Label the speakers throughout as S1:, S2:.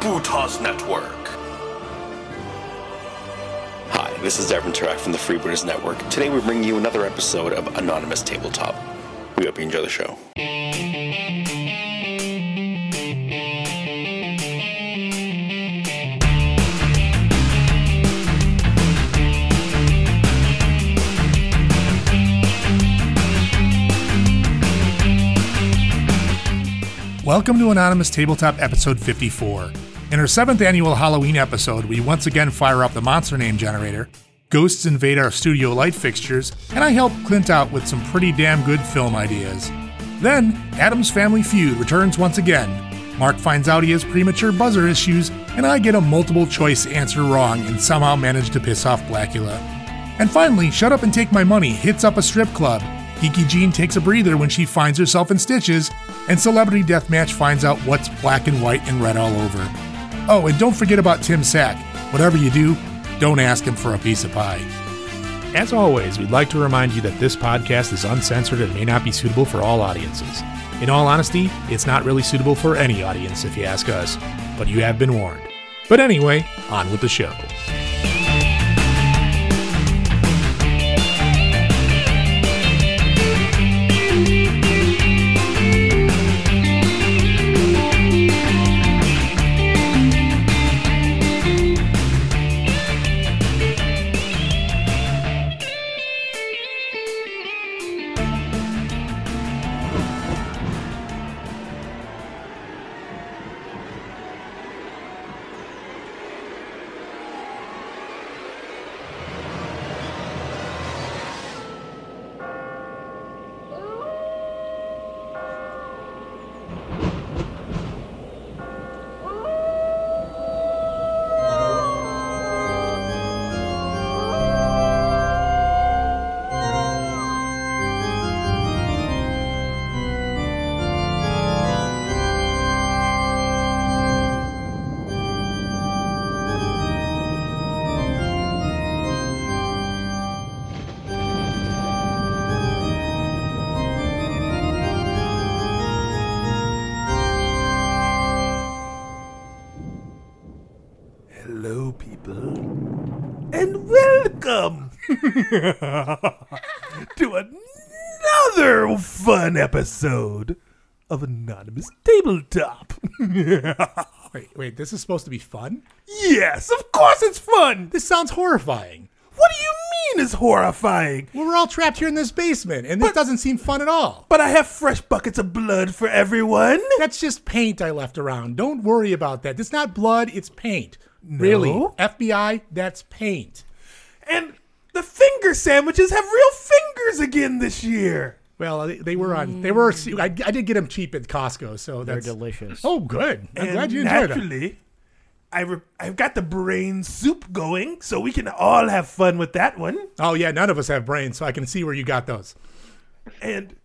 S1: Futas Network.
S2: Hi, this is Devin Turek from the Freebooters Network. Today we bring you another episode of Anonymous Tabletop. We hope you enjoy the show.
S3: Welcome to Anonymous Tabletop episode 54. In our seventh annual Halloween episode, we once again fire up the monster name generator, ghosts invade our studio light fixtures, and I help Clint out with some pretty damn good film ideas. Then, Adam's family feud returns once again. Mark finds out he has premature buzzer issues, and I get a multiple choice answer wrong and somehow manage to piss off Blackula. And finally, Shut Up and Take My Money hits up a strip club. Geeky Jean takes a breather when she finds herself in stitches, and Celebrity Deathmatch finds out what's black and white and red all over. Oh, and don't forget about Tim Sack. Whatever you do, don't ask him for a piece of pie.
S4: As always, we'd like to remind you that this podcast is uncensored and may not be suitable for all audiences. In all honesty, it's not really suitable for any audience if you ask us, but you have been warned. But anyway, on with the show.
S5: Hello, people, and welcome to another fun episode of Anonymous Tabletop.
S4: Wait, wait, this is supposed to be fun?
S5: yes, of course it's fun.
S4: This sounds horrifying.
S5: What do you mean it's horrifying?
S4: We're all trapped here in this basement, and this doesn't seem fun at all.
S5: But I have fresh buckets of blood for everyone.
S4: That's just paint I left around. Don't worry about that. It's not blood, it's paint. Really?
S5: No.
S4: FBI, that's paint.
S5: And the finger sandwiches have real fingers again this year.
S4: Well, they, they were on. They were. I, I did get them cheap at Costco, so
S6: They're
S4: that's
S6: delicious.
S4: Oh, good. I'm
S5: and
S4: glad you enjoyed them.
S5: naturally, I re- I've got the brain soup going, so we can all have fun with that one.
S4: Oh yeah, none of us have brains, so I can see where you got those.
S5: And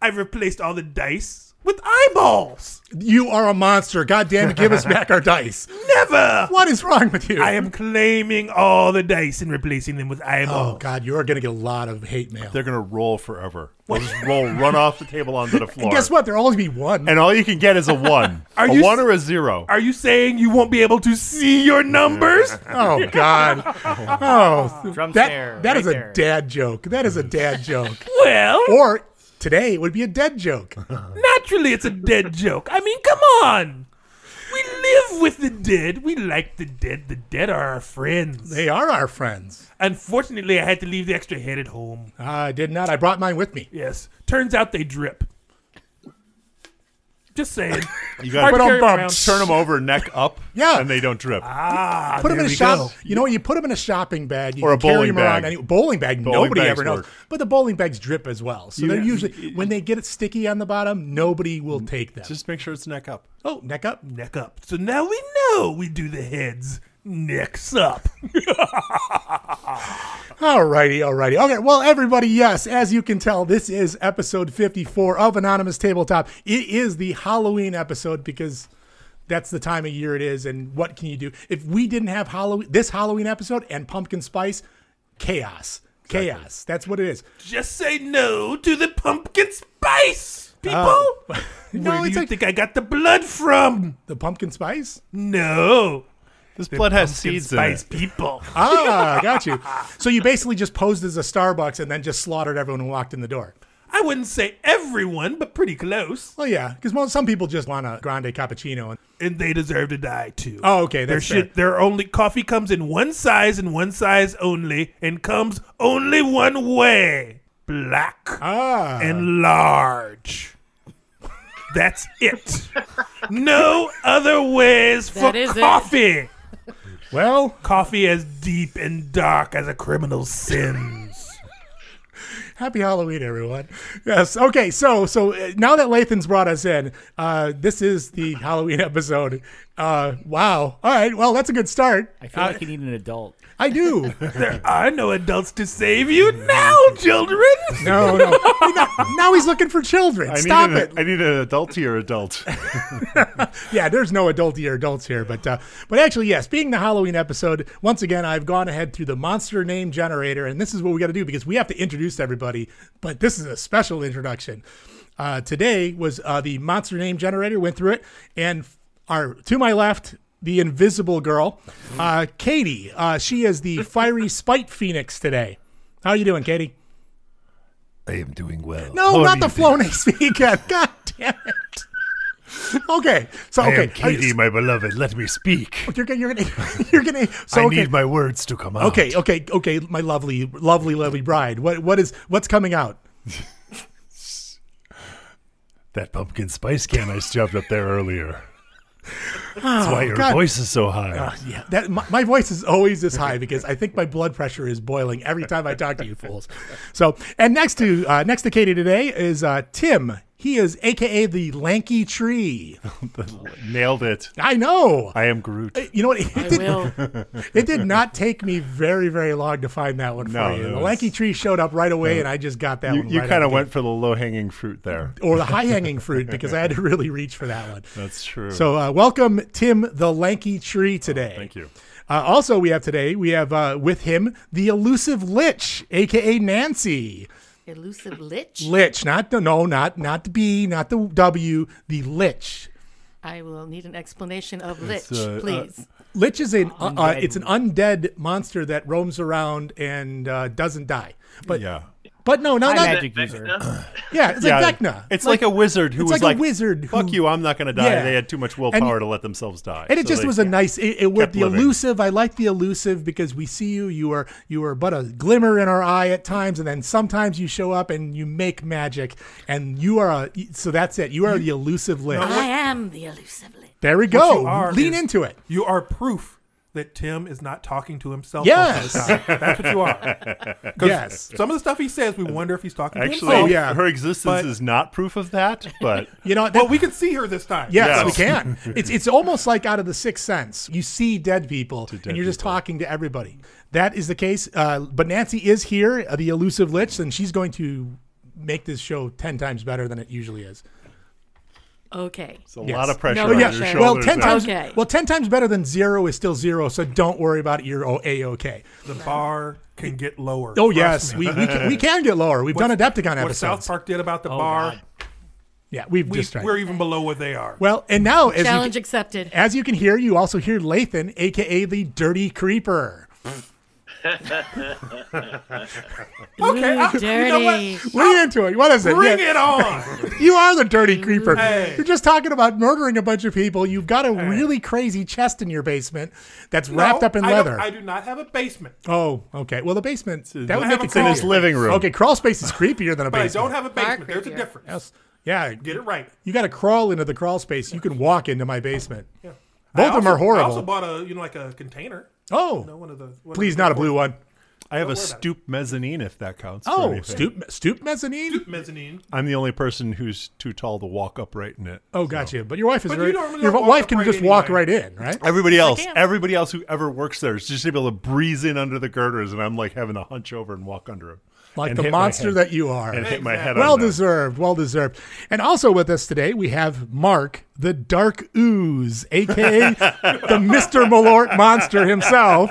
S5: I've replaced all the dice with eyeballs.
S4: You are a monster. God damn it, give us back our dice.
S5: Never.
S4: What is wrong with you?
S5: I am claiming all the dice and replacing them with eyeballs.
S4: Oh God, you are gonna get a lot of hate mail.
S7: they're gonna roll forever. They'll just roll, run off the table onto the floor.
S4: And guess what? There'll always be one.
S7: And all you can get is a one,
S5: Are
S7: a
S5: you
S7: one
S5: s-
S7: or a zero.
S5: Are you saying you won't be able to see your numbers?
S4: oh God. Oh,
S6: Drum snare,
S4: that that
S6: right
S4: is
S6: there.
S4: a dad joke. That is a dad joke.
S5: well,
S4: or today it would be a dead joke.
S5: naturally it's a dead joke. I mean, come on. We live with the dead. We like the dead. The dead are our friends.
S4: They are our friends.
S5: Unfortunately, I had to leave the extra head at home.
S4: I did not. I brought mine with me.
S5: Yes. Turns out they drip. Just saying.
S7: You
S5: Hard
S7: gotta
S5: to
S7: put
S5: carry
S7: them
S5: around.
S7: turn them over, neck up,
S4: Yeah.
S7: and they don't drip.
S5: ah,
S4: Put them
S5: there
S4: in a
S5: we
S4: shop.
S5: go.
S4: You know what? You put them in a shopping bag. You
S7: Or a
S4: can carry
S7: bowling
S4: 'em around
S7: bag.
S4: Any, bowling bag.
S7: Bowling
S4: nobody
S7: bags
S4: ever knows.
S7: work.
S4: But the bowling bags drip as well. So
S7: You-
S4: they're usually when they get it sticky on the bottom, nobody will take them.
S7: Just make sure it's neck up.
S4: oh, neck up.
S5: Neck up. So now we know we do the heads necks up.
S4: Alrighty, alrighty. Okay, well, everybody, yes, as you can tell, this is episode 54 of Anonymous Tabletop. It is the Halloween episode because that's the time of year it is, and what can you do? If we didn't have Halloween, this Halloween episode and pumpkin spice, chaos. Chaos. That's what it is.
S5: Just say no to the pumpkin spice.
S8: people?
S4: Oh.
S8: Where do
S4: it's
S8: you
S4: like-
S8: think I got the blood from?
S4: The pumpkin spice?
S8: No.
S7: This blood has
S8: Pumpkin
S7: seeds in
S8: spice
S7: it.
S8: people.
S4: Ah, got you. So you basically just posed as a Starbucks and then just slaughtered everyone who walked in the door.
S8: I wouldn't say everyone, but pretty close.
S4: Well, yeah, because some people just want a grande cappuccino.
S8: And they deserve to die too.
S4: Oh, okay,
S8: Their
S4: that's
S8: shit their only coffee comes in one size and one size only and comes only one way. Black
S4: Ah,
S8: and large. That's it. No other ways for
S9: That is it.
S8: coffee.
S4: well,
S8: Coffee as deep and dark as a criminal's sins.
S4: happy Halloween, everyone. Yes, okay. So, so uh, now that Lathan's brought us in, uh, this is the Halloween episode. Uh, wow. All right. Well, that's a good start. Uh,
S10: I feel like you need an adult.
S4: I do.
S8: There are no adults to save you now, children.
S4: No, no. Now, now he's looking for children.
S7: I need
S4: Stop
S7: an-
S4: it.
S7: I need an adultier adult.
S4: yeah, there's no adult year adults here, but uh, but actually, yes, being the Halloween episode, once again, I've gone ahead through the monster name generator, and this is what we got to do because we have to introduce everybody. But this is a special introduction. Uh, today was uh, the monster name generator. Went through it, and our to my left. The invisible girl, uh, Katie. Uh, she is the fiery spite phoenix today. How you doing, Katie?
S7: I am doing well.
S4: No, not the Flonase vegan. God damn it. Okay, so okay, I- oh,
S7: my beloved. Let me speak.
S4: you're gonna, you're gonna, you're gonna. So okay,
S7: my words to come out.
S4: okay, okay, okay, my lovely, lovely, lovely bride. What, what is, what's coming out?
S7: That pumpkin spice can I shoved up there earlier. That's why your
S4: Oh, God. Uh, Ah,
S7: voice is so high.
S4: Yeah, that my, my voice is always this high because I think my blood pressure is boiling every time I talk to you fools. So, and next to, uh, next to Katie today is uh, Tim. He is AKA the lanky tree.
S7: Nailed it.
S4: I know.
S7: I am Groot.
S4: Uh, You know what? It
S9: I
S4: did,
S9: will.
S4: it did not take me very, very long to find that one
S7: No,
S4: for you.
S7: that
S4: The
S7: was-
S4: lanky tree showed up right away, and I just got that
S7: You,
S4: one.
S7: you
S4: right out
S7: kind
S4: the
S7: of
S4: gate.
S7: went for the low hanging fruit there.
S4: or the high hanging fruit because I had to really reach for that one.
S7: That's true. Oh,
S4: So uh, welcome Tim the lanky tree today.
S7: thank you.
S4: Uh, also, we have today we have uh, with him the elusive Lich, aka Nancy
S9: Elusive Lich.
S4: Lich. Not the no, not not the B, not the W, the Lich.
S9: I will need an explanation of Lich,
S7: uh, uh,
S9: please.
S4: Lich is an uh, uh,
S10: Undead.
S4: it's an undead monster that roams around and uh, doesn't die. But
S7: yeah,
S4: but no, no,
S10: High
S4: not
S10: magic user.
S4: yeah, it's like Vecna.
S7: It's like, a wizard who
S4: it's
S7: was
S4: like a wizard
S7: Fuck
S4: who-
S7: you! I'm not going to die.
S4: Yeah.
S7: They had too much willpower to let themselves die.
S4: And it
S7: So
S4: just
S7: they-
S4: was a nice. It, it with
S7: Kept
S4: the
S7: living.
S4: elusive. I like the elusive because we see you. You are you are but a glimmer in our eye at times, and then sometimes you show up and you make magic, and you are a. So that's it. You are the elusive lich.
S9: I am the elusive Lich.
S4: there we go.
S8: you are
S4: Lean
S8: is-
S4: into it.
S8: You are proof that Tim is not talking to himself.
S4: Yes.
S8: most of the time. That's what you are.
S4: Yes.
S8: Some of the stuff he says, we wonder if he's talking to
S7: Actually,
S8: himself.
S4: Oh, yeah.
S7: her existence
S8: But-
S7: is not proof of that. But
S4: You know.
S8: Well,
S4: That,
S8: we can see her this time.
S4: yes,
S7: Yes.
S4: we can. It's it's almost like out of the sixth sense. You see dead people, and you're just talking to everybody. That is the case. Uh, but Nancy is here, uh, the elusive lich, and she's going to make this show ten times better than it usually is.
S9: Okay.
S7: it's a
S4: Yes.
S7: lot of pressure
S9: No,
S7: on
S9: yeah.
S7: your
S9: Okay.
S7: shoulders.
S4: Well, ten
S7: there.
S4: times.
S9: Okay.
S4: Well, ten times better than zero is still zero. So don't worry about it. You're a okay.
S8: The bar can get lower.
S4: Oh
S8: Trust
S4: yes,
S8: me.
S4: we, we, can, we can get lower. We've done Adepticon
S8: What
S4: episodes.
S8: South Park did about the
S7: Oh,
S8: bar,
S10: God.
S4: yeah, we've
S8: we,
S4: just tried.
S8: we're even below where they are.
S4: well, and now as you,
S9: Challenge accepted.
S4: as you can hear, you also hear Lathan, aka the Dirty Creeper.
S8: okay, I-
S9: Ooh,
S8: you know what?
S9: dirty.
S4: Lean into it. uh, What is it?
S8: Bring
S4: Yeah,
S8: it on.
S4: You are the Dirty Creeper.
S8: Hey.
S4: You're just talking about murdering a bunch of people. You've got a really crazy chest in your basement that's wrapped
S8: No,
S4: up in
S8: I don't-
S4: leather.
S8: I do not have a basement,
S4: oh, okay. Well, the basement that would
S8: I
S4: make
S8: have
S4: it
S8: a
S7: in
S8: crawl
S7: his
S8: area.
S7: living room.
S4: Okay, crawl space is creepier than a
S8: but I
S4: basement.
S8: don't have a
S9: Far
S8: basement. There's a
S9: creepier.
S8: difference.
S4: Yeah,
S8: Get it right.
S4: You got to crawl into the crawl space. You can walk into my basement.
S8: I
S4: Both of them
S8: also-
S4: are
S8: I also
S4: horrible.
S8: bought a you know like a container.
S4: oh,
S8: No, one of the one of
S4: please,
S8: the-
S4: not a blue one.
S7: I have
S8: worry
S7: a
S8: about it.
S7: stoop mezzanine if that counts. for
S4: Oh,
S7: anything.
S4: stoop, stoop mezzanine.
S8: mezzanine.
S7: I'm the only person who's too tall to walk upright in it.
S4: Oh, gotcha. But your wife is
S8: But you
S4: very.
S8: normally
S4: Your
S8: don't walk
S4: wife can
S8: upright
S4: just walk
S8: anyway.
S4: right in, right?
S7: Everybody else,
S9: can.
S7: everybody else who ever works there is just able to breeze in under the girders, and I'm like having to hunch over and walk under them,
S4: Like
S7: and
S4: the
S7: hit my
S4: monster
S7: head-
S4: that you are.
S7: and hit my head.
S4: Well
S7: on the-
S4: deserved, well deserved. And also with us today, we have Mark, the Dark Ooze, aka the Mr. Malort monster
S10: Mm-hmm.
S4: himself.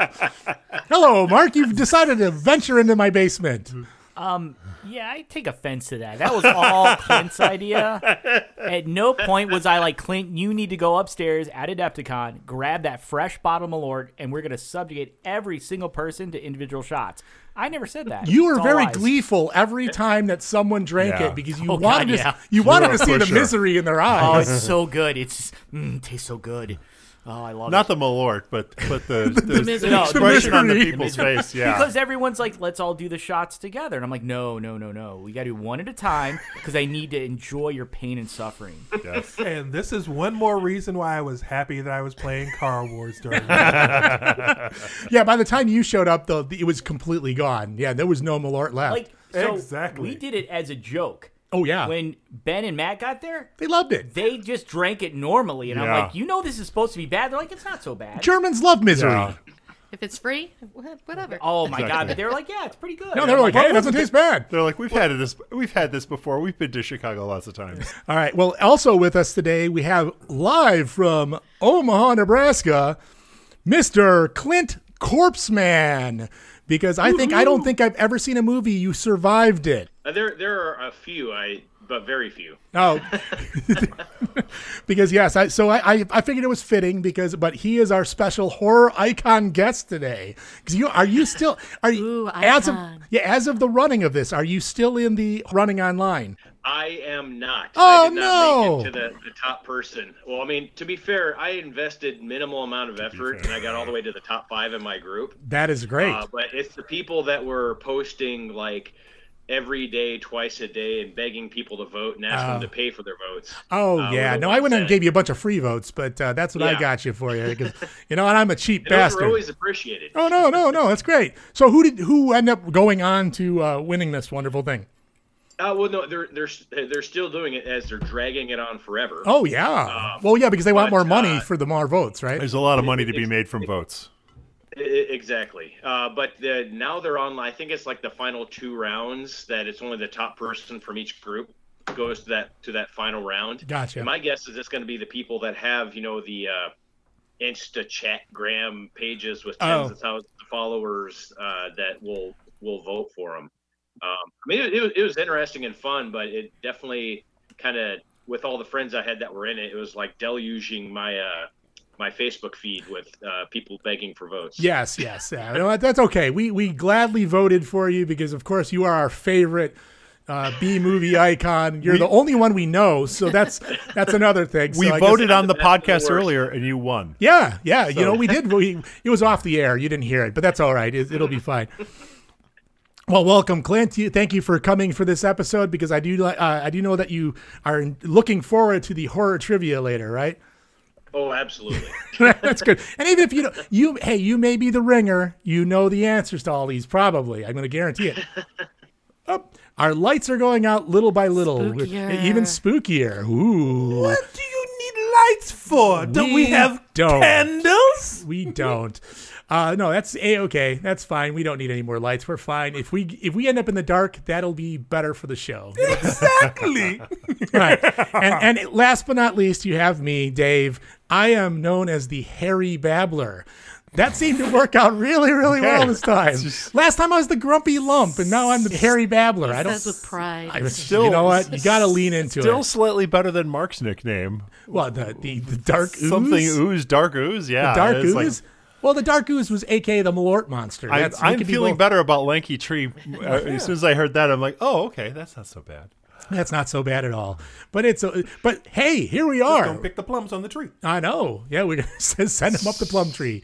S4: Hello, Mark. You've decided to venture into my basement.
S10: Um, Yeah, I take offense to that. That was all Clint's idea. At no point was I like, Clint, you need to go upstairs at Adepticon, grab that fresh bottle of Malort, and we're going to subjugate every single person to individual shots. I never said that.
S4: You were
S10: It's all
S4: very
S10: lies.
S4: gleeful every time that someone drank
S7: Yeah.
S4: it because you
S10: Oh,
S4: wanted
S10: God,
S4: to
S10: yeah.
S4: you wanted
S7: were
S4: to
S7: a
S4: see the
S7: pusher.
S4: misery in their
S10: Oh,
S4: eyes.
S10: it's so good. It's mm, tastes so good. Oh, I love
S7: Not
S10: it.
S7: the malort, but but the, the,
S10: misery.
S7: the
S10: No, the
S7: expression on the
S4: misery.
S7: people's face. Yeah,
S10: Because everyone's like, let's all do the shots together. And I'm like, no, no, no, no. We got to do one at a time because I need to enjoy your pain and suffering.
S7: Yes.
S8: And this is one more reason why I was happy that I was playing Car Wars during that.
S4: Yeah, by the time you showed up though, it was completely gone. Yeah, there was no Malort left.
S10: Like, so
S8: Exactly.
S10: We did it as a joke.
S4: oh yeah.
S10: When Ben and Matt got there,
S4: they loved it.
S10: they just drank it normally. And
S7: Yeah.
S10: I'm like, you know, this is supposed to be bad. They're like, it's not so bad.
S4: Germans love misery.
S7: Yeah.
S9: If it's free, wha- whatever.
S10: Oh my
S7: Exactly.
S10: God. But they were like, yeah, it's pretty good.
S4: No, they were like, hey, it doesn't taste bad.
S7: They're like, we've had this, we've had this before. We've been to Chicago lots of times.
S4: All right. Well, also with us today, we have live from Omaha, Nebraska, Mr. Clint Corpseman. Because I think I don't think I've ever seen a movie you survived it.
S11: Uh, There, there are a few, I but very few.
S4: Oh, because yes, I, so I, I I figured it was fitting because but he is our special horror icon guest today. Because you are you still are you
S9: Ooh,
S4: as of
S9: icon.
S4: yeah as of the running of this are you still in the running online?
S11: I am not.
S4: Oh,
S11: I did
S4: no.
S11: not make it to the, the top person. Well, I mean, to be fair, I invested minimal amount of effort, and I got all the way to the top five in my group.
S4: That is great.
S11: Uh, but it's the people that were posting like every day, twice a day, and begging people to vote and asking them to pay for their votes.
S4: Oh
S11: uh,
S4: yeah,
S11: were the
S4: no, I
S11: ones
S4: went and
S11: that-
S4: gave you a bunch of free votes, but uh, that's what I
S11: Yeah.
S4: got you for you because you know, and I'm a cheap
S11: And those were
S4: bastard.
S11: always appreciated.
S4: oh no, no, no, that's great. So who did who end up going on to uh, winning this wonderful thing?
S11: Uh, well, no, they're they're they're still doing it as they're dragging it on forever.
S4: Oh
S11: Uh,
S4: yeah, well yeah, because they want
S11: but,
S4: more money
S11: uh,
S4: for the more votes, right?
S7: There's a lot of money to be made from votes.
S11: I- I- Exactly. Uh, but the, now they're on, I think it's like the final two rounds that it's only the top person from each group goes to that to that final round.
S4: Gotcha.
S11: My guess is it's going to be the people that have, you know, the uh, Insta chat gram pages with tens
S4: Oh.
S11: of thousands of followers uh, that will will vote for them. Um, I mean, it, it, was- it was interesting and fun, but it definitely kind of with all the friends I had that were in it, it was like deluging my uh, my Facebook feed with uh, people begging for votes.
S4: Yes, yes. Yeah. You know what? That's okay. We we gladly voted for you because of course you are our favorite uh, B movie icon. You're the only one we know, so that's that's another thing. So
S7: We
S4: I guess-
S7: voted on the
S11: that's the
S7: podcast
S11: worst.
S7: earlier, and you won.
S4: yeah, yeah. You know, we did. We, it was off the air. You didn't hear it, but that's all right. It, it'll be fine. Well, welcome, Clint. You- Thank you for coming for this episode because I do li- uh, I do know that you are looking forward to the horror trivia later, right?
S11: Oh, absolutely.
S4: That's good. And even if you don't, you hey, you may be the ringer. You know the answers to all these, probably. I'm going to guarantee it. Oh, our lights are going out little by little, We're-
S9: Spookier.
S4: even spookier. Ooh,
S8: what do you need lights for? Don't we
S4: We
S8: have
S4: don't.
S8: candles?
S4: we don't. Uh, no, that's a okay. That's fine. We don't need any more lights. We're fine. If we if we end up in the dark, that'll be better for the show.
S8: Exactly.
S4: right. And, and last but not least, you have me, Dave. I am known as the hairy babbler. That seemed to work out really, really well this time. Last time I was the grumpy lump, and now I'm the hairy babbler. I
S9: Says
S4: don't.
S9: with pride.
S4: I was
S7: Still-
S4: still, you know what? You got to lean into
S7: Still
S4: it.
S7: slightly better than Mark's nickname.
S4: Well, the, the, the dark ooze?
S7: Something ooze, dark ooze. Yeah,
S4: Dark
S7: it's like-
S4: ooze? well, the dark ooze was AKA the Malort monster.
S7: I,
S4: That's- we
S7: I'm
S4: could be
S7: feeling
S4: both-
S7: better about lanky tree. Uh, As soon as I heard that, I'm like, oh, okay, that's not so bad.
S4: That's not so bad at all. But it's a, but hey, here we are.
S8: don't pick the plums on the tree.
S4: I know. Yeah, we're gonna send them up the plum tree.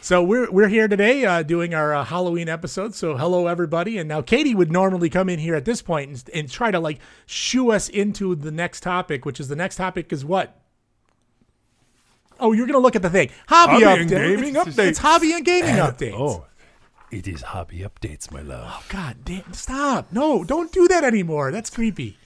S4: So we're we're here today uh, doing our uh, Halloween episode. So hello everybody. And now Katie would normally come in here at this point and, and try to like shoo us into the next topic, which is the next topic is what. Oh, you're gonna look at the thing.
S8: Hobby
S4: Hobby, update.
S8: and gaming updates.
S4: It's hobby and gaming updates.
S7: Oh, it is hobby updates, my love.
S4: God damn! Stop! No, don't do that anymore. That's creepy.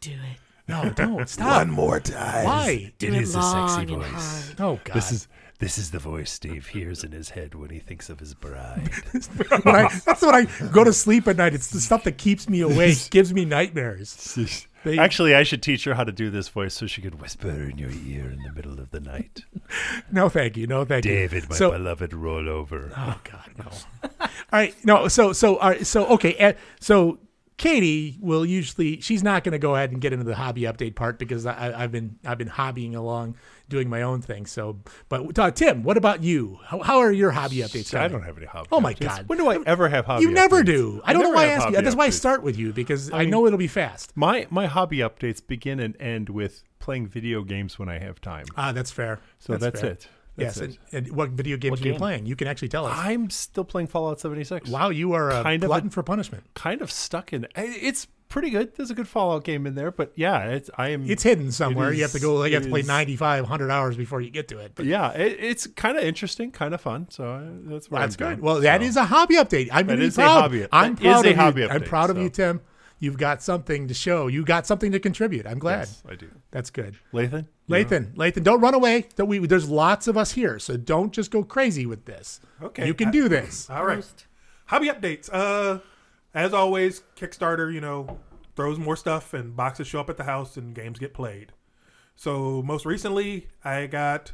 S9: Do it.
S4: No, don't stop.
S8: more time.
S4: Why?
S9: Do it long and hard.
S4: Oh God!
S7: This is this is the voice Steve hears in his head when he thinks of his bride.
S4: when I, that's when I go to sleep at night. It's the stuff that keeps me awake, gives me nightmares. They-
S7: Actually, I should teach her how to do this voice so she could whisper in your ear in the middle of the night.
S4: No, thank you. No, thank you.
S7: David, my
S4: So-
S7: beloved, roll over.
S4: Oh God, no. all right, no. So, so, all right, so, okay, eh, so Katie will usually she's not going to go ahead and get into the hobby update part because I, I- I've been I've been hobbying along doing my own thing. So, but uh, Tim, what about you? How, how are your hobby updates?
S7: I
S4: going?
S7: don't have any hobby.
S4: Oh my
S7: updates.
S4: God.
S7: When do I ever have hobby?
S4: You never
S7: updates?
S4: do. I don't know
S7: never
S4: why I
S7: have
S4: ask you.
S7: hobby
S4: That's why I
S7: updates.
S4: start with you because I,
S7: mean-
S4: know it'll be fast.
S7: My my hobby updates begin and end with playing video games when I have time.
S4: Ah, that's fair.
S7: So that's,
S4: fair.
S7: it.
S4: yes,
S7: That's it.
S4: And, and what video games
S10: What
S4: are you
S10: game?
S4: playing? You can actually tell us.
S7: I'm still playing Fallout 76.
S4: wow, you are a
S7: Kind of a-
S4: glutton for punishment.
S7: Kind of stuck in. I- It's pretty good. There's a good Fallout game in there, but yeah, it's I am.
S4: It's hidden somewhere. you have to
S7: is-
S4: go. Like, you have to play
S7: is-
S4: 95, 100 hours before you get to it. But
S7: Yeah, it, it's kind of interesting, kind of fun. So I, that's where
S4: that's
S7: I'm
S4: good.
S7: going.
S4: Well, that
S7: So-
S4: is a hobby update. I'm gonna be
S7: is a
S4: proud.
S7: hobby-
S4: I'm
S7: that
S4: proud
S7: is a
S4: of you.
S7: hobby
S4: I'm
S7: update,
S4: proud of you,
S7: so.
S4: Tim. You've got something to show. You got something to contribute. I'm glad.
S7: Yes, I do.
S4: That's good.
S7: Lathan.
S4: Lathan, Lathan, don't run away. That we there's lots of us here, so don't just go crazy with this.
S5: Okay.
S4: you can do this.
S5: All right. Hobby updates. Uh, as always, Kickstarter, you know, throws more stuff and boxes show up at the house and games get played. So most recently, I got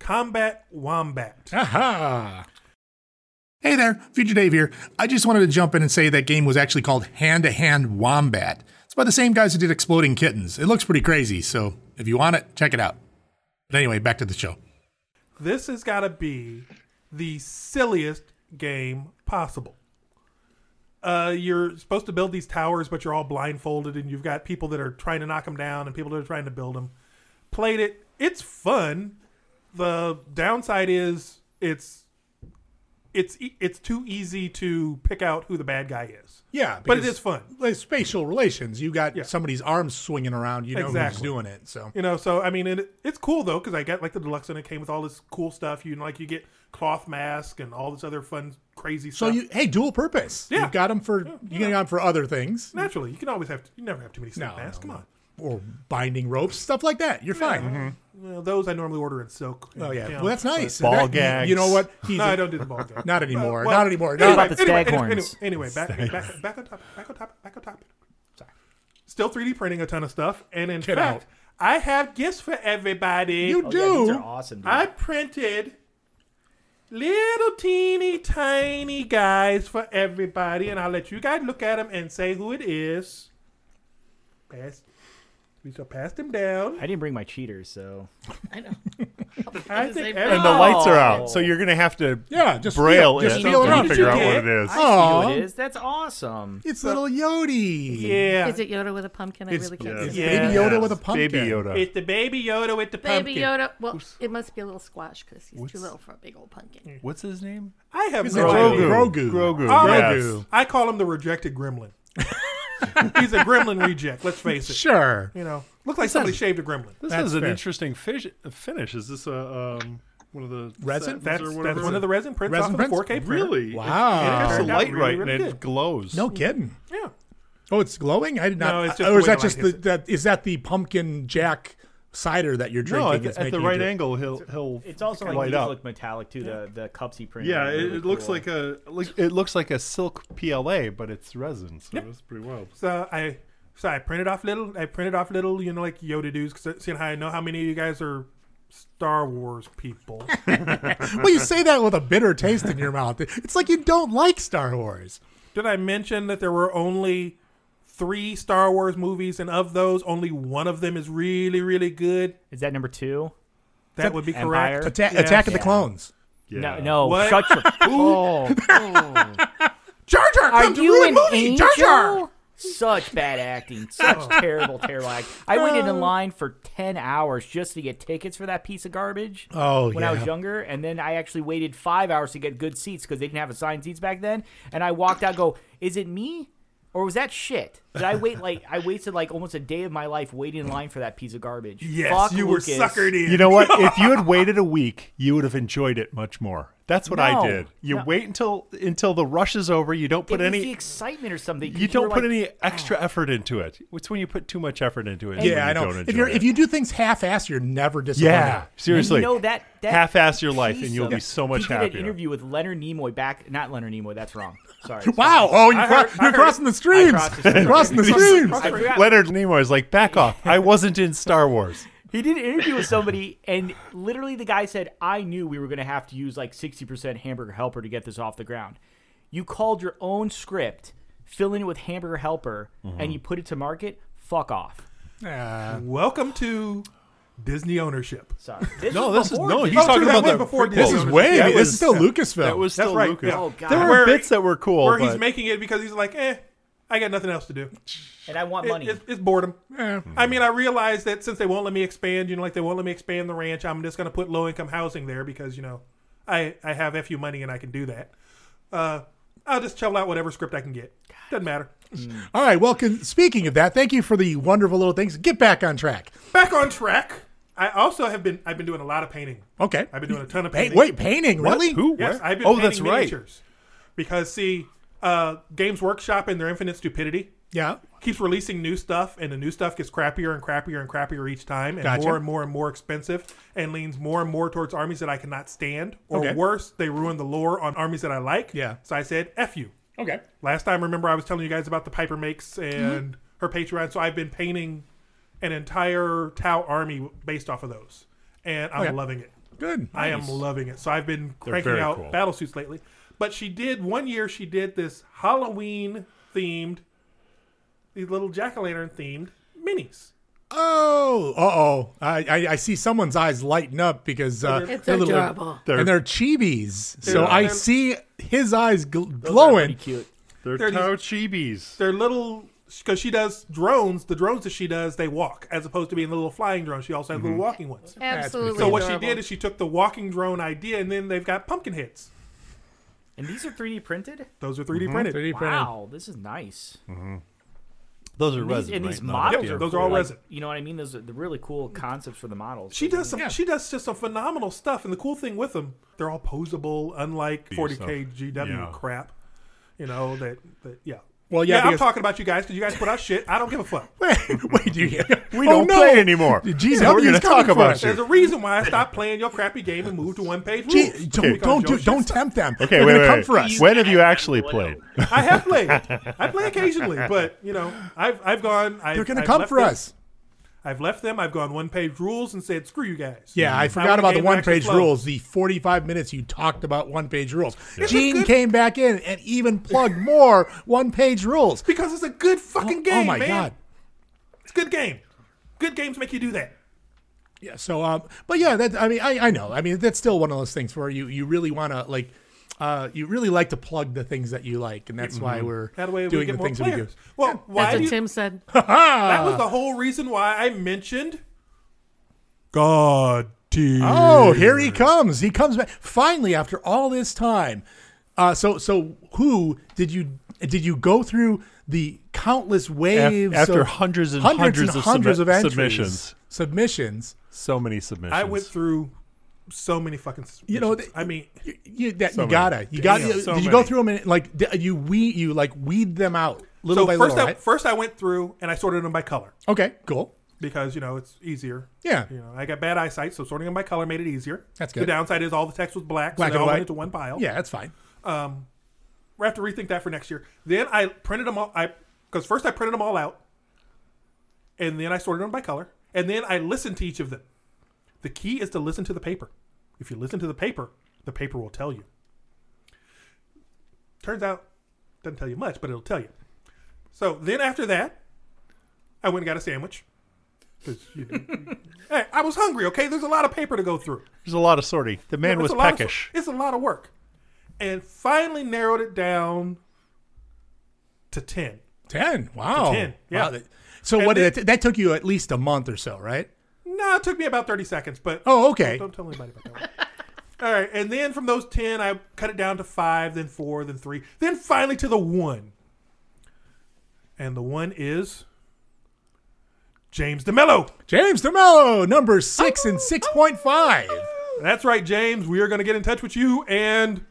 S5: Combat Wombat.
S4: Aha!
S3: Hey there, Future Dave here. I just wanted to jump in and say that game was actually called Hand to Hand Wombat. It's by the same guys who did Exploding Kittens. It looks pretty crazy, so if you want it, check it out. But anyway, back to the show.
S5: This has got to be the silliest game possible. Uh, you're supposed to build these towers, but you're all blindfolded, and you've got people that are trying to knock them down and people that are trying to build them. Played it. It's fun. The downside is it's it's e- it's too easy to pick out who the bad guy is.
S4: Yeah,
S5: But it
S4: because,
S5: is fun.
S4: Like spatial relations. You got
S5: Yeah.
S4: somebody's arms swinging around. You know who's
S5: Exactly.
S4: doing it. So
S5: You know, so I mean, and it, it's cool though because I got like the deluxe and it came with all this cool stuff. You know, like you get cloth mask and all this other fun, crazy
S4: so
S5: stuff.
S4: you hey dual purpose.
S5: Yeah.
S4: You've got them for you got them for other things
S5: naturally you can always have you never have too many snake
S4: No,
S5: masks.
S4: no,
S5: Come
S4: or binding ropes stuff like that. You're fine.
S5: on, Well, those I normally order in silk.
S4: Oh yeah,
S5: You know.
S4: well that's nice.
S7: Ball
S4: That- you-
S7: gags.
S4: You, know what? He's
S5: No,
S4: a-
S5: I don't do the ball game.
S4: Not anymore.
S5: Well,
S4: not anymore.
S5: anyway,
S4: Not
S10: about the stag
S5: anyway,
S10: horns?
S5: Anyway, anyway, back, back, back on topic. Back on topic. Back on topic. Sorry. Still 3D printing a ton of stuff, and in
S4: Get out.
S5: fact, I have gifts for everybody.
S4: you
S10: Oh, yeah,
S4: do.
S10: these are awesome, dude.
S5: I printed little teeny tiny guys for everybody, and I'll let you guys look at them and say who it is. Pass. We shall pass them down.
S10: I didn't bring my cheaters, so
S9: I know.
S5: I think
S9: They-
S5: every-
S7: And the lights are out,
S10: Oh.
S7: so you're gonna have to
S4: Yeah, just
S7: braille
S4: feel- just
S7: it
S4: feel
S7: and
S4: around.
S5: Did
S7: figure
S5: you
S7: out what
S5: get-
S7: it is.
S10: I see
S4: Aw.
S10: who it is. That's awesome.
S4: It's little Yodi.
S5: yeah.
S9: Is it Yoda with a pumpkin? I
S4: It's-
S9: really can't
S7: yeah.
S9: see.
S5: Yeah.
S4: Baby Yoda with a
S7: Yes,
S4: pumpkin.
S7: Baby Yoda.
S5: It's the baby Yoda with the
S9: Baby
S5: pumpkin.
S9: Yoda. Well, it must be a little squash because he's too
S7: What's-
S9: little for a big old pumpkin.
S7: What's his name?
S5: I have
S4: Is
S5: no
S4: it
S5: idea.
S4: Grogu.
S7: Grogu. Grogu.
S5: Oh,
S7: yes.
S5: I call him the rejected gremlin. He's a gremlin reject. Let's face it.
S4: Sure.
S5: You know, looks like somebody shaved a gremlin.
S7: This
S4: That's
S7: is an
S4: fair.
S7: interesting fish, finish. Is this a um, one of the
S4: Resin?
S7: satins
S5: That's,
S7: or
S5: that's
S7: whatever?
S5: one of the resin prints
S4: Resin
S5: off of the
S4: prints?
S5: 4K printer.
S7: really
S4: Wow.
S7: It has the
S5: Turned out
S7: light
S5: really,
S7: right
S5: really
S7: and it
S5: good.
S7: glows.
S4: No kidding.
S5: Yeah.
S4: Oh, it's glowing. I did not.
S5: No, it's
S4: uh,
S5: just
S4: or
S5: the
S4: is
S5: way
S4: that
S5: the
S4: just
S5: light
S4: the
S5: hits it.
S4: that is that the pumpkin jack cider that you're drinking?
S7: no, at, the-
S4: that's
S7: at the
S4: making you
S7: right
S4: do it?
S7: angle, he'll he'll
S10: It's also like
S7: light
S10: these
S7: up.
S10: look metallic too. The the cups he printed.
S7: yeah,
S10: are
S7: it,
S10: really
S7: it looks
S10: cool.
S7: like a like it looks like a silk PLA, but it's resin, so it's pretty wild.
S5: So I so I printed off little I printed off little you know like Yoda dudes because seeing how I know how many of you guys are Star Wars people.
S4: Well, you say that with a bitter taste in your mouth. It's like you don't like Star Wars.
S5: Did I mention that there were only three Star Wars movies and of those only one of them is really really good?
S10: Is that number two?
S5: That, would be
S10: Empire?
S5: correct.
S4: Atta-
S5: Yes.
S4: Attack of the Clones.
S7: Yeah.
S10: No, no.
S5: What?
S10: Shut your. Oh,
S4: Jar Jar
S10: are
S4: comes to
S10: you
S4: ruin
S10: an
S4: movie.
S10: angel?
S4: Jar Jar.
S10: Such bad acting. Such terrible, terrible acting. I waited
S4: Um.
S10: in line for ten hours just to get tickets for that piece of garbage.
S4: Oh
S10: when
S4: yeah.
S10: I was younger, and then I actually waited five hours to get good seats because they didn't have assigned seats back then. And I walked out, go, is it me? Or was that shit? Did I wait like I wasted like almost a day of my life waiting in line for that piece of garbage?
S5: Yes,
S10: Fuck
S5: you
S10: Lucas.
S5: were suckered in.
S7: You know what? if you had waited a week, you would have enjoyed it much more. That's what
S10: No.
S7: I did. You
S10: No.
S7: wait until until the rush is over. You don't
S10: It
S7: put
S10: was
S7: any
S10: the excitement or something. 'cause
S7: you don't
S10: were
S7: put
S10: like, "Oh."
S7: any extra effort into it. It's when you put too much effort into it. is when
S4: Yeah,
S7: you
S4: I know.
S7: Don't enjoy
S4: If you're
S7: it.
S4: if you do things half-ass, you're never disappointed.
S7: yeah, seriously,
S10: You know that, that
S7: half-ass your life,
S10: piece
S7: and you'll
S10: of-
S7: be so
S10: he
S7: much
S10: did
S7: happier.
S10: An interview with Leonard Nimoy back, not Leonard Nimoy. That's wrong. Sorry.
S4: Wow. Oh, you
S5: I
S4: cro-
S5: heard- I
S4: you're
S5: heard-
S4: crossing the
S10: I
S4: streams.
S10: crossed the streams.
S4: crossing the streams.
S10: I forgot-
S7: Leonard Nimoy is like, back off. I wasn't in Star Wars.
S10: He did an interview with somebody, and literally the guy said, I knew we were going to have to use like 60% hamburger helper to get this off the ground. You called your own script filling it with hamburger helper, and you put it to market, fuck off.
S4: Uh,
S5: Welcome to Disney ownership.
S10: Sorry. This
S7: No,
S10: was
S7: this is
S10: before
S7: no.
S10: Disney.
S7: He's
S5: Oh,
S7: talking
S5: true, that
S7: about the
S5: was before
S7: this is
S5: Disney.
S7: way.
S4: yeah, it
S7: it
S4: was still Lucasfilm.
S7: That was
S5: That's
S7: still
S5: right,
S7: Lucas.
S5: yeah. Oh,
S10: God.
S7: There were
S5: Where-
S7: bits that were cool.
S5: Where he's
S7: but-
S5: making it because he's like, eh, I got nothing else to do.
S10: and I want
S5: It-
S10: money.
S5: it's, it's boredom.
S7: Eh.
S5: I mean, I realize that since they won't let me expand, you know, like they won't let me expand the ranch, I'm just going to put low income housing there because you know, I I have fu money and I can do that. Uh, I'll just shovel out whatever script I can get. Doesn't matter.
S4: Mm. all right. Well, con- speaking of that, thank you for the wonderful little things. Get back on track.
S5: Back on track. I also have been I've been doing a lot of painting.
S4: Okay.
S5: I've been doing a ton of
S4: Hey,
S5: painting.
S4: wait, painting?
S7: What?
S4: Really?
S7: Who?
S5: Yes,
S7: Where?
S5: I've been
S7: oh,
S5: painting
S7: that's right.
S5: miniatures. Because see, uh, Games Workshop and their infinite stupidity
S4: Yeah.
S5: keeps releasing new stuff, and the new stuff gets crappier and crappier and crappier each time, and
S4: Gotcha.
S5: more and more and more expensive, and leans more and more towards armies that I cannot stand, or
S4: Okay.
S5: worse, they ruin the lore on armies that I like.
S4: Yeah.
S5: So I said, "F you."
S4: Okay.
S5: Last time, remember, I was telling you guys about the Piper makes and her Patreon. So I've been painting an entire Tau army based off of those, and I'm
S4: Okay.
S5: loving it.
S4: Good.
S5: I am loving it. So I've been cranking
S7: very
S5: out
S7: cool.
S5: battle suits lately. But she did one year. She did this Halloween themed, these little jack o' lantern themed minis.
S4: Oh, uh oh. I, I, I see someone's eyes lighten up because uh,
S9: It's
S4: they're little-
S9: adorable.
S7: They're-
S4: and they're chibis. so
S5: They're-
S4: I
S5: they're-
S4: see his eyes gl-
S10: Pretty
S4: glowing.
S10: cute.
S7: They're
S5: They're these-
S7: Tau Chibis.
S5: They're little because she does drones. The drones that she does, they walk as opposed to being the little flying drones. She also has
S4: Mm-hmm.
S5: little walking ones.
S9: Absolutely.
S5: So what she
S9: adorable.
S5: did is she took the walking drone idea, and then they've got pumpkin heads.
S10: And these are 3D printed?
S5: Those are 3D Mm-hmm. printed.
S4: 3D Mm-hmm. printed.
S10: Wow, this is nice.
S7: Those are
S10: And these,
S7: resin.
S10: and
S7: right?
S10: these
S7: Not
S10: models
S5: Yep,
S10: are
S5: those
S10: cool.
S5: are all
S10: Like,
S5: resin.
S10: you know what I mean? Those are the really cool concepts for the models.
S5: She does some.
S4: Yeah.
S5: She does just some phenomenal stuff, and the cool thing with them, they're all posable, unlike 40k GW
S7: Yeah.
S5: crap. You know that. that yeah.
S4: Well, yeah,
S5: I'm
S4: because-
S5: talking about you guys because you guys put out shit. I don't give a fuck.
S4: Wait, do you?
S7: We
S4: Oh,
S7: don't
S4: no.
S7: play anymore.
S4: GW
S7: Yeah, we're
S4: is coming
S7: gonna talk
S4: for
S7: about
S4: us.
S7: you.
S5: There's a reason why I stopped playing your crappy game and moved to one page
S4: Gee,
S5: rules.
S4: don't
S5: Because
S4: don't do,
S5: your shit
S4: don't
S5: sucks.
S4: tempt them.
S7: Okay,
S4: they're
S7: wait,
S4: gonna
S7: wait,
S4: come
S7: wait.
S4: for us.
S7: When have you actually played?
S5: I have played. I play occasionally, but you know, I've I've gone. I've,
S4: They're gonna
S5: I've
S4: come
S5: left
S4: for
S5: them-
S4: us.
S5: I've left them. I've gone one page rules and said, screw you guys.
S4: Yeah, I
S5: want
S4: forgot
S5: a
S4: about the
S5: Mm. game that
S4: one
S5: actually
S4: page
S5: flows.
S4: rules. The 45 minutes you talked about one page rules.
S5: It's a
S4: Gene
S5: good-
S4: came back in and even plugged more one page rules.
S5: because it's a good fucking game.
S4: oh my
S5: man.
S4: god.
S5: It's a good game. Good games make you do that.
S4: Yeah. So, um, but yeah, that I mean, I, I know. I mean, that's still one of those things where you you really want to like, uh, you really like to plug the things that you like, and that's why we're
S5: That way Mm-hmm. we
S4: doing
S5: get
S4: the
S5: more
S4: things
S5: players.
S4: that we do.
S5: Well,
S9: That's
S5: why
S9: what
S5: do you,
S9: Tim said.
S5: that was the whole reason why I mentioned God tier.
S4: Oh, here he comes! He comes back finally after all this time. Uh, so so who did you did you go through the countless waves
S7: after
S4: of-
S7: hundreds and hundreds of
S4: hundreds
S7: submi-
S4: of entries,
S7: submissions.
S4: submissions?
S7: So many submissions.
S5: I went through so many fucking.
S4: You know,
S5: submissions. I mean,
S4: You, you, that,
S7: So
S4: you
S7: many.
S4: gotta you got
S7: Damn,
S4: to
S7: so
S4: did you go
S7: many.
S4: through them and like d- you we you like weed them out little
S5: so
S4: by
S5: first
S4: little
S5: I,
S4: right?
S5: first I went through and I sorted them by color
S4: okay cool
S5: because you know it's easier.
S4: Yeah.
S5: You know, I got bad eyesight, so sorting them by color made it easier.
S4: That's
S5: The
S4: good.
S5: downside is all the text was black,
S4: Black
S5: so they
S4: and
S5: all
S4: white.
S5: went into one pile. Um,
S4: Yeah, that's fine.
S5: we have to rethink that for next year. Then I printed them all. I because first I printed them all out, and then I sorted them by color, and then I listened to each of them. The key is to listen to the paper. If you listen to the paper, the paper will tell you. Turns out, doesn't tell you much, but it'll tell you. So then after that, I went and got a sandwich. 'Cause, you know, hey, I was hungry. Okay, there's a lot of paper to go through.
S7: There's a lot of sorting. The man
S5: Yeah,
S7: was
S5: it's a lot of-
S7: peckish.
S5: it's a lot of work. And finally narrowed it down to 10.
S4: Ten.
S7: Oh,
S4: Wow.
S5: 10, yeah.
S4: Wow, that- So
S5: And
S4: what
S5: then-
S4: did that, that took you at least a month or so, right?
S5: No, it took me about 30 seconds, but
S4: Oh, okay.
S5: don't tell anybody about that one. All right, and then from those 10, I cut it down to 5, then 4, then 3, then finally to the 1. And the 1 is James DeMello. Oh,
S4: James DeMello, number six and six point five.
S5: That's right, James. We are going to get in touch with you and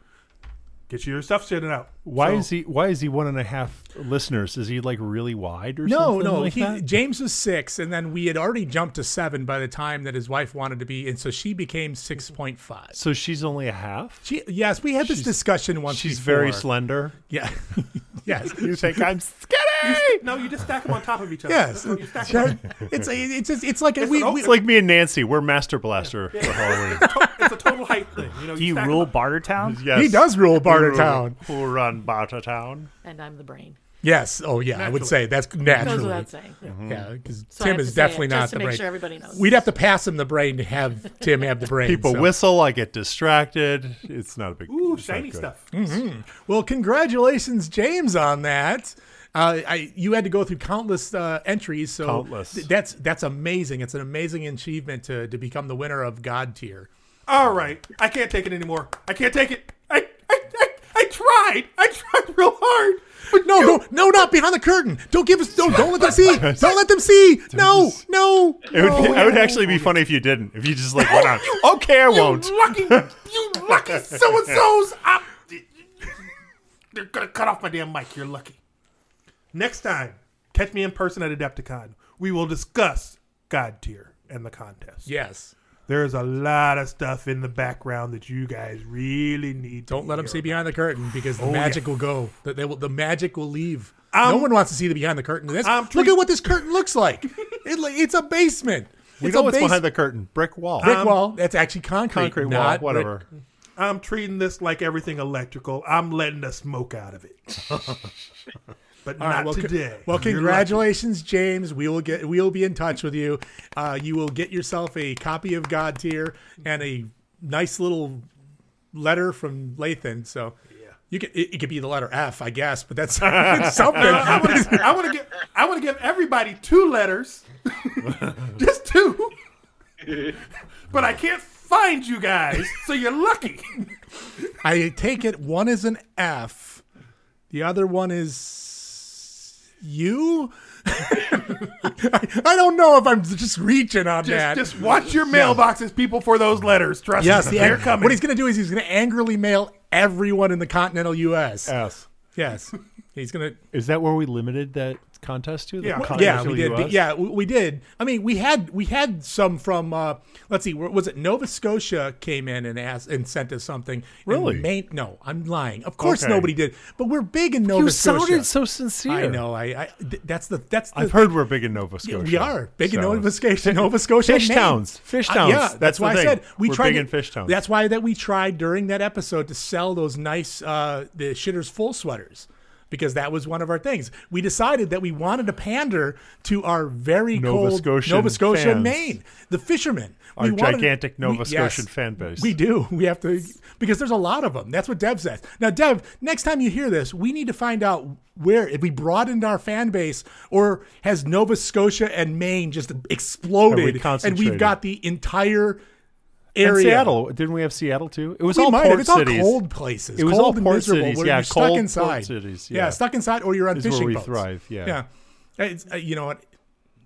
S5: get your stuff sent out.
S7: Why
S5: So-
S7: is he? Why is he one and a half listeners? Is he like really wide or
S4: No,
S7: something?
S4: no,
S7: like
S4: he,
S7: that?
S4: James was six, and then we had already jumped to seven by the time that his wife wanted to be, and so she became six point five.
S7: So she's only a half.
S4: She, yes, we had this discussion once.
S7: She's
S4: before.
S7: very slender.
S4: Yeah. yes.
S7: You think I'm skinny?
S5: No, you just stack them on top of each other.
S4: Yes.
S5: That's what you stack 'em on.
S4: Jared, it's it's it's, it's like a,
S5: It's
S4: we,
S5: an
S4: we
S7: It's like me and Nancy. We're master blaster for Halloween.
S5: to- it's a total height thing. You know,
S10: Do you
S5: stack
S10: rule
S5: them up.
S10: Bartertown?
S7: Yes.
S4: he does rule
S7: We rule-
S4: Bartertown.
S7: Who run Bartertown?
S9: And I'm the brain.
S4: Yes. Oh, yeah. I would say that's naturally. Mm-hmm.
S9: without saying. Yeah.
S4: Yeah, because
S9: So I
S4: Tim
S9: have
S4: is
S9: to say it
S4: definitely
S9: just
S4: not
S9: to
S4: the
S9: make
S4: brain.
S9: sure everybody knows.
S4: We'd have to pass him the brain to have Tim have the brain.
S7: People
S4: so.
S7: whistle. I get distracted. It's not a big.
S5: Ooh,
S7: it's not
S5: shiny
S7: good.
S5: stuff.
S4: Mm-hmm. Well, congratulations, James, on that. Uh, I you had to go through countless uh, entries, so
S7: Countless.
S4: th- that's that's amazing. It's an amazing achievement to to become the winner of God tier.
S5: All right, I can't take it anymore. I can't take it. I I, I, I tried. I tried real hard. But
S4: No, no, no, not behind the curtain. Don't give us. Don't, don't let them see. Don't let them see. No, no.
S7: It would, be, it would actually be funny if you didn't. If you just like went on. Okay, I won't.
S5: You lucky, you lucky so and so's. They're gonna cut off my damn mic. You're lucky. Next time, catch me in person at Adepticon. We will discuss God tier and the contest.
S4: Yes.
S5: There is a lot of stuff in the background that you guys really need.
S4: Don't
S5: to
S4: let them
S5: hear Oh,
S4: see behind the curtain because the
S5: yeah.
S4: magic will go. The, they will, the magic will leave. no
S5: I'm-
S4: one wants to see the behind the curtain. This,
S5: I'm
S4: look
S5: treat-
S4: at what this curtain looks like. It, li- it's a basement.
S7: We
S4: it's
S7: know
S4: a
S7: what's
S4: basement.
S7: behind the curtain. Brick wall.
S4: brick
S5: Um,
S4: wall. That's actually concrete.
S7: Oh. concrete wall.
S4: not brick.
S7: Whatever.
S5: I'm treating this like everything electrical. I'm letting the smoke out of it. but
S4: All right,
S5: not
S4: well, con-
S5: today.
S4: Well,
S5: You're
S4: congratulations, James. We will get we will be in touch with you. Uh, you will get yourself a copy of God tier and a nice little letter from Lathan. So you could it, it could be the letter F, I guess, but that's it's something.
S5: I want to. I want to give. I want to give everybody two letters, just two. but I can't find you guys, so you're lucky.
S4: I take it one is an F, the other one is you. I, I don't know if I'm just reaching on that.
S5: Just, just watch your mailboxes, people, for those letters. Trust
S4: Yes,
S5: me,
S4: the
S5: they're
S4: ang-
S5: coming.
S4: What he's going to do is he's going to angrily mail everyone in the continental U.S.
S7: Yes.
S4: yes, he's going to.
S7: Is that where we limited that contest to? The
S5: Yeah.
S7: contest
S4: Yeah,
S7: to
S4: we
S7: the
S4: did.
S7: US?
S4: Yeah, we, we did. I mean, we had we had some from. Uh, let's see, where, was it Nova Scotia came in and asked and sent us something? and
S7: Really?
S4: Maine, no, I'm lying. Of course,
S7: Okay.
S4: nobody did. But we're big in Nova
S7: You
S4: Scotia.
S7: sounded so sincere.
S4: I know. I, I th- that's the that's the
S7: I've heard we're big in Nova Scotia.
S4: We are big in
S7: So-
S4: Nova Scotia, Nova Scotia,
S7: Fish
S4: Maine.
S7: towns. Fish
S4: Uh,
S7: towns.
S4: yeah,
S7: That's
S4: that's,
S7: the
S4: why I
S7: thing.
S4: said we
S7: We're
S4: tried
S7: big
S4: to-
S7: in fish towns.
S4: That's why that we tried during that episode to sell those nice uh, the shitters full sweaters because that was one of our things. We decided that we wanted to pander to our very
S7: Nova
S4: cold
S7: Scotian
S4: Nova Scotia,
S7: fans.
S4: Maine, the fishermen.
S7: Our
S4: we wanted-
S7: gigantic Nova
S4: we-
S7: Scotian
S4: yes.
S7: fan base.
S4: We do. We have to because there's a lot of them. That's what Dev says. Now, Dev, next time you hear this, we need to find out where if we broadened our fan base or has Nova Scotia and Maine just exploded and
S7: concentrated?
S4: we've got the entire
S7: And
S4: area.
S7: Seattle. Didn't we have Seattle too? It was
S4: We
S7: all
S4: might have.
S7: port
S4: it's
S7: cities.
S4: all cold places.
S7: It was
S4: cold
S7: all
S4: and
S7: port
S4: miserable,
S7: cities,
S4: Where
S7: yeah,
S4: you're
S7: cold
S4: stuck
S7: port
S4: inside.
S7: cities,
S4: Yeah.
S7: yeah.
S4: stuck inside, or you're on
S7: Is where
S4: fishing
S7: we
S4: boats.
S7: thrive, yeah.
S4: yeah. It's, uh, you know what?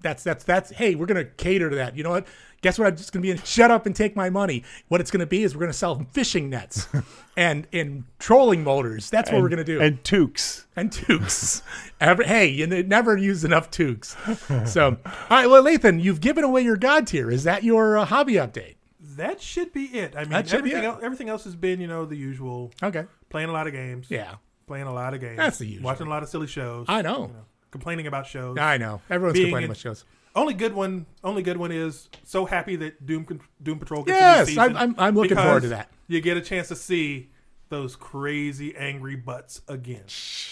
S4: That's that's that's. Hey, we're gonna cater to that. You know what? Guess what? I'm just gonna be in. Shut up and take my money. What it's gonna be is we're gonna sell fishing nets, and and trolling motors. That's what
S7: And-
S4: we're gonna do.
S7: And Tukes.
S4: and toques. Every, hey, you n- never use enough toques. So, all right. Well, Lathan, you've given away your god tier. Is that your uh, hobby update?
S5: that should be it. I mean,
S4: That should be
S5: everything
S4: it.
S5: else, everything else has been, you know, the usual.
S4: Okay.
S5: Playing a lot of games.
S4: Yeah,
S5: Playing a lot of games.
S4: That's the usual.
S5: Watching a lot of silly shows.
S4: I know.
S5: complaining about shows.
S4: I know. Everyone's
S5: Being
S4: complaining
S5: in-
S4: about shows.
S5: Only good one. Only good one is so happy that Doom Con- Doom Patrol gets
S4: Yes,
S5: a new season.
S4: I'm- I'm- I'm looking forward to
S5: because
S4: that.
S5: You get a chance to see those crazy angry butts again,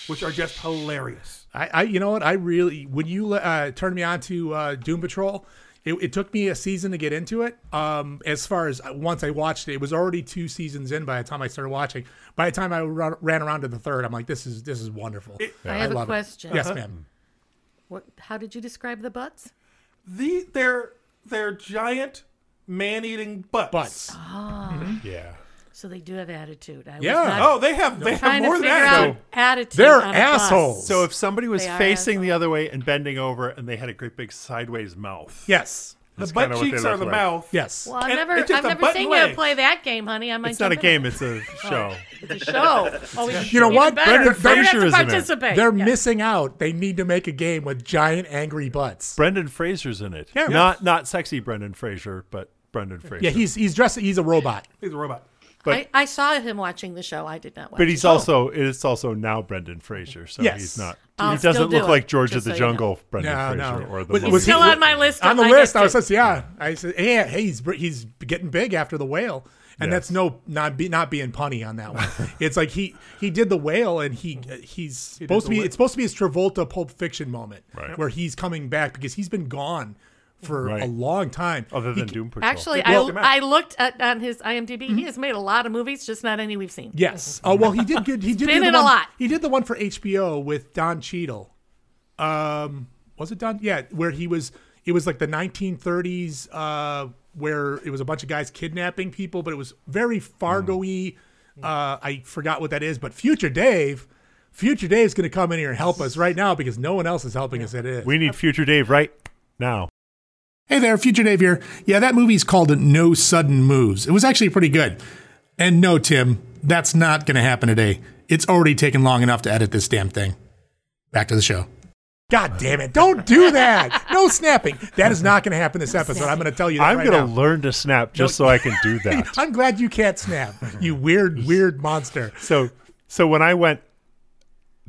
S5: which are just hilarious.
S4: I, I you know what I really when you uh, turned me on to uh, Doom Patrol, it, it took me a season to get into it. Um, as far as once I watched it, it was already two seasons in by the time I started watching. By the time I ra- ran around to the third, I'm like, this is this is wonderful.
S9: I have a
S4: love it. Uh-huh.
S9: question.
S4: Yes, ma'am.
S9: What, how did you describe the butts?
S5: The they're they're giant man eating butts.
S4: Butts. Mm-hmm.
S7: Yeah.
S9: Ah. So they do have attitude. I
S4: Yeah.
S9: Was not
S5: Oh, they have they have
S9: trying to
S5: more than
S9: figure
S5: that.
S9: out
S5: though.
S9: attitude.
S4: They're
S9: on a bus.
S4: assholes.
S7: So if somebody was
S9: They are
S7: facing the other way and bending over and they had a great big sideways mouth.
S4: yes,
S5: The
S7: kinda
S5: butt
S7: what they
S5: cheeks are
S7: look
S5: the
S7: like.
S5: mouth.
S4: yes.
S9: Well, I've
S5: And
S9: never,
S5: it's just
S9: I've
S5: a
S9: never
S5: button
S9: seen
S5: leg.
S9: you play that game, honey. I might
S7: It's not a
S9: jump in
S7: game, it's a show.
S9: it. It's a show. Oh, we
S4: You know
S9: even
S4: what?
S9: Better. We're
S4: Brendan
S9: gonna have
S7: Fraser
S9: to
S7: is in it.
S9: participate.
S4: They're
S9: Yeah.
S4: missing out. They need to make a game with giant angry butts.
S7: Brendan Fraser's in it.
S4: Yeah.
S7: Not not sexy Brendan Fraser, but Brendan Fraser.
S4: Yeah, he's he's dressed. He's a robot.
S5: He's a robot.
S7: but-
S9: I, I saw him watching the show. I did not watch
S7: but
S9: it.
S7: he's also it's also now Brendan Fraser, so
S4: Oh. Yes.
S7: he's not.
S9: I'll
S7: he
S9: still
S7: doesn't
S9: do
S7: look
S9: it,
S7: like George of
S9: just
S7: the
S9: so you know.
S7: Jungle, Brendan
S4: No,
S7: Fraser,
S4: no.
S7: or the
S4: Was-
S7: movie.
S9: He's
S4: was he-
S9: still on my list.
S4: on
S9: I
S4: the
S9: might
S4: list.
S9: get
S4: I was
S9: to-
S4: just yeah. I said, hey, hey, he's he's getting big after the whale, and that's no not be, not being punny on that one. it's like he he did the whale, and he he's supposed to
S5: the
S4: be
S5: whale.
S4: it's supposed to be his Travolta Pulp Fiction moment,
S7: Right.
S4: where he's coming back because he's been gone for
S7: Right.
S4: a long time.
S7: Other
S4: He
S7: than
S4: ca-
S7: Doom Patrol.
S9: Actually,
S4: Well-
S9: I, I looked at on his IMDb.
S7: Mm-hmm.
S9: He has made a lot of movies, just not any we've seen.
S4: Yes. Oh well, he did good. He did
S9: been
S4: do the
S9: in a
S4: one-
S9: lot.
S4: He did the one for HBO with Don Cheadle. Um, was it Don? Yeah, where he was. It was like the 1930s, uh, where it was a bunch of guys kidnapping people, but it was very Fargo-y.
S9: Mm.
S4: Uh, I forgot what that is, but Future Dave, Future Dave's going to come in here and help us right now because no one else is helping us. It is.
S7: we need Future Dave right now.
S3: Hey there, Future Dave here. Yeah, that movie's called No Sudden Moves. It was actually pretty good. And no, Tim, that's not going to happen today. It's already taken long enough to edit this damn thing. Back to the show.
S4: God damn it! Don't do that. no snapping. That is not going to happen this episode. I'm going to tell you. That
S7: I'm
S4: right
S7: gonna
S4: now.
S7: learn to snap just so I can do that.
S4: I'm glad you can't snap. You weird, weird monster.
S7: so so when I went,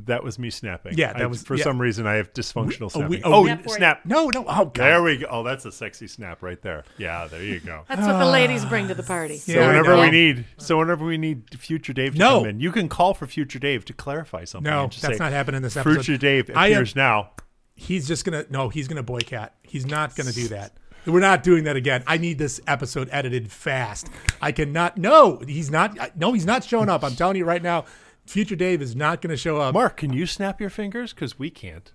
S7: that was me snapping.
S4: Yeah, that
S7: I-
S4: was-
S7: for
S4: yeah.
S7: some reason I have dysfunctional
S4: We- oh,
S7: snapping.
S4: we-
S7: oh,
S4: oh,
S9: Snap for it.
S7: snap!
S4: No, no. Oh, God.
S7: There we go. Oh, that's a sexy snap right there. Yeah, there you go.
S9: That's what the ladies bring to the party.
S7: Ah. So
S4: Yeah, I
S7: whenever
S4: know.
S7: we need, so whenever we need future Dave to
S4: No.
S7: come in, you can call for future Dave to clarify something.
S4: No,
S7: and just
S4: that's
S7: say,
S4: not happening this episode.
S7: Future Dave
S4: I am-
S7: appears now.
S4: He's just gonna no. He's gonna boycott. He's not gonna do that. We're not doing that again. I need this episode edited fast. I cannot. No, he's not. I- No, he's not showing up. I'm telling you right now. Future Dave is not going to show up.
S7: Mark, can you snap your fingers? Because we can't.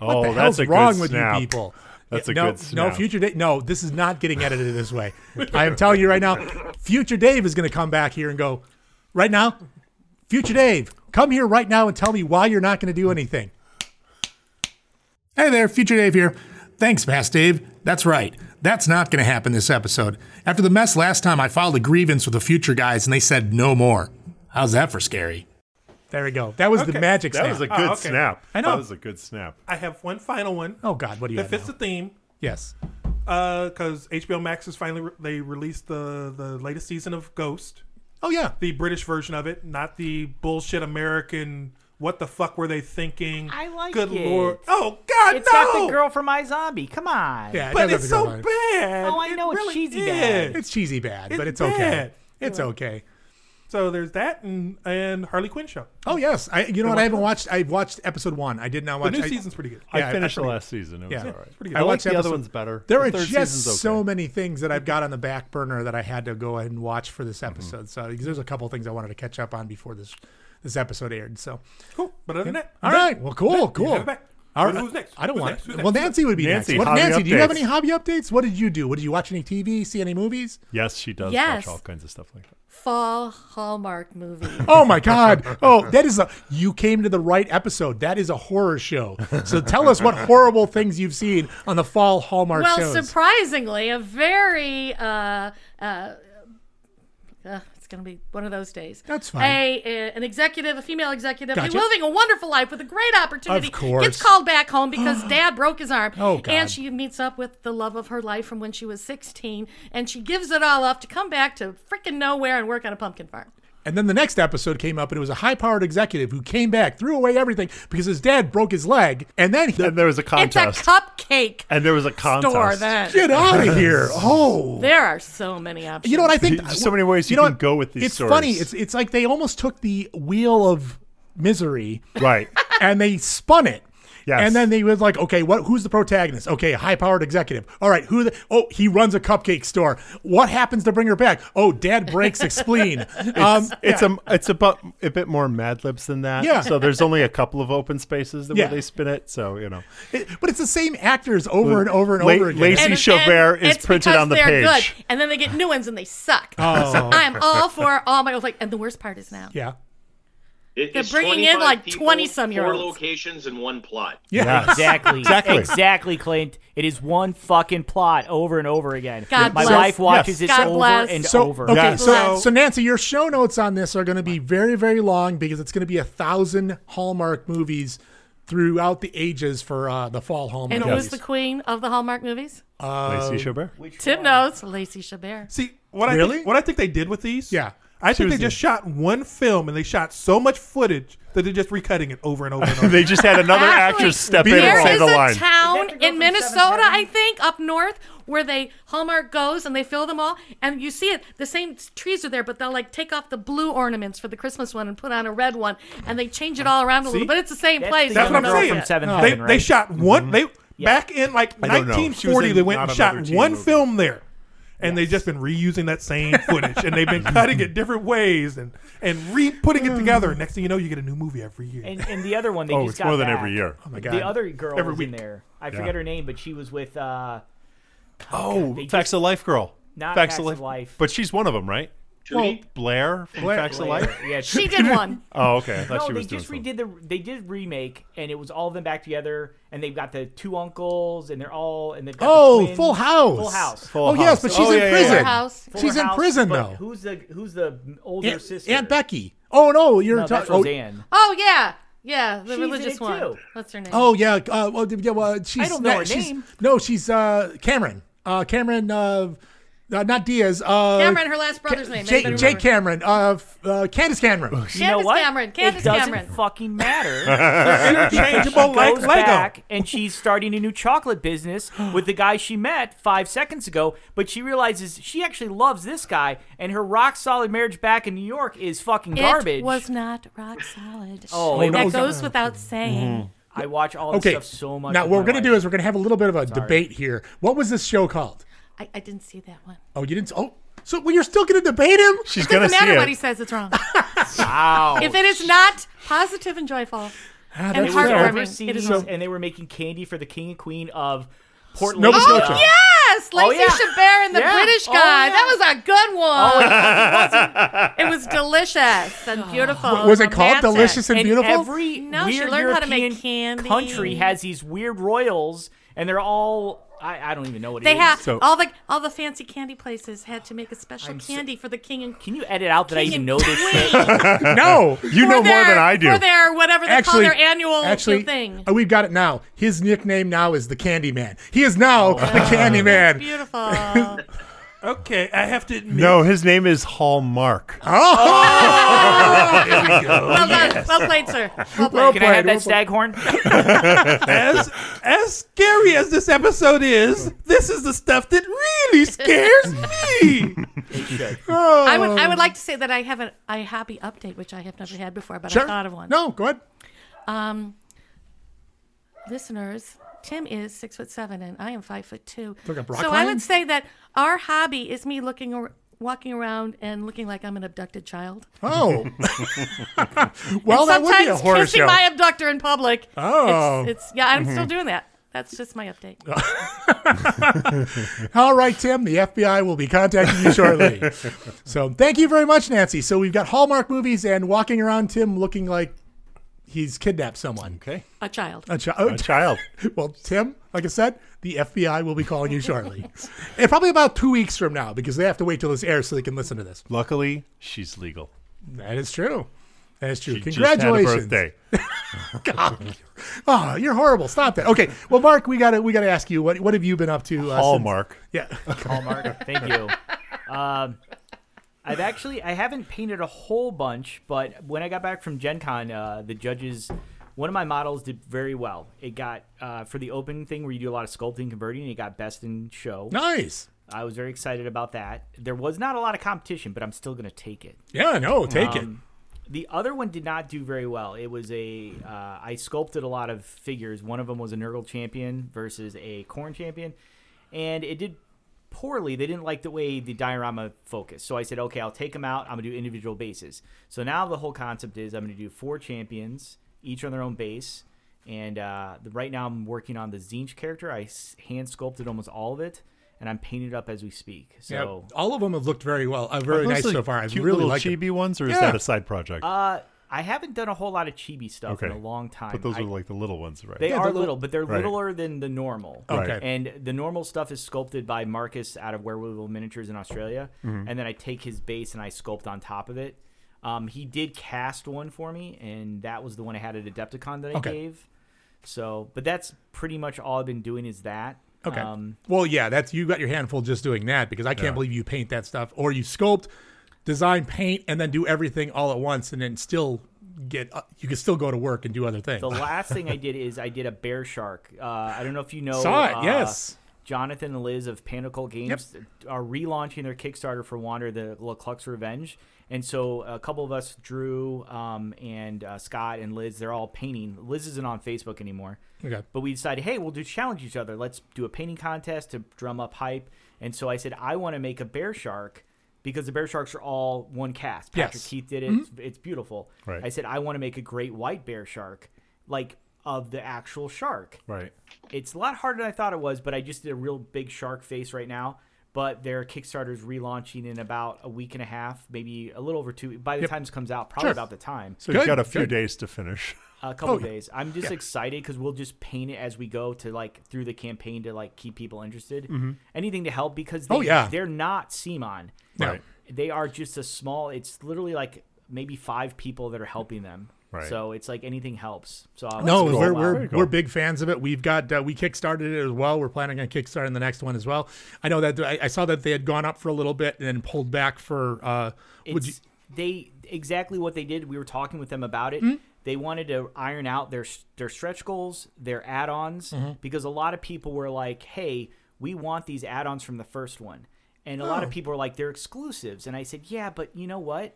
S4: what
S7: oh,
S4: the
S7: that's
S4: hell's
S7: a good
S4: wrong with
S7: snap.
S4: you people?
S7: That's a
S4: no,
S7: good
S4: no
S7: snap.
S4: future Dave. No, this is not getting edited this way. I am telling you right now, future Dave is going to come back here and go, right now, future Dave, come here right now and tell me why you're not going to do anything.
S3: Hey there, Future Dave here. Thanks, Past Dave. That's right. That's not going to happen this episode. After the mess last time, I filed a grievance with the Future guys and they said no more. How's that for scary?
S4: There we go. That was the
S5: Okay.
S4: magic
S7: That
S4: snap.
S7: was a
S5: Ah,
S7: good
S5: okay.
S7: snap.
S4: I know.
S7: That was a good snap.
S5: I have one final one
S4: oh God, what do you
S5: that
S4: have?
S5: fits
S4: now?
S5: the theme Uh,
S4: Yes.
S5: because HBO Max is finally re- they released the the latest season of Ghost,
S4: Oh yeah.
S5: the British version of it, not the bullshit American. What the fuck were they thinking?
S10: I like
S5: Good
S10: it.
S5: lord! Oh God,
S10: It's
S5: no!
S10: got the girl from My Zombie. Come on.
S4: Yeah, it
S5: but
S4: does have
S5: it's
S4: to go
S5: so
S4: by.
S5: bad.
S10: Oh, I
S5: It
S10: know, it's
S5: really
S10: cheesy
S5: is.
S10: bad.
S4: It's cheesy bad, but it's
S5: It's
S4: okay.
S5: bad.
S4: It's okay.
S5: So there's that and and Harley Quinn show.
S4: Oh yes, I. You know what? I haven't watched. I watched episode one. I did not
S5: The
S4: watch.
S5: new
S4: I,
S5: season's pretty good.
S4: Yeah,
S7: I finished the
S4: pretty-
S7: last season. It was
S4: yeah.
S7: all right.
S5: pretty
S4: good.
S7: I,
S4: I
S7: like
S4: watched
S7: the other
S4: episode-
S7: one's better.
S4: There
S7: the
S4: are
S7: third
S4: just
S7: season's
S4: so
S7: okay.
S4: many things that I've got on the back burner that I had to go and watch for
S7: Mm-hmm.
S4: this episode. So because there's a couple things I wanted to catch up on before this this episode aired. So
S5: Cool. But other than that,
S4: all right, well, cool, cool.
S5: You have it back.
S4: All
S5: Who's-
S4: right.
S5: Who's next?
S4: I don't
S5: Who's
S4: want.
S5: next? Who's
S4: It.
S5: next?
S4: Well, Nancy would be
S7: Nancy,
S4: next. What,
S7: hobby
S4: Nancy, do you have
S7: updates.
S4: any hobby updates? What did you do? What did you watch? Any TV? See any movies?
S7: Yes, she does
S9: Yes.
S7: watch all kinds of stuff like that.
S9: Fall Hallmark movie.
S4: Oh my God! Oh, that is a. You came to the right episode. That is a horror show. So tell us what horrible things you've seen on the fall Hallmark
S9: well,
S4: shows.
S9: surprisingly, a very uh, uh, uh, it's going to be one of those days.
S4: That's fine.
S9: A, a- an executive, a female executive,
S4: Gotcha.
S9: who living a wonderful life with a great opportunity,
S4: Of course.
S9: gets called back home because dad broke his arm.
S4: Oh, God.
S9: And she meets up with the love of her life from when she was 16, and she gives it all up to come back to freaking nowhere and work on a pumpkin farm.
S4: And then the next episode came up, and it was a high-powered executive who came back, threw away everything because his dad broke his leg, and then he,
S7: And there was a contest.
S9: It's a cupcake
S7: and there was a contest.
S9: store. Then
S4: get out of here. Oh,
S9: there are so many options.
S4: you know what I think?
S7: There's so many ways you
S4: know
S7: can
S4: what?
S7: go with these
S4: It's
S7: stories.
S4: funny. It's it's like they almost took the wheel of misery
S7: Right.
S4: and they spun it.
S7: Yes.
S4: And then they was like, okay, what? Who's the protagonist? Okay, a high-powered executive. All right, who? The, oh, he runs a cupcake store. What happens to bring her back? Oh, dad breaks a spleen. Um,
S7: it's a it's about a bit more Mad Libs than that.
S4: Yeah.
S7: So there's only a couple of open spaces that
S4: Yeah.
S7: where they spin it. So you know,
S4: it- but it's the same actors over and over and
S7: La-
S4: over again.
S7: Lacey
S9: And-
S7: Chabert
S9: and
S7: is
S9: it's
S7: printed
S9: because
S7: on the
S9: they're
S7: page.
S9: Good, and then they get new ones and they suck.
S4: Oh.
S9: So I'm all for all my like. And the worst part is now
S4: yeah.
S11: It-
S9: They're
S11: it's
S9: bringing in,
S11: 25
S9: like,
S11: people,
S9: 20-some year
S11: four
S9: olds.
S11: locations in one plot.
S7: yeah.
S10: Exactly.
S7: Exactly.
S10: Exactly, Clint. It is one fucking plot over and over again.
S9: God
S10: My
S9: bless.
S10: wife watches
S9: Yes.
S10: it
S9: God
S10: over
S9: bless.
S10: and
S4: So
S10: over.
S4: okay,
S7: Yes.
S4: so
S9: Bless.
S4: so Nancy, your show notes on this are going to be very very long because it's going to be a thousand Hallmark movies throughout the ages for uh, the fall Hallmark.
S9: and
S4: movies.
S9: who's
S4: Uh,
S9: the queen of the Hallmark movies?
S7: Lacey Chabert.
S9: Tim knows Lacey Chabert.
S5: See what I
S4: Really?
S5: think, what I think they did with these.
S4: Yeah.
S5: I think they
S7: Tuesday.
S5: just shot one film and they shot so much footage that they're just recutting it over and over and over.
S7: they just had another actress step in
S9: There
S7: and say
S9: is a
S7: the line.
S9: town in Minnesota, I think, up north, where they Hallmark goes and they fill them all, and you see it. The same s- trees are there, but they'll like take off the blue ornaments for the Christmas one and put on a red one, and they change it all around a
S5: See?
S9: little. But it's the same
S10: That's
S9: place.
S10: the
S5: That's
S10: young
S5: what
S10: girl
S5: I'm saying.
S10: from Seven
S5: they,
S10: Heaven,
S5: they
S10: right?
S5: shot one. They back in like
S7: Mm-hmm. I don't know. She was
S5: 1940.
S7: in
S5: They went
S7: not
S5: and shot
S7: another teen
S5: one
S7: movie.
S5: film there, and they've just been reusing that same footage, and they've been cutting it different ways and and re putting it together. Next thing you know, you get a new movie every year.
S10: And, and the other one they
S7: Oh,
S10: just
S7: it's
S10: got
S7: more than
S10: back.
S7: every year.
S10: The other girl
S5: Every
S10: was in
S5: week.
S10: there. I forget her name, but she was with uh,
S7: Oh,
S10: they
S7: Facts of Life girl.
S10: Not Facts of Life.
S7: But she's one of them, right?
S11: Judy?
S7: Blair from Facts of Life.
S10: yeah,
S9: She did one.
S7: Oh, okay. I thought
S10: no,
S7: she was
S10: they
S7: doing
S10: just
S7: something.
S10: redid the they did remake and it was all of them back together and they've got the two uncles and they're all and they've got the
S4: Oh,
S10: twins.
S4: Full House.
S10: Full House.
S7: Full
S4: oh yes,
S7: House.
S4: but she's
S7: Oh,
S4: in
S7: yeah, yeah,
S4: prison.
S7: yeah.
S9: House.
S10: Full
S4: She's in
S10: House,
S4: prison
S10: but
S4: though.
S10: Who's the who's the older
S4: Aunt,
S10: sister?
S4: Aunt Becky. Oh no, you're
S10: No,
S4: talking.
S10: that's
S4: Oh,
S10: Roseanne.
S9: Oh yeah, yeah, the
S10: She's in
S9: religious
S10: it,
S9: one.
S10: too.
S9: What's her name?
S4: Oh yeah, uh, well, yeah, well, she's
S10: I don't know her
S4: she's-
S10: name.
S4: No, she's uh, Cameron. Uh, Cameron, uh, uh, not Diaz. Uh,
S9: Cameron, her last brother's name.
S4: Jake,
S9: Anybody
S4: Jake
S9: remember?
S4: Cameron. Uh, f- uh, Candace Cameron.
S10: You know
S9: Candace
S10: what?
S9: Cameron,
S10: it
S9: Candace
S10: doesn't
S9: Cameron.
S10: fucking matter.
S5: Interchangeable like
S10: goes
S5: Lego.
S10: back and she's starting a new chocolate business with the guy she met five seconds ago, but she realizes she actually loves this guy, and her rock solid marriage back in New York is fucking
S9: It
S10: garbage.
S9: was not rock solid.
S10: Oh, it
S9: that
S10: was-
S9: goes without saying.
S10: I watch all
S4: Mm-hmm. Okay.
S10: this stuff so much.
S4: now
S10: with
S4: what we're
S10: my
S4: gonna
S10: wife.
S4: do is we're gonna have a little bit of a debate here. What was this show called?
S9: I, I didn't see that one.
S4: Oh, you didn't. Oh, so well, you're still gonna debate him?
S7: She's
S9: It
S7: gonna
S9: doesn't
S7: see
S9: matter
S7: it.
S9: what he says; it's wrong.
S10: Wow.
S9: if it is not positive and joyful and
S4: that's fair.
S9: heartwarming,
S10: overseas,
S9: it is wrong.
S10: and they were making candy for the king and queen of Portland.
S4: Nova
S9: Oh
S4: Scotia.
S9: yes, Lacey
S10: yeah.
S9: Chabert and the
S10: Yeah.
S9: British
S10: Oh,
S9: guy.
S10: yeah. Oh,
S9: That was a good one. it was delicious and beautiful.
S4: was it called
S9: romantic.
S4: Delicious and, Beautiful?
S10: Every
S9: No, she
S10: weird
S9: learned
S10: European
S9: how to make candy.
S10: country has these weird royals, and they're all I, I don't even know what it
S9: They
S10: is.
S9: have
S7: So-
S9: all the all the fancy candy places had to make a special candy for the king and
S10: Can you edit out that I
S9: king
S10: even
S9: and
S10: know this?
S9: queen
S10: shit?
S7: no, you know
S9: for their,
S7: more than I do.
S9: For their whatever they
S4: actually,
S9: call their annual
S4: actually,
S9: thing.
S4: uh, we've got it now. His nickname now is the Candy Man. He is now the Candy Man.
S9: Oh, Beautiful.
S5: okay, I have to admit.
S7: No, his name is Hallmark.
S5: Oh!
S9: well done. Well played, sir. Well played.
S10: Can I have that staghorn?
S5: as as scary as this episode is, this is the stuff that really scares me.
S9: I would I would
S4: Oh.
S9: like to say that I have a, a happy update, which I have never had before, but I thought of one.
S4: No, go ahead.
S9: Um, listeners, Tim is six foot seven, and I am five foot two.
S4: a rock
S9: so I
S4: lion?
S9: would say that our hobby is me looking or walking around and looking like I'm an abducted child.
S4: Oh, well, that would be
S9: Sometimes
S4: a horror
S9: kissing
S4: show.
S9: my abductor in public.
S4: Oh.
S9: it's, it's yeah, I'm still doing that. That's just my update.
S4: All right, Tim, the FBI will be contacting you shortly. so thank you very much, Nancy. So we've got Hallmark movies and walking around Tim looking like he's kidnapped someone.
S7: Okay,
S9: A child.
S4: A child.
S7: a child.
S4: Well, Tim, like I said, the FBI will be calling you shortly. and probably about two weeks from now because they have to wait till this airs so they can listen to this.
S7: Luckily, she's legal.
S4: That is true. That is true.
S7: She just had a
S4: Congratulations.
S7: birthday.
S4: God. Oh, you're horrible. Stop that. Okay. Well, Mark, we got to we got to ask you what what have you been up to? Uh, since-
S7: Hallmark.
S4: yeah.
S10: Hallmark. Thank you. Um, I've actually I haven't painted a whole bunch, but when I got back from Gen Con, uh, the judges, one of my models did very well. It got uh, for the open thing where you do a lot of sculpting, converting. It got best in show.
S4: Nice.
S10: I was very excited about that. There was not a lot of competition, but I'm still gonna take it. Um,
S4: Yeah. No, take it.
S10: The other one did not do very well. It was a uh, I sculpted a lot of figures. One of them was a Nurgle champion versus a Corn champion, and it did poorly. They didn't like the way the diorama focused. So I said, okay, I'll take them out. I'm gonna do individual bases. So now the whole concept is I'm gonna do four champions, each on their own base. And uh, the, right now I'm working on the Zinch character. I s- hand sculpted almost all of it, and I'm painting it up as we speak.
S4: Yeah,
S10: So
S4: all of them have looked very well, uh, very nice
S7: Those are
S4: so far. I
S7: cute
S4: really
S7: little
S4: like
S7: chibi
S4: them.
S7: ones, or is
S4: Yeah.
S7: that a side project?
S10: Uh, I haven't done a whole lot of chibi stuff in
S7: Okay.
S10: a long time.
S7: but those
S10: I-
S7: are like the little ones, right?
S10: they
S4: Yeah,
S10: are
S4: the little-
S10: little, but they're
S7: Right.
S10: littler than the normal.
S4: Okay.
S7: Right.
S10: And the normal stuff is sculpted by Marcus out of Werewolf Miniatures in Australia,
S7: Mm-hmm.
S10: and then I take his base and I sculpt on top of it. Um, he did cast one for me, and that was the one I had at Adepticon that I
S4: Okay.
S10: gave. So, but that's pretty much all I've been doing is that.
S4: Okay.
S10: Um,
S4: well, yeah, that's you got your handful just doing that because I can't believe you paint that stuff or you sculpt. design, paint, and then do everything all at once, and then still get uh, you can still go to work and do other things.
S10: The last thing I did is I did a bear shark. Uh, I don't know if you know.
S4: Saw it,
S10: uh,
S4: yes.
S10: Jonathan and Liz of Panicle Games are relaunching their Kickstarter for Wander the La Cluck's Revenge. And so a couple of us, Drew um, and uh, Scott and Liz, they're all painting. Liz isn't on Facebook anymore.
S4: Okay.
S10: But we decided, hey, we'll do challenge each other. Let's do a painting contest to drum up hype. And so I said, I want to make a bear shark because the bear sharks are all one cast. Patrick
S4: Yes. Mm-hmm.
S10: Keith did it. It's, it's beautiful.
S7: Right.
S10: I said, I want to make a great white bear shark, like of the actual shark.
S7: Right.
S10: It's a lot harder than I thought it was, but I just did a real big shark face right now. But their Kickstarter's relaunching in about a week and a half, maybe a little over two. By the time this comes out, probably
S4: Sure.
S10: about the time
S7: So you've
S4: Good,
S7: got a few
S4: good.
S7: days to finish.
S10: a couple
S4: Oh,
S10: days. I'm just excited because we'll just paint it as we go to like through the campaign to like keep people interested. Anything to help because they,
S4: Mm-hmm. Oh, yeah.
S10: they're not Simon.
S7: Right.
S10: They are just a small. It's literally like maybe five people that are helping them.
S7: Right.
S10: So it's like anything helps. So I'm
S4: No,
S10: super
S4: we're,
S10: wild.
S4: we're,
S7: you go.
S4: we're big fans of it. We've got uh, we kickstarted it as well. We're planning on kickstarting the next one as well. I know that I, I saw that they had gone up for a little bit and then pulled back for. Uh,
S10: it's
S4: would you,
S10: they exactly what they did. We were talking with them about
S4: Hmm?
S10: it. They wanted to iron out their their stretch goals, their add-ons,
S4: Mm-hmm.
S10: because a lot of people were like, "Hey, we want these add-ons from the first one," and a lot
S4: Oh.
S10: of people were like, "They're exclusives." And I said, "Yeah, but you know what?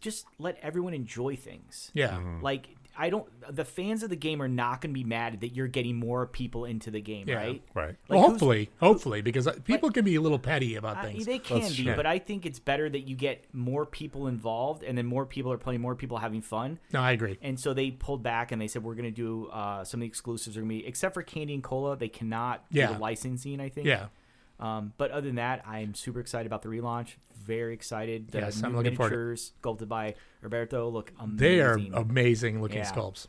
S10: Just let everyone enjoy things.
S4: yeah,
S10: Like." I don't. The fans of the game are not going to be mad that you're getting more people into the game,
S4: Yeah.
S10: right?
S7: Right.
S4: well,
S10: who's-
S4: hopefully, hopefully, because uh, people can be a little petty about
S10: I,
S4: things.
S10: they can be,
S4: true.
S10: but I think it's better that you get more people involved, and then more people are playing, more people having fun.
S4: no, I agree.
S10: And so they pulled back and they said we're going to do uh, some of the exclusives are going to be except for Candy and Cola they cannot do
S4: Yeah.
S10: the licensing I think
S4: Yeah,
S10: um, but other than that I'm super excited about the relaunch very excited the
S4: Yes, I'm
S10: new
S4: looking forward to it.
S10: miniatures sculpted by Roberto look amazing
S4: they are amazing looking
S10: Yeah.
S4: sculpts.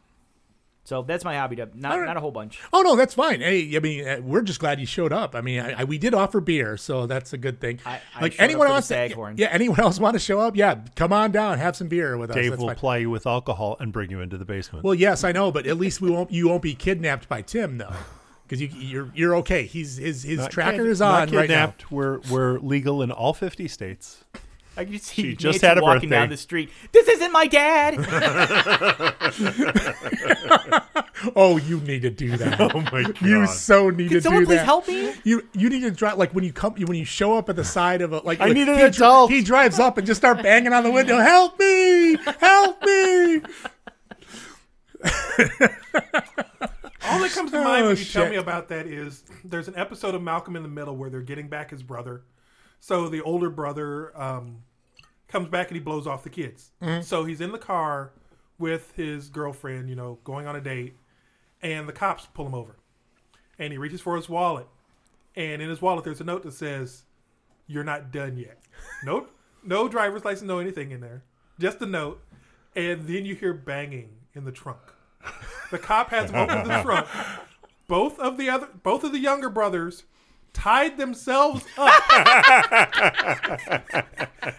S10: so that's my hobby dub not
S4: All right.
S10: not a whole bunch
S4: Oh no, that's fine. Hey, I mean, uh, we're just glad you showed up. I mean, I, I, we did offer beer, so that's a good thing.
S10: I- I
S4: like
S10: showed up
S4: anyone
S10: for the
S4: else, that-
S10: Staghorn.
S4: yeah, anyone else want to show up? Yeah, come on down, have some beer with us.
S7: Dave
S4: uh, that's
S7: will
S4: fine.
S7: ply you with alcohol and bring you into the basement.
S4: Well, yes, I know, but at least we won't. You won't be kidnapped by Tim though, because you, you're you're okay. He's his his
S7: Not
S4: tracker
S7: kid-
S4: is
S7: not
S4: on right now.
S7: kidnapped. We're we're legal in all 50 states.
S10: I can see
S7: She just
S10: Nancy
S7: had a
S10: walking down
S7: birthday.
S10: the street this isn't my dad
S4: Oh, you need to do that.
S7: Oh my god.
S4: You so need to
S10: someone
S4: do
S10: please
S4: that.
S10: help me?
S4: You you need to drive like when you come when you show up at the side of a like.
S7: I
S4: like,
S7: need an
S4: he dri-
S7: adult.
S4: he drives up and just start banging on the window. Help me! Help me!
S5: All that comes to mind
S4: Oh,
S5: when you tell
S4: shit.
S5: me about that is there's an episode of Malcolm in the Middle where they're getting back his brother. So the older brother um, comes back and he blows off the kids. So he's in the car with his girlfriend, you know, going on a date, and the cops pull him over. And he reaches for his wallet. And in his wallet, there's a note that says, You're not done yet. Nope. No driver's license, no anything in there. Just a note. And then you hear banging in the trunk. The cop has him open the trunk. Both of the other, both of the younger brothers, tied themselves up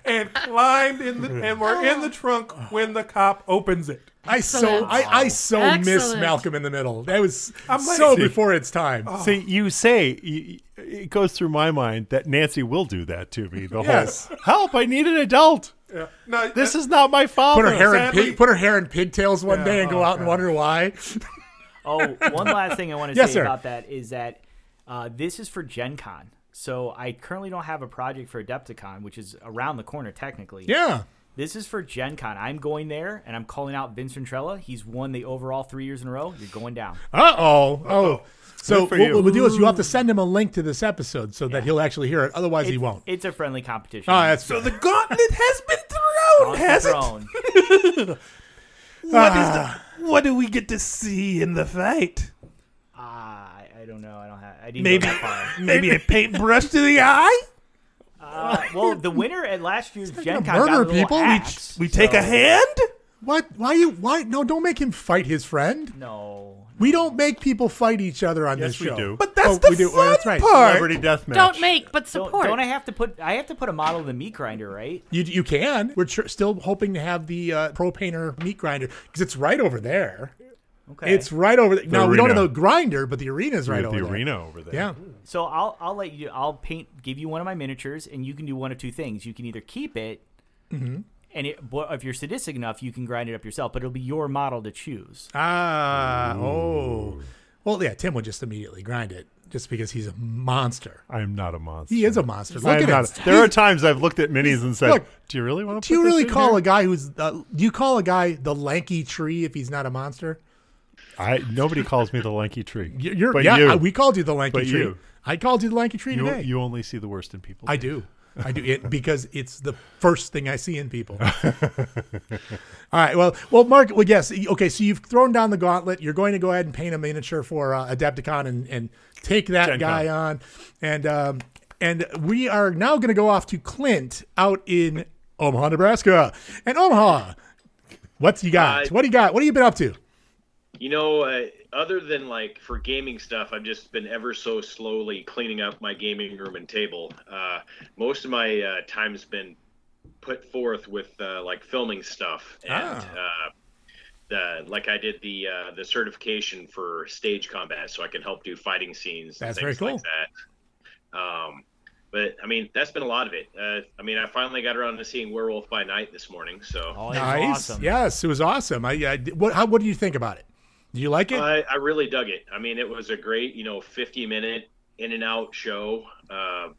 S5: and climbed in the and were in the trunk when the cop opens it.
S4: I so I, I so miss
S9: Excellent.
S4: Malcolm in the Middle. That was
S5: I'm like-
S4: so
S5: See.
S4: before its time.
S7: See, you say you, it goes through my mind that Nancy will do that to me. The
S4: Yes.
S7: whole help! I need an adult.
S5: Yeah. uh, No,
S7: This is not my father.
S4: Put her hair in
S5: Sadly-
S4: pig, put her hair in pigtails one day and go out and wonder why.
S10: Oh, one last thing I want to
S4: Yes,
S10: say
S4: sir.
S10: about that is that uh, this is for Gen Con. So I currently don't have a project for Adepticon, which is around the corner technically.
S4: Yeah.
S10: This is for Gen Con. I'm going there and I'm calling out Vince Ventrella. He's won the overall three years in a row. You're going down.
S4: Uh oh. Oh. So
S7: Good for
S4: what
S7: you.
S4: we'll do is you have to send him a link to this episode so that he'll actually hear it. Otherwise, he
S10: It's-
S4: won't.
S10: It's a friendly competition.
S4: Oh, that's
S5: so the gauntlet has been thrown,
S10: Has
S5: has it?
S10: thrown.
S5: What is the, what do we get to see in the fight?
S10: Ah, I, I don't know. I don't have. I didn't
S5: Maybe
S10: go that far.
S5: maybe a paintbrush to the eye.
S10: Uh, well, the winner at last year's Gen Con
S4: murder
S10: got a little
S4: people. We-
S10: axe,
S5: We take a
S10: so-
S5: hand.
S4: What? Why you? Why? No, don't make him fight his friend.
S10: No.
S4: We don't make people fight each other on
S7: Yes,
S4: this
S7: we
S4: show.
S7: do.
S5: But that's
S4: Oh,
S5: the
S4: we do.
S5: fun
S4: Well, that's right.
S5: part.
S7: Celebrity death match.
S9: Don't make, but
S10: Don't,
S9: support.
S10: don't I have to put? I have to put a model of the meat grinder, right?
S4: You, you can. We're tr- still hoping to have the uh, pro painter meat grinder because it's right over there.
S10: Okay.
S4: It's right over there. No, we don't have
S7: arena.
S4: the grinder, but the arena's right
S7: the
S4: over there.
S7: arena over there.
S4: Yeah.
S10: So I'll I'll let you I'll paint give you one of my miniatures and you can do one of two things. You can either keep it
S4: Mm-hmm.
S10: And it, but if you're sadistic enough, you can grind it up yourself, but it'll be your model to choose.
S4: Ah, oh. Well, yeah, Tim would just immediately grind it just because he's a monster.
S7: I am not a monster.
S4: He is a monster. Look
S7: I am
S4: at
S7: not.
S4: him.
S7: a- there are times I've looked at minis and said,
S4: Look,
S7: "Do you really want to?
S4: Do you really call a guy who's uh, do you call a guy the lanky tree if he's not a monster?
S7: I nobody calls me the lanky tree.
S4: Y- You're,
S7: but
S4: yeah,
S7: you,
S4: I- we called you the lanky
S7: But
S4: tree.
S7: you.
S4: I called you the lanky tree
S7: you,
S4: today.
S7: you only see the worst in people.
S4: I do. I do it because it's the first thing I see in people. All right. Well, well, Mark. Well, yes. Okay. So you've thrown down the gauntlet. You're going to go ahead and paint a miniature for uh, Adepticon and and take that
S7: Gen Con.
S4: guy on, and um, and we are now going to go off to Clint out in Omaha, Nebraska, and Omaha. What you got?
S11: Uh,
S4: what do you got? What have you been up to?
S11: You know, uh, other than like for gaming stuff, I've just been ever so slowly cleaning up my gaming room and table. Uh, most of my uh, time's been put forth with uh, like filming stuff
S4: Ah.
S11: and uh, the like. I did the uh, the certification for stage combat, so I can help do fighting scenes.
S4: That's
S11: and
S4: very
S11: things Like that. Um, but I mean, that's been a lot of it. Uh, I mean, I finally got around to seeing Werewolf by Night this morning, so.
S10: Oh, that's
S4: Nice.
S10: awesome.
S4: Yes, it was awesome. I, I what? How, what do you think about it? Do you like it?
S11: I, I really dug it. I mean, it was a great, you know, 50 minute in and out show. Uh,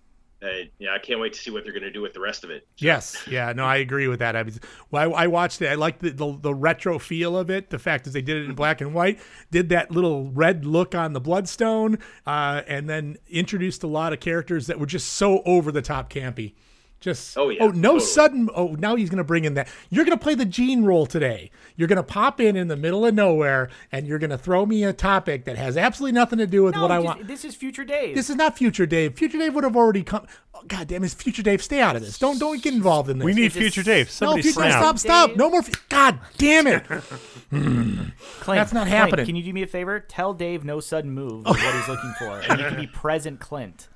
S11: uh, yeah, I can't wait to see what they're going to do with the rest of it.
S4: Yes, yeah, no, I agree with that. I was, well, I, I watched it. I liked the, the the retro feel of it. The fact is, they did it in black and white, did that little red look on the bloodstone, uh, and then introduced a lot of characters that were just so over the top campy. Just
S11: Oh, yeah,
S4: oh no
S11: totally.
S4: sudden oh now he's gonna bring in that you're gonna play the gene role today. You're gonna pop in in the middle of nowhere and you're gonna throw me a topic that has absolutely nothing to do with
S10: No,
S4: what I
S10: just-
S4: want.
S10: This is future days.
S4: This is not Future Dave. Future Dave would have already come. Oh, God damn, it's Future Dave. Stay out of this. Don't don't get involved in this.
S7: We need
S10: It's just-
S7: future Dave. Somebody
S4: no, Future Dave,
S7: slam.
S4: stop, stop. No more. Fu- God damn it.
S10: Clint,
S4: That's
S10: Clint,
S4: not happening.
S10: Can you do me a favor? Tell Dave no sudden move of what he's looking for, and you can be present, Clint.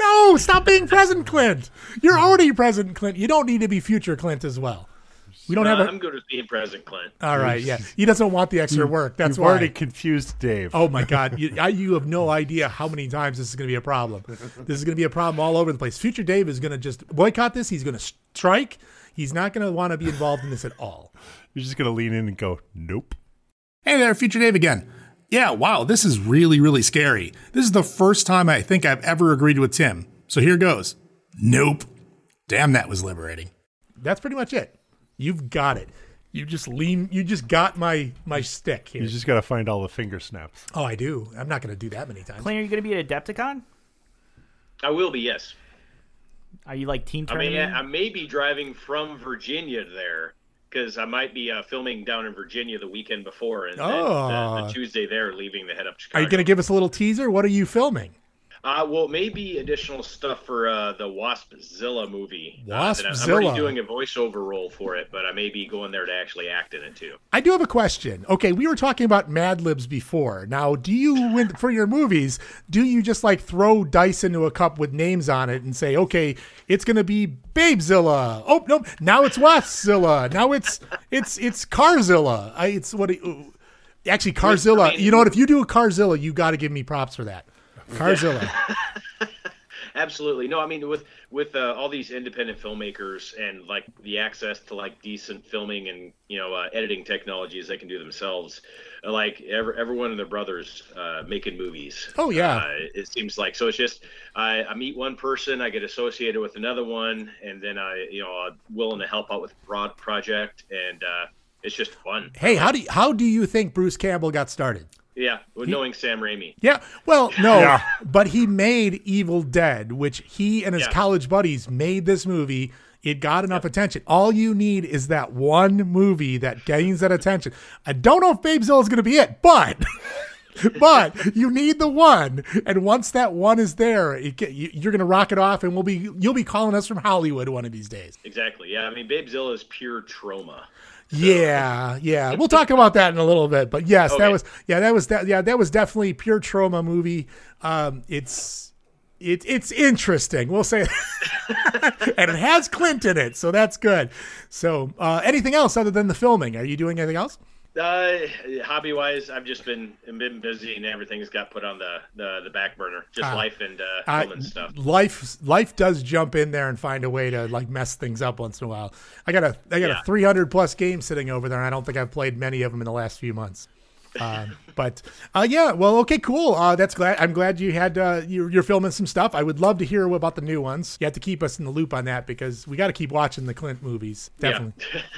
S4: No, stop being present, Clint. You're already present, Clint. You don't need to be future Clint as well. We don't
S11: Uh,
S4: have
S11: I'm
S4: a.
S11: good with being present, Clint.
S4: All right, yeah. He doesn't want the extra work. That's
S7: You've
S4: why.
S7: already confused Dave.
S4: Oh my God! You, I, you have no idea how many times this is going to be a problem. This is going to be a problem all over the place. Future Dave is going to just boycott this. He's going to strike. He's not going to want to be involved in this at all.
S7: You're just gonna lean in and go, nope.
S3: Hey there, Future Dave again. Yeah, wow, this is really, really scary. This is the first time I think I've ever agreed with Tim. So here goes. Nope. Damn, that was liberating.
S4: That's pretty much it. You've got it. You just lean. You just got my my stick here.
S7: You just gotta find all the finger snaps.
S4: oh, I do. I'm not going to do that many times.
S10: Clint, are you going to be at Adepticon?
S11: I will be, yes.
S10: Are you like team
S11: I mean,
S10: tournament?
S11: I, I may be driving from Virginia there because I might be uh, filming down in Virginia the weekend before and then uh, the,
S4: Oh.
S11: the Tuesday there, leaving the head up to Chicago.
S4: Are you going to give us a little teaser? What are you filming?
S11: Uh, well, maybe additional stuff for uh, the Waspzilla movie. Uh, that I- I'm
S4: Waspzilla.
S11: already doing a voiceover role for it, but I may be going there to actually act in it too.
S4: I do have a question. Okay, we were talking about Mad Libs before. Now, do you when for your movies? Do you just like throw dice into a cup with names on it and say, okay, it's going to be Babezilla? Oh nope, now it's Waspzilla. Now it's it's it's Carzilla. I, it's what it- ooh. actually Carzilla.
S11: mean-
S4: you know what? If you do a Carzilla, you got to give me props for that. Carzilla.
S11: Absolutely. No, I mean with with uh, all these independent filmmakers and like the access to like decent filming and you know uh, editing technologies they can do themselves, uh, like every, everyone and their brothers uh, making movies.
S4: Oh, yeah.
S11: Uh, it seems like so. It's just I, I meet one person, I get associated with another one, and then I you know I'm willing to help out with a broad project, and uh, it's just fun.
S4: hey, how do you, how do you think Bruce Campbell got started?
S11: Yeah, with knowing Sam Raimi.
S4: Yeah. Well, no, but he made Evil Dead, which he and his
S11: Yeah.
S4: college buddies made this movie. It got enough attention. All you need is that one movie that gains that attention. I don't know if Babezilla is going to be it, but but you need the one. And once that one is there, it, get- you- you're going to rock it off, and we'll be you'll be calling us from Hollywood one of these days.
S11: Exactly. Yeah, I mean Babezilla is pure trauma.
S4: Yeah, yeah. We'll talk about that in a little bit. But yes, that
S11: Okay.
S4: was yeah, that was that yeah, that was definitely pure trauma movie. Um it's it, it's interesting. We'll say and it has Clint in it, so that's good. So uh anything else other than the filming? Are you doing anything else?
S11: Uh, hobby wise, I've just been been busy and everything's got put on the the, the back burner. Just
S4: Ah.
S11: life and uh,
S4: I-
S11: film and stuff.
S4: life life does jump in there and find a way to like mess things up once in a while. I got a I got
S11: Yeah.
S4: a 300 plus game sitting over there, and I don't think I've played many of them in the last few months. Um, but uh, yeah, well, okay, cool. Uh, that's glad. I'm glad you had uh, you're, you're filming some stuff. I would love to hear about the new ones. You have to keep us in the loop on that because we got to keep watching the Clint movies. Definitely.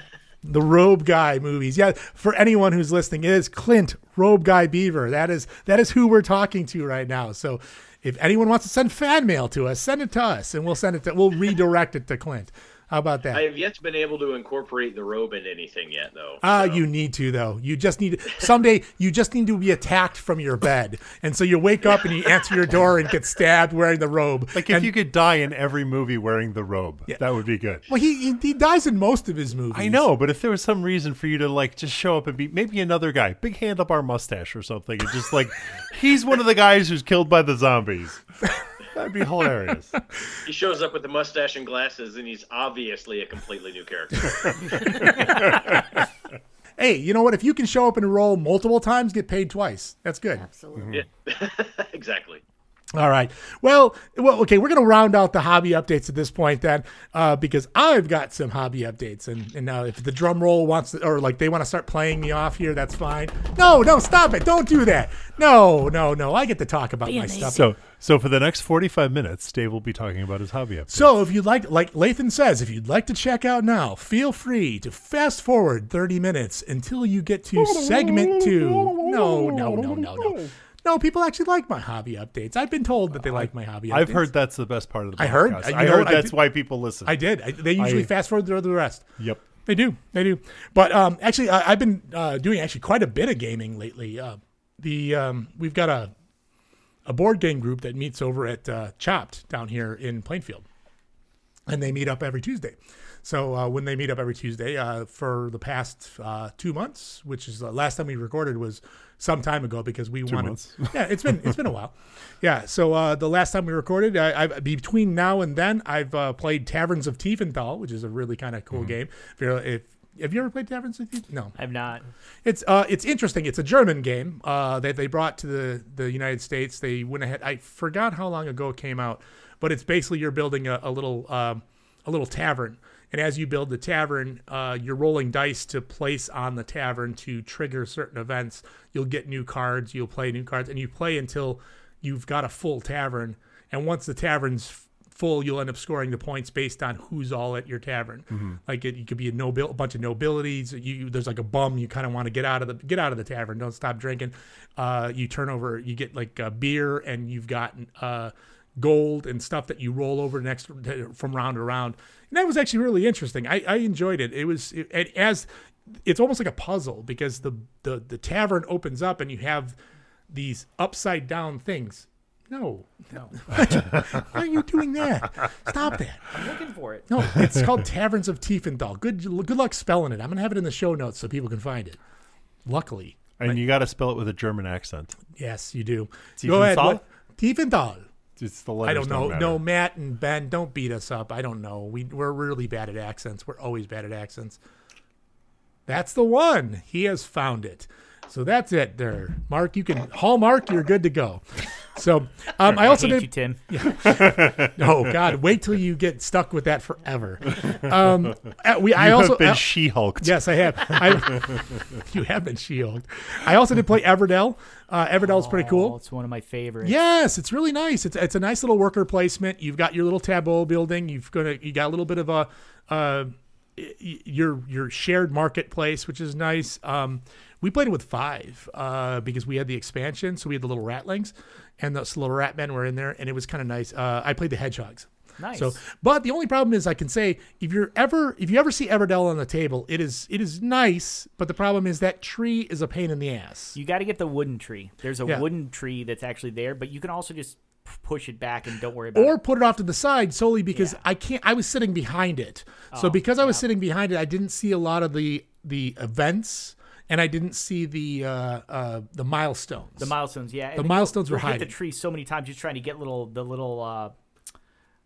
S4: The Robe Guy movies. Yeah, for anyone who's listening, it is Clint Robe Guy Beaver. That is that is who we're talking to right now. So if anyone wants to send fan mail to us, send it to us and we'll send it to we'll redirect it to Clint. How about that?
S11: I have yet to been able to incorporate the robe in anything yet, though.
S4: Ah, you need to though. You just need someday. You just need to be attacked from your bed, and so you wake up and you answer your door and get stabbed wearing the robe.
S7: Like if
S4: And-
S7: you could die in every movie wearing the robe, that would be good.
S4: well, he, he he dies in most of his movies.
S7: I know, but if there was some reason for you to like just show up and be maybe another guy, big hand up our mustache or something, and just like he's one of the guys who's killed by the zombies. That'd be hilarious.
S11: He shows up with the mustache and glasses, and he's obviously a completely new character.
S4: Hey, you know what? If you can show up and roll multiple times, get paid twice. That's good.
S9: Absolutely.
S11: Yeah. exactly.
S4: All right. Well, well, okay. We're gonna round out the hobby updates at this point then, uh, because I've got some hobby updates, and and now if the drum roll wants to, or like they want to start playing me off here, that's fine. No, no, stop it! Don't do that. No, no, no. I get to talk about my
S9: amazing.
S4: stuff.
S7: So, so for the next forty-five minutes, Dave will be talking about his hobby update.
S4: So if you'd like, like Lathan says, if you'd like to check out now, feel free to fast forward 30 minutes until you get to segment two. No, no, no, no, no. No, people actually like my hobby updates. I've been told that they like my hobby updates.
S7: I've heard that's the best part of the.
S4: I heard-
S7: podcast.
S4: you
S7: I
S4: know
S7: heard
S4: what, I
S7: that's
S4: did-
S7: why people listen.
S4: I did. I, they usually
S7: I-
S4: fast forward through the rest.
S7: Yep.
S4: They do. They do. But um, actually, I, I've been uh, doing actually quite a bit of gaming lately. Uh, the um, we've got a a board game group that meets over at uh, Chopped down here in Plainfield, and they meet up every Tuesday. So uh, when they meet up every Tuesday uh, for the past uh, two months, which is the last time we recorded was some time ago because we wanted.
S7: months.
S4: Yeah, it's been it's been a while. Yeah. So uh, the last time we recorded, I, I've between now and then, I've uh, played Taverns of Tiefenthal, which is a really kind of cool game. If you're if have you ever played Taverns of Tiefenthal? No.
S10: Mm-hmm. I've not.
S4: It's uh, it's interesting. It's a German game uh, that they brought to the the United States. They went ahead. I forgot how long ago it came out, but it's basically you're building a, a little um, a little tavern, and as you build the tavern, uh, you're rolling dice to place on the tavern to trigger certain events. You'll get new cards. You'll play new cards, and you play until you've got a full tavern. And once the tavern's f- full, you'll end up scoring the points based on who's all at your tavern. Like it, you could be a nobil, a bunch of nobilities. You, you there's like a bum you kind of want to get out of the get out of the tavern. Don't stop drinking. Uh, you turn over, you get like uh, beer, and you've got uh, gold and stuff that you roll over next from round to round. And that was actually really interesting. I, I enjoyed it. It was it, it- as it's almost like a puzzle because the, the the tavern opens up and you have these upside down things. No, no. Why are you doing that? Stop that.
S10: I'm looking for it.
S4: No, it's called Taverns of Tiefenthal. Good good luck spelling it. I'm gonna have it in the show notes so people can find it. Luckily,
S7: and you got to spell it with a German accent.
S4: yes, you do. Go ahead.
S7: Tiefenthal?
S4: what- Tiefenthal.
S7: It's the
S4: I
S7: letters.
S4: don't know.
S7: matter.
S4: No, Matt and Ben, don't beat us up. I don't know. We we're really bad at accents. We're always bad at accents. That's the one. He has found it. So that's it there. Mark, you can hallmark, you're good to go. So um, I also
S10: Hate
S4: did
S10: you, Tim.
S4: Oh God! Wait till you get stuck with that forever. Um, uh, we. I
S7: You
S4: also
S7: have been
S4: uh,
S7: she-hulked.
S4: yes, I have. I, you have been shield. I also did play Everdell. Uh, Everdell's pretty
S10: Oh,
S4: cool.
S10: it's one of my favorites.
S4: Yes, it's really nice. It's it's a nice little worker placement. You've got your little tableau building. You've gonna you got a little bit of a uh, y- y- your your shared marketplace, which is nice. Um, we played it with five uh, because we had the expansion, so we had the little ratlings, and those little rat men were in there, and it was kind of nice. Uh, I played the hedgehogs.
S10: Nice.
S4: So, but the only problem is, I can say if you're ever if you ever see Everdell on the table, it is it is nice, but the problem is that tree is a pain in the ass.
S10: You got to get the wooden tree. There's a
S4: Yeah.
S10: wooden tree that's actually there, but you can also just p- push it back and don't worry about
S4: or
S10: it.
S4: put it off to the side solely because I can't. I was sitting behind it,
S10: Oh,
S4: so because I was sitting behind it, I didn't see a lot of the the events, and I didn't see the uh, uh, the milestones.
S10: The milestones, yeah. and
S4: the
S10: then
S4: milestones
S10: you'll
S4: were
S10: hit the
S4: hiding.
S10: tree so many times just trying to get little the little uh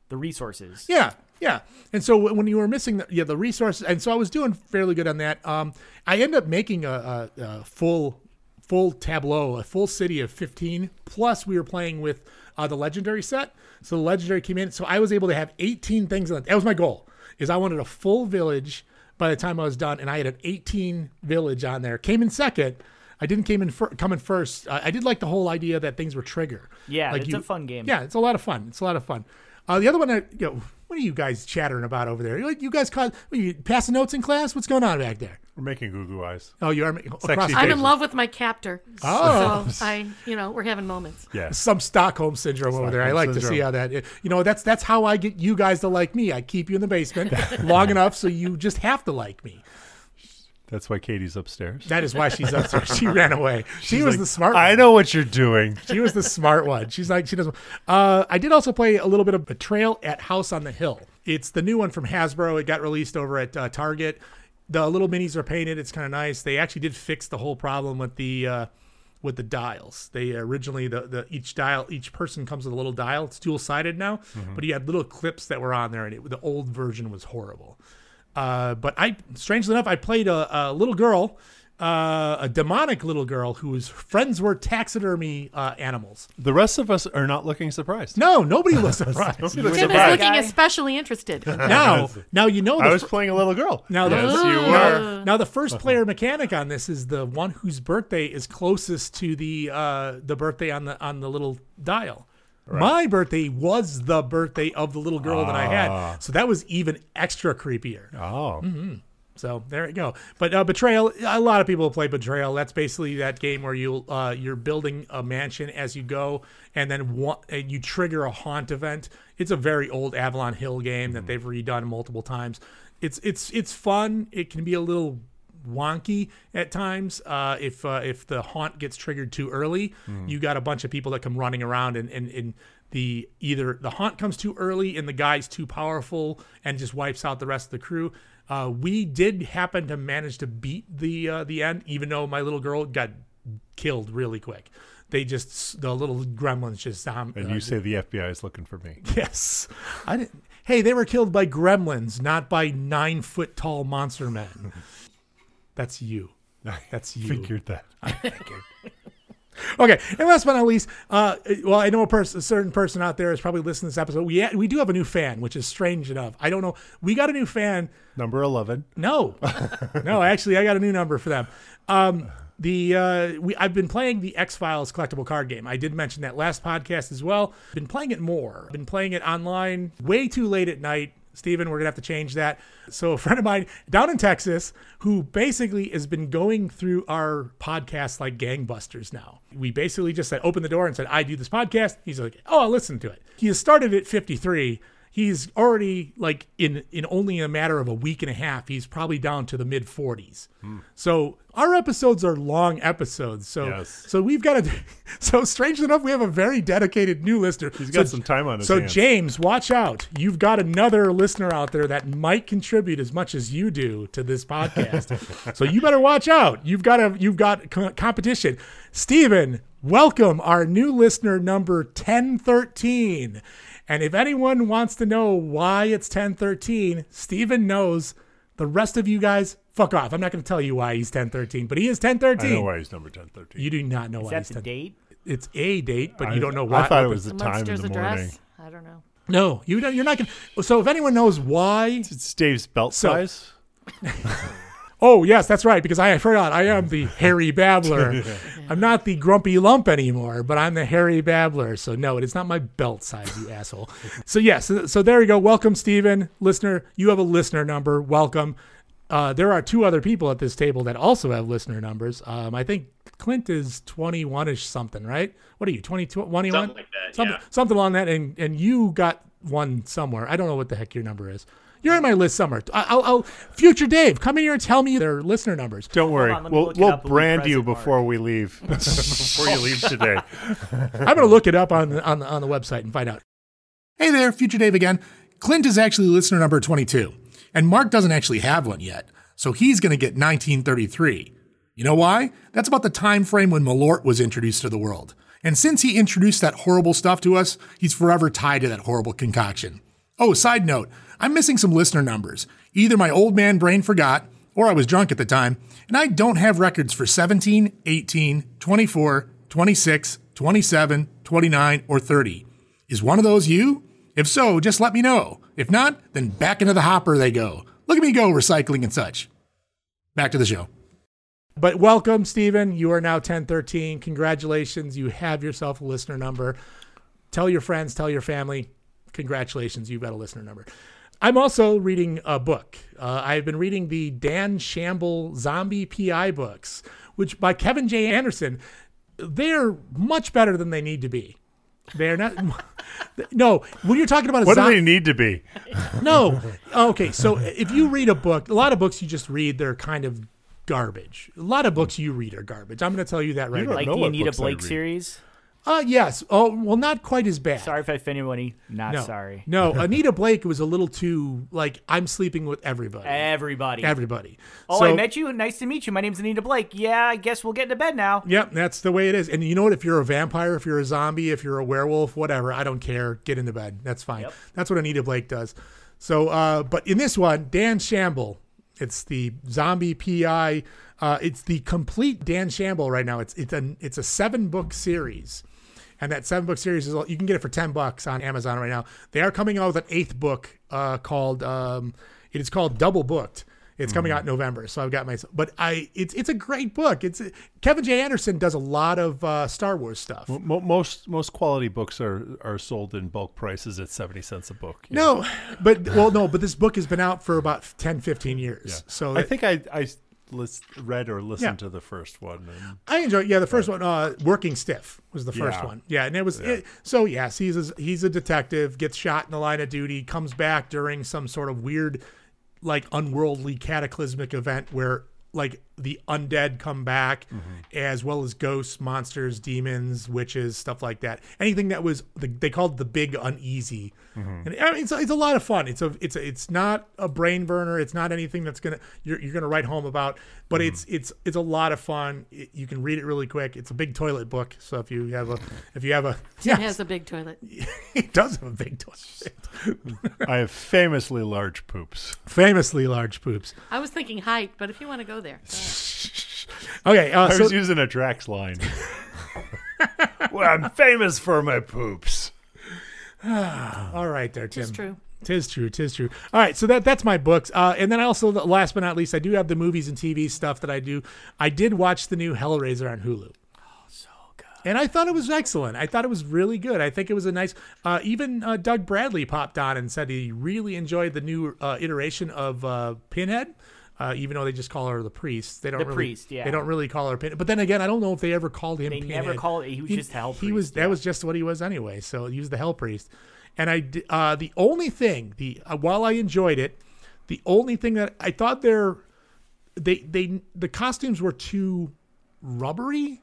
S10: the resources.
S4: yeah, Yeah, and so wh- when you were missing the, yeah the resources, and so I was doing fairly good on that. Um, I end up making a, a, a full full tableau, a full city of fifteen. Plus, we were playing with uh, the legendary set, so the legendary came in. So I was able to have eighteen things. On it. That was my goal. Is I wanted a full village by the time I was done, and I had an eighteen village on there. Came in second. I didn't came in fir- come in first. Uh, I did like the whole idea that things were trigger.
S10: Yeah,
S4: like
S10: it's a fun game.
S4: Yeah, it's a lot of fun. It's a lot of fun. Uh, the other one, I, you know, what are you guys chattering about over there? You, you guys cause, what are you passing notes in class? What's going on back there?
S7: We're making goo goo eyes.
S4: Oh, you are across
S9: I'm in love with my captor.
S4: Oh.
S9: So I, you know, we're having moments.
S7: Yes.
S4: some Stockholm syndrome over there. I
S7: Stockholm
S4: like to
S7: syndrome.
S4: see how that. You know, that's that's how I get you guys to like me. I keep you in the basement long enough so you just have to like me.
S7: That's why Katie's upstairs.
S4: That is why she's upstairs. She ran away. She was the smart.
S7: I know what you're doing.
S4: she was the smart one. She's like, she doesn't. Uh, I did also play a little bit of Betrayal at House on the Hill. It's the new one from Hasbro. It got released over at uh, Target. The little minis are painted. It's kind of nice. They actually did fix the whole problem with the uh, with the dials. They originally the, the each dial each person comes with a little dial. It's dual sided now, but you had little clips that were on there, and it, the old version was horrible. Uh, but I, strangely enough, I played a, a little girl, uh, a demonic little girl whose friends were taxidermy uh, animals.
S7: The rest of us are not looking surprised.
S4: No, nobody was surprised.
S7: Nobody looks
S9: Tim is
S7: surprised.
S9: looking
S10: guy.
S9: especially interested.
S4: now, now you know. The
S7: I was
S4: fir-
S7: playing a little girl.
S4: now the
S7: yes,
S4: fir-
S7: you were.
S4: now, now the first player mechanic on this is the one whose birthday is closest to the uh, the birthday on the on the little dial. My birthday was the birthday of the little girl that I
S7: Ah.
S4: had, so that was even extra creepier. Mm-hmm.
S7: Oh,
S4: So there you go. But uh, Betrayal, a lot of people play Betrayal. That's basically that game where you uh, you're building a mansion as you go, and then one, and you trigger a haunt event. It's a very old Avalon Hill game that they've redone multiple times. It's it's it's fun. It can be a little wonky at times uh, if uh, if the haunt gets triggered too early you got a bunch of people that come running around and, and, and the either the haunt comes too early and the guy's too powerful and just wipes out the rest of the crew uh, we did happen to manage to beat the uh, the end even though my little girl got killed really quick they just the little gremlins just um,
S7: and
S4: uh,
S7: you say the FBI is looking for me.
S4: Yes. I didn't. Hey, they were killed by gremlins, not by nine foot tall monster men. That's you. That's you.
S7: Figured that.
S4: Okay. And last but not least, uh, well, I know a person, a certain person out there is probably listening to this episode. We we do have a new fan, which is strange enough. I don't know. We got a new fan.
S7: Number eleven.
S4: No, no. Actually, I got a new number for them. Um, the uh, we I've been playing the X Files collectible card game. I did mention that last podcast as well. Been playing it more. Been playing it online way too late at night. Steven, we're gonna have to change that. So a friend of mine down in Texas, who basically has been going through our podcast like gangbusters now. We basically just said open the door and said, I do this podcast. He's like, Oh, I'll listen to it. He has started at 53 he's already like in in only a matter of a week and a half he's probably down to the mid 40s
S7: Hmm.
S4: so our episodes are long episodes so
S7: Yes.
S4: so we've got a so strangely enough we have a very dedicated new listener he's
S7: got some time on his
S4: so
S7: hands.
S4: james watch out you've got another listener out there that might contribute as much as you do to this podcast so you better watch out you've got a you've got co- competition steven welcome our new listener number 1013 and if anyone wants to know why it's 1013, Steven knows. The rest of you guys, fuck off. I'm not going to tell you why he's 1013, but he is
S7: I know
S4: 1013.
S7: why he's number 10, 13.
S4: You do not know why
S10: That's
S4: he's
S10: the
S4: 10.
S10: date.
S4: It's a date, but
S7: I,
S4: you don't know why.
S7: I thought it
S4: but-
S7: was the
S9: The
S7: time in
S9: monster's
S7: the morning.
S9: address. I don't know.
S4: No, you don't, you're not going to. So if anyone knows why.
S7: It's Dave's belt
S4: So-
S7: size.
S4: Oh, yes, that's right, because I forgot. I am the hairy babbler. I'm not the grumpy lump anymore, but I'm the hairy babbler. So, no, it's not my belt size, you asshole. So, yes, so, so there you go. Welcome, Steven. Listener, you have a listener number. Welcome. Uh, there are two other people at this table that also have listener numbers. Um, I think Clint is 21 ish something, right? What are you, 22, 21?
S11: Something like that,
S4: Something,
S11: yeah.
S4: something along that. And, and you got one somewhere. I don't know what the heck your number is. You're on my list somewhere. I- I'll, I'll future Dave, come in here and tell me their listener numbers.
S7: Don't worry.
S10: on, let me
S7: we'll
S10: look it
S7: we'll
S10: up. We'll be
S7: brand you
S10: present, Mark.
S7: before we leave. before you leave today.
S4: I'm gonna look it up on the, on the, on the website and find out.
S3: Hey there, Future Dave again. Clint is actually listener number 22, and Mark doesn't actually have one yet, so he's going to get 1933. You know why? That's about the time frame when Malort was introduced to the world. And since he introduced that horrible stuff to us, he's forever tied to that horrible concoction. Oh, side note, I'm missing some listener numbers. Either my old man brain forgot, or I was drunk at the time, and I don't have records for 17, 18, 24, 26, 27, 29, or 30. Is one of those you? If so, just let me know. If not, then back into the hopper they go. Look at me go, recycling and such. Back to the show.
S4: But welcome, Stephen. You are now 1013. Congratulations. You have yourself a listener number. Tell your friends, tell your family. Congratulations. You've got a listener number. I'm also reading a book. Uh, I've been reading the Dan Shamble Zombie PI books, which by Kevin J. Anderson, they're much better than they need to be. They're not. no, when you're talking about a
S7: What do
S4: zombie.
S7: they need to be?
S4: No. Okay. So if you read a book, a lot of books you just read, they're kind of garbage. A lot of books you read are garbage. I'm going to tell you that right
S7: don't
S4: now.
S10: Like
S7: know
S10: the
S7: what
S10: Anita
S7: books I
S10: Blake
S7: read.
S10: series.
S4: Uh, yes. Oh, well, not quite as bad.
S10: Sorry if I offended anybody. Not
S4: No.
S10: sorry.
S4: No, Anita Blake was a little too like I'm sleeping with everybody.
S10: Everybody.
S4: Everybody.
S10: oh,
S4: So-
S10: I met you. Nice to meet you. My name's Anita Blake. Yeah, I guess we'll get into bed now.
S4: Yep, that's the way it is. And you know what? If you're a vampire, if you're a zombie, if you're a werewolf, whatever, I don't care. Get into bed. That's fine. That's what Anita Blake does. So, uh, but in this one, Dan Shamble, it's the zombie PI. Uh, it's the complete Dan Shamble right now. It's it's an it's a seven book series, and that seven book series is all- you can get it for ten bucks on Amazon right now. They are coming out with an eighth book uh, called um, it is called Double Booked. It's
S7: Hmm.
S4: coming out in November, so I've got my. But I, it's it's a great book. It's Kevin J. Anderson does a lot of uh, Star Wars stuff.
S7: Mo- most most quality books are are sold in bulk prices at seventy cents a book. yeah.
S4: No, but well, no, but this book has been out for about 10, 15 years. So
S7: I think I I lis- read or listened
S4: Yeah.
S7: to the first one. and-
S4: I enjoy. Yeah, the first one, uh, working stiff, was the first
S7: Yeah.
S4: one. Yeah, and it was It, so. Yes, he's a, he's a detective, gets shot in the line of duty, comes back during some sort of weird, like unworldly cataclysmic event where like the undead come back, as well as ghosts, monsters, demons, witches, stuff like that. Anything that was the, they called the big uneasy, and I mean, it's it's a lot of fun. It's a it's a, it's not a brain burner. It's not anything that's gonna you're you're gonna write home about. But it's it's it's a lot of fun. It- you can read it really quick. It's a big toilet book. So if you have a if you have a
S9: Tim
S4: yeah,
S9: has a big toilet.
S4: it does have a big toilet.
S7: I have famously large poops.
S4: Famously large poops.
S9: I was thinking height, but if you want to go there, go ahead.
S4: Okay, uh,
S7: I
S4: so
S7: was using a Drax line. well, I'm famous for my poops.
S4: all right there, Tim.
S9: it's true.
S4: Tis true, tis true. All right, so that that's my books, uh, and then I also last but not least, I do have the movies and TV stuff that I do. I did watch the new Hellraiser on Hulu.
S10: Oh,
S4: And I thought it was excellent. I thought it was really good. I think it was a nice. Uh, even uh, Doug Bradley popped on and said he really enjoyed the new uh, iteration of uh, Pinhead. Uh, even though they just call her the priest, they don't
S10: The
S4: really,
S10: priest, yeah.
S4: they don't really call her Pinhead. But then again, I don't know if they ever called him.
S10: They never
S4: Pinhead.
S10: called it- he was just the hell
S4: He was
S10: priest,
S4: that
S10: yeah.
S4: was just what he was anyway. So he was the hell priest. And I di- uh, the only thing the uh, while I enjoyed it, the only thing that I thought their they they the costumes were too rubbery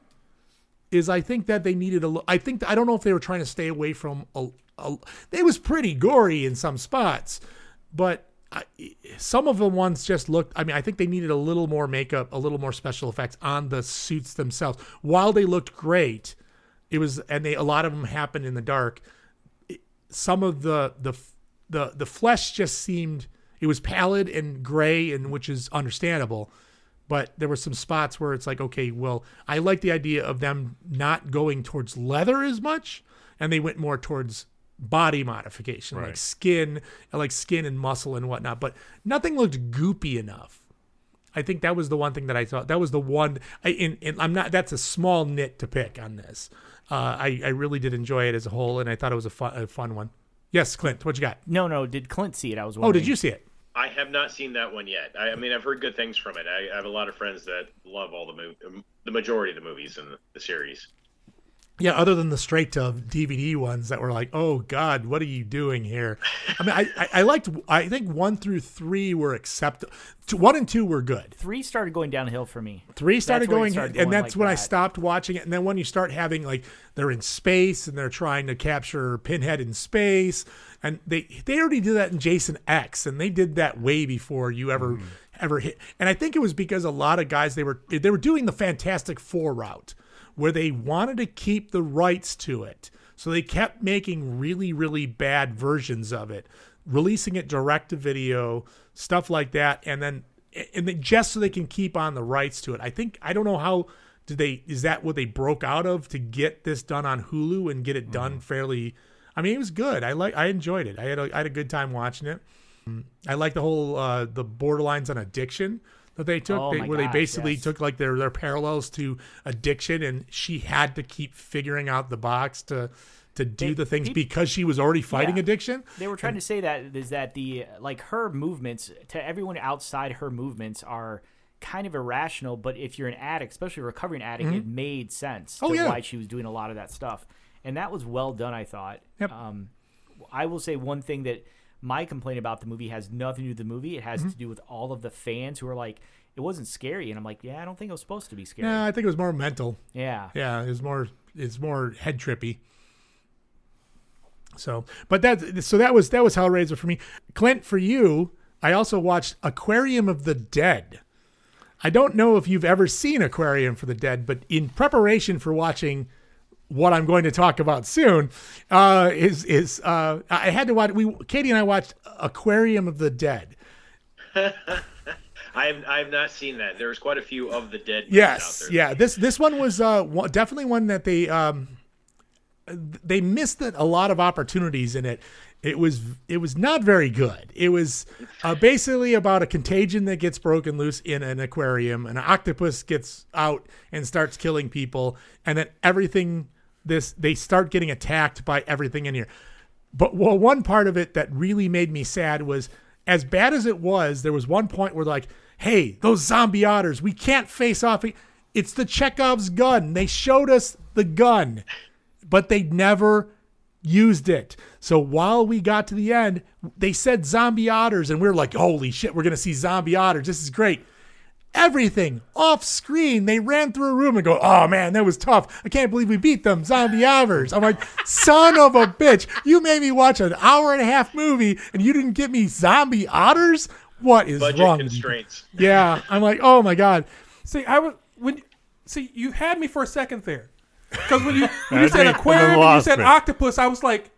S4: is I think that they needed a. lo- I think I don't know if they were trying to stay away from a. a it was pretty gory in some spots, but I, some of the ones just looked. I mean, I think they needed a little more makeup, a little more special effects on the suits themselves. While they looked great, it was and they a lot of them happened in the dark. It- some of the the f- the the flesh just seemed it was pallid and gray, and which is understandable but there were some spots where it's like, okay, well, I like the idea of them not going towards leather as much, and they went more towards body modification, like skin, like skin and muscle and whatnot. But nothing looked goopy enough. I think that was the one thing that I thought that was the one. I, and, and I'm not. That's a small nit to pick on this. Uh, I I really did enjoy it as a whole, and I thought it was a fun a fun one. Yes, Clint, what you got?
S10: No, no. Did Clint see it? I was.
S4: Oh,
S10: Wondering.
S4: did you see it?
S11: I have not seen that one yet. I, I mean, I've heard good things from it. I, I have a lot of friends that love all the mov- the majority of the movies in the, the series.
S4: Yeah, other than the straight to DVD ones that were like, "Oh God, what are you doing here?" I mean, I, I, I liked. I think one through three were acceptable. One and two were good.
S10: Three started going downhill for me.
S4: Three started
S10: where it
S4: going,
S10: started going
S4: and that's
S10: like
S4: when I
S10: that.
S4: stopped watching it. And then when you start having like they're in space and they're trying to capture Pinhead in space, and they they already did that in Jason X, and they did that way before you ever
S10: Mm-hmm.
S4: ever hit. And I think it was because a lot of guys they were they were doing the Fantastic Four route, where they wanted to keep the rights to it, so they kept making really really bad versions of it releasing it direct to video, stuff like that, and then and then just so they can keep on the rights to it. I think I don't know how did they is that what they broke out of to get this done on Hulu and get
S10: Mm-hmm.
S4: it done fairly. I mean, it was good. I like I enjoyed it. I had a, I had a good time watching it. I like the whole uh, the borderlines on addiction that they took,
S10: Oh
S4: they,
S10: my
S4: where
S10: gosh,
S4: they basically
S10: yes.
S4: took like their their parallels to addiction, and she had to keep figuring out the box to to do
S10: They-
S4: the things
S10: peop-
S4: because she was already fighting
S10: Yeah.
S4: addiction.
S10: They were trying to say that is that the like her movements to everyone outside her movements are kind of irrational, but if you're an addict, especially a recovering addict, it made sense to
S4: Mm-hmm. Oh, yeah.
S10: why she was doing a lot of that stuff, and that was well done. I thought.
S4: Yep.
S10: Um, I will say one thing that my complaint about the movie has nothing to do with the movie. It
S4: Mm-hmm.
S10: has to do with all of the fans who are like, "It wasn't scary," and I'm like, "Yeah, I don't think it was supposed to be scary."
S4: Yeah, I think it was more mental.
S10: yeah.
S4: Yeah, it's more it's more head trippy. So, but that so that was that was Hellraiser for me. Clint, for you, I also watched Aquarium of the Dead. I don't know if you've ever seen Aquarium for the Dead, but in preparation for watching what I'm going to talk about soon, uh, is is uh, I had to watch. We Katie and I watched Aquarium of the Dead.
S11: I have I have not seen that. There's quite a few of the dead. movies
S4: Yes,
S11: out there.
S4: yeah. This this one was uh, one, definitely one that they um, they missed it, a lot of opportunities in it. It was it was not very good. It was uh, basically about a contagion that gets broken loose in an aquarium. An octopus gets out and starts killing people, and then everything this they start getting attacked by everything in here. But well, one part of it that really made me sad was as bad as it was, there was one point where like, hey, those zombie otters, we can't face off. It's the Chekhov's gun. They showed us the gun, but they never used it. So while we got to the end, they said zombie otters, and we are like, holy shit, we're gonna see zombie otters. This is great. Everything off screen. They ran through a room and go, oh man, that was tough. I can't believe we beat them. Zombie otters. I'm like, son of a bitch, you made me watch an hour and a half movie and you didn't give me zombie otters? What is
S11: Budget
S4: wrong? with you?
S11: constraints.
S4: Yeah. I'm like, oh my God.
S5: See, I was when see you had me for a second there, because when you when you
S7: That's me.
S5: said
S7: And then
S5: aquarium and you
S7: lost
S5: said
S7: me.
S5: octopus, I was like,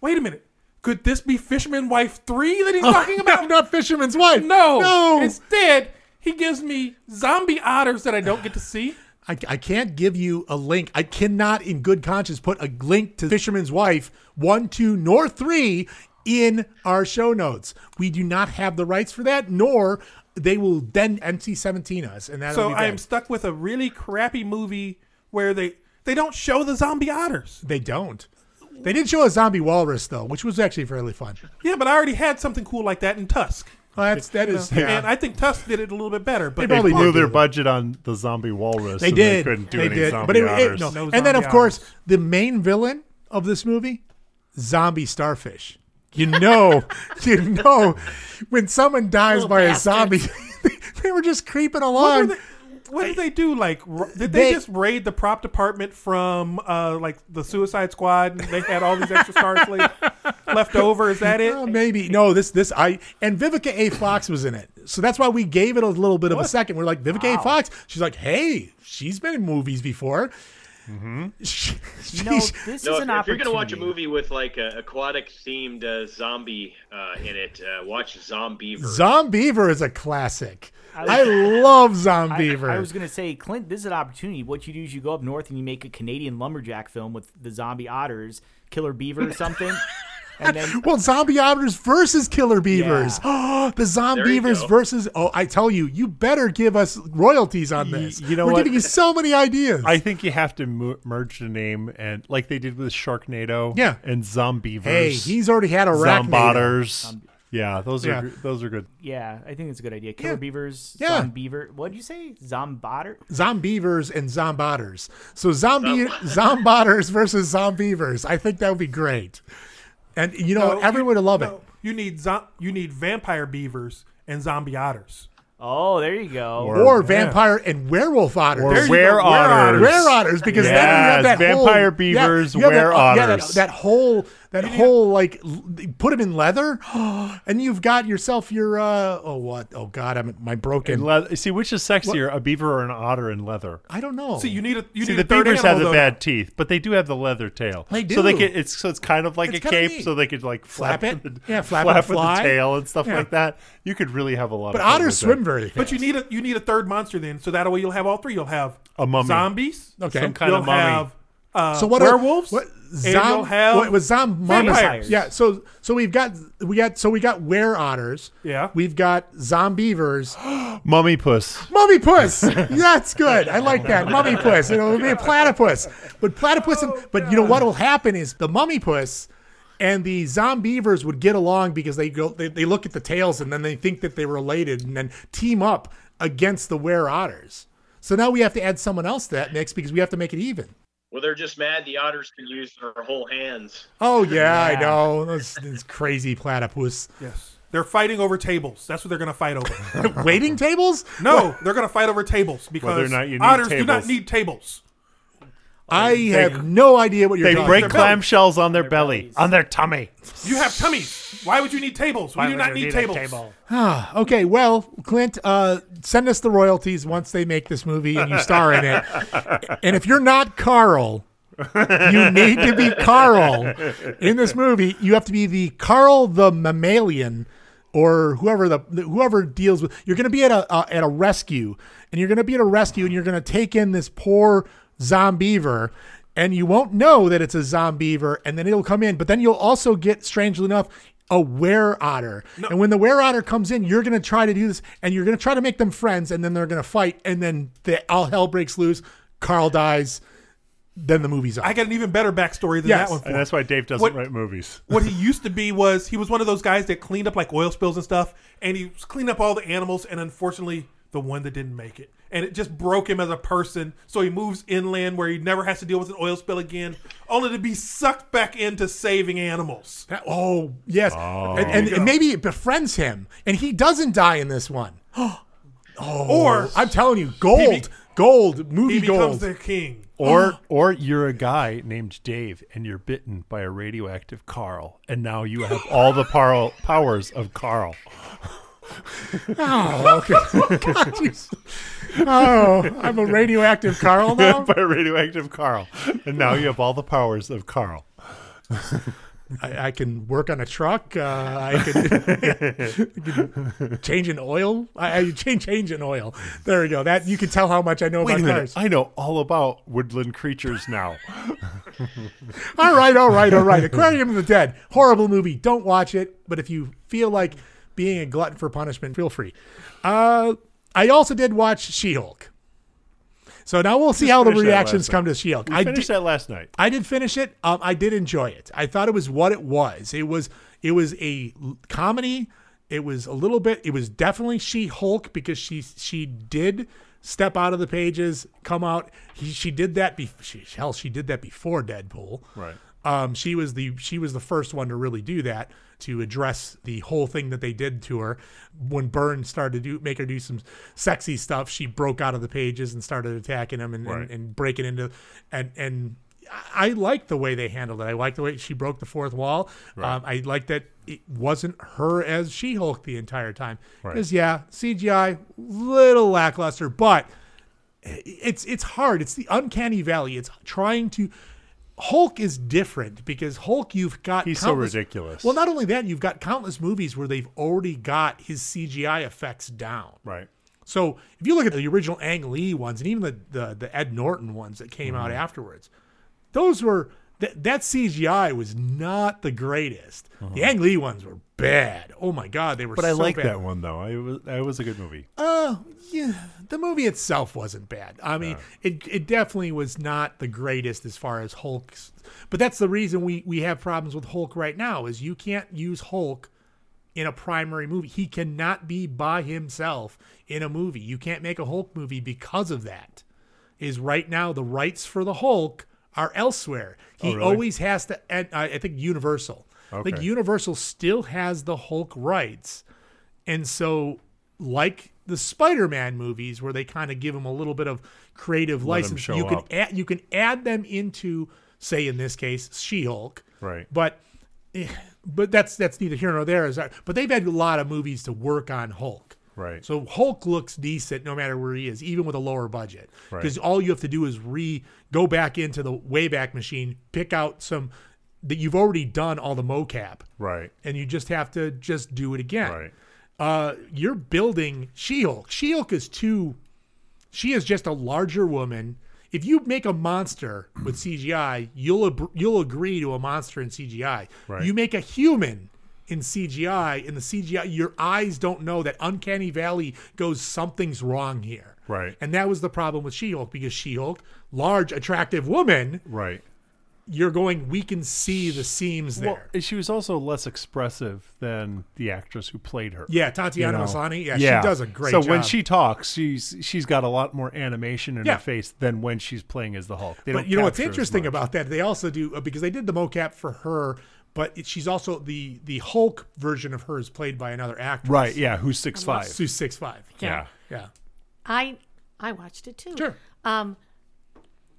S5: wait a minute, could this be Fisherman Wife three that he's talking about?
S4: not Fisherman's Wife.
S5: Oh. no,
S4: No.
S5: Instead, he gives me zombie otters that I don't get to see.
S4: I, I can't give you a link. I cannot, in good conscience, put a link to Fisherman's Wife 1, 2, nor 3 in our show notes. We do not have the rights for that, nor they will then NC 17 us. And that'll
S5: So
S4: be
S5: I am
S4: bad.
S5: stuck with a really crappy movie where they they don't show the zombie otters.
S4: They don't. They did show a zombie walrus, though, which was actually fairly fun.
S5: Yeah, but I already had something cool like that in Tusk.
S4: Well, that's, that is. yeah.
S5: And I think Tusk did it a little bit better, but
S4: They probably
S7: blew
S4: did.
S7: their budget on the zombie walrus.
S4: They
S7: and
S4: did.
S7: They couldn't do
S4: They
S7: any
S4: did.
S7: zombie
S4: but it, it-
S7: otters.
S4: no.
S5: No
S4: and then,
S5: zombie
S4: of course,
S5: otters.
S4: the main villain of this movie, zombie starfish. You know, you know, when someone dies by a zombie, they were just creeping
S5: What,
S4: along.
S5: were they, what did they do? Like, r- did
S4: They-
S5: they, just raid the prop department from uh, like the Suicide Squad? And they had all these extra stars left, left over. Is that it?
S4: Oh, maybe no. This this I and Vivica A. Fox was in it, so that's why we gave it a little bit of a second. We're like Vivica A. Fox. She's like, hey, she's been in movies before.
S5: Mm-hmm.
S4: She-
S10: No,
S4: she-
S10: this
S11: No,
S10: is an
S11: if, if you're gonna watch a
S10: opportunity.
S11: movie with like a aquatic themed uh, zombie uh, in it, uh, watch Zombiever.
S4: Zombiever is a classic. I, love Zombiever.
S10: I, I was gonna say, Clint, this is an opportunity. What you do is you go up north and you make a Canadian lumberjack film with the zombie otters, killer beaver, or something, and then
S4: Well, zombie otters versus killer beavers. the zombievers
S11: go.
S4: versus. Oh, I tell you, you better give us royalties on this.
S7: you know
S4: we're
S7: what?
S4: giving you so many ideas.
S7: I think you have to mo- merge the name and like they did with Sharknado.
S4: Yeah.
S7: and Zombieverse.
S4: hey, he's already had a rack.
S7: Zombotters. Yeah, those
S4: Yeah.
S7: are gr- those are good.
S10: yeah, I think it's a good idea. Killer
S4: Yeah.
S10: beavers,
S4: Yeah.
S10: zombeaver. What did you say? Zombotter?
S4: Zombievers and zombotters. So zombie zombotters versus zombievers. I think that would be great. And you know,
S5: No,
S4: what? everyone would love
S5: no, You need zo- you need vampire beavers and zombie otters.
S10: Oh, there you go.
S4: it. Or vampire and werewolf otters.
S7: Or
S5: There you go,
S7: were
S5: were
S7: otters.
S4: Were otters because then you have
S7: Yes,
S4: that whole-
S7: vampire
S4: yeah,
S7: beavers,
S4: you have that-
S7: were
S4: yeah, that-
S7: otters.
S4: that, whole That whole like l- put him in leather, and you've got yourself your uh oh what oh god I'm my broken
S7: In leather. See, which is sexier, a beaver or an otter in leather?
S4: I don't know.
S5: See, you need a you
S7: See,
S5: need
S7: the
S5: a third
S7: beavers have
S5: animal,
S7: the
S5: though.
S7: bad teeth, but they do have the leather tail.
S4: They
S7: So they
S4: do.
S7: can. It's so it's kind of like
S4: It's
S7: a
S4: kinda
S7: cape,
S4: neat.
S7: so they could like flap,
S4: Flap it?
S7: with the-
S4: Yeah, flap and
S7: with the
S4: fly.
S7: tail and stuff
S4: Yeah.
S7: like that. You could really have a lot.
S4: but
S7: of fun
S4: otters
S7: with that.
S4: swim very fast.
S5: But you need a you need a third monster then, so that way you'll have all three. You'll have
S7: A mummy.
S5: zombies,
S4: Okay.
S7: Some kind
S5: you'll
S7: of mummy.
S5: have uh,
S4: so what
S5: werewolves,
S4: Are, what
S5: and you'll
S4: zom?
S5: have
S4: what was zom?
S5: vampires.
S4: Yeah. So so we've got we got so we got were otters.
S5: Yeah.
S4: We've got zombievers.
S7: Mummy puss.
S4: Mummy puss. That's good. I like that. Mummy puss. You know, it'll be a platypus. But platypus and but you know what will happen is the mummy puss and the zombievers would get along because they go they, they look at the tails and then they think that they're related and then team up against the were otters. So now we have to add someone else to that mix because we have to make it even.
S11: Well, they're just mad the otters can use their whole hands.
S4: Oh yeah, I know. Those, those crazy platypus.
S5: yes, they're fighting over tables. That's what they're going to fight over.
S4: Waiting tables?
S5: no, they're going to fight over tables
S7: Whether
S5: because
S7: or not you need
S5: otters do not
S7: tables.
S5: need tables.
S4: I have no idea what you're
S7: They
S4: talking
S7: break
S5: their
S4: about.
S5: belly.
S7: clamshells on their, belly, on their tummy.
S5: You have tummies. Why would you need tables? We do not need, tables.
S4: Ah, Okay, well, Clint, uh, send us the royalties once they make this movie and you star in it. and if you're not Carl, you need to be Carl in this movie. You have to be the Carl the mammalian or whoever the whoever deals with. You're going to be at a uh, at a rescue, and you're going to be at a rescue, and you're going to take in this poor zombiever. And you won't know that it's a zombiever, and then it'll come in. But then you'll also get, strangely enough, a were otter. And when the were otter comes in, you're going to try to do this, and you're going to try to make them friends, and then they're going to fight, and then the, all hell breaks loose. Carl dies, then the movie's up.
S5: I got an even better backstory than
S4: Yes.
S5: that one. For
S7: And that's why Dave doesn't
S5: What-
S7: write movies.
S5: what he used to be was he was one of those guys that cleaned up like oil spills and stuff, and he was cleaned up all the animals, and unfortunately, the one that didn't make it, and it just broke him as a person. So he moves inland where he never has to deal with an oil spill again, only to be sucked back into saving animals.
S4: That- oh, yes. and and, and maybe it befriends him, and he doesn't die in this one. oh,
S5: Or-
S4: I'm telling you, gold, gold,
S5: He
S4: movie
S5: becomes
S4: gold.
S5: their king.
S7: Or or you're a guy named Dave and you're bitten by a radioactive Carl, and now you have all the par- powers of Carl.
S4: oh, okay. God, jeez. oh, I'm a radioactive Carl now.
S7: by a radioactive Carl, and now you have all the powers of Carl.
S4: I, I can work on a truck. Uh, I, can, I can change an oil. I, I change change an oil. There we go. That you can tell how much I know about cars.
S7: I know all about woodland creatures now.
S4: all right, all right, all right. Aquarium of the Dead, horrible movie. Don't watch it. But if you feel like being a glutton for punishment, feel free. Uh, I also did watch She-Hulk. So now we'll see how the
S7: finished that
S4: reactions
S7: last
S4: come to She-Hulk. I
S7: I
S4: did,
S7: finished that last night.
S4: I did finish it. Um, I did enjoy it. I thought it was what it was. It was it was a l- comedy. It was a little bit. It was definitely She Hulk because she she did step out of the pages, come out. He, she did that. Be- she, hell, she did that before Deadpool.
S7: Right.
S4: Um, she was the she was the first one to really do that to address the whole thing that they did to her when Byrne started to do, make her do some sexy stuff. She broke out of the pages and started attacking him and,
S7: Right.
S4: and, and breaking into and and I- I like the way they handled it. I like the way she broke the fourth wall. Um, I like that it wasn't her as She Hulk the entire time. Because yeah, CGI little lackluster, but it's it's hard. It's the uncanny valley. It's trying to Hulk is different because Hulk you've got
S7: He's so
S4: countless-
S7: ridiculous.
S4: Well, not only that, you've got countless movies where they've already got his CGI effects down.
S7: Right.
S4: So if you look at the original Ang Lee ones and even the the, the Ed Norton ones that came
S7: Mm-hmm.
S4: out afterwards, those were that that CGI was not the greatest. The Ang Lee ones were bad. Oh my god, they were.
S7: Uh-huh. But I
S4: so
S7: like
S4: bad.
S7: that one though. I was that was a good movie.
S4: Uh, yeah, the movie itself wasn't bad. I mean, it it definitely was not the greatest as far as Hulk's. But that's the reason we we have problems with Hulk right now is you can't use Hulk in a primary movie. He cannot be by himself in a movie. You can't make a Hulk movie because of that. Is right now the rights for the Hulk are elsewhere. He
S7: really?
S4: always has to. And I I think Universal. Like
S7: Okay.
S4: Universal still has the Hulk rights. And so, like the Spider-Man movies, where they kind of give him a little bit of creative license,
S7: show
S4: you can
S7: up.
S4: add, you can add them into, say, in this case, She-Hulk.
S7: Right.
S4: But eh, but that's that's neither here nor there. Is that, but they've had a lot of movies to work on Hulk.
S7: Right.
S4: So Hulk looks decent no matter where he is, even with a lower budget,
S7: Right.
S4: because all you have to do is re go back into the Wayback Machine, pick out some that you've already done all the mocap,
S7: Right.
S4: and you just have to just do it again.
S7: Right.
S4: Uh, you're building She-Hulk. She-Hulk is too. She is just a larger woman. If you make a monster with CGI, you'll ab- you'll agree to a monster in CGI.
S7: Right.
S4: You make a human in CGI, and the CGI, your eyes don't know that uncanny valley goes something's wrong here.
S7: Right.
S4: And that was the problem with She-Hulk because She-Hulk, large, attractive woman,
S7: Right.
S4: you're going. We can see the seams there.
S7: Well, and she was also less expressive than the actress who played her.
S4: Yeah, Tatiana
S7: know?
S4: Maslany. Yeah, she does a great
S7: so
S4: job.
S7: when she talks, she's she's got a lot more animation in
S4: Yeah.
S7: her face than when she's playing as the Hulk. They
S4: but
S7: don't
S4: you know what's
S7: capture as
S4: interesting
S7: much.
S4: about that? They also do uh, because they did the mocap for her, but it, she's also the the Hulk version of her is played by another actress.
S7: right? Yeah, who's six five?
S4: Who's six five.
S7: Yeah,
S4: Yeah.
S9: I I watched it too.
S4: Sure.
S9: Um,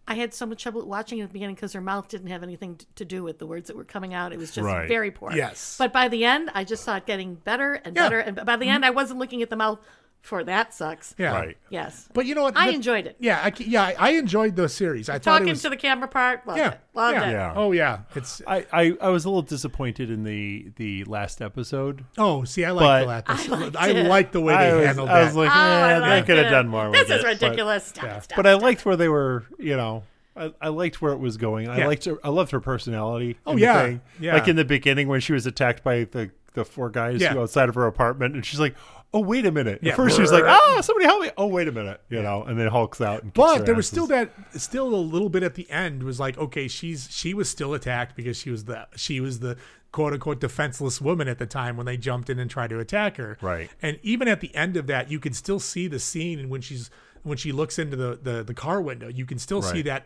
S9: I had so much trouble watching it at the beginning because her mouth didn't have anything t- to do with the words that were coming out. It was just
S7: Right.
S9: very poor.
S4: Yes.
S9: But by the end, I just saw it getting better and
S4: Yeah. Mm-hmm.
S9: better. And by the end, I wasn't looking at the mouth for that sucks.
S4: Yeah.
S7: right.
S9: Yes.
S4: But you know what?
S9: I
S4: The-
S9: enjoyed it.
S4: Yeah, I, ca- yeah, I- I enjoyed the series. I thought
S9: Talking
S4: it was
S9: to the camera part. Loved
S4: yeah,
S9: It. Loved
S4: yeah,
S9: it.
S7: Yeah.
S4: Oh yeah, it's
S7: I, I I was a little disappointed in the the last episode.
S4: oh see, I
S7: But-
S4: like that. I,
S9: liked
S4: I
S9: it.
S4: like the way they
S7: I was,
S4: handled
S7: I was
S4: that.
S7: like,
S9: Oh, I
S7: eh, they
S9: liked
S7: could
S9: it.
S7: have done more.
S9: This
S7: with
S9: is
S7: it, but-
S9: ridiculous. Stop, stop.
S7: But I liked where they were, you know, I, I liked where it was going. I
S4: Yeah.
S7: liked her, I loved her personality.
S4: Oh,
S7: in the
S4: yeah.
S7: thing.
S4: Yeah.
S7: Like in the beginning when she was attacked by the the four guys
S4: Yeah.
S7: who outside of her apartment, and she's like, "Oh wait a minute." At
S4: Yeah.
S7: first she was like,
S5: Ah,
S7: "Oh somebody help me!" Oh wait a minute, you know, and then Hulk's out. And kicks
S4: But
S7: their
S4: there was still
S7: asses.
S4: that, still a little bit at the end was like, okay, she's she was still attacked because she was the she was the quote unquote defenseless woman at the time when they jumped in and tried to attack her.
S7: Right.
S4: And even at the end of that, you can still see the scene and when she's when she looks into the the, the car window, you can still see
S7: Right.
S4: that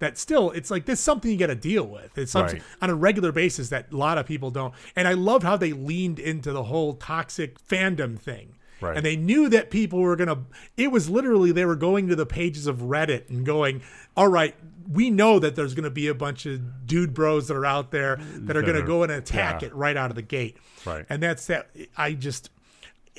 S4: that still it's like there's something you got to deal with. It's something
S7: Right.
S4: on a regular basis that a lot of people don't. And I love how they leaned into the whole toxic fandom thing.
S7: Right.
S4: And they knew that people were going to, it was literally, they were going to the pages of Reddit and going, all right, we know that there's going to be a bunch of dude bros that are out there that are going to
S7: That are-
S4: go and attack
S7: yeah.
S4: it right out of the gate.
S7: Right.
S4: And that's that. I just,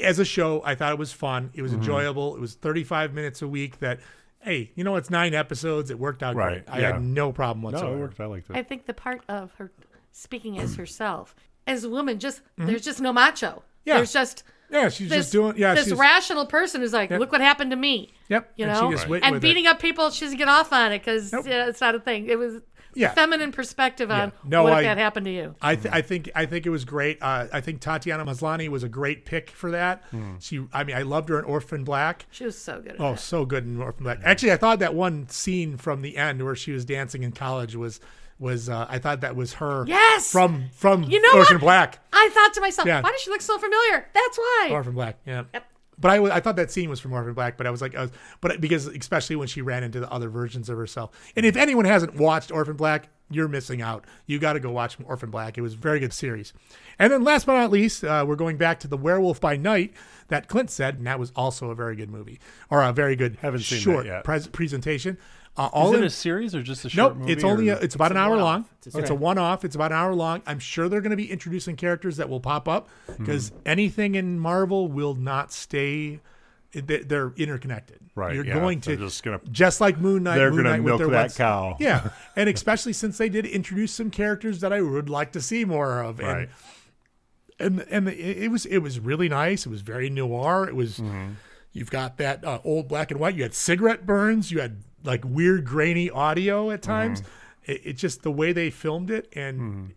S4: as a show, I thought it was fun. It
S7: Mm-hmm.
S4: was enjoyable. It was 35 minutes a week that, hey, you know, it's nine episodes. It worked out
S7: Right,
S4: great. I
S7: yeah.
S4: had no problem
S7: No,
S4: whatsoever.
S7: it worked. I liked it.
S9: I think the part of her speaking as herself, as a woman, just there's just no macho.
S4: Mm-hmm. Yeah.
S9: There's just
S4: Yeah, she's
S9: this,
S4: just doing, yeah,
S9: this
S4: she's,
S9: rational person who's like, look what happened to me.
S4: yep.
S9: You
S4: and
S9: know,
S4: she just went
S9: and
S4: with it.
S9: beating up people, she doesn't get off on it because
S4: Nope.
S9: it's not a thing. It was
S4: Yeah.
S9: feminine perspective on
S4: Yeah. No,
S9: what
S4: I-
S9: if that happened to you.
S4: I, th- I think I think it was great. Uh, I think Tatiana Maslany was a great pick for that. She, I mean, I loved her in Orphan Black.
S9: She was so good. At
S4: Oh,
S9: oh,
S4: so good in Orphan Black. Actually, I thought that one scene from the end where she was dancing in college was was uh, I thought that was her.
S9: Yes!
S4: From from
S9: You know
S4: Orphan
S9: what?
S4: Black.
S9: I thought to myself,
S4: Yeah.
S9: why does she look so familiar? That's why.
S4: Orphan Black. Yeah. But I, wa- I thought that scene was from Orphan Black, but I was like, I was, but because especially when she ran into the other versions of herself. And if anyone hasn't watched Orphan Black, you're missing out. You got to go watch Orphan Black. It was a very good series. And then last but not least, uh, we're going back to the Werewolf by Night that Clint said, and that was also a very good movie or a very good
S7: Haven't seen that
S4: short
S7: yet.
S4: pres- presentation. Uh,
S7: Is
S4: all
S7: it
S4: in
S7: a series or just a short
S4: Nope,
S7: movie?
S4: it's only
S7: or-
S4: a, it's about an hour
S10: one-off.
S4: long.
S10: It's
S4: It's
S10: a
S4: a, one-off. It's about an hour long. I'm sure they're going to be introducing characters that will pop up
S7: Hmm.
S4: because anything in Marvel will not stay. they- They're interconnected.
S7: Right,
S4: You're
S7: yeah,
S4: going to
S7: they're just gonna-
S4: just like Moon Knight.
S7: They're
S4: Moon
S7: gonna
S4: Knight with
S7: milk
S4: their
S7: that
S4: webs-
S7: cow.
S4: Yeah, and especially since they did introduce some characters that I would like to see more of.
S7: Right.
S4: And and, and it it was it was really nice. It was very noir. It was.
S7: Mm-hmm.
S4: You've got that uh, old black and white. You had cigarette burns. You had like weird grainy audio at times.
S7: Mm-hmm.
S4: It, it's just the way they filmed it, and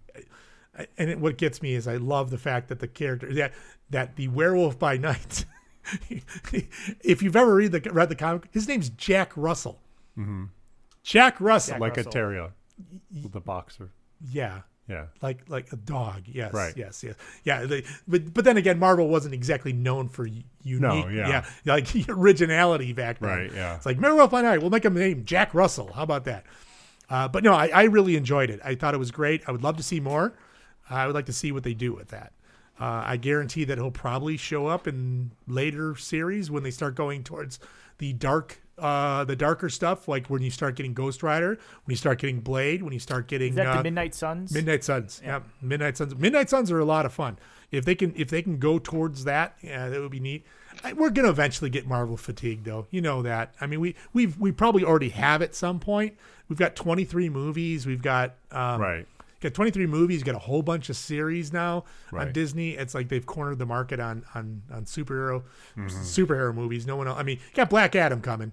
S4: I- and it, what gets me is I love the fact that the character that that the werewolf by night. if you've ever read the read the comic, his name's Jack Russell. Jack Mm-hmm. Russell,
S7: Mm-hmm. like a terrier with the boxer.
S4: yeah,
S7: Yeah.
S4: like like a dog. Yes,
S7: Right.
S4: yes, yes, yeah. They, but but then again, Marvel wasn't exactly known for u- unique,
S7: yeah.
S4: like originality back then.
S7: Right, yeah.
S4: It's like Werewolf by Night. We'll make him name Jack Russell. How about that? Uh, but no, I, I really enjoyed it. I thought it was great. I would love to see more. I would like to see what they do with that. Uh, I guarantee that he'll probably show up in later series when they start going towards the dark uh, the darker stuff, like when you start getting Ghost Rider, when you start getting Blade, when you start getting
S10: Is that
S4: uh,
S10: the Midnight Suns?
S4: Midnight Suns. Yeah. Midnight Suns. Midnight Suns are a lot of fun. If they can, if they can go towards that, yeah, that would be neat. I, we're gonna eventually get Marvel fatigue, though. You know that. I mean, we we've we probably already have at some point. We've got 23 movies. We've got um,
S7: Right.
S4: Got 23 movies. Got a whole bunch of series now on
S7: Right.
S4: Disney. It's like they've cornered the market on on on superhero
S7: Mm-hmm.
S4: superhero movies. No one. Else, I mean, you got Black Adam coming,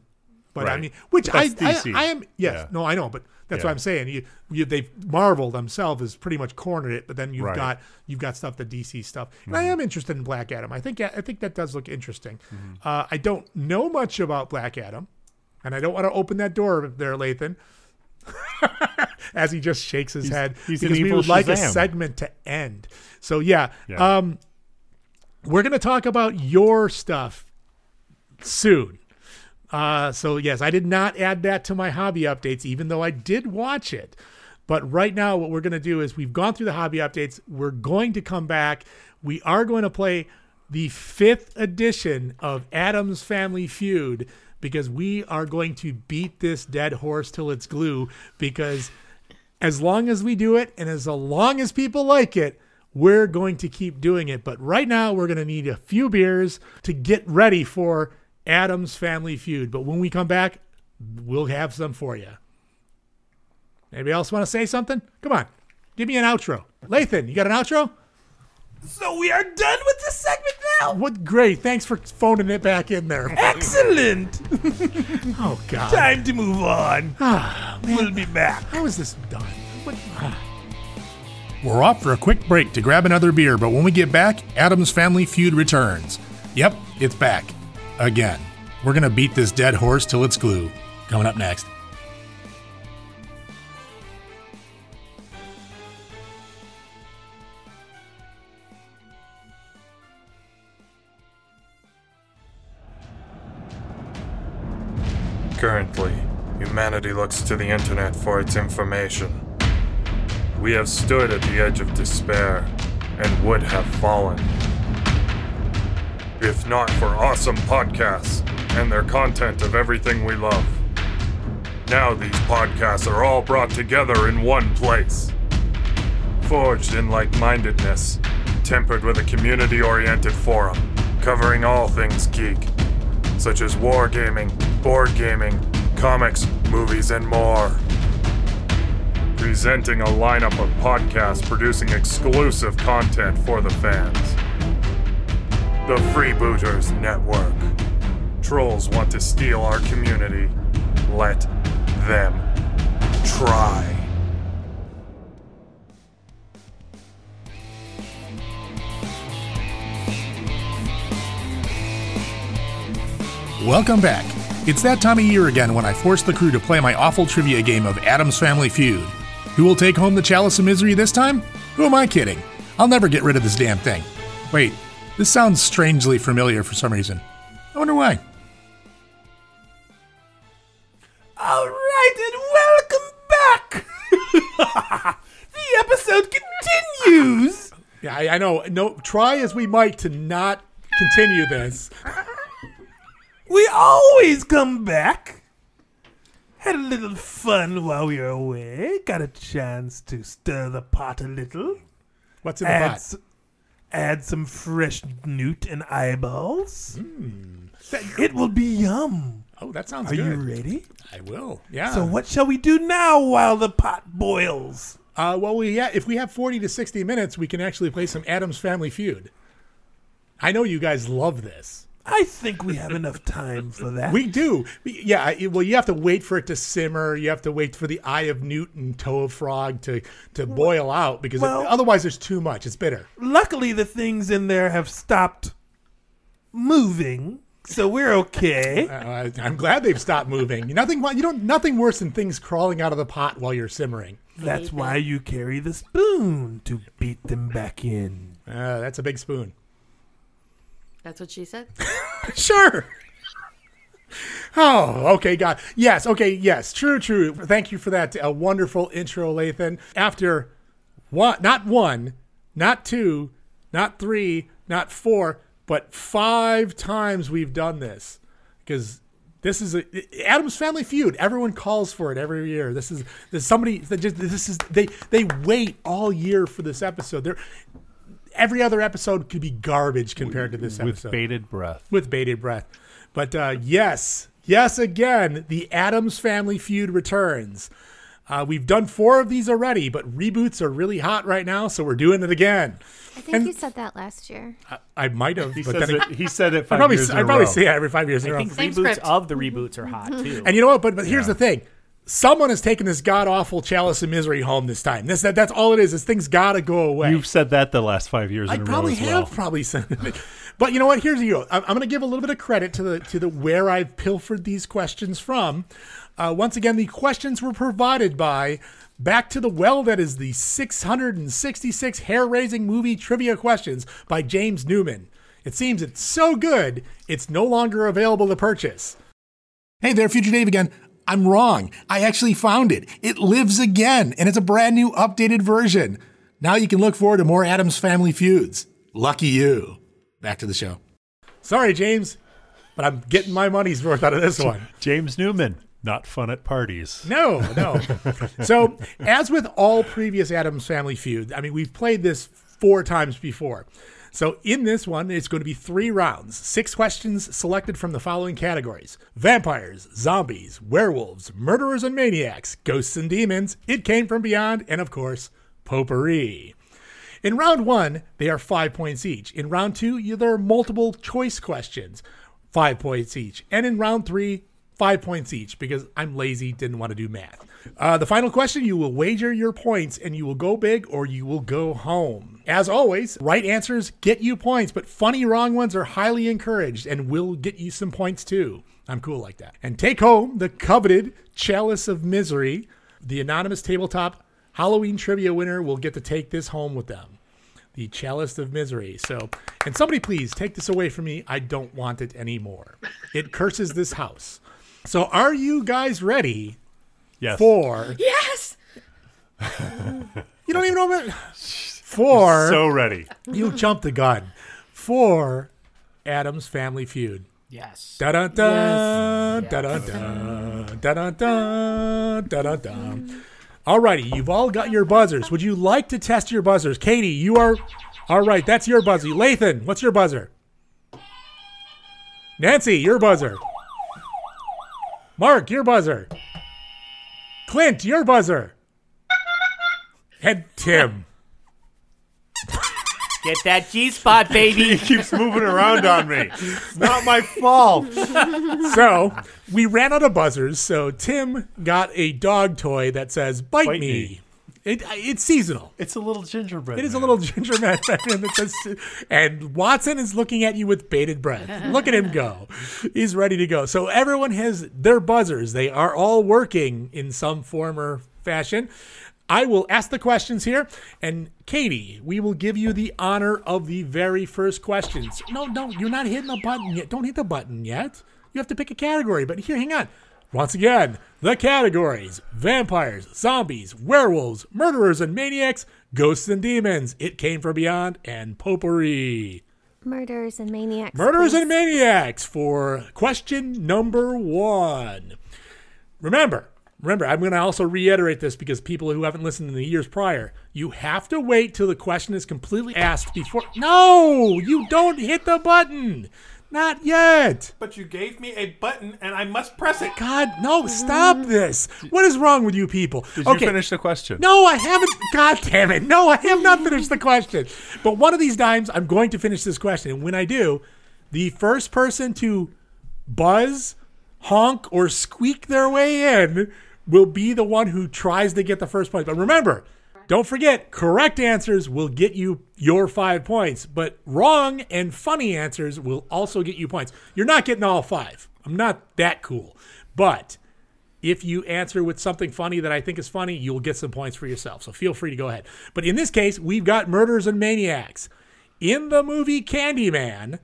S4: but I
S7: Right.
S4: mean, which
S7: But
S4: I,
S7: that's
S4: I
S7: DC.
S4: I am yes
S7: Yeah.
S4: no I know, but that's what
S7: Yeah.
S4: I'm saying. You, you they've Marvel themselves has pretty much cornered it, but then you've
S7: Right. Mm-hmm.
S4: got you've got stuff the DC stuff. And I am interested in Black Adam. I think I think that does look interesting.
S7: Mm-hmm.
S4: Uh, I don't know much about Black Adam, and I don't want to open that door there, Lathan. As he just shakes his head,
S7: he's an
S4: because we
S7: evil
S4: would like a
S7: Shazam.
S4: segment to end. So yeah,
S7: Yeah.
S4: Um, we're gonna talk about your stuff soon. Uh, so yes, I did not add that to my hobby updates, even though I did watch it. But right now, what we're going to do is we've gone through the hobby updates. We're going to come back. We are going to play the fifth edition of Adam's Family Feud because we are going to beat this dead horse till it's glue. Because as long as we do it and as long as people like it, we're going to keep doing it. But right now, we're going to need a few beers to get ready for Adam's Family Feud. But when we come back, we'll have some for you. Anybody else want to say something? Come on, give me an outro. Lathan, you got an outro?
S8: So we are done with this segment now.
S4: What great! Thanks for phoning it back in there.
S8: Excellent.
S4: Oh God,
S8: Time to move on.
S4: Ah,
S8: we'll be back.
S4: how is this done? What?
S3: We're off for a quick break to grab another beer, but when we get back, Adam's Family Feud returns. Yep, it's back. Again. We're going to beat this dead horse till it's glue. Coming up next.
S6: Currently, humanity looks to the internet for its information. We have stood at the edge of despair and would have fallen. If not for awesome podcasts and their content of everything we love. Now these podcasts are all brought together in one place. Forged in like mindedness, tempered with a community oriented forum, covering all things geek such as wargaming, board gaming, comics, movies, and more. Presenting a lineup of podcasts producing exclusive content for the fans. The Freebooters Network. Trolls want to steal our community. Let them try.
S3: Welcome back. It's that time of year again when I force the crew to play my awful trivia game of Adam's Family Feud. Who will take home the Chalice of Misery this time? Who am I kidding? I'll never get rid of this damn thing. Wait, this sounds strangely familiar for some reason. I wonder why.
S8: All right, and welcome back. the episode continues.
S4: Yeah, I, I know. No, try as we might to not continue this.
S8: We always come back. Had a little fun while we were away. Got a chance to stir the pot a little.
S4: What's in the
S8: Add,
S4: pot?
S8: s- add some fresh newt and eyeballs. It will be yum.
S4: Oh, that Hmm. sounds
S8: Are
S4: good.
S8: you ready?
S4: I will. Yeah.
S8: So what shall we do now while the pot boils?
S4: Uh, well, we yeah, if we have 40 to 60 minutes, we can actually play some Adam's Family Feud. I know you guys love this.
S8: I think we have enough time for that.
S4: We do. We- Yeah, it- well, you have to wait for it to simmer. You have to wait for the eye of newt and toe of frog to, to boil out because
S8: Well-
S4: otherwise there's too much. It's bitter.
S8: Luckily, the things in there have stopped moving, so we're okay.
S4: Uh, I, am glad they've stopped moving. Nothing, wa- you don't, nothing worse than things crawling out of the pot while you're simmering.
S8: That's why you carry the spoon to beat them back in.
S4: Uh, that's a big spoon.
S9: That's what she said.
S4: Sure. Oh, okay, God. Yes, okay, yes. True, true. Thank you for that. A wonderful intro, Lathan. After what? Not one, not two, not three, not four, but five times we've done this because This is a Adam's Family Feud. Everyone calls for it every year. This is this somebody that just this is they they wait all year for this episode. They're every other episode could be garbage compared to this
S7: with
S4: episode
S7: bated breath.
S4: with bated breath. But uh, yes, yes, again, the Adams Family feud returns. Uh, we've done four of these already, but reboots are really hot right now, so we're doing it again.
S12: I think
S4: And-
S12: you said that last year.
S4: I might have,
S7: Uh, He
S4: but
S7: says
S4: then
S7: it. He said it
S4: I
S7: five
S4: probably,
S7: years in
S4: I
S7: a
S4: probably
S7: row.
S4: say it every five years
S10: I
S4: in a row.
S10: think
S9: Same
S10: reboots
S9: script.
S10: of the reboots are hot too.
S4: And you know what? But but here's the thing: someone has taken this god awful chalice of misery home this time. This that, that's all it is. This thing's got to go away.
S7: You've said that the last five years
S4: I
S7: in a
S4: probably
S7: row as
S4: have
S7: well.
S4: probably sent it. But you know what? Here's the deal. I'm, I'm going to give a little bit of credit to the to the where I've pilfered these questions from. Uh, once again, the questions were provided by Back to the Well. That is the 666 hair-raising movie trivia questions by James Newman. It seems it's so good, it's no longer available to purchase. Hey there, Future Dave again. I'm wrong. I actually found it. It lives again, and it's a brand new updated version. Now you can look forward to more Adams Family feuds. Lucky you. Back to the show. Sorry, James, but I'm getting my money's worth out of this one.
S7: James Newman, not fun at parties.
S4: No, no. so, as with all previous Adams Family feud, I mean, we've played this four times before. So, in this one, it's going to be three rounds, six questions selected from the following categories vampires, zombies, werewolves, murderers and maniacs, ghosts and demons, it came from beyond, and of course, potpourri. In round one, they are five points each. In round two, you, there are multiple choice questions, five points each. And in round three, five points each because I'm lazy, didn't want to do math. Uh, the final question you will wager your points and you will go big or you will go home. As always, right answers get you points, but funny wrong ones are highly encouraged and will get you some points too. I'm cool like that. And take home the coveted Chalice of Misery, the anonymous tabletop Halloween trivia winner will get to take this home with them. The Chalice of Misery. So, and somebody please take this away from me. I don't want it anymore. It curses this house. So, are you guys ready
S7: Yes.
S4: for?
S9: Yes.
S4: You don't even know what. For
S7: So ready.
S4: you jumped the gun. For Adam's Family Feud.
S10: Yes.
S4: Da da da da da da da da da da da da. Alrighty, you've all got your buzzers. Would you like to test your buzzers? Katie, you are. All right, that's your buzzer. Lathan, what's your buzzer? Nancy, your buzzer. Mark, your buzzer. Clint, your buzzer. And Tim.
S10: Get that G spot, baby.
S7: Keeps moving around on me. It's not my fault.
S4: So we ran out of buzzers. So Tim got a dog toy that says "bite,
S7: Bite
S4: me."
S7: me.
S4: It, it's seasonal.
S7: It's a little gingerbread.
S4: It is a little ginger man that says, and Watson is looking at you with bated breath. Look at him go. He's ready to go. So everyone has their buzzers. They are all working in some form or fashion. I will ask the questions here, and Katie, we will give you the honor of the very first questions. No, no, you're not hitting the button yet. Don't hit the button yet. You have to pick a category. But here, hang on. Once again, the categories vampires, zombies, werewolves, murderers and maniacs, ghosts and demons, it came from beyond, and potpourri.
S12: Murders and maniacs.
S4: Murderers
S12: please.
S4: and maniacs for question number one. Remember, remember, I'm going to also reiterate this because people who haven't listened in the years prior, you have to wait till the question is completely asked before. No, you don't hit the button. Not yet.
S5: But you gave me a button and I must press it.
S4: God, no, stop this. What is wrong with you people?
S7: Did
S4: okay.
S7: you finish the question?
S4: No, I haven't. God damn it. No, I have not finished the question. But one of these times, I'm going to finish this question. And when I do, the first person to buzz, honk, or squeak their way in will be the one who tries to get the first point. But remember, don't forget, correct answers will get you your five points, but wrong and funny answers will also get you points. You're not getting all five. I'm not that cool. But if you answer with something funny that I think is funny, you'll get some points for yourself. So feel free to go ahead. But in this case, we've got murders and maniacs. In the movie Candyman,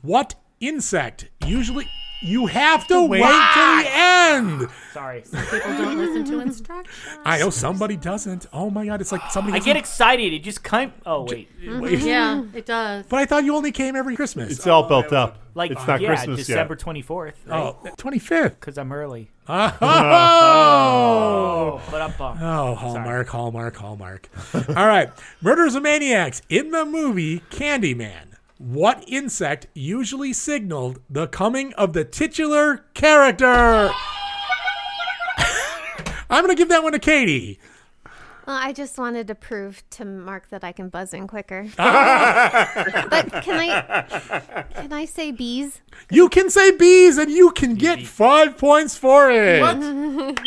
S4: what insect usually You have to wait till the end.
S10: Sorry.
S9: People don't listen to instructions.
S4: I know somebody doesn't. Oh my god, it's like somebody.
S10: I get
S4: doesn't-
S10: excited. It just kind. Oh wait.
S4: Wait.
S9: Yeah, it does.
S4: But I thought you only came every Christmas.
S7: It's all built up.
S10: Like
S7: it's not
S10: yeah,
S7: Christmas
S10: December
S7: yet.
S10: twenty fourth.
S4: Oh, 25th.
S10: Because I'm early.
S4: Oh.
S10: But I'm bummed.
S4: Oh, Hallmark, Hallmark, Hallmark. All right. Murders of Maniacs. In the movie Candyman, what insect usually signaled the coming of the titular character? I'm going to give that one to Katie.
S12: Well, I just wanted to prove to Mark that I can buzz in quicker. but can I can I say bees?
S4: You can say bees and you can get five points for it.
S7: What?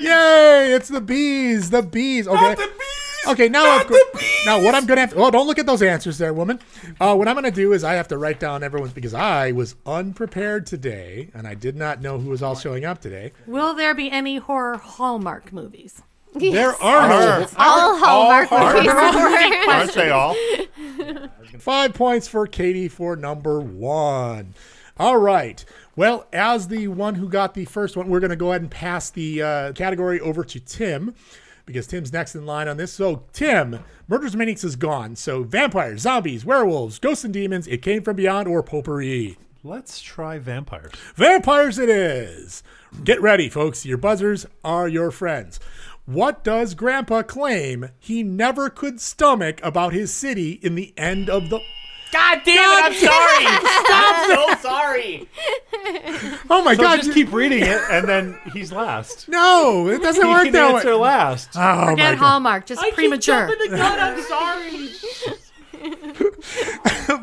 S4: Yay! It's the bees. The bees. Okay.
S5: the bees!
S4: Okay, now
S5: Not
S4: I've gr-
S5: the bees!
S4: now what I'm gonna have to oh don't look at those answers there, woman. Uh, what I'm gonna do is I have to write down everyone's because I was unprepared today and I did not know who was all showing up today.
S9: Will there be any horror Hallmark movies?
S4: There
S12: Yes.
S4: are no
S12: all Hallmark
S7: Hallmark
S12: movies. were-
S7: Aren't they all?
S4: Five points for Katie for number one. All right. Well, as the one who got the first one, we're going to go ahead and pass the uh, category over to Tim because Tim's next in line on this. So, Tim, Murders and Maniacs is gone. So, vampires, zombies, werewolves, ghosts and demons, it came from beyond, or potpourri.
S7: Let's try vampires.
S4: Vampires it is. Get ready, folks. Your buzzers are your friends. What does Grandpa claim he never could stomach about his city in the end of the.
S10: God damn it! I'm sorry. Stop. So sorry.
S4: Oh my
S7: So
S4: God!
S7: just
S4: you-
S7: keep reading it, and then he's last.
S4: No, it doesn't
S7: he
S4: work
S7: can
S4: that way.
S7: answer last.
S4: Oh
S9: Forget
S4: my God.
S9: Hallmark, just premature.
S10: Jumping the gun. I'm sorry.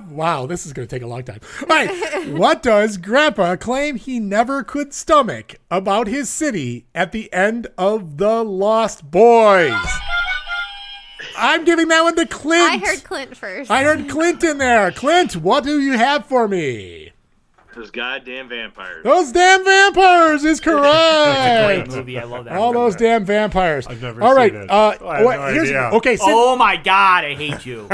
S4: Wow, this is going to take a long time. All right. what does Grandpa claim he never could stomach about his city at the end of The Lost Boys? I'm giving that one to Clint.
S12: I heard Clint first.
S4: I heard Clint in there. Clint, what do you have for me?
S11: Those goddamn vampires.
S4: Those damn vampires is
S10: Great
S4: correct.
S10: movie. I love that.
S4: All
S10: movie.
S4: those damn vampires. I've
S7: never
S4: All
S7: seen
S4: right.
S7: it.
S4: Uh,
S7: I have
S4: wait,
S7: no
S4: here's,
S7: idea.
S4: Okay, Sid,
S10: Oh my God! I hate you.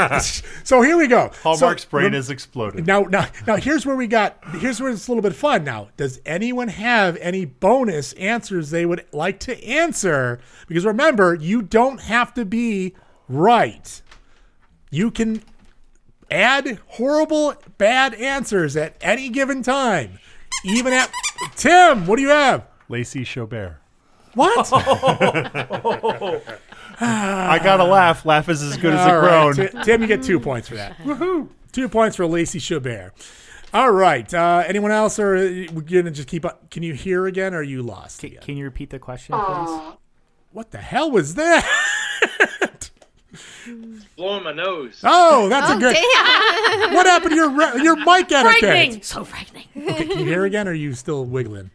S4: so here we go.
S7: Hallmark's
S4: so,
S7: brain has exploded.
S4: Now, now, now, here's where we got. Here's where it's a little bit fun. Now, does anyone have any bonus answers they would like to answer? Because remember, you don't have to be right. You can add horrible, bad answers at any given time, even at Tim. What do you have?
S7: Lacey Chabert.
S4: What?
S7: I gotta laugh. Laugh is as good as
S4: Uh, All
S7: a groan.
S4: right, Ti- Tim, you get two points for that. Woohoo! Two points for Lacey Chabert. All right. Uh, anyone else, or uh, we're gonna just keep up? Can you hear again, or are you lost?
S10: Can,
S4: again?
S10: can you repeat the question, please?
S4: What the hell was that?
S11: Blowing my nose.
S4: oh, that's a
S12: oh
S4: good.
S12: damn!
S4: What happened to your re- your mic
S9: frightening.
S4: etiquette?
S9: So frightening.
S4: Okay, can you hear again, or are you still wiggling?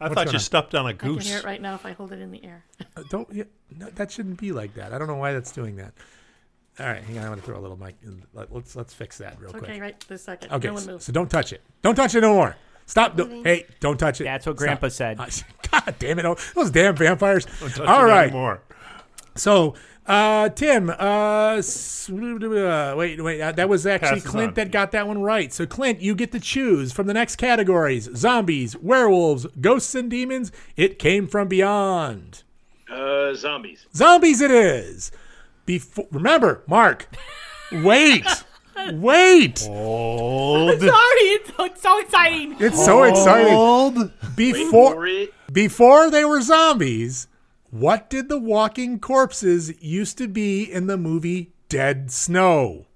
S7: I thought
S4: going
S7: you
S4: on?
S7: stepped on a
S9: I can hear
S7: goose.
S9: it right now if I hold it in the air.
S4: Uh, Don't. yeah, No, that shouldn't be like that. I don't know why that's doing that. All right, hang on. I'm gonna throw a little mic. In. Let- Let's let's fix that real quick.
S9: Okay, right this second.
S4: Okay,
S9: no one
S4: so,
S9: moves.
S4: so don't touch it. Don't touch it no more. Stop. no- hey, don't touch it.
S10: That's what
S4: Stop.
S10: Grandpa said.
S4: God damn it. oh, Those damn vampires.
S7: Touch
S4: All
S7: it
S4: right.
S7: anymore.
S4: So, uh, Tim, uh, s- uh, wait, wait. Uh, that was actually
S7: Passes
S4: Clint
S7: on.
S4: that got that one right. So, Clint, you get to choose from the next categories zombies, werewolves, ghosts, and demons. It came from beyond.
S11: Uh, zombies.
S4: Zombies, it is. Before, remember, Mark, wait. Wait!
S10: Sorry,
S7: Old.
S10: it's, it's so exciting.
S4: It's so exciting.
S7: Old.
S4: Before,
S11: For it.
S4: Before they were zombies, what did the walking corpses used to be in the movie Dead Snow?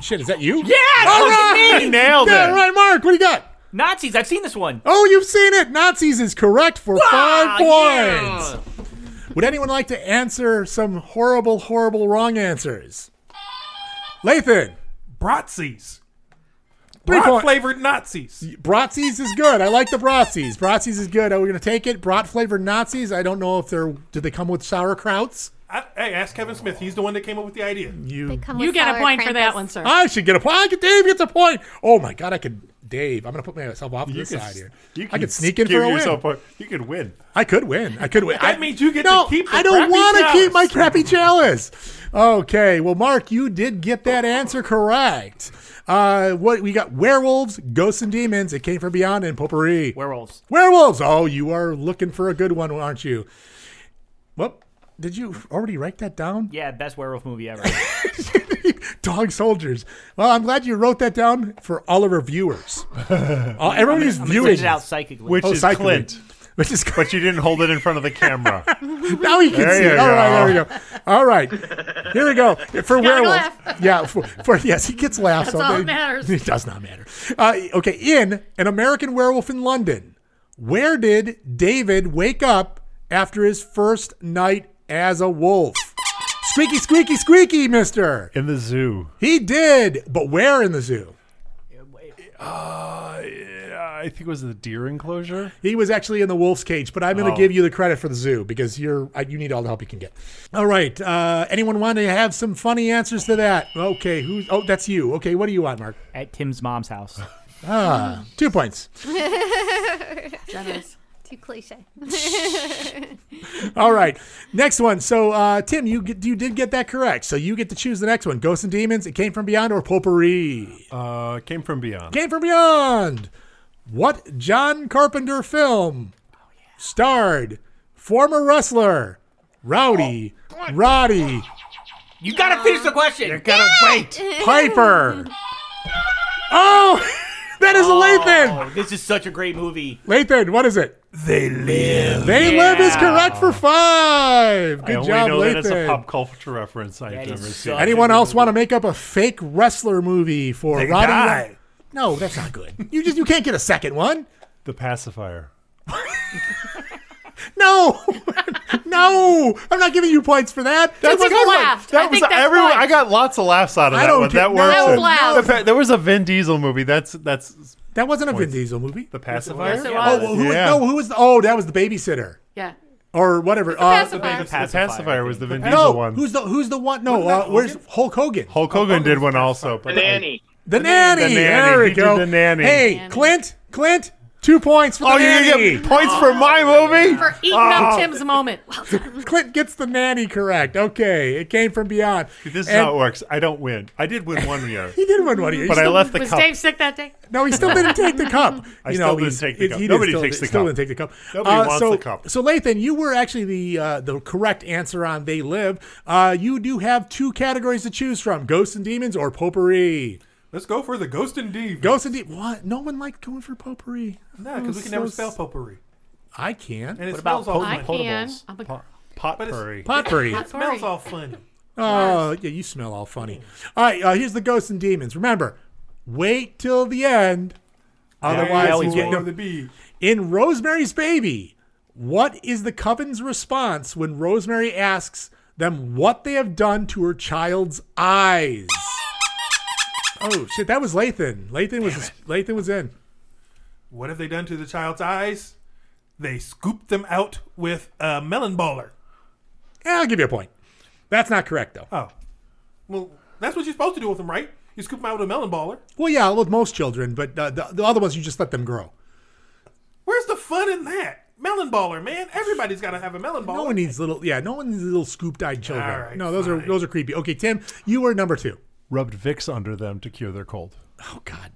S4: Shit, is that you?
S10: Yeah, that was me.
S7: Nailed
S4: Yeah,
S7: it.
S4: right, Mark. What do you got?
S10: Nazis. I've seen this one.
S4: Oh, you've seen it. Nazis is correct for five
S10: Ah,
S4: points. Would anyone like to answer some horrible, horrible wrong answers? Lathan,
S5: Bratzies.
S4: Three
S5: Brat
S4: point-
S5: flavored Nazis.
S4: Bratzies is good. I like the Bratzies. Bratzies is good. Are we going to take it? Brat flavored Nazis. I don't know if they're. Did they come with sauerkrauts?
S5: I, hey, ask Kevin Smith. He's the one that came up with the idea.
S4: You
S9: come You with get a sour point for Krampus. that one, sir.
S4: I should get a point. I get- Dave gets a point. Oh my god, I could. Dave, I'm gonna put myself off to
S7: You
S4: the
S7: could
S4: side
S7: s-
S4: here.
S7: you
S4: I
S7: could
S4: could sneak in
S7: give
S4: for a win.
S7: yourself you could win.
S4: I could win. I could win.
S5: That
S4: I,
S5: means you get
S4: no,
S5: to keep. The
S4: I don't
S5: want to
S4: keep my crappy chalice. Okay, well, Mark, you did get that answer correct. Uh, what we got? Werewolves, ghosts, and demons. It came from beyond and potpourri.
S10: Werewolves.
S4: Werewolves. Oh, you are looking for a good one, aren't you? Whoop. Did you already write that down?
S10: Yeah, best werewolf movie ever.
S4: Dog soldiers. Well, I'm glad you wrote that down for all of our viewers. uh, everyone who's
S10: I'm gonna
S4: viewing
S10: send it out psychically.
S7: Which
S4: Oh,
S7: is
S4: psychically.
S7: Clint.
S4: Which is
S7: But you didn't hold it in front of the camera.
S4: now we can
S7: There
S4: see.
S7: you
S4: it. All right,
S7: go.
S4: there we go. All right, here we go for werewolves.
S9: laugh.
S4: Yeah, for, for yes, he gets laughs.
S9: That's all
S4: they-
S9: that matters.
S4: It does not matter. Uh, okay, in an American Werewolf in London, where did David wake up after his first night as a wolf? Squeaky, squeaky, squeaky, Mister.
S7: in the zoo.
S4: He did, but where in the zoo?
S7: I think it was the deer enclosure.
S4: He was actually in the wolf's cage, but I'm going to
S7: Oh.
S4: give you the credit for the zoo because you're I- you need all the help you can get. All right, uh, anyone want to have some funny answers to that? Okay, who's? Oh, that's you. Okay, what do you want, Mark?
S10: At Tim's mom's house.
S4: Ah, two points.
S9: Generous.
S12: Too cliche.
S4: All right, next one. So, uh, Tim, you get, you did get that correct. So you get to choose the next one: Ghosts and Demons. It came from beyond or potpourri.
S7: Uh, came from beyond.
S4: Came from beyond. What John Carpenter film starred former wrestler Rowdy Roddy?
S10: You gotta finish the question.
S7: gotta wait.
S4: Piper. Oh, that is Lathan.
S10: Oh, this is such a great movie.
S4: Lathan, what is it?
S8: They live.
S4: They live is correct for five.
S7: I
S4: Good
S7: only
S4: job,
S7: know that it's a
S4: Lathan.
S7: pop culture reference I've
S10: That
S7: never
S10: is
S7: seen.
S10: so-
S4: Anyone else want to make up a fake wrestler movie for
S8: They
S4: Roddy?
S8: die.
S4: No, that's not good. You just you can't get a second one.
S7: The pacifier.
S4: No, no, I'm not giving you points for that.
S9: That
S4: That's
S9: was
S4: good one.
S9: laughed. I think that's
S7: everyone.
S9: fine.
S7: I got lots of laughs out of
S4: I
S7: that
S4: don't
S7: one.
S4: get-
S7: That
S4: no,
S7: worked.
S9: that was
S7: too.
S9: loud.
S7: The pa- There was a Vin Diesel movie. That's that's
S4: That wasn't a Vin Diesel movie.
S7: the pacifier.
S9: Yes, it was.
S4: Oh, well, who was,
S7: Yeah.
S4: no, who was? Oh, that was the babysitter
S9: Yeah.
S4: or whatever.
S9: The
S4: Uh,
S9: pacifier.
S7: The pacifier was the Vin Diesel
S4: no,
S7: one.
S4: who's the who's the one? No, uh, where's Hulk Hogan?
S7: Hulk Hogan did one also. But
S11: The
S7: I-
S11: nanny.
S4: The nanny.
S7: nanny.
S4: There we
S7: He did
S4: go.
S7: the nanny.
S4: Hey,
S9: Nanny.
S4: Clint. Clint. Two points for the
S7: oh, you're
S4: nanny.
S7: gonna get points for my
S4: Oh.
S7: movie.
S9: For eating up Tim's moment. Well,
S4: Clint gets the nanny correct. Okay, it came from beyond.
S7: This is
S4: And-
S7: how it works. I don't win. I did win one year,
S4: He did win one. He
S7: but I
S4: still-
S7: left the
S9: was
S7: cup.
S9: Dave sick that day?
S4: No, he still didn't take the cup.
S7: I
S4: you
S7: still
S4: know,
S7: didn't
S4: he's-
S7: take the
S4: he-
S7: cup.
S4: he did
S7: Nobody
S4: still,
S7: takes the
S4: still
S7: cup.
S4: didn't take the cup. Uh,
S7: Nobody wants
S4: so,
S7: the cup.
S4: So, Lathan, you were actually the uh, the correct answer on "They Live." Uh, you do have two categories to choose from: ghosts and demons or potpourri.
S5: Let's go for the Ghost and D.
S4: Ghosts and demons. What? No one liked going for potpourri.
S5: No, because we can never spell potpourri.
S4: I can't.
S5: And it
S10: about
S5: smells all
S9: I
S5: funny.
S9: can. I'm a
S7: Potpourri.
S4: Potpourri.
S5: It smells all funny.
S4: Oh, yeah, you smell all funny. All right, uh, here's the ghosts and demons. Remember, wait till the end. Otherwise,
S10: always
S4: we'll
S5: Always
S4: get
S5: get
S10: wait.
S4: no-
S5: over the B.
S4: In Rosemary's Baby, what is the coven's response when Rosemary asks them what they have done to her child's eyes? Oh shit, that was Lathan. Lathan was Lathan was in.
S5: What have they done to the child's eyes? They scooped them out with a melon baller.
S4: Yeah, I'll give you a point. That's not correct though.
S5: Oh, well, that's what you're supposed to do with them, right? You scoop them out with a melon baller.
S4: Well, yeah, with most children, but uh, the, the other ones you just let them grow.
S5: Where's the fun in that? Melon baller, man. Everybody's got to have a melon baller.
S4: No one needs little, yeah. No one needs little scooped-eyed children.
S5: All right,
S4: no, those are
S5: fine.
S4: those are creepy. Okay, Tim, you were number two.
S7: Rubbed Vicks under them to cure their cold.
S4: Oh God.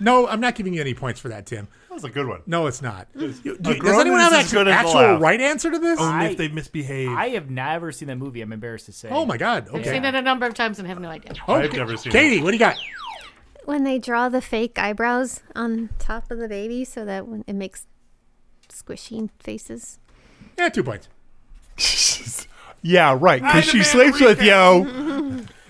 S4: No, I'm not giving you any points for that, Tim.
S7: That was a good one.
S4: No, it's not. You- do- does
S7: grown
S4: anyone
S7: is
S4: have an
S7: as
S4: actual,
S7: good as the
S4: actual
S7: laugh.
S4: right answer to this?
S5: Only
S10: I-
S5: if they misbehave.
S10: I have never seen that movie. I'm embarrassed to say.
S4: oh my God.
S9: I've
S4: Okay.
S9: seen it a number of times and have no idea.
S4: Okay.
S7: I've never seen
S4: Katie, what do you got?
S12: when they draw the fake eyebrows on top of the baby so that when it makes squishy faces.
S4: Yeah, two points.
S7: Yeah, right. Because she sleeps with you.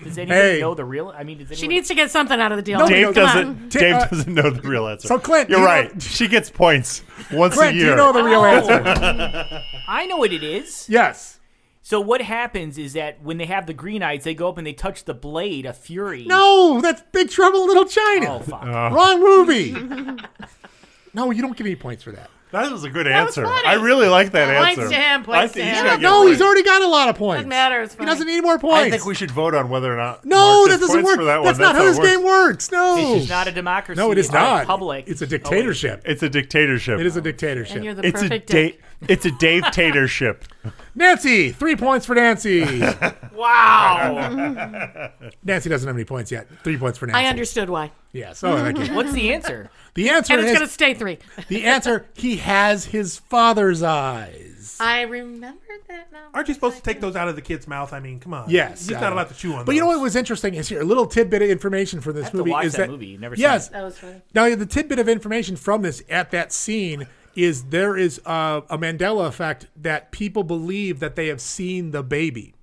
S10: Does anybody
S4: Hey.
S10: know the real? I mean, does anyone?
S9: She needs to get something out of the deal.
S4: No,
S7: Dave
S4: Come on.
S7: doesn't.
S4: Ti-
S7: Dave
S4: uh,
S7: doesn't know the real answer.
S4: so, Clint,
S7: you're
S4: you know-
S7: right. she gets points once
S4: Clint,
S7: a
S4: do
S7: year.
S4: you know the real answer?
S10: Oh. I know what it is.
S4: Yes.
S10: So what happens is that when they have the green eyes, they go up and they touch the blade of fury.
S4: No, that's Big Trouble in Little
S10: Oh
S4: China.
S10: fuck.
S4: Wrong movie. no, you don't get any points for that.
S7: That was a good answer. I really like that
S9: Points
S7: answer.
S9: to him, points
S7: I think
S9: to
S7: he's
S9: him.
S7: gotta get
S4: No, he's
S7: points.
S4: already got a lot of points.
S9: Doesn't matter, it's
S4: He
S9: fine.
S4: doesn't need any more
S7: I
S4: points.
S7: think we should vote on whether or not.
S4: no,
S7: Mark
S4: that
S7: gets
S4: doesn't
S7: points
S4: work.
S7: For that one.
S4: That's not how this
S7: it works.
S4: game works. No.
S10: This is not a democracy.
S4: No, it is
S10: or a
S4: not.
S10: Public.
S4: It's a dictatorship.
S7: It's a dictatorship.
S4: It is a dictatorship.
S9: And you're the
S7: It's a
S9: perfect
S7: date.
S9: dick.
S7: It's a dictatorship.
S4: Nancy, three points for Nancy.
S10: Wow.
S4: Nancy doesn't have any points yet. Three points for Nancy.
S9: I understood why.
S4: Yes. Oh, thank you.
S10: What's the answer?
S4: The answer
S9: And it's
S4: is
S9: going to stay three.
S4: the answer. He has his father's eyes.
S9: I remembered that now.
S5: Aren't you supposed to take those out of the kid's mouth? I mean, come on.
S4: Yes,
S5: He's
S4: I
S5: not
S4: know.
S5: allowed to chew on
S4: But you know
S5: those.
S4: what was interesting is here a little tidbit of information from this
S10: have to
S4: movie
S10: watch
S4: is
S10: that
S4: that
S10: movie. Never seen
S4: yes
S10: it.
S9: That was funny.
S4: now the tidbit of information from this at that scene is there is uh, a Mandela effect that people believe that they have seen the baby,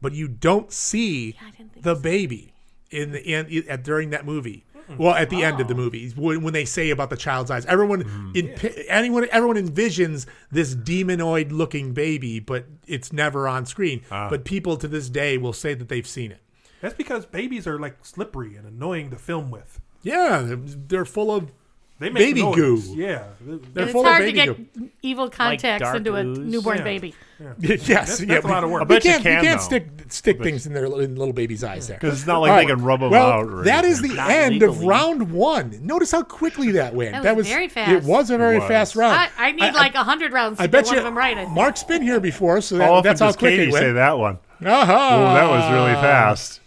S4: but you don't see the baby in the in, at, during that movie. Well, at the end
S9: Oh.
S4: of the movie, when, when they say about the child's eyes, everyone
S10: Mm.
S4: in anyone everyone envisions this demonoid-looking baby, but it's never on screen.
S10: Ah.
S4: But people to this day will say that they've seen it.
S5: That's because babies are like slippery and annoying to film with.
S4: Yeah, they're- they're full of
S5: They make
S4: baby
S5: noise.
S4: goo.
S5: Yeah.
S4: They're
S9: And it's
S4: full
S9: hard
S4: of
S9: to
S4: baby
S9: get
S4: goo.
S9: evil contacts
S10: dark
S9: into a
S10: ooze.
S9: newborn
S5: Yeah.
S9: baby.
S4: yes,
S5: that's
S4: yeah,
S5: a lot of work. I
S4: We
S7: bet you
S4: can't,
S7: can,
S4: we can't
S7: though.
S4: stick stick things in their in little baby's eyes there.
S7: 'Cause it's not like
S4: All
S7: they can rub 'em
S4: well,
S7: out or
S4: that is
S7: anything.
S4: the
S10: Not
S4: end of
S10: legally.
S4: round one. Notice how quickly that went.
S9: That
S4: That
S9: was
S4: was,
S9: very
S4: It
S9: fast.
S4: was a very
S7: Was.
S4: fast round.
S9: I, I need like a hundred rounds to
S4: I
S9: get
S4: bet
S9: one
S4: you
S9: of them right. I think.
S4: Mark's been here before, so that,
S7: How often
S4: that's how
S7: does
S4: quick
S7: Katie
S4: it went.
S7: say that one?
S4: Uh-huh.
S7: Oh, that was really fast.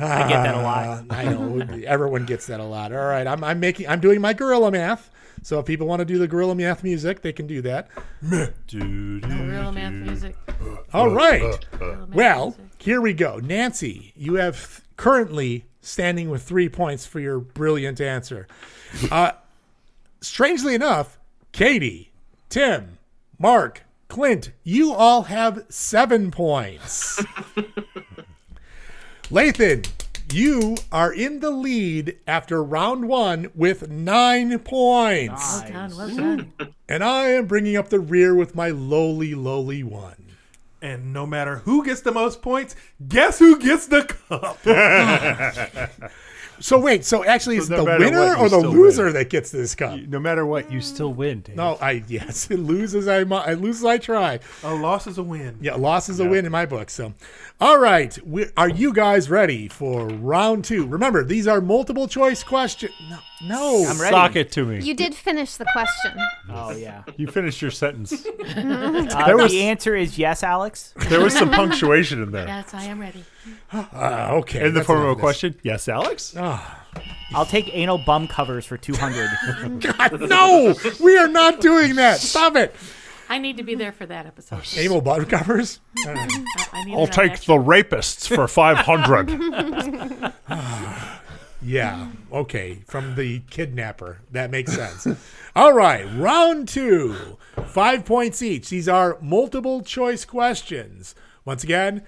S10: I get that a lot.
S4: I know everyone gets that a lot. All right, I'm, I'm making I'm doing my gorilla math. So if people want to do the gorilla math music, they can do that.
S9: Real math music.
S4: All right. Well, here we go. Nancy, you have th- currently standing with three points for your brilliant answer. Uh, strangely enough, Katie, Tim, Mark, Clint, you all have seven points. Lathan, you are in the lead after round one with nine points.
S9: Well done. Oh, Well done.
S4: And I am bringing up the rear with my lowly, lowly one.
S5: And no matter who gets the most points, guess who gets the cup?
S4: So wait, so actually, it's
S7: no
S4: the
S7: matter
S4: winner
S7: what, you
S4: or the
S7: still
S4: loser
S7: win.
S4: that gets this cup?
S7: No matter what, you still win. Dave.
S4: No, I yes, it loses. I, mu- I lose as I try.
S5: a loss is a win.
S4: Yeah, loss is a win in my book. So, all right, we, are you guys ready for round two? Remember, these are multiple choice questions. No, no.
S10: I'm ready.
S7: sock it to me.
S12: You did finish the question.
S10: Oh yeah.
S7: You finished your sentence.
S10: Uh,
S7: There was-
S10: the answer is yes, Alex.
S7: There was some punctuation in there.
S9: Yes, I am ready.
S4: Ah, okay.
S7: In the
S4: that's
S7: form of a
S4: enough this.
S7: question, yes, Alex.
S10: I'll take anal bum covers for two hundred.
S4: God, no, we are not doing that. Stop it.
S9: I need to be there for that episode.
S4: Anal bottom covers.
S9: I- I need it
S4: Oh.
S7: I'll
S9: on
S7: take
S9: action.
S7: the rapists for five hundred.
S4: Yeah. Okay. From the kidnapper. That makes sense. All right. Round two. Five points each. These are multiple choice questions. Once again,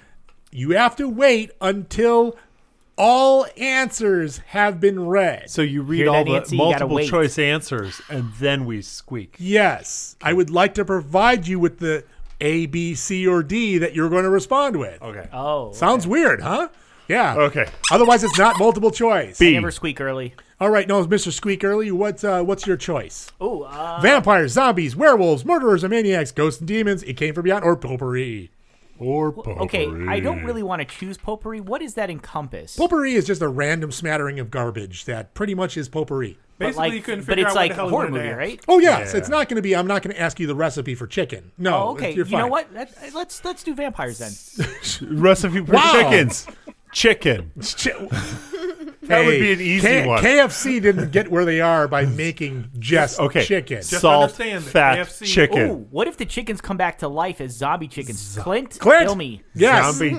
S4: you have to wait until all answers have been read.
S7: so you read
S10: Hear that,
S7: all the
S10: Nancy? You gotta
S7: multiple
S10: wait.
S7: choice answers, and then we squeak.
S4: Yes. I would like to provide you with the A, B, C, or D that you're going to respond with.
S7: Okay.
S10: Oh.
S4: Sounds weird, huh? Yeah.
S7: Okay.
S4: Otherwise, it's not multiple choice.
S10: I
S7: B.
S10: never squeak early.
S4: All right. No, Mr. Squeak Early, what's, uh, what's your choice?
S10: Oh, uh,
S4: Vampires, zombies, werewolves, murderers, and maniacs, ghosts and demons, it came from beyond, or potpourri.
S7: Or
S10: okay. I don't really want to choose potpourri. What does that encompass?
S4: Potpourri is just a random smattering of garbage that pretty much is potpourri.
S5: Basically,
S10: But like,
S5: you couldn't figure
S10: but it's
S5: out
S10: like
S5: what the hell
S10: a
S5: you
S10: horror
S5: wanted to
S10: movie,
S5: ask.
S10: right?
S4: Oh yes,
S7: Yeah.
S4: it's not going to be. I'm not going to ask you the recipe for chicken. No,
S10: Oh, okay.
S4: you're
S10: You
S4: fine.
S10: know what? That, let's let's do vampires then.
S7: recipe for
S4: Wow.
S7: chickens. Chicken.
S4: Chi-
S7: That would be an easy
S4: K-
S7: one.
S4: KFC didn't get where they are by making just
S7: Okay.
S4: chicken.
S7: Just Salt,
S5: understand that
S7: fat,
S5: KFC
S7: chicken.
S10: Ooh, what if the chickens come back to life as zombie chickens? Clint,
S4: Clint!
S10: kill me.
S4: yes, zombie,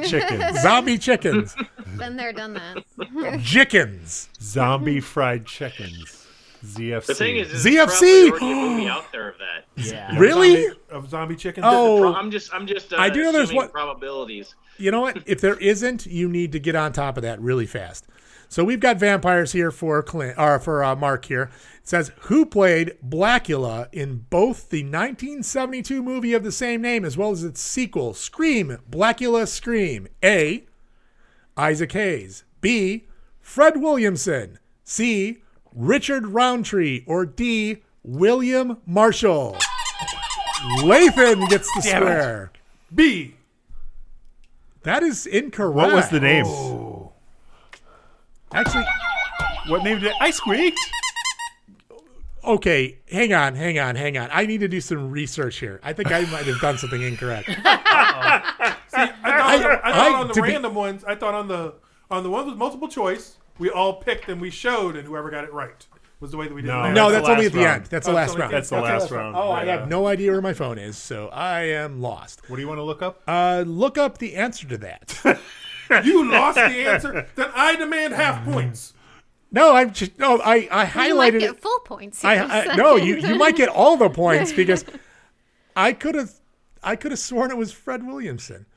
S7: Zombie chickens.
S4: chickens,
S12: Been there, done that.
S4: chickens.
S7: Zombie fried chickens. ZFC.
S11: The thing is, is
S4: ZFC.
S11: there's probably already a movie out there of that.
S10: Yeah.
S4: Really?
S5: Zombie- Of zombie chicken.
S4: Oh,
S11: Pro- I'm just, I'm just. Uh,
S4: I do know there's
S11: assuming
S4: one-
S11: probabilities.
S4: you know what? If there isn't, you need to get on top of that really fast. So we've got vampires here for Clint or for uh, Mark here. It says who played Blackula in both the 1972 movie of the same name as well as its sequel, Scream, Blackula Scream. A. Isaac Hayes. B. Fred Williamson. C. Richard Roundtree. Or D. William Marshall. Lathan gets the
S5: Damn it.
S4: square.
S5: B.
S4: That is incorrect. Oh.
S7: What was the name?
S4: Actually,
S7: what name did I squeaked?
S4: Okay, hang on, hang on, hang on. I need to do some research here. I think I might have done something incorrect.
S5: I thought, I thought
S4: I-
S5: on the
S4: to be-
S5: random ones. I thought on the on the ones with multiple choice, we all picked and we showed, and whoever got it right was the way that we did.
S4: No,
S5: it.
S4: No, that's that's the only last at the round. end. That's the
S5: Oh,
S4: last
S5: only at
S4: round.
S5: end.
S4: That's the last round. Oh, I have no idea where my phone is, so I am lost.
S7: What do you want to look up?
S4: Uh, look up the answer to that.
S5: You lost the answer. Then I demand half points.
S4: No, I'm just no. I I
S12: You might
S4: highlighted
S12: get
S4: it.
S12: full points.
S4: I,
S12: here in a
S4: I no. You
S12: second.
S4: you might get all the points because I could have I could have sworn it was Fred Williamson,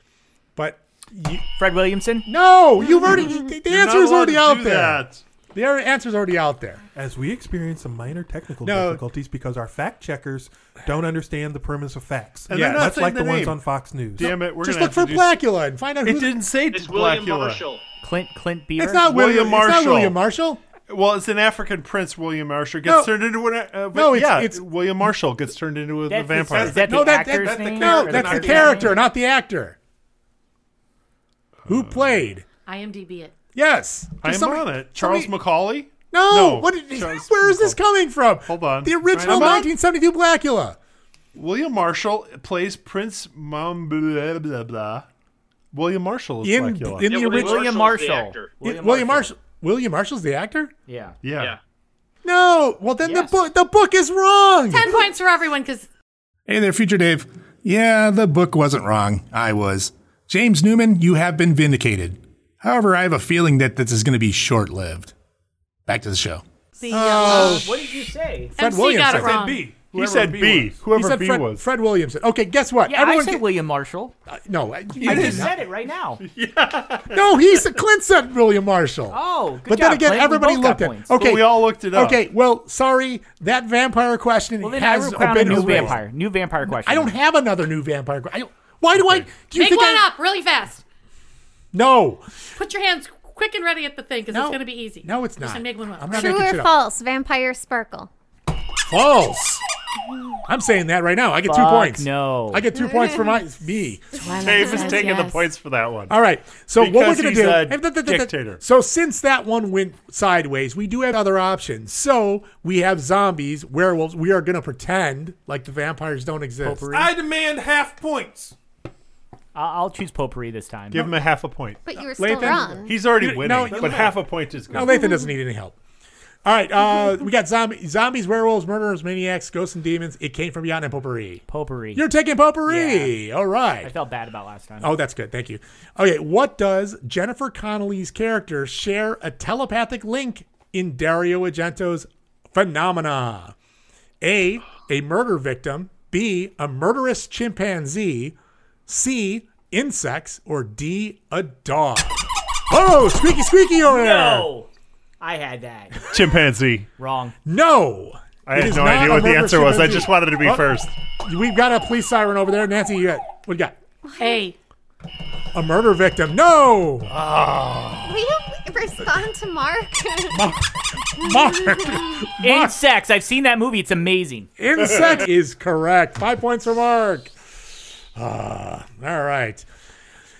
S4: but you,
S10: Fred Williamson.
S4: No, you've already the, the
S7: You're
S4: answer
S7: not
S4: is
S7: allowed
S4: already
S7: to
S4: out
S7: do
S4: there.
S7: that.
S4: The ar- answer's already out there.
S5: As we experience some minor technical
S4: No.
S5: difficulties because our fact checkers don't understand the premise of facts.
S4: And they're not
S5: much
S4: saying
S5: like
S4: the
S5: the ones
S4: name.
S5: on Fox News.
S7: Damn it, we're
S4: Just
S7: gonna
S4: look for
S7: have to do
S4: Blackula and find out.
S7: It
S4: who
S7: didn't say
S11: It's William
S7: Blackula.
S11: Marshall.
S10: Clint Clint Beaver.
S4: It's not William.
S7: William
S4: Marshall. It's not
S7: Marshall.
S4: William Marshall.
S7: Well, it's an African prince, William Marshall, gets
S4: No.
S7: turned into an. Uh,
S4: No,
S7: no,
S4: it's-
S7: yeah,
S4: it's-
S7: William Marshall gets turned into a, the
S10: That's the-
S7: vampire.
S10: Is that the
S4: no, that,
S10: actor's
S4: that,
S10: name?
S4: no,
S10: Or
S4: that's the
S5: not the
S4: character, not the actor. Who played?
S9: IMDb it.
S4: Yes,
S7: I am
S4: Just somebody-
S7: on it. Charles
S4: somebody-
S7: Macaulay.
S4: No,
S7: No,
S4: what? Did,
S7: Charles
S4: where is this coming from?
S7: Hold on.
S4: The original
S7: Am I-
S4: 1972 Blackula.
S7: William Marshall plays Prince Mom blah blah blah. William Marshall is
S4: In-
S7: Blackula.
S4: in-
S11: Yeah,
S4: the
S11: William,
S4: original-
S10: William
S11: Marshall's the
S10: Marshall.
S11: actor.
S4: William, William Marshall. William Marshall's the actor?
S10: Yeah.
S7: yeah.
S11: Yeah.
S4: No. Well, then
S10: Yes.
S4: the book the book is wrong.
S9: Ten points for everyone because
S3: Hey there, Future Dave. Yeah, the book wasn't wrong. I was. James Newman, you have been vindicated. However, I have a feeling that this is going to be short lived. Back to the show.
S9: the
S4: Oh,
S10: What did you say?
S4: Fred
S9: MC got
S4: Williamson.
S9: it
S4: I said
S9: wrong.
S5: B.
S7: He said B.
S4: he
S7: Whoever
S4: said
S7: B
S4: Fred,
S7: was.
S4: Fred Williamson. Okay, guess what?
S10: Yeah, I
S4: Everyone
S10: said
S4: get-
S10: William Marshall.
S4: uh, no, I- you
S10: I
S4: did
S10: just
S4: not.
S10: said it right now.
S4: No, he's Clint said William Marshall.
S10: Oh, good job,
S4: but then again,
S10: Clint. We
S4: everybody
S10: both got
S4: looked at.
S10: points.
S4: Okay,
S7: But we all looked it up.
S4: Okay, well, sorry, that vampire question
S10: Well, then I
S4: has
S10: will crown a
S4: been
S10: new
S4: erased.
S10: vampire. New vampire question.
S4: I don't have another new vampire. que- I don't, why do I? Do you
S9: Make
S4: think
S9: one
S4: I,
S9: up really fast.
S4: No,
S9: Put your hands quick and ready at the thing because
S4: No.
S9: it's going to be easy.
S4: No, it's
S9: Just
S4: not.
S9: make one up.
S4: I'm not
S12: True
S4: making shit
S12: or
S4: up.
S12: false? Vampire sparkle.
S4: false. I'm saying that right now. I get two
S10: Fuck
S4: points.
S10: no.
S4: I get two points for my me.
S7: Dave is taking the points for that one.
S4: All right. So what we're
S7: Because
S4: gonna
S7: he's
S4: do?
S7: a
S4: Hey, th- th- th- th-
S7: dictator.
S4: So since that one went sideways, we do have other options. So we have zombies, werewolves. We are gonna pretend like the vampires don't exist.
S5: I demand half points.
S10: I'll, I'll choose potpourri this time.
S7: Give him a half a point.
S12: But you were still
S4: Lathan?
S12: wrong.
S7: He's already
S4: You-
S7: winning,
S4: no,
S7: but half a point is good.
S4: Now Nathan doesn't need any help. All right. Uh, we got zombie, zombies, werewolves, murderers, maniacs, ghosts, and demons. It came from beyond and potpourri.
S10: potpourri.
S4: You're taking potpourri. All
S10: I
S4: right.
S10: felt bad about last time.
S4: Oh, that's good. Thank you. Okay, what does Jennifer Connelly's character share a telepathic link in Dario Argento's Phenomena? A, a murder victim. B, a murderous chimpanzee. C, insects. Or D, a dog. Oh, squeaky, squeaky over there.
S10: No, I had that
S7: Chimpanzee.
S10: wrong.
S4: No.
S7: I
S4: It
S7: had
S4: is
S7: no
S4: not
S7: idea
S4: a
S7: what the
S4: murder
S7: answer was. I
S4: chimpanzee.
S7: just wanted to be
S4: Oh,
S7: first.
S4: We've got a police siren over there. Nancy, you got, what do you got?
S9: A.
S4: A murder victim. No.
S7: Ah.
S12: Will you respond to Mark?
S4: Mark.
S10: Insects. I've seen that movie. It's amazing.
S4: Insect is correct. Five points for Mark. Ah, all right.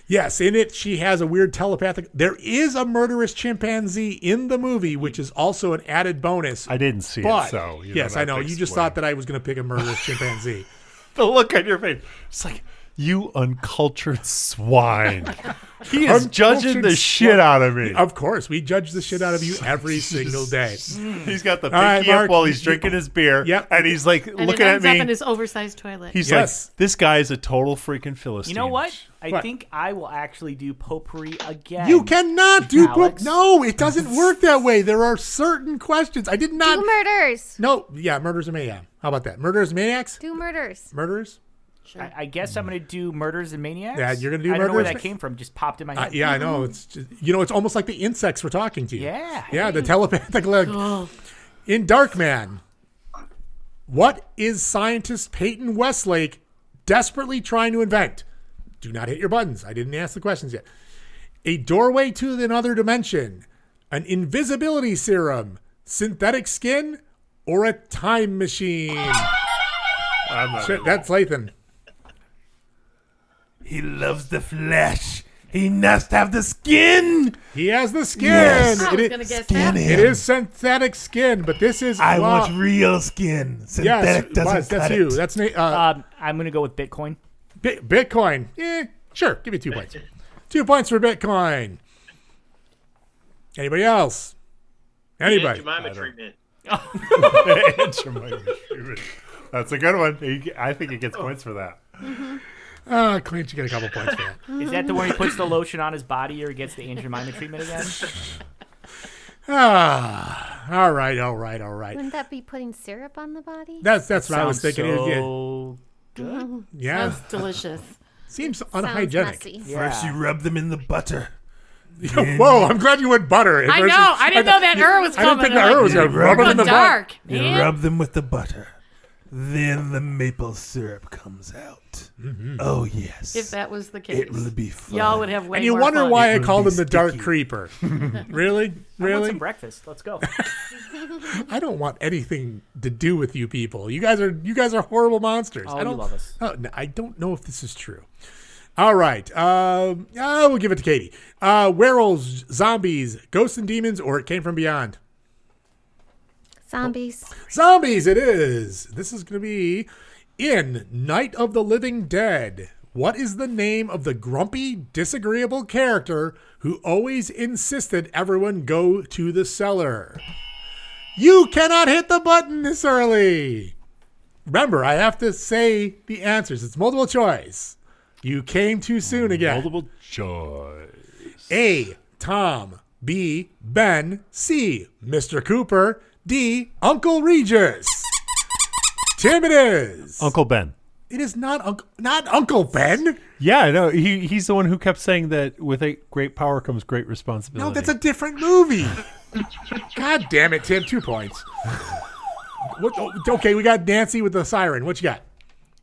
S4: Yes, in it she has a weird telepathic. There is a murderous chimpanzee in the movie, which is also an added bonus.
S7: I didn't see
S4: but
S7: it, so you
S4: yes,
S7: don't
S4: I
S7: have to
S4: know. You just
S7: explain.
S4: thought that I was going to pick a murderous chimpanzee.
S7: the look on your face. It's like you uncultured swine. he is judging
S4: Uncultured
S7: the shit
S4: swine.
S7: out of me.
S4: Of course, we judge the shit out of you every single day.
S7: He's got the pinky
S4: All right, Mark,
S7: up while he's
S4: you-
S7: drinking his beer.
S4: Yep.
S7: And he's like
S9: And
S7: looking
S9: it
S7: at
S9: ends up in
S7: me.
S9: his oversized toilet.
S7: He's
S4: Yes.
S7: like, this guy is a total freaking Philistine.
S10: You know what? I
S4: What?
S10: think I will actually do potpourri again.
S4: You cannot do
S10: Alex?
S4: no. It doesn't work that way. There are certain questions. I did not.
S12: Do murders.
S4: no, yeah, murders and maniacs. How about that? Murderers, and maniacs,
S12: Do murders.
S4: murderers.
S10: I, I guess I'm gonna do murders and maniacs.
S4: Yeah, you're gonna do
S10: I don't know where
S4: Murders-
S10: that came from. Just popped in my
S4: Uh,
S10: head.
S4: yeah, I know.
S9: Mm-hmm.
S4: It's just, you know, it's almost like the insects were talking to you.
S10: Yeah.
S4: Yeah, the telepathic link. In Darkman, what is scientist Peyton Westlake desperately trying to invent? Do not hit your buttons. I didn't ask the questions yet. A doorway to another dimension, an invisibility serum, synthetic skin, or a time machine.
S7: not
S4: Shit, that's Lathan.
S5: He loves the flesh. He must have the skin.
S4: He has the skin.
S5: Yes.
S9: I
S4: It
S9: was
S4: is-
S9: gonna guess
S5: Skin
S9: that.
S5: him.
S4: It is synthetic skin, but this is.
S5: I
S4: law-
S5: want real skin.
S4: Yes,
S5: Synthetic doesn't
S4: Wes, that's
S5: cut
S4: you.
S5: it.
S4: That's na- uh,
S10: Um, I'm gonna go with Bitcoin.
S4: Bi- Bitcoin. Eh, sure. Give me two points. two points for Bitcoin. Anybody else? Anybody?
S11: Jemima treatment.
S7: That's a good one. You get- I think it
S4: Oh.
S7: gets points for that.
S4: Ah, Clint, you get a couple points for that.
S10: Is that the one he puts the lotion on his body or he gets the Aunt Jemima treatment again?
S4: Ah, all right, all right, all right.
S12: Wouldn't that be putting syrup on the body?
S4: That's that's what I was
S10: Sounds
S4: thinking. It- yeah,
S10: So good.
S4: yeah.
S9: Sounds delicious.
S4: seems
S12: Sounds
S4: unhygienic.
S12: messy.
S10: Yeah.
S5: First, you rub them in the butter.
S4: Whoa, I'm glad you went butter.
S9: I know. I didn't know that error was
S4: I didn't
S9: coming.
S4: think that error was going to rub it in the butt.
S9: dark.
S5: You
S9: man.
S5: rub them with the butter. Then the maple syrup comes out.
S4: Mm-hmm.
S5: Oh, yes.
S9: If that was the case,
S5: it will be fun.
S9: y'all would have way
S4: And you
S9: more
S4: wonder
S9: fun.
S4: why I
S5: It would
S4: called
S5: be
S4: him the Dark
S5: sticky.
S4: Creeper. really?
S10: I want some
S4: Really?
S10: breakfast. Let's go.
S4: I don't want anything to do with you people. You guys are you guys are horrible monsters.
S10: Oh,
S4: I
S10: you
S4: don't
S10: love us.
S4: Oh, no, I don't know if this is true. All right. Um, I will give it to Katie. Uh, werewolves, zombies, ghosts and demons, or it came from beyond.
S12: Zombies.
S4: Zombies, it is. This is going to be in Night of the Living Dead. What is the name of the grumpy, disagreeable character who always insisted everyone go to the cellar? You cannot hit the button this early. Remember, I have to say the answers. It's multiple choice. You came too soon again.
S7: Multiple choice.
S4: A. Tom. B. Ben. C. Mr. Cooper. D. Uncle Regis. Tim, it is.
S7: Uncle Ben.
S4: It is not Uncle. Not Uncle Ben.
S7: Yeah, no, he he's the one who kept saying that with a great power comes great responsibility.
S4: No, that's a different movie. God damn it, Tim. Two points. What, oh, okay, we got Nancy with the siren. What you got?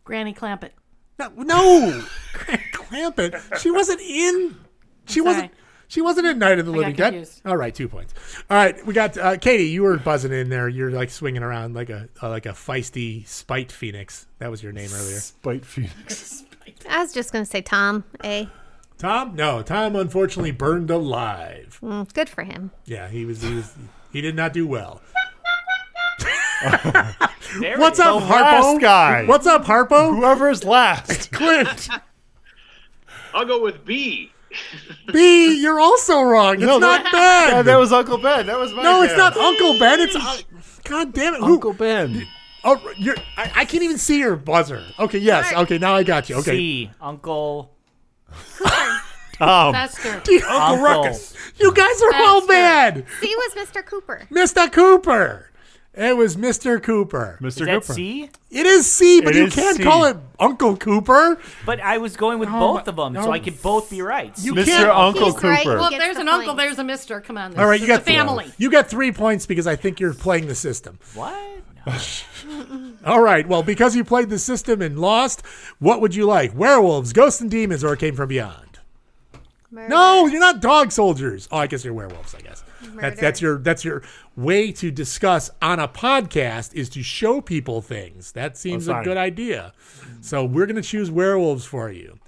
S9: Granny Clampett.
S4: No, no. Clampett. She wasn't in. She
S9: sorry.
S4: wasn't. She wasn't in Night of the
S9: got
S4: Living Dead.
S9: confused.
S4: All right, two points. All right, we got uh, Katie. You were buzzing in there. You're like swinging around like a uh, like a feisty spite phoenix. That was your name earlier.
S7: Spite Phoenix.
S12: I was just going to say Tom. A.
S4: Tom? No, Tom unfortunately burned alive.
S12: Mm, good for him.
S4: Yeah, he was. He was. He did not do well.
S10: There
S4: What's
S10: it is.
S4: up, Harpo?
S7: last guy.
S4: What's up, Harpo?
S7: Whoever's last.
S4: Clint
S11: I'll go with B.
S4: B, you're also wrong. It's
S7: No,
S4: not Ben.
S7: Yeah, that was Uncle Ben. That was my
S4: no, it's
S7: guess.
S4: not Uncle Ben. It's uh, God damn it, who-
S7: Uncle Ben.
S4: Oh, you're, I, I can't even see your buzzer. Okay, yes. Okay, now I got you. Okay.
S10: C. Uncle.
S7: Tom.
S9: Fester.
S10: Uncle.
S4: Ruckus. You guys are all
S9: That's
S4: bad.
S12: C was Mr. Cooper.
S4: Mr. Cooper. It was Mr. Cooper.
S7: Mr.
S10: Is that
S7: Cooper.
S10: C?
S4: It is C, but
S7: It
S4: you
S7: is
S4: can't
S7: C.
S4: call it Uncle Cooper.
S10: But I was going with both of them, so I could both be right.
S4: You
S7: Mr.
S4: can't.
S7: Uncle
S12: He's right.
S7: Cooper.
S9: Well, if
S12: Gets
S9: there's
S12: the
S9: an uncle,
S12: point.
S9: there's a mister. Come on.
S4: all right, you got
S9: the family.
S4: You got three points because I think you're playing the system.
S10: What?
S4: All right. Well, because you played the system and lost, what would you like? Werewolves, ghosts, and demons, or it came from beyond?
S12: Murder.
S4: No, you're not dog soldiers. Oh, I guess you're werewolves. I guess that's
S12: Murder.
S4: that's your that's your way to discuss on a podcast is to show people things. That seems a
S7: fine.
S4: good idea. So we're gonna choose werewolves for you.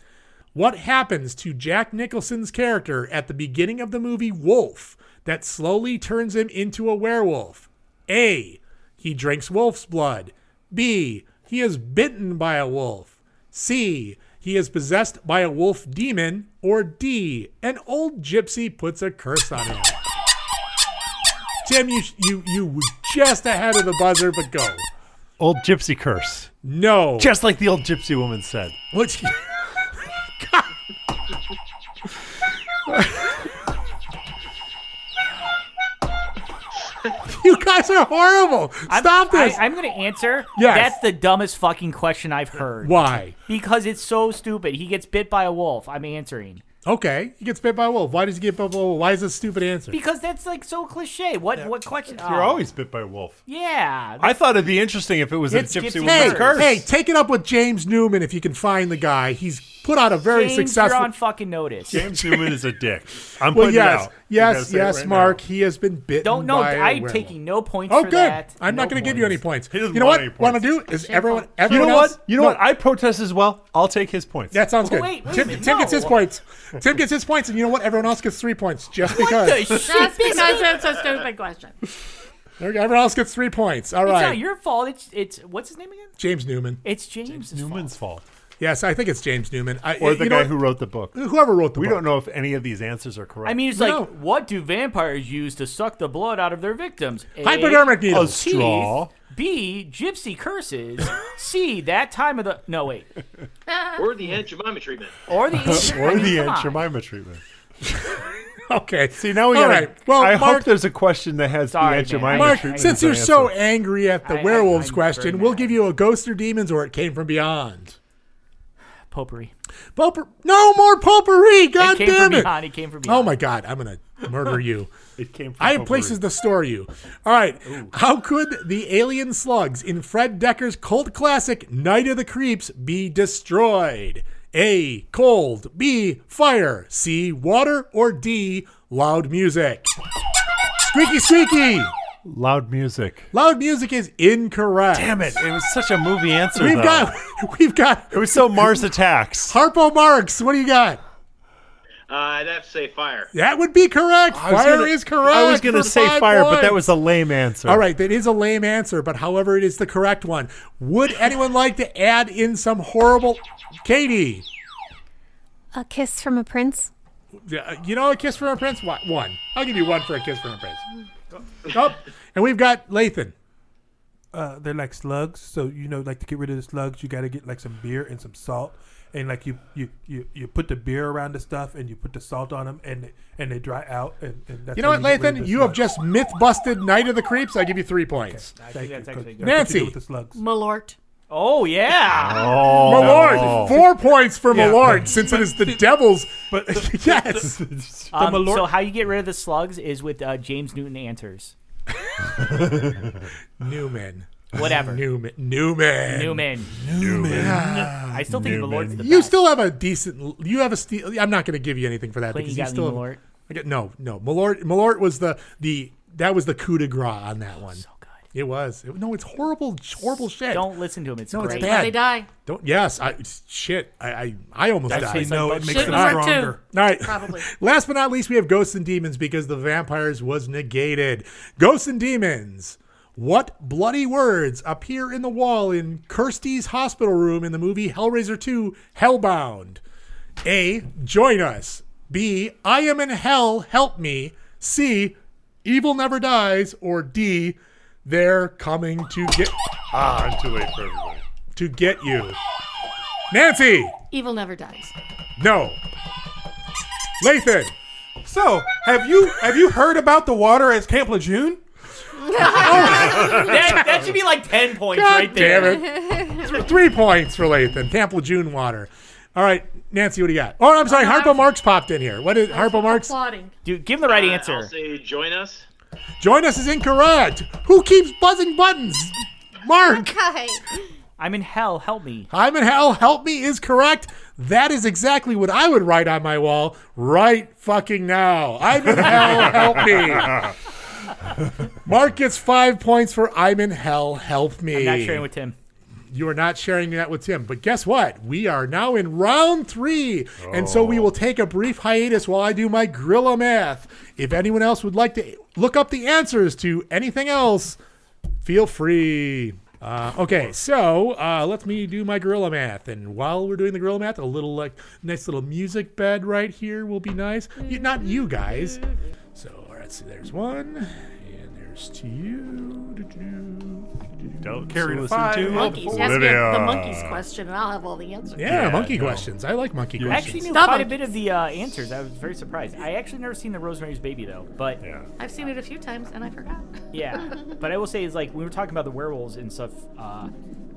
S4: What happens to Jack Nicholson's character at the beginning of the movie Wolf that slowly turns him into a werewolf? A. He drinks wolf's blood. B. He is bitten by a wolf. C. He is possessed by a wolf demon. Or D. An old gypsy puts a curse on him. Tim, you you you were just ahead of the buzzer, but go.
S7: Old gypsy curse.
S4: No.
S7: Just like the old gypsy woman said.
S4: What? you guys are horrible.
S10: I'm-
S4: Stop this.
S10: I, am going to answer.
S4: Yes.
S10: That's the dumbest fucking question I've heard.
S4: Why?
S10: Because it's so stupid. He gets bit by a wolf. I'm answering.
S4: Okay, he gets bit by a wolf. Why does he get bit by a wolf? Why is this a stupid answer?
S10: Because that's like so cliche. What what question?
S7: You're
S10: oh.
S7: always bit by a wolf.
S10: Yeah.
S7: I thought it'd be interesting if it was
S10: It's
S7: a gypsy
S10: gypsy
S4: hey,
S7: woman's
S10: curse.
S7: curse.
S4: hey, take it up with James Newman if you can find the guy. He's put out a very
S10: James,
S4: successful.
S10: You're on fucking notice.
S7: James Newman is a dick. I'm
S4: well,
S7: putting
S4: yes,
S7: it out.
S4: Yes, yes, Mark. He has been bitten.
S10: Don't know.
S4: by a
S10: I'm
S4: werewolf.
S10: taking no points.
S4: Oh,
S10: for
S4: good.
S10: That.
S4: I'm
S10: No
S4: not going to give
S10: points.
S4: you any points.
S7: He doesn't
S4: you know
S7: want
S4: what?
S7: any
S4: Want to
S7: points.
S4: do is everyone?
S7: You
S4: Everyone
S7: know
S4: else?
S7: what? You know
S4: No,
S7: what? I protest as well. I'll take his points.
S4: That sounds
S10: Oh,
S4: good.
S10: wait, wait a
S4: Tim,
S10: minute,
S4: Tim gets his
S10: no.
S4: points. Tim gets his points, and you know what? Everyone else gets three points just because.
S9: That's because it's a stupid question.
S4: There we go. Everyone else gets three points. All
S10: It's
S4: right.
S10: not your fault. It's it's what's his name again?
S4: James Newman.
S10: It's James.
S7: Newman's fault.
S4: Yes, I think it's James Newman. I,
S7: Or the
S4: you know
S7: guy
S4: what?
S7: who wrote the book.
S4: whoever wrote the
S7: We
S4: book.
S7: don't know if any of these answers are correct.
S10: I mean, it's
S4: No.
S10: like what do vampires use to suck the blood out of their victims? A,
S4: Hypodermic
S7: a
S4: needles.
S10: teeth,
S7: straw.
S10: B. Gypsy curses. C. That time of the no wait
S11: Or the Aunt Jemima treatment.
S10: or the
S7: Or the
S10: come
S7: Aunt
S10: on.
S7: Jemima treatment.
S4: Okay.
S7: See, now we
S4: All
S7: got
S4: right. Well,
S7: I
S4: Mark,
S7: hope there's a question that has
S10: Sorry,
S7: the Aunt
S10: man.
S7: Jemima
S10: Mark,
S7: treatment.
S4: since
S7: as an
S4: you're so
S7: answer.
S4: angry at the
S10: I- I-
S4: werewolves
S10: I'm
S4: question,
S10: very
S4: we'll
S10: mad.
S4: give you a ghost or demons or it came from beyond.
S10: potpourri.
S4: Poper- no more potpourri. God
S10: it came
S4: damn
S10: from
S4: it.
S10: behind. It came from behind.
S4: Oh my God, I'm gonna murder you.
S7: it came from
S4: I have
S7: Potpourri.
S4: places to store you. All right. How could the alien slugs in Fred Decker's cult classic Night of the Creeps be destroyed? A. Cold. B. Fire. C. Water. Or D. Loud music. Squeaky, squeaky.
S7: loud music.
S4: Loud music is incorrect.
S7: Damn it! It was such a movie answer.
S4: We've
S7: though.
S4: got, we've got
S7: It was so Mars Attacks.
S4: Harpo Marx. What do you got?
S11: Uh, I'd have to say fire.
S4: That would be correct.
S7: I was
S4: Fire
S7: gonna-
S4: is correct.
S7: I was going to
S4: for
S7: say
S4: five
S7: fire, but that
S4: points.
S7: was a lame answer.
S4: All right, that is a lame answer, but however, it is the correct one. Would anyone like to add in some horrible. Katie,
S12: A kiss from a prince.
S4: uh, you know, a kiss from a prince? What? One. I'll give you one for a kiss from a prince. Oh, and we've got Lathan.
S5: Uh, they're like slugs, so you know, like to get rid of the slugs, you got to get like some beer and some salt, and like you you you you put the beer around the stuff, and you put the salt on them, and and they dry out. And, and that's
S4: You know
S5: how
S4: what,
S5: get rid of
S4: Lathan?
S5: the
S4: You have
S5: slugs.
S4: just myth busted Night of the Creeps. I give you three points.
S5: Thank you,
S10: that's
S5: 'cause
S10: actually good.
S5: that's what you do
S4: Nancy.
S5: with the slugs.
S9: Malort.
S10: Oh yeah.
S7: Oh,
S4: Malort, four points for
S5: Yeah.
S4: Malort, since it is the devil's.
S5: But the,
S4: Yes.
S10: Um,
S5: Malort-
S10: so how you get rid of the slugs is with uh, James Newton answers.
S4: Newman.
S10: Whatever.
S4: Newman. Newman.
S10: Newman. I still think Malort's the
S4: You
S10: best.
S4: still have a decent. You have a. St- I'm not going to give you anything for that
S10: Clayton,
S4: because
S10: you
S4: you
S10: got
S4: still.
S10: me,
S4: have- I got- no, no. Malort. Malort was the the that was the coup de grace on that one.
S10: so good.
S4: It was. It- no, it's horrible, horrible shit.
S10: Don't listen to him. It's
S4: No, it's
S10: great.
S4: bad.
S9: They die.
S4: Don't. Yes, I shit. I I, I almost
S5: actually,
S4: died.
S5: no, it makes
S9: Shouldn't
S5: them
S9: work, too.
S5: stronger.
S4: All right.
S9: Probably.
S4: Last but not least, we have Ghosts and Demons because the vampires was negated. Ghosts and Demons. What bloody words appear in the wall in Kirsty's hospital room in the movie Hellraiser 2 Hellbound? A. Join us. B. I am in hell, help me. C. Evil never dies. Or D. They're coming to get
S7: Ah, I'm too late for everybody.
S4: to get you. Nancy,
S9: Evil never dies.
S4: no. Lathan,
S5: So, have you have you heard about the water as Camp Lejeune?
S4: Oh.
S10: that, that should be like ten points
S4: God
S10: right there.
S4: damn it. Three points for Lathan. Tampa June water. All right, Nancy, what do you got? Oh, I'm sorry. Harpo Marx popped in here. What is Harpo Marx?
S9: Applauding.
S10: Dude, give him the right
S11: Uh,
S10: answer.
S11: I'll say join us.
S4: Join us is incorrect. Who keeps buzzing buttons? Mark.
S12: Okay.
S10: I'm in hell. Help me.
S4: I'm in hell. Help me is correct. That is exactly what I would write on my wall right fucking now. I'm in hell. help me. Mark gets five points for I'm in hell. Help me.
S10: Not sharing with Tim.
S4: You are not sharing that with Tim. But guess what? We are now in round three. And so we will take a brief hiatus while I do my Gorilla math. If anyone else would like to look up the answers to anything else, feel free. Uh, okay, so uh, let me do my gorilla math, and while we're doing the gorilla math, a little like nice little music bed right here will be nice. You, not you guys. So let's see. There's one, and there's two.
S7: Don't
S5: Carry the
S7: listen
S5: five.
S7: to
S9: Monkeys.
S7: it.
S9: Ask me the
S7: Olivia.
S9: monkeys question, and I'll have all the answers.
S4: Yeah,
S7: Yeah,
S4: monkey
S7: no.
S4: questions. I like monkey
S10: I
S4: questions.
S10: actually knew
S9: Stop
S10: quite
S9: it.
S10: a bit of the uh, answers. I was very surprised. I actually never seen the Rosemary's Baby though, but yeah.
S9: I've seen it a few times, and I forgot.
S10: But I will say is like we were talking about the werewolves and stuff. Uh,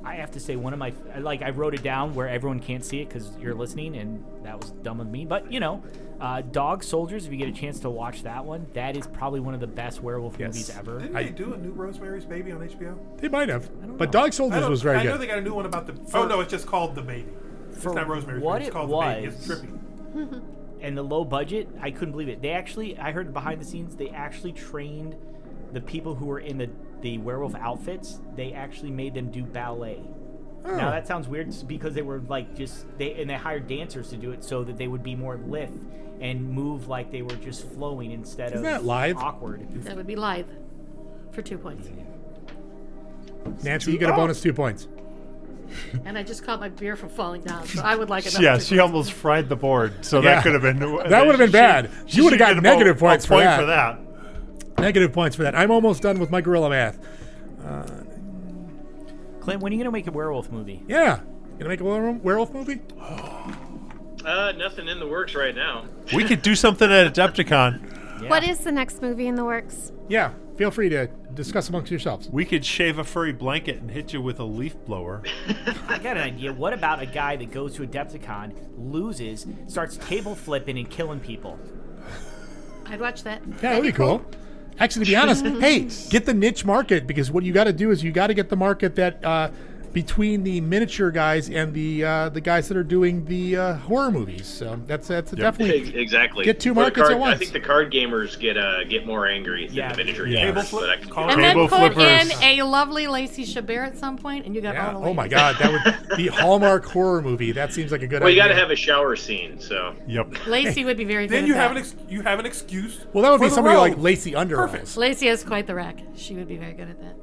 S10: I have to say one of my like I wrote it down where everyone can't see it because you're listening, and that was dumb of me. But you know, uh, Dog Soldiers. If you get a chance to watch that one, that is probably one of the best werewolf movies ever.
S5: Didn't they do a new Rosemary's Baby on HBO?
S4: They might have, but Dog
S5: I,
S4: Soldiers
S5: don't-
S4: was very
S5: I know
S4: good.
S5: they got a new oh, one about the. Oh no, it's just called the baby. It's not Rosemary's
S10: what
S5: Baby. It's
S10: it
S5: called the baby. It's
S10: was-
S5: trippy.
S10: and the low budget, I couldn't believe it. They actually, I heard behind the scenes, they actually trained the people who were in the the werewolf outfits. They actually made them do ballet. Now
S13: Oh.
S10: that sounds weird s- because they were like just they and they hired dancers to do it so that they would be more lithe and move like they were just flowing instead
S9: Isn't
S10: of
S9: that live?
S10: awkward.
S9: That would be lithe for two points.
S4: Nancy, you get a
S5: Oh,
S4: bonus two points.
S9: And I just caught my beer from falling down, so I would like another.
S7: yeah,
S9: two
S7: she almost fried the board, so
S4: Yeah.
S7: that could have been
S4: That would have been
S7: she-
S4: bad.
S7: she
S4: you would have
S7: should
S4: gotten
S7: get a
S4: negative
S7: po- a
S4: points for
S7: point
S4: that.
S7: For that.
S4: Negative points for that. I'm almost done with my gorilla math. Uh,
S10: Clint, when are you gonna make a werewolf movie?
S4: yeah, gonna make a werewolf werewolf movie.
S11: Uh, nothing in the works right now.
S7: We could do something at Adepticon.
S12: What is the next movie in the works?
S4: Yeah, feel free to discuss amongst yourselves.
S7: We could shave a furry blanket and hit you with a leaf blower.
S10: I got an idea. What about a guy that goes to Adepticon, loses, starts table flipping and killing people?
S9: points. I'd watch that.
S4: Yeah, that'd be cool. Actually, to be honest, hey, get the niche market because what you got to do is you got to get the market that uh, between the miniature guys and the uh, the guys that are doing the uh, horror movies. So that's that's
S11: Ex-
S4: definitely
S11: exactly.
S4: get two
S11: Or the
S4: markets
S11: card-
S4: at once.
S11: I think the card gamers get uh, get more angry than the miniature
S4: Yeah.
S11: gamers.
S4: Table
S11: so that can-
S9: And then put in a lovely Lacey Chabert at some point, and you got all the
S4: Oh
S9: ladies.
S4: my god, that would the Hallmark horror movie. That seems like a good
S11: well, you
S4: idea.
S11: got to have a shower scene. So
S7: yep.
S9: Lacey would be very good.
S5: Then
S9: at
S5: you
S9: that.
S5: have an ex- you have an excuse.
S4: well, that would
S5: for
S4: be
S5: the
S4: somebody like
S5: road.
S4: Lacey Underall.
S9: Lacey has quite the rack. She would be very good at that.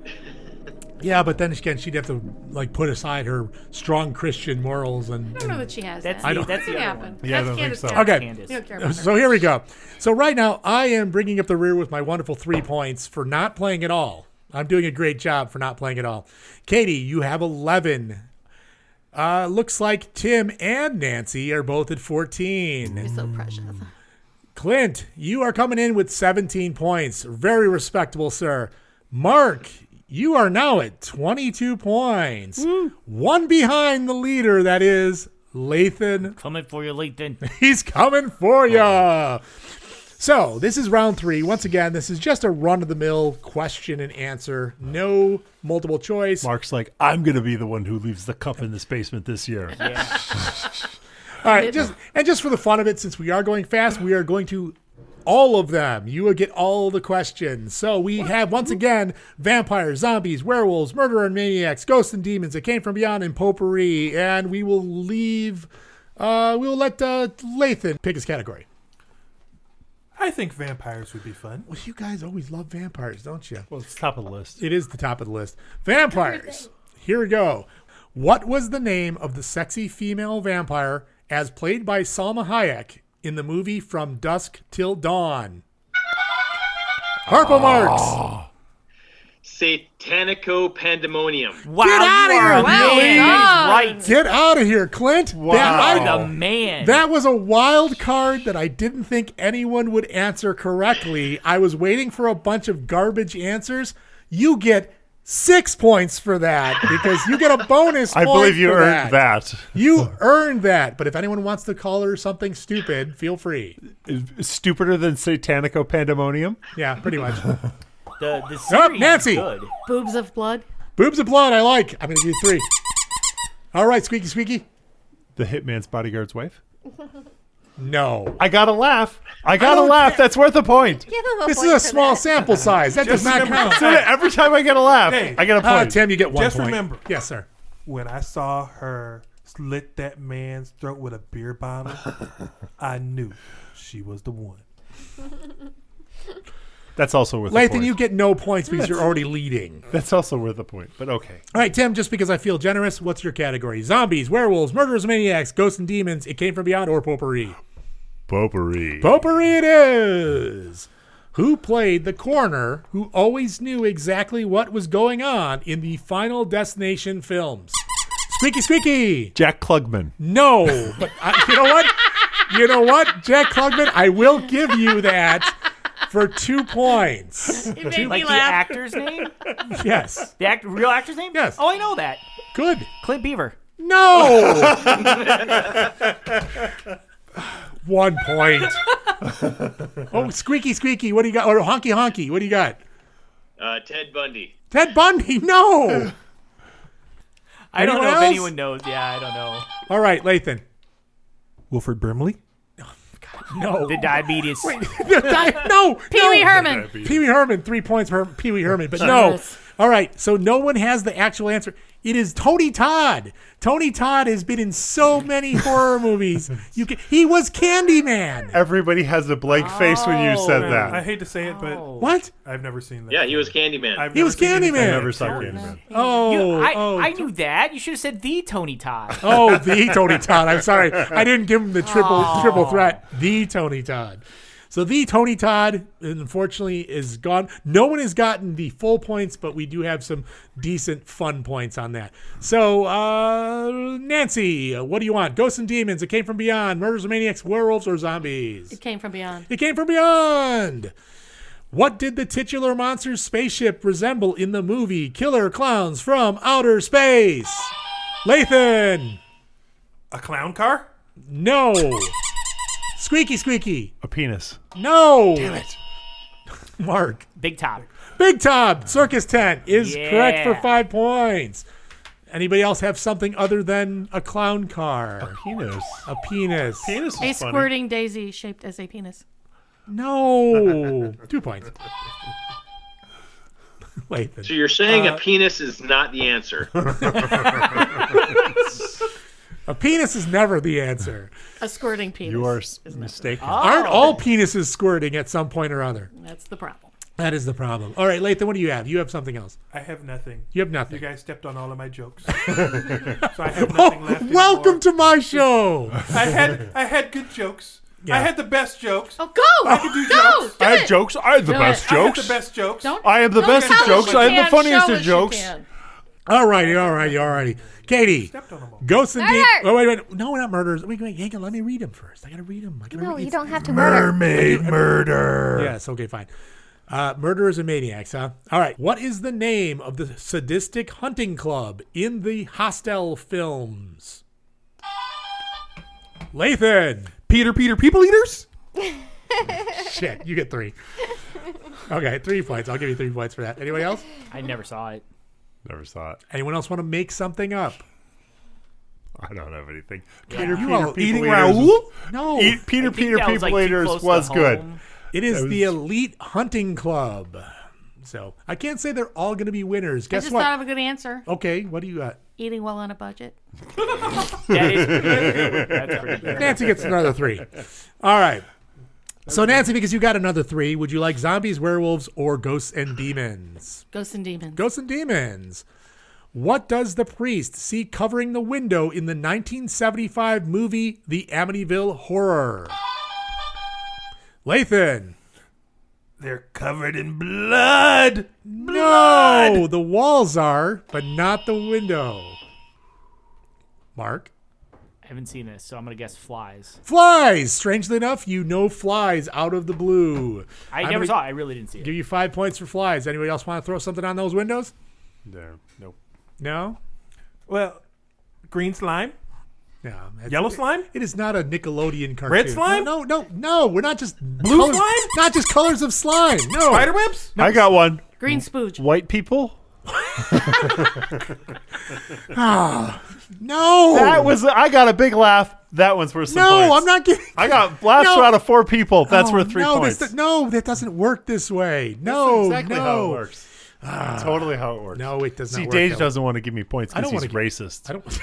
S4: Yeah, but then again, she'd have to like put aside her strong Christian morals and.
S9: I don't know that she has that.
S4: That's the- I don't-
S9: That
S4: that's the
S9: could
S4: other
S9: happen.
S4: Yeah, I
S9: That's
S4: don't think
S9: Candace
S4: so.
S9: Cameron.
S4: Okay.
S9: You don't care about
S4: So
S9: her.
S4: here we go. So right now, I am bringing up the rear with my wonderful three points for not playing at all. I'm doing a great job for not playing at all. Katie, you have 11. Uh, looks like Tim and Nancy are both at 14. You're
S9: so precious.
S4: Clint, you are coming in with 17 points. Very respectable, sir. Mark, you are now at 22 points. One behind the leader, that is Lathan
S10: Coming for you, Lathan.
S4: He's coming for ya. So this is round three. Once again, this is just a run of the mill question and answer. No multiple choice.
S7: Mark's like, I'm gonna be the one who leaves the cup in this basement this year.
S4: All right, just and just for the fun of it, since we are going fast, we are going to all of them. You will get all the questions. So we have once again vampires, zombies, werewolves, murder and maniacs, ghosts and demons that came from beyond, and potpourri. And we will leave. Uh, we will let uh, Lathan pick his category.
S5: I think vampires would be fun.
S4: Well, you guys always love vampires, don't you?
S7: Well, it's top of the list.
S4: It is the top of the list. Vampires. Here we go. What was the name of the sexy female vampire as played by Salma Hayek in the movie From Dusk Till Dawn? Harpo
S7: Ah.
S4: Marx.
S11: Satanico Pandemonium.
S4: Get out of here, Clint.
S11: right.
S4: Get out of here, Clint.
S11: Wow.
S10: The man.
S4: That was a wild card that I didn't think anyone would answer correctly. I was waiting for a bunch of garbage answers. You get six points for that because you get a bonus.
S7: I
S4: point
S7: believe you
S4: for
S7: earned that.
S4: You earned that. But if anyone wants to call her something stupid, feel free.
S7: Stupider than Satanico Pandemonium.
S4: Yeah, pretty much.
S10: The the
S4: Oh,
S10: series
S4: Nancy.
S10: is good.
S9: Boobs of blood.
S4: Boobs of blood. I like. I'm gonna give you three. All right, squeaky squeaky.
S7: The Hitman's bodyguard's wife.
S4: No.
S7: I gotta laugh. I gotta laugh. That's worth a point.
S4: This is a small sample size. That
S5: Just
S4: does not
S5: remember-
S4: count.
S5: So that
S7: every time I get a laugh,
S5: Hey.
S7: I get a
S4: Ah,
S7: point.
S4: Tim, you get one
S5: Just
S4: point.
S5: remember.
S4: Yes, sir.
S5: When I saw her slit that man's throat with a beer bottle, I knew she was the one.
S7: That's also worth. a
S4: Lathan,
S7: point.
S4: you get no points because you're already leading.
S7: That's also worth a point. But okay.
S4: All right, Tim, just because I feel generous, what's your category? Zombies, werewolves, murderers, maniacs, ghosts and demons, it came from beyond, or potpourri?
S7: Potpourri.
S4: Potpourri it is! Who played the coroner who always knew exactly what was going on in the Final Destination films? Squeaky, squeaky!
S7: Jack Klugman.
S4: No, but I, you know what? You know what, Jack Klugman? I will give you that for two points.
S10: It made
S4: Two-
S10: like the actor's name?
S4: Yes.
S10: The act- real actor's name? Yes. Oh, I know that.
S4: Good.
S10: Clint Beaver.
S4: Oh! No. One point. oh, squeaky, squeaky. What do you got? Or honky, honky. What do you got?
S11: Uh, Ted Bundy.
S4: Ted Bundy. No.
S10: I don't know
S4: Anyone
S10: if
S4: else?
S10: anyone knows. Yeah, I don't know.
S4: All right, Lathan.
S5: Wilfred Brimley.
S10: No. The diabetes.
S4: Wait, the di- no.
S9: Pee Wee
S4: no.
S9: Herman. The
S4: Pee Wee Herman. Three points for Pee Wee Herman. But no.
S9: Jesus.
S4: All right. So no one has the actual answer. It is Tony Todd. Tony Todd has been in so many horror movies. You can, he was Candyman.
S7: Everybody has a blank face when you
S4: Oh.
S7: said
S5: I
S7: that.
S5: hate to say it, but
S4: What?
S5: I've never seen that.
S11: Yeah, he was Candyman.
S5: I've
S4: He
S5: never
S4: was
S5: seen anything.
S7: I
S4: Candyman.
S7: never saw Candyman.
S4: Oh,
S10: You- I,
S4: oh,
S10: I knew that. You should have said the Tony Todd.
S4: Oh, the Tony Todd. I'm sorry. I didn't give him the triple triple threat. The Tony Todd. So the Tony Todd, unfortunately, is gone. No one has gotten the full points, but we do have some decent fun points on that. So, uh, Nancy, what do you want? Ghosts and demons. It came from beyond. Murders of maniacs, werewolves, or zombies.
S9: It came from beyond.
S4: It came from beyond. What did the titular monster's spaceship resemble in the movie Killer Clowns from Outer Space? Lathan.
S5: A clown car?
S4: No. Squeaky squeaky.
S7: A penis.
S4: No. Damn it. Mark.
S10: Big Top.
S4: Big Top Circus Tent is
S10: Yeah.
S4: correct for five points. Anybody else have something other than a clown car?
S7: Penis.
S4: A penis.
S7: Penis
S9: A
S7: is funny.
S9: squirting daisy shaped as a penis.
S4: No. Two points. Wait.
S11: so you're saying
S4: Uh,
S11: a penis is not the answer.
S4: A penis is never the answer.
S9: A squirting penis.
S7: You are s- mistaken.
S11: Oh.
S4: Aren't all penises squirting at some point or other?
S9: That's the problem.
S4: That is the problem. All right, Lathan, what do you have? You have something else.
S5: I have nothing.
S4: You have nothing.
S5: You guys stepped on all of my jokes. so I have nothing left. anymore.
S4: Oh, Welcome to my show.
S5: I had I had good jokes. I had the best jokes.
S9: Oh, go!
S5: do
S9: go!
S5: jokes.
S9: Do
S7: I
S9: it.
S7: have jokes. I have the
S9: Do
S7: best
S9: it.
S5: I had
S7: jokes.
S5: the best jokes.
S9: Don't,
S7: I have the
S9: don't
S7: best
S9: tell
S7: of
S9: us
S7: jokes.
S9: you
S7: I have the
S9: can.
S7: funniest
S9: Show
S7: of
S9: us
S7: jokes.
S9: You can.
S4: All righty, all righty, all righty. Katie, Ghosts and Demons.
S12: Murder!
S4: Oh, wait, wait. No, we're not murderers. Wait, wait, hang on. Let me read them first. I gotta read them. I gotta
S12: No,
S4: read
S12: you
S4: it's-
S12: don't have to murder.
S8: Mermaid murder.
S4: Yes. Okay. Fine. Uh, murderers and maniacs, huh? All right. What is the name of the sadistic hunting club in the Hostel films? Lathan.
S5: Peter, Peter, people eaters.
S4: Shit, you get three. Okay, three points. I'll give you three points for that. Anybody else?
S10: I never saw it.
S7: Never saw it.
S4: Anyone else want to make something up?
S7: I don't have anything. Peter,
S4: You
S7: Peter,
S4: all
S7: People
S5: Eating
S7: Eaters
S5: Raoul.
S4: No.
S7: Eat- Peter,
S10: think
S7: Peter,
S10: that was,
S7: People
S10: like, too
S7: Eaters
S10: close to
S7: was good.
S10: home.
S4: It is
S7: That
S4: the
S7: was-
S4: Elite Hunting Club. So I can't say they're all going to be winners.
S9: I
S4: Guess
S9: just
S4: what?
S9: thought of a good answer.
S4: okay, what do you got?
S9: Eating well on a budget.
S10: That is pretty good. That's pretty good.
S4: Nancy gets another three. All right. So Nancy, because you got another three, would you like zombies, werewolves, or ghosts and demons?
S9: Ghosts and demons.
S4: Ghosts and demons. What does the priest see covering the window in the 1975 movie The Amityville Horror? Lathan.
S8: They're covered in blood.
S4: No, the walls are, but not the window. Mark.
S10: I haven't seen this, so I'm gonna guess flies.
S4: Flies. Strangely enough, you know flies out of the blue.
S10: I
S4: I'm
S10: never
S4: gonna
S10: saw it. I really didn't see it.
S4: Give you five points for flies. Anybody else want to throw something on those windows?
S7: No, nope.
S4: No.
S5: Well, green slime,
S4: No. That's-
S5: yellow slime.
S4: It is not a Nickelodeon cartoon.
S5: slime?
S4: No, no, no. no. We're not just
S5: Blue
S4: colors-
S5: slime?
S4: Not just colors of slime. No.
S5: Spiderwebs?
S7: I got one.
S9: Green spooge.
S7: White people. Ah,
S4: No.
S7: That was. I got a big laugh. That one's worth some
S4: no.
S7: points.
S4: I'm not getting.
S7: I got laughs
S4: No. Oh,
S7: out of four people. That's worth three
S4: no,
S7: points.
S4: This, no, that doesn't work this way. No.
S7: exactly
S4: no. Ah,
S7: how it works. totally how it works.
S4: No, it does
S7: See,
S4: not work.
S7: Dave
S4: that way.
S7: doesn't want to give me points
S4: I
S7: because
S4: don't
S7: he's
S4: wanna
S7: racist.
S4: I don't.
S9: It's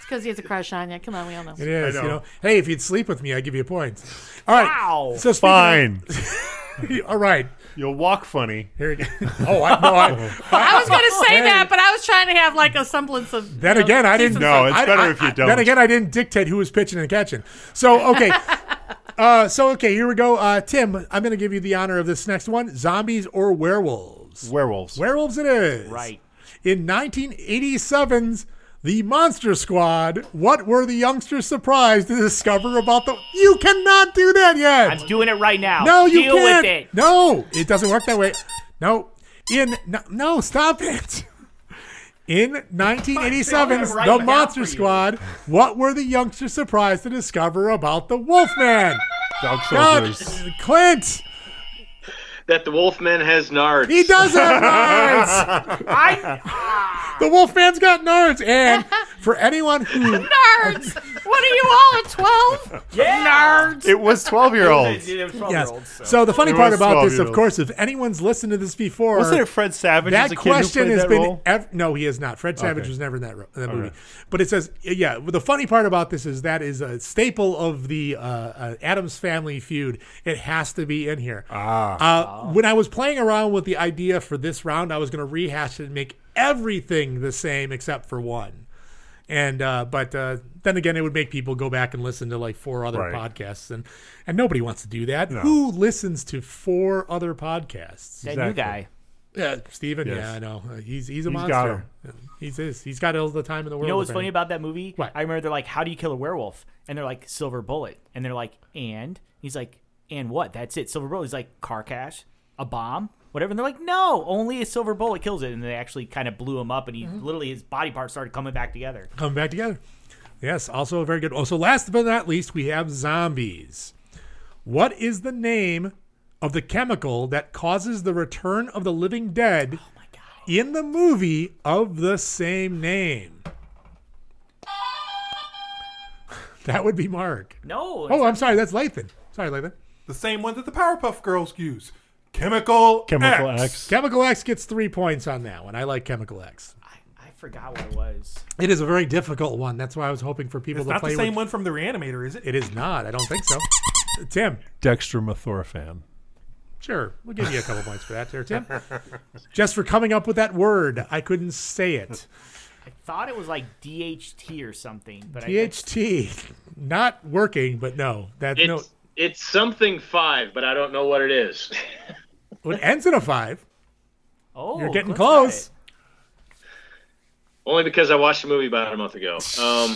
S9: because he has a crush on you. Come on, we all know.
S4: It is.
S7: know.
S4: You know, hey, if you'd sleep with me, I'd give you points. All right.
S10: Wow.
S4: So speaking
S7: Fine.
S4: of- all right.
S7: You'll walk funny.
S4: Here we go. Oh, I know. I,
S9: I was going to say that, but I was trying to have like a semblance of.
S4: then
S9: you know,
S4: again, I didn't.
S9: decency.
S7: No, it's
S4: I-
S7: better
S4: I-
S7: if you
S4: I-
S7: don't.
S4: Then again, I didn't dictate who was pitching and catching. So okay. uh, so okay, here we go. Uh, Tim, I'm going to give you the honor of this next one: zombies or werewolves.
S7: Werewolves.
S4: Werewolves, it is.
S10: Right.
S4: In 1987's The Monster Squad, what were the youngsters surprised to discover about the? You cannot do that yet.
S10: I'm doing it right now.
S4: No, you
S10: Deal
S4: can't.
S10: with it.
S4: No, it doesn't work that way. No, in no, no stop it. In 1987's
S10: right
S4: The
S10: now for
S4: Monster
S10: you.
S4: Squad, what were the youngsters surprised to discover about the Wolfman?
S7: Dog
S4: God,
S7: soldiers.
S4: Clint,
S11: that the Wolfman has nards.
S4: he does have nerds. the Wolfman's got nerds, and for anyone who
S9: Nerds! What are you all at 12?
S10: Yeah.
S9: Nerds.
S7: It was 12 year olds.
S4: Yes. So the funny
S7: It
S4: part
S7: was
S4: about this, of
S7: 12-year-olds.
S4: course, if anyone's listened to this before,
S7: Wasn't it Fred Savage
S4: That
S7: as a kid who
S4: question
S7: played
S4: has
S7: that
S4: been
S7: role?
S4: ev- no, he is not. Fred Savage
S7: Okay.
S4: was never in that, ro- that
S7: Okay.
S4: movie. But it says, yeah. well, The funny part about this is that is a staple of the uh, uh, Adams Family feud. It has to be in here. Ah. Uh, when I was playing around with the idea for this round, I was going to rehash it and make everything the same except for one. And uh, but uh, then again, it would make people go back and listen to like four other
S3: Right.
S4: podcasts, and and nobody wants to do that. Who listens to four other podcasts?
S10: That new guy.
S4: Yeah, Steven.
S10: Yes.
S4: Yeah, I know. Uh, He's he's a
S10: He's got
S4: monster. He's this. He's got all the time in the world.
S10: You know what's funny
S4: apparently.
S10: about that movie? I remember they're like, "How do you kill a werewolf?" And they're like, "Silver bullet." And they're like, "And?" He's like, "And what? That's it. Silver bullet." He's like, "Car cash, a bomb, whatever." And they're like, "No, only a silver bullet kills it." And they actually kind of blew him up, and he
S4: Mm-hmm.
S10: literally his body parts started coming back together.
S4: Come back together. Yes, also a very good. Also, last but not least, we have zombies. What is the name of the chemical that causes the return of the living
S5: Oh
S4: dead in the movie of the same name? That would be Mark.
S10: No.
S4: Oh, I'm sorry. That's Lathan. Sorry, Lathan.
S5: The same one that the Powerpuff Girls use. Chemical
S7: Chemical X.
S4: Chemical X gets three points on that one. I like Chemical X.
S10: I forgot what it was.
S4: It is a very difficult one. That's why I was hoping for people
S5: It's
S4: to
S5: not
S4: play
S5: the same
S4: with.
S5: one from the Reanimator, is it?
S4: It is not. I don't think so. Tim.
S7: Dextromethorphan.
S4: Sure, we'll give you a couple points for that, there, Tim. Just for coming up with that word, I couldn't say it.
S10: I thought it was like DHT or something, but I,
S4: THT, not working, but no, that no,
S11: It's it's something five, but I don't know what it is.
S4: it ends in a five.
S10: oh,
S4: You're getting
S10: Clint's got
S4: close.
S10: it.
S11: Only because I watched a movie about a month ago. Um,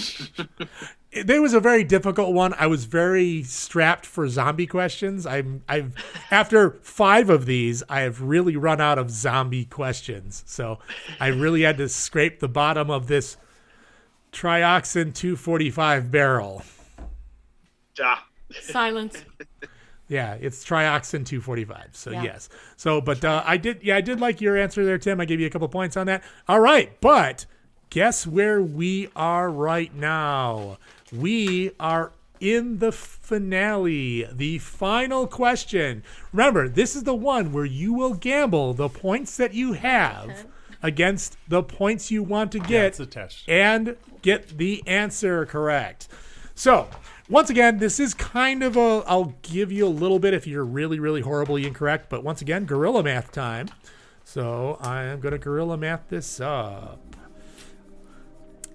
S4: it, there was a very difficult one. I was very strapped for zombie questions. I'm I've after five of these, I have really run out of zombie questions. So I really had to scrape the bottom of this trioxin 245 barrel.
S11: ah,
S9: Silence.
S4: Yeah, it's trioxin 245. So
S9: Yeah.
S4: yes. So but uh, I did yeah, I did like your answer there, Tim. I gave you a couple points on that. All right, but guess where we are right now? We are in the finale, the final question. Remember, this is the one where you will gamble the points that you have against the points you want to get
S7: it's attached.
S4: and get the answer correct. So, once again, this is kind of a I'll give you a little bit if you're really, really horribly incorrect, but once again, gorilla math time. So I am gonna gorilla math this up.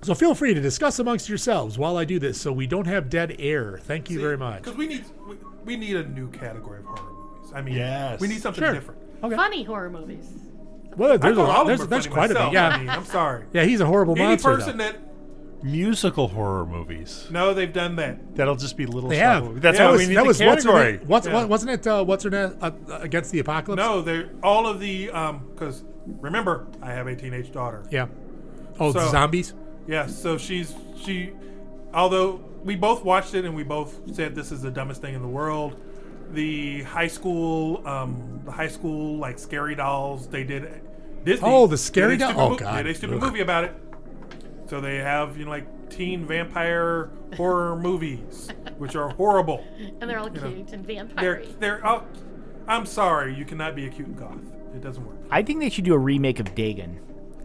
S4: So feel free to discuss amongst yourselves while I do this so we don't have dead air. Thank you very much.
S5: Because we need we, we need a new category of horror movies. I mean,
S7: Yes.
S5: we need something
S4: Sure.
S5: different.
S9: Funny horror movies.
S4: Well, there's a
S5: I thought all
S4: lot.
S5: of them
S4: There's,
S5: were
S4: there's
S5: funny
S4: quite
S5: myself.
S4: a bit. Yeah.
S5: I mean, I'm sorry.
S4: Yeah, he's a horrible
S5: Any
S4: monster. though.
S5: person that
S7: Musical horror movies.
S5: no, they've done that.
S7: That'll just be little.
S4: They
S7: style
S4: have.
S7: movies. That's
S4: that
S7: why
S4: was,
S7: we need
S4: that
S7: the
S4: was what's her
S7: category.
S4: name? What's,
S5: Yeah.
S4: what, wasn't it? Uh, what's her name? Uh, uh, against the apocalypse.
S5: No, they're all of the um because remember I have a teenage daughter.
S4: Yeah. Oh,
S5: So-
S4: zombies.
S5: Yeah, so she's she although we both watched it and we both said this is the dumbest thing in the world. The high school um the high school like scary dolls they did Disney
S4: Oh, the Scary
S5: did
S4: Doll-
S5: a stupid
S4: oh,
S5: mo-
S4: God.
S5: Did a stupid
S4: Ugh.
S5: movie about it. So they have you know like teen vampire horror movies which are horrible.
S9: And they're all
S5: You
S9: cute
S5: know,
S9: and
S5: They're
S9: vampire
S5: they're oh, I'm sorry, you cannot be a cute goth. It doesn't work.
S10: I think they should do a remake of Dagon,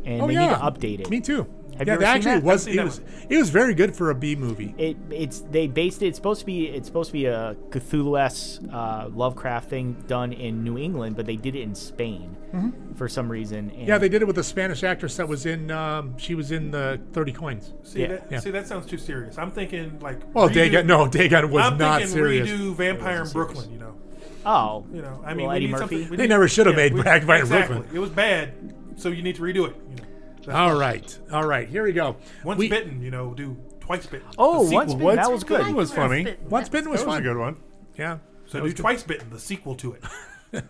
S10: and
S4: oh
S10: they
S4: yeah.
S10: need to update it.
S4: Me too.
S10: Have you
S4: yeah,
S10: ever
S4: that
S10: seen
S4: actually
S10: that?
S4: was
S5: seen
S4: it
S5: that
S4: was it was very good for a B movie.
S10: It it's they based it. It's supposed to be it's supposed to be a Cthulhu-esque uh, Lovecraft thing done in New England, but they did it in Spain for some reason. And
S4: Yeah, they did it with a Spanish actress that was in. Um, she was in the Thirty Coins.
S5: See
S10: Yeah.
S5: that?
S4: Yeah.
S5: See that sounds too serious. I'm thinking like.
S4: Well,
S5: redo-
S4: Dagon. No, Dagon was
S5: I'm
S4: not
S5: thinking
S4: serious.
S5: redo Vampire in Brooklyn. You know.
S10: Oh,
S5: You know. I mean,
S10: Little
S5: we
S10: Eddie
S5: need
S10: Murphy.
S5: something. we
S4: They
S5: need-
S4: never should have made
S5: we-
S4: Vampire in
S5: exactly.
S4: Brooklyn.
S5: It was bad, so you need to redo it. You know. That's-
S4: All right, all right. Here we go.
S5: Once
S4: we,
S5: bitten, you know, do twice bitten.
S10: Oh,
S5: The sequel.
S10: once bitten,
S7: Once
S10: that was
S7: Bitten
S10: good.
S7: was funny. That
S4: Once bitten was
S7: was a
S4: fun.
S7: good one.
S4: Yeah.
S5: So do twice bitten, the sequel to it.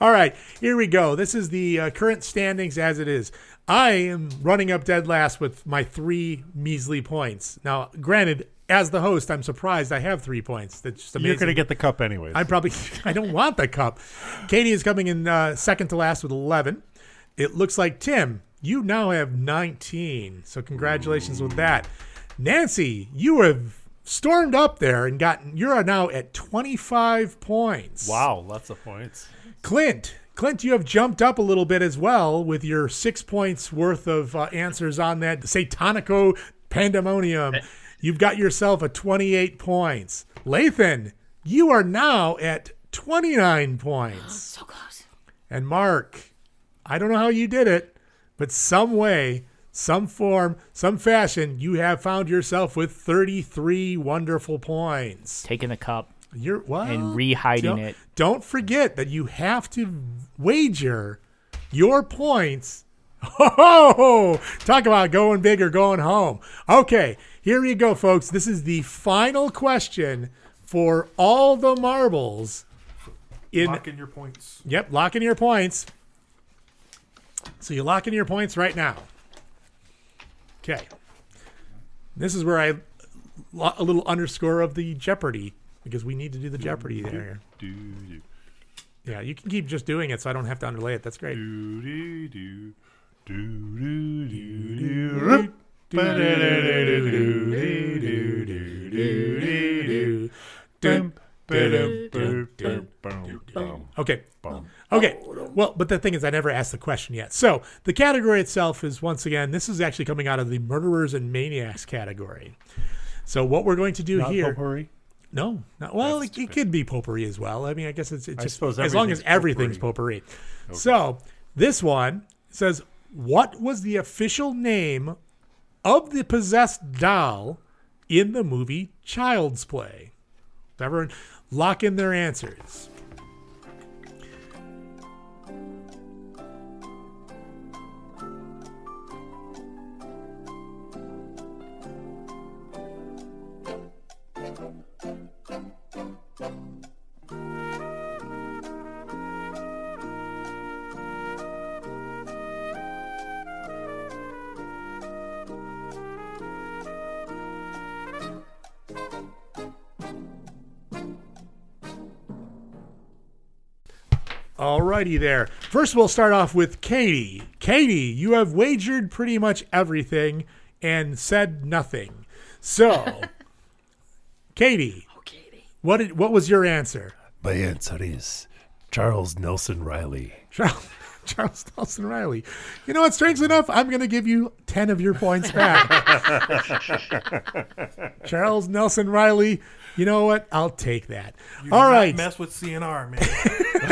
S4: All right, here we go. This is the uh, current standings as it is. I am running up dead last with my three measly points. Now, granted, as the host, I'm surprised I have three points. That's just amazing.
S7: You're gonna get the cup anyways.
S4: I probably I don't want the cup. Katie is coming in uh, second to last with 11. It looks like Tim, you now have 19. So congratulations with that. Nancy, you have stormed up there and gotten. You are now at 25 points.
S7: Wow, lots of points.
S4: Clint, Clint, you have jumped up a little bit as well with your six points worth of uh, answers on that Satanico Pandemonium. You've got yourself a 28 points. Lathan, you are now at 29 points. so
S9: close.
S4: And Mark, I don't know how you did it, but some way, some form, some fashion, you have found yourself with 33 wonderful points.
S10: Taking the cup.
S4: You're what?
S10: And rehiding
S4: don't-
S10: it.
S4: Don't forget that you have to wager your points. Oh, talk about going big or going home. Okay, here you go, folks. This is the final question for all the marbles in
S5: Lock in your points.
S4: Yep, lock in your points. So you lock in your points right now. Okay. This is where I lo- a little underscore of the Jeopardy because we need to do the Jeopardy there. Yeah, you can keep just doing it, so I don't have to underlay it. That's great. Um, Okay. Okay. Well, but the thing is, I never asked the question yet. So the category itself is once again, this is actually coming out of the murderers and maniacs category. So what we're going to do
S7: Not
S4: here?
S7: potpourri?
S4: No, not well. It, it could be potpourri as well. I mean, I guess it's, it's
S7: I
S4: just
S7: suppose
S4: as long as
S7: everything's
S4: everything's potpourri. So this one says, "What was the official name of the possessed doll in the movie Child's Play?" Everyone, lock in their answers. Alrighty there. First, we'll start off with Katie. Katie, you have wagered pretty much everything and said nothing. So, Katie. Oh, Katie. What did, what was your answer?
S7: My answer is Charles Nelson Riley.
S4: Charles Charles Dawson Riley. You know what? Strangely enough, I'm going to give you ten of your points back. Charles Nelson Riley. You know what? I'll take that.
S5: You do
S4: All
S5: not
S4: right.
S5: Mess with CNR, man.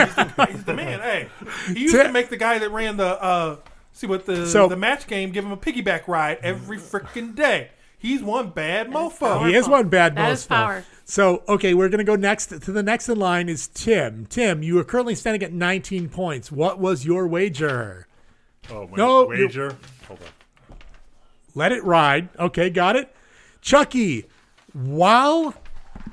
S5: he's, the, he's the man. Hey, he used
S4: Ta-
S5: to make the guy that ran the uh, see what the
S4: So-
S5: the match game give him a piggyback ride every freaking day. He's one bad mofo.
S4: He is one bad
S5: That
S4: mofo.
S5: is power.
S4: So, okay, we're going to go next to the next in line is Tim. Tim, you are currently standing at 19 points. What was your wager?
S7: Oh, my
S4: No, you-
S7: wager. Hold on.
S4: Let it ride. Okay, got it. Chucky, while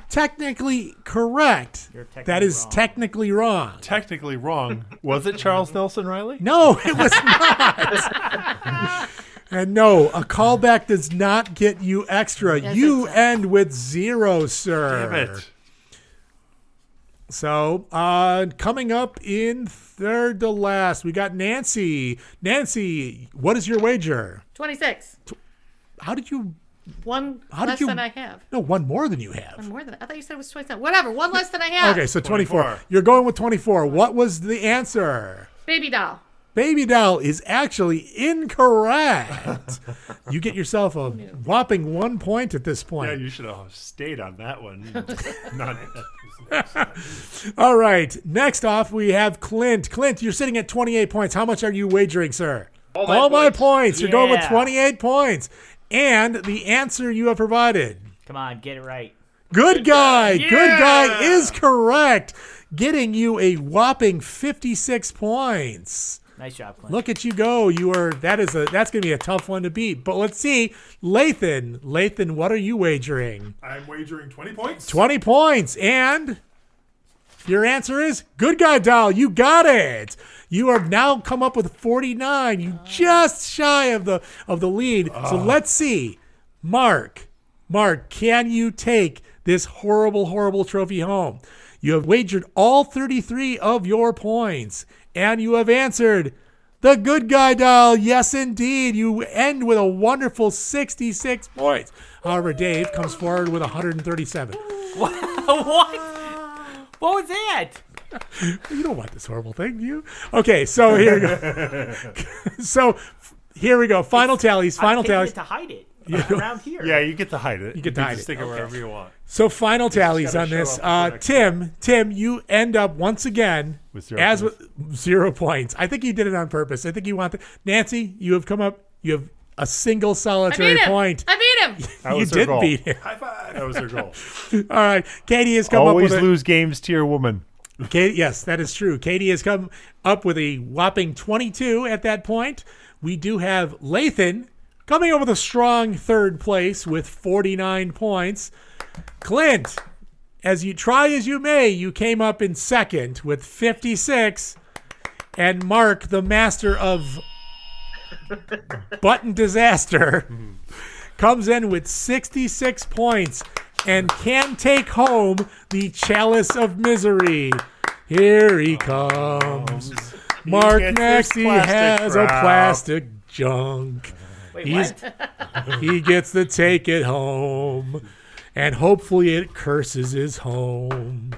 S4: technically correct, that is technically wrong.
S7: Technically wrong. Was it Charles Nelson Riley?
S4: No, it was not. and no, a callback does not get you extra.
S7: Yes,
S4: you end with zero, sir.
S7: Damn it.
S4: So, uh, coming up in third to last, we got Nancy. Nancy, what is your wager?
S9: 26.
S4: How did you?
S9: One
S4: How did
S9: less
S4: you-
S9: than I have.
S4: No, one more than you have.
S9: One more than I thought you said it was 27. Whatever. One less than I have.
S4: Okay, so 24. You're going with 24. What was the answer?
S9: Baby doll.
S4: Baby doll is actually incorrect. you get yourself a whopping one point at this point.
S7: Yeah, you should have stayed on that one. Not
S4: All right. Next off, we have Clint. Clint, you're sitting at 28 points. How much are you wagering, sir?
S7: All my
S4: points. You're going with
S10: Yeah.
S4: 28 points. And the answer you have provided.
S10: Come on, get it right.
S4: Good guy. Good guy
S10: Yeah.
S4: is correct, getting you a whopping 56 points.
S10: Nice job, Clint.
S4: Look at you go. You are that is a that's going to be a tough one to beat. But let's see. Lathan, Lathan, what are you wagering?
S5: I'm wagering twenty points.
S4: 20 points. And your answer is good guy doll. You got it. You have now come up with 49. You just shy of the of the lead. so let's see. Mark, Mark, can you take this horrible, horrible trophy home? You have wagered all 33 of your points, and you have answered The good guy dial. Yes, indeed. You end with a wonderful 66 points. However, Dave comes forward with 137.
S10: what? What was that?
S4: You don't want this horrible thing, do you? Okay, so here we go. so f- here we go. Final tallies. Final
S10: I painted
S4: tallies.
S10: it to hide it
S4: Yeah.
S10: uh, around here.
S7: Yeah, you get to hide it.
S4: You get to
S7: can
S4: hide
S7: just
S4: it.
S7: Stick
S4: Okay.
S7: it wherever you want.
S4: So final tallies
S7: gotta
S4: on
S7: show
S4: this.
S7: up for the
S4: Uh,
S7: next
S4: Tim, Tim, you end up once again
S7: With zero
S4: as with zero points. I think you did it on purpose. I think you want the Nancy. You have come up. You have a single
S9: I
S4: solitary
S9: beat him.
S4: point.
S9: I beat him.
S7: That
S4: you
S7: was her
S4: did
S7: goal.
S4: beat him.
S7: That was their goal.
S4: All right, Katie has come
S7: Always
S4: up with a-
S7: lose games to your woman.
S4: Katie, yes, that is true. Katie has come up with a whopping 22 at that point. We do have Lathan coming up with a strong third place with 49 points. Clint, as you try as you may, you came up in second with 56. And Mark, the master of button disaster, comes in with 66 points and can take home the Chalice of Misery. Here he comes. Mark
S7: Oh, gets his
S4: Maxey
S7: plastic
S4: has a
S7: crown.
S4: plastic junk.
S10: Wait,
S4: He's-
S10: what?
S4: he gets to take it home. And hopefully it curses his home.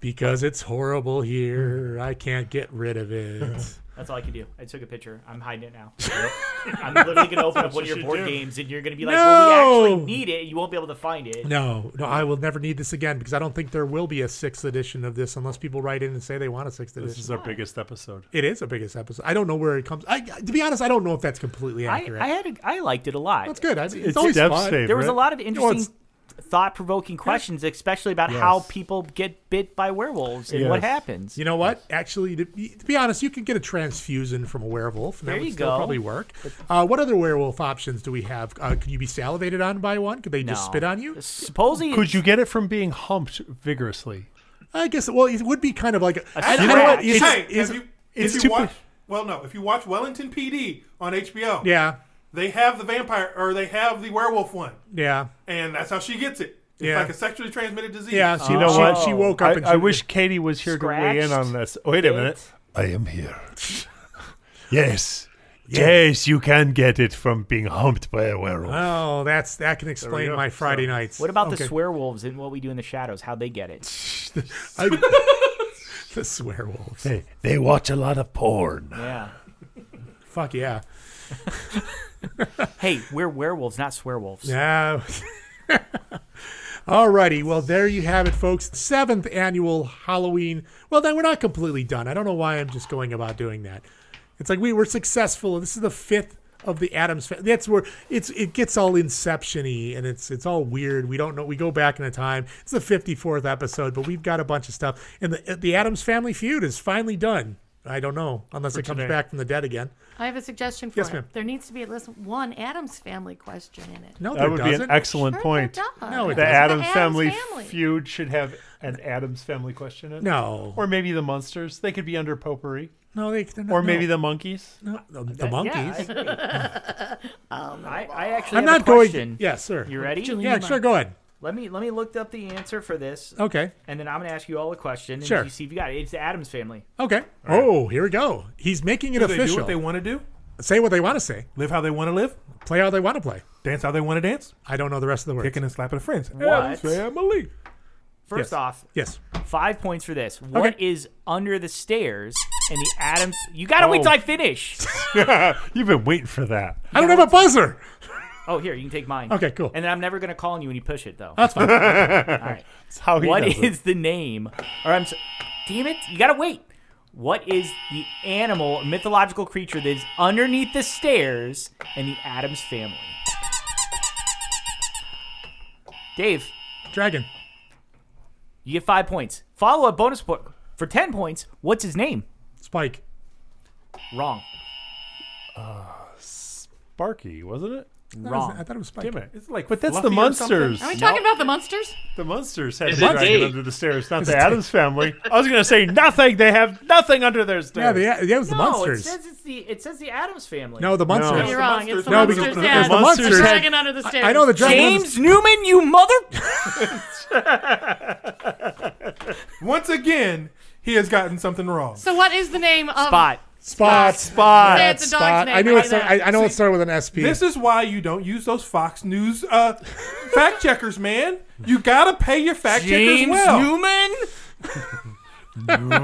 S4: Because it's horrible here. I can't get rid of it.
S10: That's all I can do. I took a picture. I'm hiding it now. I'm literally gonna open up one of your board games, and you're gonna be like, "Well, we
S4: No!
S10: actually need it." and You won't be able to find it.
S4: No, no, I will never need this again because I don't think there will be a sixth edition of this unless people write in and say they want a sixth
S7: This
S4: edition.
S7: is our biggest episode.
S4: it is the biggest episode. I don't know where it comes. I, to be honest, I don't know if that's completely
S10: I,
S4: accurate.
S10: I had a, I liked it a lot.
S4: that's good. I, it's,
S7: It's
S4: always
S7: Dev's
S4: fun.
S7: favorite.
S10: There was a lot of
S4: know,
S10: interesting,
S4: it's-
S10: thought-provoking questions, especially about how
S7: Yes.
S10: people get bit by werewolves and what
S7: Yes.
S10: happens.
S4: You know what? Actually, to be, to be honest, you could get a transfusion from a werewolf. And
S10: There
S4: that would
S10: you
S4: still
S10: go.
S4: probably work. Uh, what other werewolf options do we have? Uh, could you be salivated on by one? Could they just
S10: No.
S4: spit on you?
S10: Supposing
S7: Could you get it from being humped vigorously?
S4: I guess. Well, it would be kind of like. A,
S10: A
S4: you know what?
S10: scratch.
S4: It's-
S5: hey,
S4: it's-
S5: have you,
S7: it's
S5: if
S7: too
S5: you
S7: big.
S5: watch, well, no, if you watch Wellington PD on HBO,
S4: yeah,
S5: they have the vampire or they have the werewolf one,
S4: yeah,
S5: and that's how she gets it. It's
S4: Yeah.
S5: like a sexually transmitted disease.
S4: yeah. She,
S7: You know
S4: she,
S7: what?
S5: Oh.
S4: She woke up.
S7: I,
S4: and
S7: I
S4: she-
S7: wish Katie was here to weigh in
S10: Scratched
S7: on this. Wait a
S10: it.
S7: minute. I am here. yes. Yes, you can get it from being humped by a werewolf.
S4: Oh, that's that can explain
S7: go.
S4: my Friday
S7: So-
S4: nights.
S10: What about the
S4: Okay.
S10: swearwolves and what we do in the shadows? How they get it?
S4: I- the swearwolves.
S7: They, they watch a lot of porn.
S10: Yeah.
S4: Fuck yeah.
S10: Hey, we're werewolves, not swearwolves.
S4: Yeah. Alrighty, well there you have it, folks. Seventh annual Halloween. Well, then we're not completely done. I don't know why I'm just going about doing that. It's like we were successful. This is the fifth of the Adams. Fa- That's where it's it gets all inception-y and it's it's all weird. We don't know. We go back in a time. It's the 54th episode, but we've got a bunch of stuff. And the the Adams Family feud is finally done. I don't know unless it comes
S7: today.
S4: back from the dead again.
S9: I have a suggestion for
S4: Yes,
S9: it.
S4: ma'am.
S9: There needs to be at least one Adams family question in it.
S4: No,
S7: That
S4: there
S7: would be
S4: doesn't.
S7: an excellent
S9: Sure,
S7: point.
S9: there does.
S4: No, it
S7: The
S4: doesn't.
S7: Adams
S9: Addams
S7: family,
S9: Family.
S7: feud should have an Adams family question in it.
S4: No.
S7: Or maybe the monsters. They could be under potpourri.
S4: no, they, they're not,
S7: Or
S4: no.
S7: maybe the monkeys.
S4: No,
S10: Uh,
S4: the, the monkeys.
S10: I, I actually
S4: I'm
S10: have
S4: not
S10: a
S4: going.
S10: question.
S4: Yes, sir.
S10: You ready?
S4: yeah, sure. Go ahead.
S10: Let me let me look up the answer for this,
S4: Okay.
S10: and then I'm gonna ask you all a question. And
S4: Sure.
S10: You see if you got it. It's the Adams family.
S4: Okay. Oh, here we go. He's making it
S5: Do they do
S4: official.
S5: what they want to do,
S4: say what they want to say.
S5: live how they want to live,
S4: Play how they want to play.
S5: dance how they want to dance,
S4: I don't know the rest of the words.
S5: kicking and slapping the friends.
S10: What?
S5: Family.
S10: First off,
S4: Yes.
S10: five points for this. What is under the stairs and the Adams? You gotta wait
S7: Oh.
S10: till I finish.
S7: You've been waiting for that.
S4: I don't have a buzzer.
S10: oh, here you can take mine.
S4: Okay, cool.
S10: And then I'm never gonna call on you when you push it though.
S4: That's fine.
S10: all right.
S7: That's how he
S10: What
S7: does it.
S10: is the name? Or I'm. So, damn it! You gotta wait. What is the animal, mythological creature that is underneath the stairs in the Adams family? Dave,
S4: Dragon.
S10: you get five points. Follow up bonus point for ten points. What's his name?
S4: Spike.
S10: Wrong.
S7: Barky, Uh, wasn't it?
S4: I
S10: Wrong.
S4: thought it was Spike.
S7: Damn it.
S5: It's like
S7: But that's the
S5: Fluffy or something.
S7: monsters.
S9: Are we talking about the monsters?
S7: The monsters had
S11: Is
S7: the
S11: it
S7: dragon
S11: Dave?
S7: under the stairs, not the Adams family. I was gonna say nothing. They have nothing under their
S4: Yeah,
S7: stairs.
S4: the, yeah, it was the
S10: no,
S4: monsters.
S10: it says it's the it says the Adams family.
S4: no, the monsters.
S9: You're
S5: the
S9: wrong. It's
S5: monsters.
S9: the
S5: No,
S4: because
S9: monsters.
S4: the
S9: Dad.
S4: monsters
S9: The
S4: had-
S9: dragon under the stairs.
S4: I know the dragon.
S10: James Newman, you mother.
S5: Once again, he has gotten something wrong.
S9: So what is the name of
S10: Spot.
S4: Spot.
S7: Spot.
S4: That's
S5: It's a dog's
S4: spot.
S5: name.
S4: I knew
S5: I
S4: it. Started,
S5: know.
S4: I, I know it
S5: See,
S4: started with an SP.
S5: This is why you don't use those Fox News uh, fact checkers, man. You gotta pay your fact checkers
S10: James
S5: well.
S10: Newman.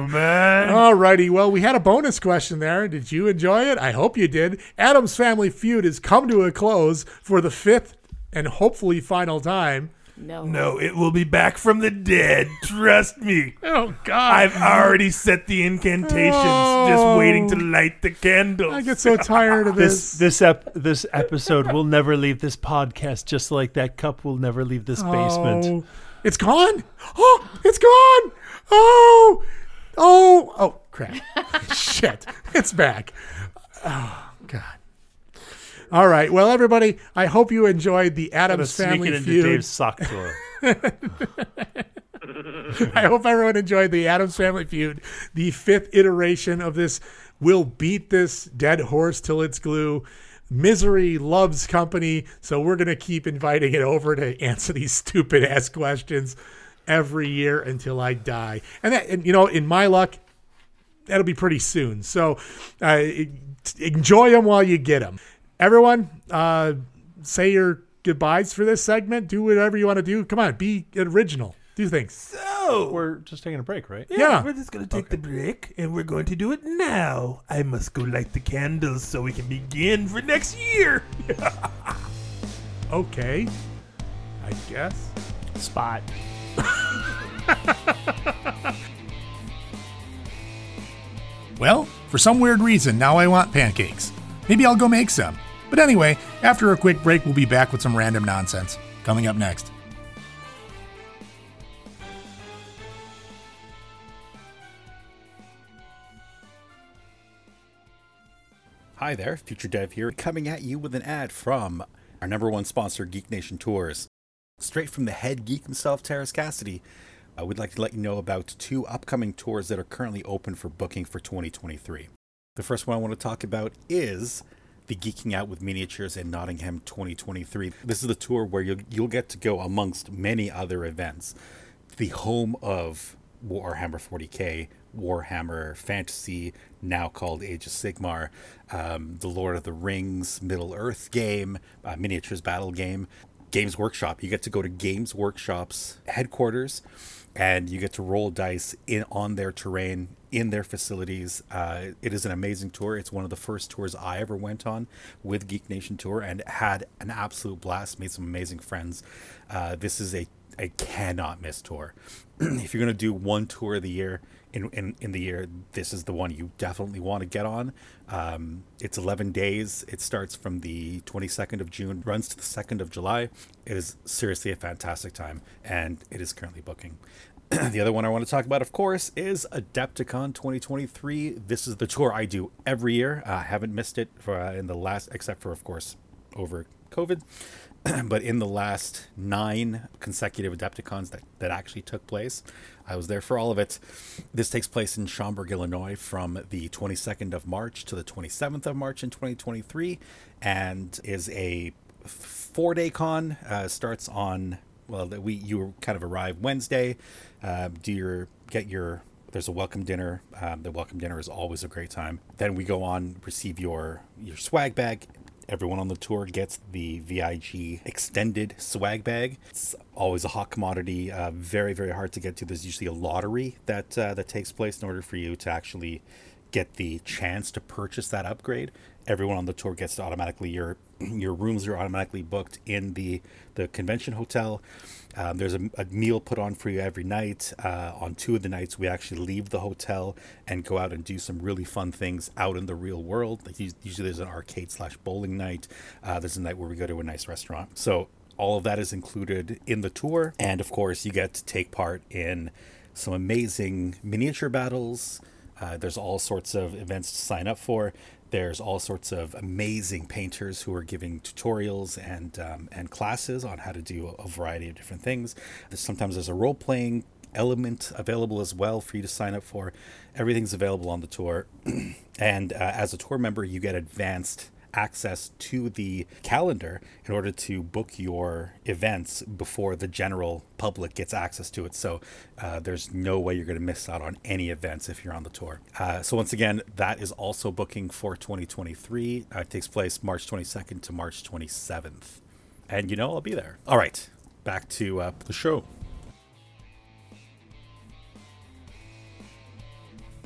S4: Alrighty, well, we had a bonus question there. Did you enjoy it? I hope you did. Adam's Family Feud has come to a close for the fifth and hopefully final time.
S9: No.
S5: No, it will be back from the dead. Trust me.
S4: Oh, God.
S5: I've already set the incantations, just waiting
S10: Oh.
S5: to light the candles.
S4: I get so tired of
S7: This
S4: this.
S7: this ep- this episode will never leave this podcast, just like that cup will never leave this basement.
S4: Oh, it's gone. Oh, it's gone. Oh, oh, oh, crap. Shit. It's back. Oh, God. All right. Well, everybody, I hope you enjoyed the
S7: Gonna
S4: Adams
S7: sneak
S4: Family
S7: it into
S4: Feud.
S7: Dave's sock drawer.
S4: I hope everyone enjoyed the Adams Family Feud, the fifth iteration of this. We'll beat this dead horse till it's glue. Misery loves company, so we're gonna keep inviting it over to answer these stupid ass questions every year until I die. And that, and you know, in my luck, that'll be pretty soon. So uh, enjoy them while you get them. Everyone, uh, say your goodbyes for this segment. Do whatever you want to do. Come on, be original. Do things.
S5: So
S7: We're just taking a break, right?
S5: yeah,
S4: yeah.
S5: we're just gonna take the break, and we're going to do it now. I must go light the candles so we can begin for next year.
S4: Mm-hmm. Okay. I guess.
S10: Spot.
S3: Well, for some weird reason, now I want pancakes. Maybe I'll go make some. But anyway, after a quick break, we'll be back with some random nonsense. Coming up next.
S2: Hi there, Future Dev here, coming at you with an ad from our number one sponsor, Geek Nation Tours. Straight from the head geek himself, Terrace Cassidy, I would like to let you know about two upcoming tours that are currently open for booking for 2023. The first one I want to talk about is the Geeking Out with Miniatures in Nottingham 2023. This is the tour where you'll, you'll get to go amongst many other events the home of Warhammer 40k, Warhammer Fantasy, now called Age of Sigmar, um, the Lord of the Rings, Middle Earth game, uh, miniatures battle game, Games Workshop. You get to go to Games Workshop's headquarters, and you get to roll dice in on their terrain in their facilities. Uh, it is an amazing tour. It's one of the first tours I ever went on with Geek Nation Tour, and had an absolute blast. Made some amazing friends. Uh, this is a I cannot miss tour. if you're gonna do one tour of the year in, in in the year, this is the one you definitely want to get on. Um, it's 11 days. It starts from the 22nd of June, runs to the 2nd of July. It is seriously a fantastic time, and it is currently booking. the other one I want to talk about, of course, is Adepticon 2023. This is the tour I do every year. I haven't missed it for uh, in the last, except for of course over COVID. but in the last nine consecutive Adepticons that, that actually took place, I was there for all of it. This takes place in Schaumburg, Illinois from the 22nd of March to the 27th of March in 2023 and is a four day con. Uh, starts on, well, that we you kind of arrive Wednesday, uh, do your, get your there's a welcome dinner. Um, the welcome dinner is always a great time. Then we go on receive your your swag bag. Everyone on the tour gets the VIG extended swag bag. It's always a hot commodity. Uh, very very hard to get to. There's usually a lottery that uh, that takes place in order for you to actually get the chance to purchase that upgrade. Everyone on the tour gets to automatically your your rooms are automatically booked in the the convention hotel. Um, there's a, a meal put on for you every night. Uh, on two of the nights, we actually leave the hotel and go out and do some really fun things out in the real world. Like us- usually, there's an arcade slash bowling night. Uh, there's a night where we go to a nice restaurant. So all of that is included in the tour, and of course, you get to take part in some amazing miniature battles. Uh, there's all sorts of events to sign up for. There's all sorts of amazing painters who are giving tutorials and um, and classes on how to do a variety of different things. There's, sometimes there's a role playing element available as well for you to sign up for. Everything's available on the tour, and uh, as a tour member, you get advanced access to the calendar in order to book your events before the general public gets access to it. So uh, there's no way you're going to miss out on any events if you're on the tour. Uh, so once again, that is also booking for 2023. Uh, it takes place March 22nd to March 27th. And you know, I'll be there. All right, back to uh, the show.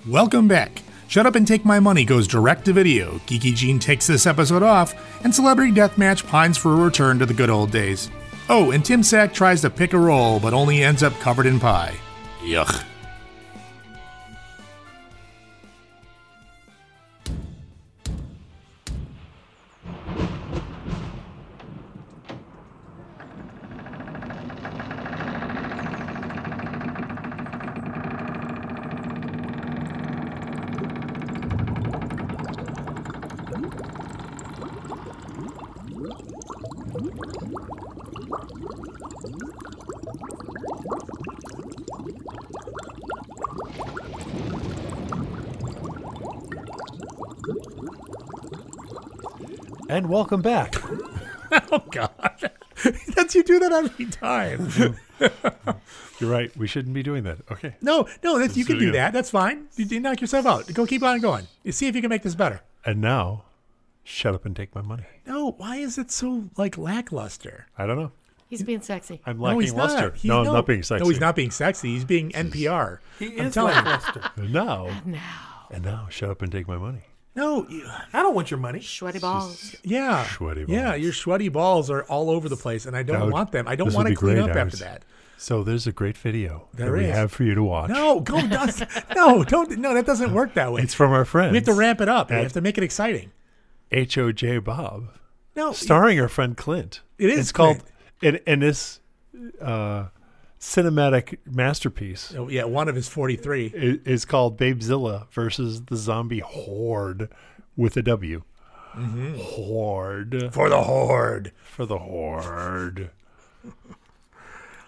S3: Welcome back. Shut Up and Take My Money goes direct to video. Geeky Gene takes this episode off, and Celebrity Deathmatch pines for a return to the good old days. Oh, and Tim Sack tries to pick a roll, but only ends up covered in pie.
S14: Yuck.
S7: And welcome back.
S3: oh God, that's you do that every time.
S7: You're right. We shouldn't be doing that. Okay.
S4: No, no, that's, you
S7: Let's
S4: can
S7: do it
S4: do
S7: again.
S4: that. That's fine. You, you knock yourself out. Go keep on going. You see if you can make this better.
S7: And now, shut up and take my money.
S4: No, why is it so like lackluster?
S7: I don't know.
S9: He's being sexy.
S7: I'm
S4: no, he's
S7: lacking luster.
S4: Not. He-
S7: no, I'm not being sexy.
S4: No, he's not being sexy. He's being NPR.
S5: He
S4: I'm
S5: is
S4: telling you.
S5: lackluster.
S7: Now. And now, shut up and take my money.
S4: No,
S5: I don't want your money.
S9: Sweaty balls.
S4: Yeah.
S7: Sweaty
S4: Yeah, your sweaty balls are all over the place, and I don't
S7: That would-
S4: want them. I don't
S7: this would
S4: want to
S7: be
S4: clean
S7: great,
S4: up
S7: Alex.
S4: after that.
S7: So there's a great video that
S4: There
S7: we
S4: is.
S7: have for you to watch.
S4: No, go dust. no, don't. No, that doesn't work that way.
S7: It's from our friends.
S4: We have to ramp it up. We
S7: at
S4: have to make it exciting.
S7: H.O.J. Bob.
S4: No,
S7: Starring our friend Clint.
S4: It is
S7: It's called, and, and this uh, cinematic masterpiece
S4: Oh, yeah, one of his forty-three.
S7: i- is called Babezilla versus the Zombie Horde with a W. Horde.
S4: For the horde.
S7: For the Horde.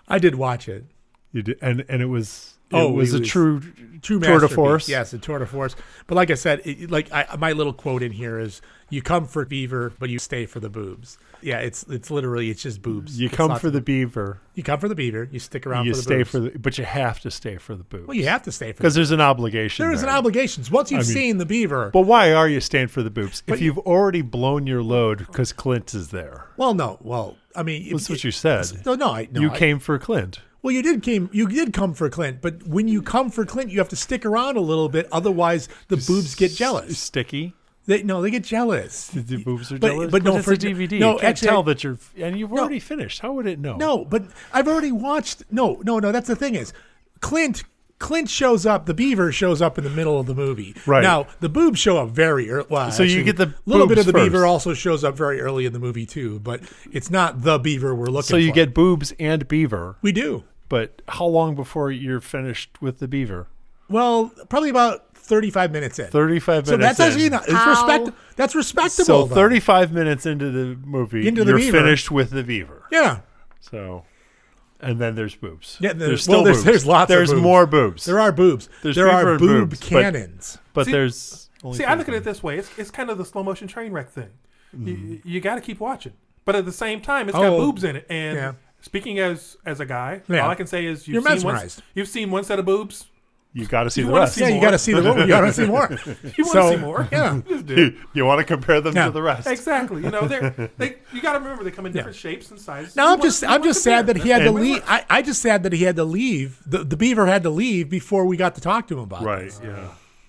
S4: I did watch it.
S7: You did, and, and it was it
S4: Oh,
S7: was
S4: it
S7: a true
S4: true
S7: tour de
S4: masterpiece.
S7: force.
S4: Yes, a tour de force. But like I said, it, like I, my little quote in here is, "You come for beaver, but you stay for the boobs." Yeah, it's it's literally it's just boobs.
S7: You
S4: It's
S7: come
S4: not-
S7: for the beaver.
S4: you come for the beaver. You stick around.
S7: You
S4: for the
S7: stay
S4: boobs.
S7: for the, but you have to stay for the boobs.
S4: Well, you have to stay for
S7: because there's an obligation.
S4: There is an obligation. Once you've
S7: I mean-
S4: seen the beaver,
S7: But why are you staying for the boobs
S4: But
S7: if you've already blown your load because Clint is there?
S4: well, no, well, I mean,
S7: That's
S4: it-
S7: what you said.
S4: No, no, I no,
S7: you
S4: I-
S7: came for Clint.
S4: Well, you did came you did come for Clint, but when you come for Clint, you have to stick around a little bit, otherwise the boobs get jealous.
S7: Sticky.
S4: They no, they get jealous.
S7: The, the boobs are
S4: But-
S7: jealous.
S4: but no,
S7: it's
S4: for-
S7: a DVD.
S4: no,
S7: you can't
S4: actually,
S7: tell
S4: I-
S7: that you're and you've already finished. How would it know?
S4: No, but I've already watched. No, no, no. That's the thing is, Clint. Clint shows up. The beaver shows up in the middle of the movie.
S7: Right.
S4: now, the boobs show up very early. Well,
S7: So you
S4: actually,
S7: get the
S4: little bit of
S7: boobs
S4: the beaver
S7: first.
S4: also shows up very early in the movie too, but it's not the beaver we're looking.
S7: So you
S4: for.
S7: get boobs and beaver,
S4: we do
S7: but how long before you're finished with the beaver?
S4: well probably about thirty five minutes in.
S7: 35
S4: So
S7: minutes
S4: that's actually
S7: in.
S4: not. It's
S9: How?
S4: respect. That's respectable.
S7: So
S4: though.
S7: 35 minutes into the movie,
S4: Into the
S7: you're
S4: beaver.
S7: finished with the beaver.
S4: Yeah.
S7: So, and then there's boobs.
S4: Yeah, there's,
S7: there's still
S4: well, there's,
S7: boobs.
S4: there's lots
S7: There's
S4: of boobs.
S7: more boobs.
S4: There are boobs.
S7: There's
S4: there
S7: beaver
S4: are
S7: and
S4: boob
S7: boobs, but-
S4: cannons.
S7: but
S5: See-
S7: there's only
S5: See, I
S7: things
S5: look at
S7: on
S5: it this way: it's, it's kind of the slow motion train wreck thing. You, you got to keep watching, but at the same time, it's got
S4: Mm-hmm. Oh,
S5: boobs in it. And
S4: yeah.
S5: speaking as as a guy,
S4: Yeah.
S5: all I can say is you've
S4: You're
S5: seen
S4: mesmerized.
S5: One, you've seen one set of boobs.
S7: You got to see
S5: You
S7: the
S5: wanna
S7: rest.
S5: see
S4: yeah, you got to see the you got to see more.
S5: You want to
S4: So,
S5: see more?
S4: Yeah.
S5: You just do.
S7: you want to compare them
S4: Yeah.
S7: to the rest.
S5: exactly. You know, they're they. You got to remember they come in different shapes and sizes.
S4: Now
S5: You
S4: I'm
S5: wanna-
S4: just
S5: you
S4: I'm
S5: wanna
S4: just sad
S5: compare.
S4: that he had to
S5: That's the way it
S4: leave.
S5: works.
S4: I, I just sad that he had to leave. The the beaver had to leave before we got to talk to him about
S7: Right.
S4: this.
S7: Yeah.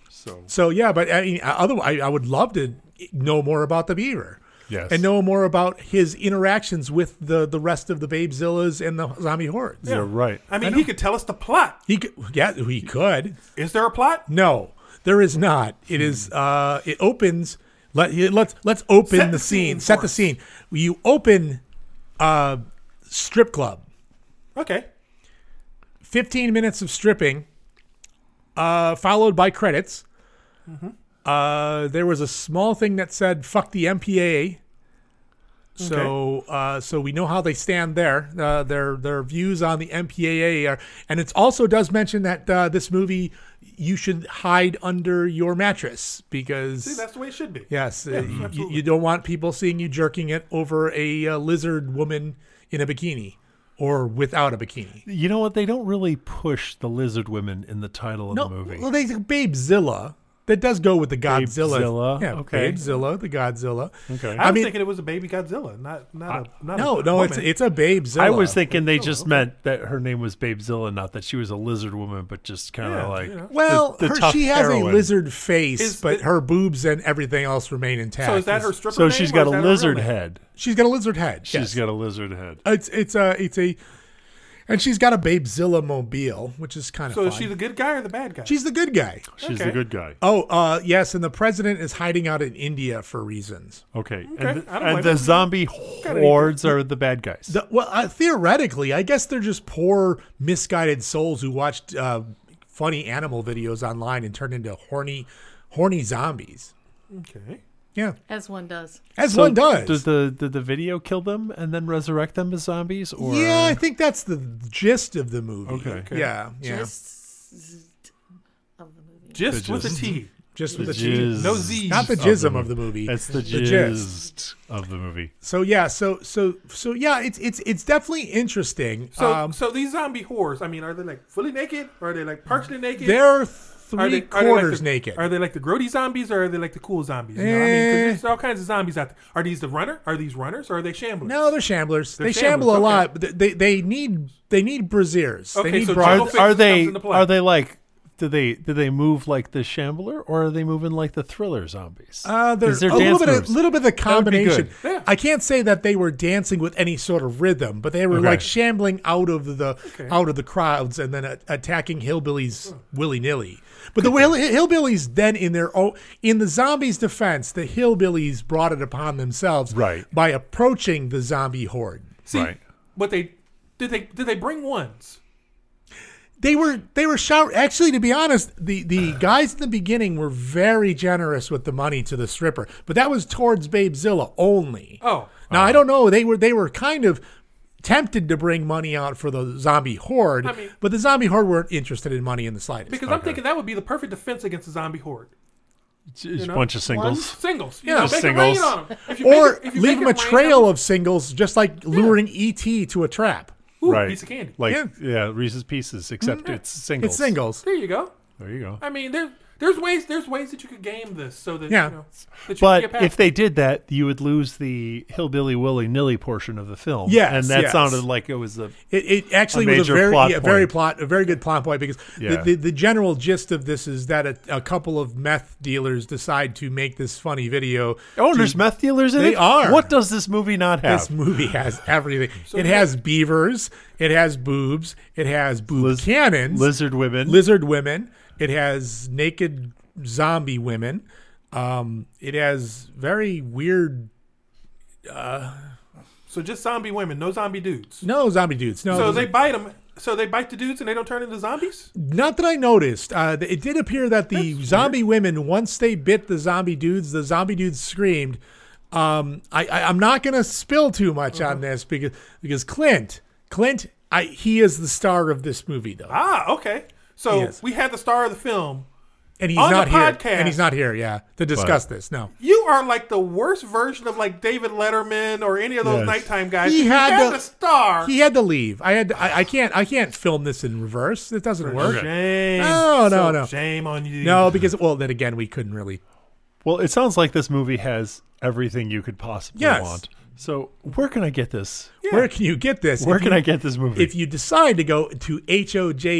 S7: So
S4: So yeah, but I mean, otherwise I, I would love to know more about the beaver.
S7: Yes.
S4: And know more about his interactions with the the rest of the Babezillas and the zombie hordes.
S7: you're right.
S5: I mean, he could tell us the plot.
S4: He could, yeah, he could.
S5: Is there a plot? Hmm.
S4: No, there is not. It is. Uh, it opens. Let let's let's open
S5: Set
S4: the
S5: the
S4: scene.
S5: scene
S4: Set
S5: for
S4: the
S5: us.
S4: scene. You open, uh, strip club.
S5: Okay.
S4: Fifteen minutes of stripping, uh, followed by credits.
S5: Mm-hmm.
S4: Uh, there was a small thing that said "fuck the MPAA." So uh, so we know how they stand there. Uh, their their views on the MPAA are, and it also does mention that uh, this movie you should hide under your mattress because
S5: See, that's the way it should be.
S4: Yes, uh,
S5: Yeah,
S4: you- you,
S5: absolutely.
S4: don't want people seeing you jerking it over a uh, lizard woman in a bikini or without a bikini.
S7: You know what? They don't really push the lizard women in the title of the movie.
S4: Well, they Babezilla. That does go with the Godzilla.
S7: Babezilla,
S4: Yeah,
S7: okay.
S4: Babezilla, the Godzilla.
S7: Okay.
S5: I was
S4: I mean,
S5: thinking it was a baby Godzilla, not not a not
S4: no,
S5: a
S4: no, it's
S5: woman.
S4: it's a Babezilla. Oh,
S7: I was thinking they just meant that her name was Babezilla, not that she was a lizard woman, but just kind of
S5: Yeah,
S7: like
S5: you know.
S7: the-
S4: Well,
S7: the
S4: her,
S7: tough
S4: she has
S7: heroine.
S4: a lizard face,
S5: Is
S4: but
S5: the-
S4: her boobs and everything else remain intact.
S5: is that her stripper
S7: So she's
S5: name
S7: got
S5: or
S7: a
S5: is that her real
S7: lizard
S5: name?
S7: head.
S4: She's got a lizard head.
S7: She's
S4: yes.
S7: got a lizard head.
S4: It's it's a it's a, and she's got a Babezilla mobile, which is kind of
S5: So
S4: fun.
S5: is she the good guy or the bad guy?
S4: She's the good guy.
S7: She's the
S5: Okay.
S7: good guy.
S4: Oh, uh, yes, and the president is hiding out in India for reasons.
S7: Okay.
S5: Okay,
S7: And,
S5: I
S7: the,
S5: don't
S7: and
S5: blame
S7: the
S5: her.
S7: zombie
S5: anything.
S7: hordes are the bad guys.
S4: The, well, uh, theoretically, I guess they're just poor, misguided souls who watched uh, funny animal videos online and turned into horny, horny zombies.
S5: okay.
S4: Yeah,
S9: As one does.
S4: as
S7: So
S4: one does.
S7: Does the did the video kill them and then resurrect them as zombies? Or
S4: yeah, I think that's the gist of the movie.
S7: Okay. Okay.
S4: Yeah, yeah. Just,
S9: Just of the movie.
S5: Just with a
S7: just-
S5: T.
S4: with the,
S7: jizz.
S5: No Z's.
S4: Not the
S5: Of
S4: jism of the movie.
S7: That's the
S4: The
S7: gist of the movie.
S4: So yeah, so so so yeah, it's it's it's definitely interesting.
S5: So
S4: um,
S5: so these zombie whores. I mean, are they like fully naked or are they like partially naked?
S4: they're three
S5: Are they- are they like
S4: quarters
S5: the-
S4: naked.
S5: Are they like the grody zombies or are they like the cool zombies? You know, I mean, 'cause
S4: Eh.
S5: there's all kinds of zombies out there. Are these the runner? Are these runners or are they shamblers?
S4: No, they're shamblers.
S5: They're
S4: they shamble a
S5: shamblers, okay.
S4: lot. But they they need they need brasiers.
S5: Okay,
S4: they need
S5: so
S4: bras.
S5: juggle- Fiction
S7: Are they
S5: comes into play.
S7: are they like do they do they move like the shambler or are they moving like the thriller zombies?
S4: Uh, they're
S7: Is there
S4: a little
S7: dance
S4: bit, of,
S7: moves?
S4: little bit of the
S7: That would be good.
S4: combination.
S5: Yeah.
S4: I can't say that they were dancing with any sort of rhythm, but they were
S7: Okay.
S4: like shambling out of the out of the crowds and then a- attacking hillbillies willy nilly. But the will- hillbillies then in their own, in the zombies' defense, the hillbillies brought it upon themselves
S7: Right.
S4: by approaching the zombie horde.
S5: See,
S7: Right.
S5: what they did they did they bring ones?
S4: they were they were shower actually to be honest the the
S5: Uh.
S4: guys in the beginning were very generous with the money to the stripper but that was towards babezilla only
S5: Oh.
S4: now i don't know they were they were kind of tempted to bring money out for the zombie horde
S5: I mean-
S4: but the zombie horde weren't interested in money in the slightest
S5: Because I'm thinking that would be the perfect defense against a zombie horde.
S7: It's a bunch of singles.
S5: Singles. You
S4: Yeah,
S5: know, make it rain
S7: singles.
S5: on 'em. If you make
S4: or
S5: it- if you
S4: leave them
S5: make
S4: a
S5: it rain
S4: trail
S5: on
S4: of singles just like luring et to a trap
S5: 'em, ooh,
S7: right.
S5: piece of candy. Mm-hmm.
S7: Like
S4: Yeah.
S7: yeah, Reese's Pieces, except it's singles.
S4: it's singles
S5: There you go.
S7: There you go.
S5: I mean, there, there's ways there's ways that you could game this so that
S4: Yeah.
S5: you know that you can get
S7: But
S5: past
S7: if they did that, you would lose the hillbilly willy nilly portion of the film.
S4: Yes,
S7: and that
S4: yes.
S7: sounded like it was a
S4: It, it actually
S7: A
S4: was a
S7: major
S4: very
S7: plot
S4: yeah, very
S7: point.
S4: plot a very good plot point because
S7: Yeah.
S4: the, the the general gist of this is that a, a couple of meth dealers decide to make this funny video.
S7: oh,
S4: to-
S7: there's meth dealers in
S4: They
S7: it.
S4: are.
S7: What does this movie not have?
S4: This movie has everything. it has beavers. It has boobs. It has boob cannons.
S7: Lizard women.
S4: lizard women. It has naked zombie women. Um, it has very weird. uh,
S5: so just zombie women, no zombie dudes.
S4: No zombie dudes. No.
S5: So they bite them. So they bite the dudes and they don't turn into zombies.
S4: Not that I noticed. Uh, th- it did appear that the zombie women, once they bit the zombie dudes, the zombie dudes screamed. Um, I, I, I'm not going to spill too much
S5: Uh-huh.
S4: on this because because Clint, Clint, I, he is the star of this movie though,
S5: Ah, okay. So
S4: Yes.
S5: we had the star of the film.
S4: and he's
S5: on the
S4: not here,
S5: podcast-
S4: and he's not here. Yeah, to discuss this. No,
S5: You are like the worst version of like David Letterman or any of
S7: Yes.
S5: those nighttime guys.
S4: He
S5: You
S4: had
S5: had
S4: to-
S5: the star.
S4: he had to leave. I had. To, I, I can't. I can't film this in reverse. It doesn't work.
S5: Shame.
S4: No, no,
S5: So
S4: no.
S5: Shame on you.
S4: No, because well, then again, we couldn't really.
S7: Well, it sounds like this movie has everything you could possibly
S4: Yes.
S7: want. So where can I get this?
S4: Where can you get this?
S7: Where
S4: If
S7: can
S4: you-
S7: I get this movie?
S4: If you decide to go to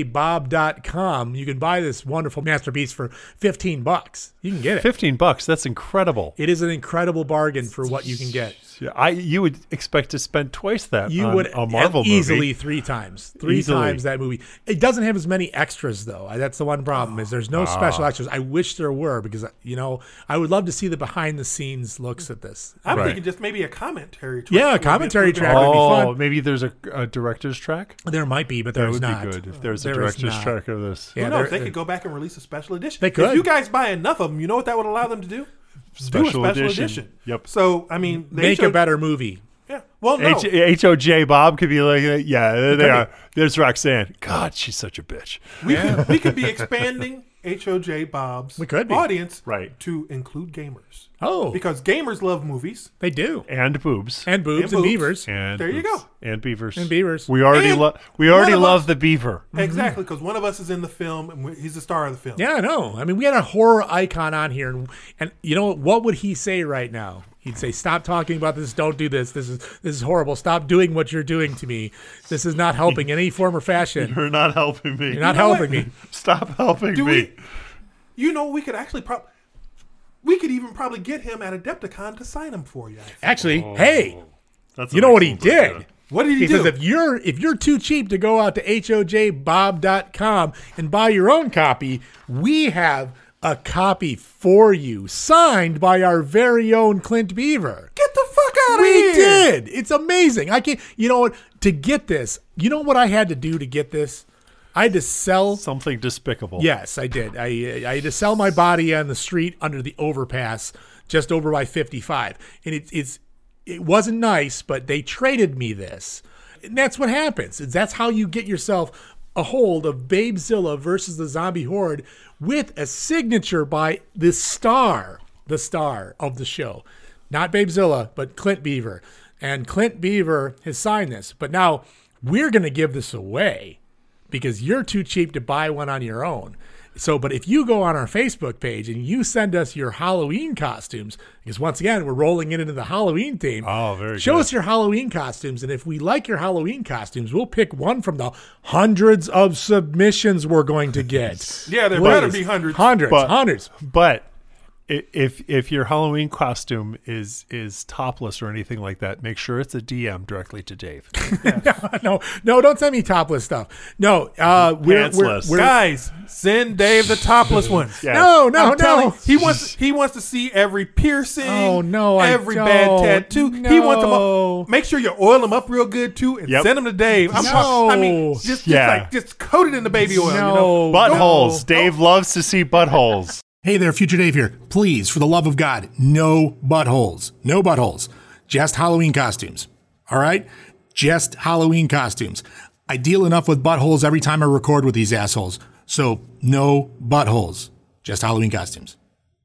S4: hojbob.com, you can buy this wonderful masterpiece for 15 bucks. You can get it.
S7: Fifteen bucks. That's incredible.
S4: It is an incredible bargain for what you can get.
S7: Yeah, I you would expect to spend twice that.
S4: You
S7: on
S4: would
S7: a Marvel movie.
S4: easily three times, three
S7: Easily.
S4: times that movie. It doesn't have as many extras though. I- That's the one problem is
S7: Ah.
S4: there's no special extras. I wish there were because you know I would love to see the behind the scenes looks at this.
S5: I'm
S7: Right.
S5: thinking just maybe a commentary. track
S4: Yeah, a
S5: would be-
S4: commentary
S5: would be
S4: track would be
S7: Oh,
S4: fun.
S7: maybe there's a, a director's track.
S4: There might be, but
S7: That
S4: there's
S7: would
S4: not.
S7: be good if there's a
S4: There is
S7: director's
S4: not.
S7: track of this.
S4: Yeah,
S5: Who knows?
S4: there-
S5: They could go back and release a special edition.
S4: They
S5: If
S4: could.
S5: you guys buy enough of them, you know what that would allow them to do? do a
S7: Special
S5: special edition.
S7: edition. Yep.
S5: So I mean, they
S4: Make
S5: showed,
S4: a better movie.
S5: Well, no.
S7: H- HOJ Bob could be like, yeah, there they
S5: Okay.
S7: are. There's Roxanne. God, she's such a bitch.
S5: We could we could be expanding HOJ Bob's we could
S7: be.
S5: audience
S7: Right.
S5: to include gamers.
S7: Oh.
S5: because gamers love movies.
S4: They do.
S7: And boobs.
S4: And boobs and beavers.
S7: And
S5: There you
S7: boobs.
S5: go.
S7: And beavers.
S4: And beavers. Mm-hmm.
S7: We already
S5: And
S7: love we
S5: one
S7: already
S5: of
S7: love
S5: us-
S7: the beaver.
S5: Exactly, because one of us is in the film and we- he's the star of the film.
S4: Yeah, I know. I mean, we had a horror icon on here, and and you know what? What would he say right now? He'd say, "Stop talking about this. Don't do this. This is this is horrible. Stop doing what you're doing to me. This is not helping in any form or fashion.
S7: You're not helping me.
S4: You're not
S5: You know
S4: helping
S5: what?
S4: me.
S7: Stop helping
S5: Do
S7: me.
S5: we- You know, we could actually probably we could even probably get him at Adepticon to sign him for you.
S4: Actually, hey,
S7: That's
S4: you know what he did?
S5: What did he
S4: He says
S5: do?
S4: if you're if you're too cheap to go out to hojbob.com and buy your own copy, we have a copy for you signed by our very own Clint Beaver.
S5: Get the fuck out
S4: we
S5: of here!
S4: did. It's amazing. I can't. You know what? To get this, you know what I had to do to get this? I had to sell
S7: something despicable.
S4: Yes, I did. I I had to sell my body on the street under the overpass, just over by 55, and it, it's it wasn't nice, but they traded me this, and that's what happens. It's- That's how you get yourself a hold of Babezilla versus the zombie horde with a signature by the star, the star of the show, not Babezilla, but Clint Beaver, and Clint Beaver has signed this. But now we're gonna give this away because you're too cheap to buy one on your own. So, but if you go on our Facebook page and you send us your Halloween costumes, because once again, we're rolling it into the Halloween theme.
S7: Oh, very
S4: Show
S7: good.
S4: us your Halloween costumes, and if we like your Halloween costumes, we'll pick one from the hundreds of submissions we're going to get.
S5: Yeah, there
S4: Please.
S5: better be hundreds.
S4: Hundreds,
S7: But-
S4: hundreds.
S7: But i- if if your Halloween costume is is topless or anything like that, make sure it's a DM directly to Dave.
S4: no, no, don't send me topless stuff. No, uh, we're, we're,
S7: Pantsless.
S4: we're
S5: Guys, send Dave the topless ones.
S7: Yeah.
S4: No, no,
S5: I'm
S4: no.
S5: telling- he wants he wants to see every piercing.
S4: Oh, no, I
S5: every bad
S4: don't.
S5: tattoo. He wants them
S4: No.
S5: all. Make sure you oil them up real good too, and
S7: Yep.
S5: send them to Dave. I'm talking- I mean,
S4: No.
S5: just, just
S7: Yeah.
S5: like just coat it in the baby oil. You know?
S7: Buttholes. Dave loves to see buttholes.
S3: Hey there, Future Dave here. Please, for the love of God, no buttholes. No buttholes. Just Halloween costumes. All right? Just Halloween costumes. I deal enough with buttholes every time I record with these assholes. So, no buttholes. Just Halloween costumes.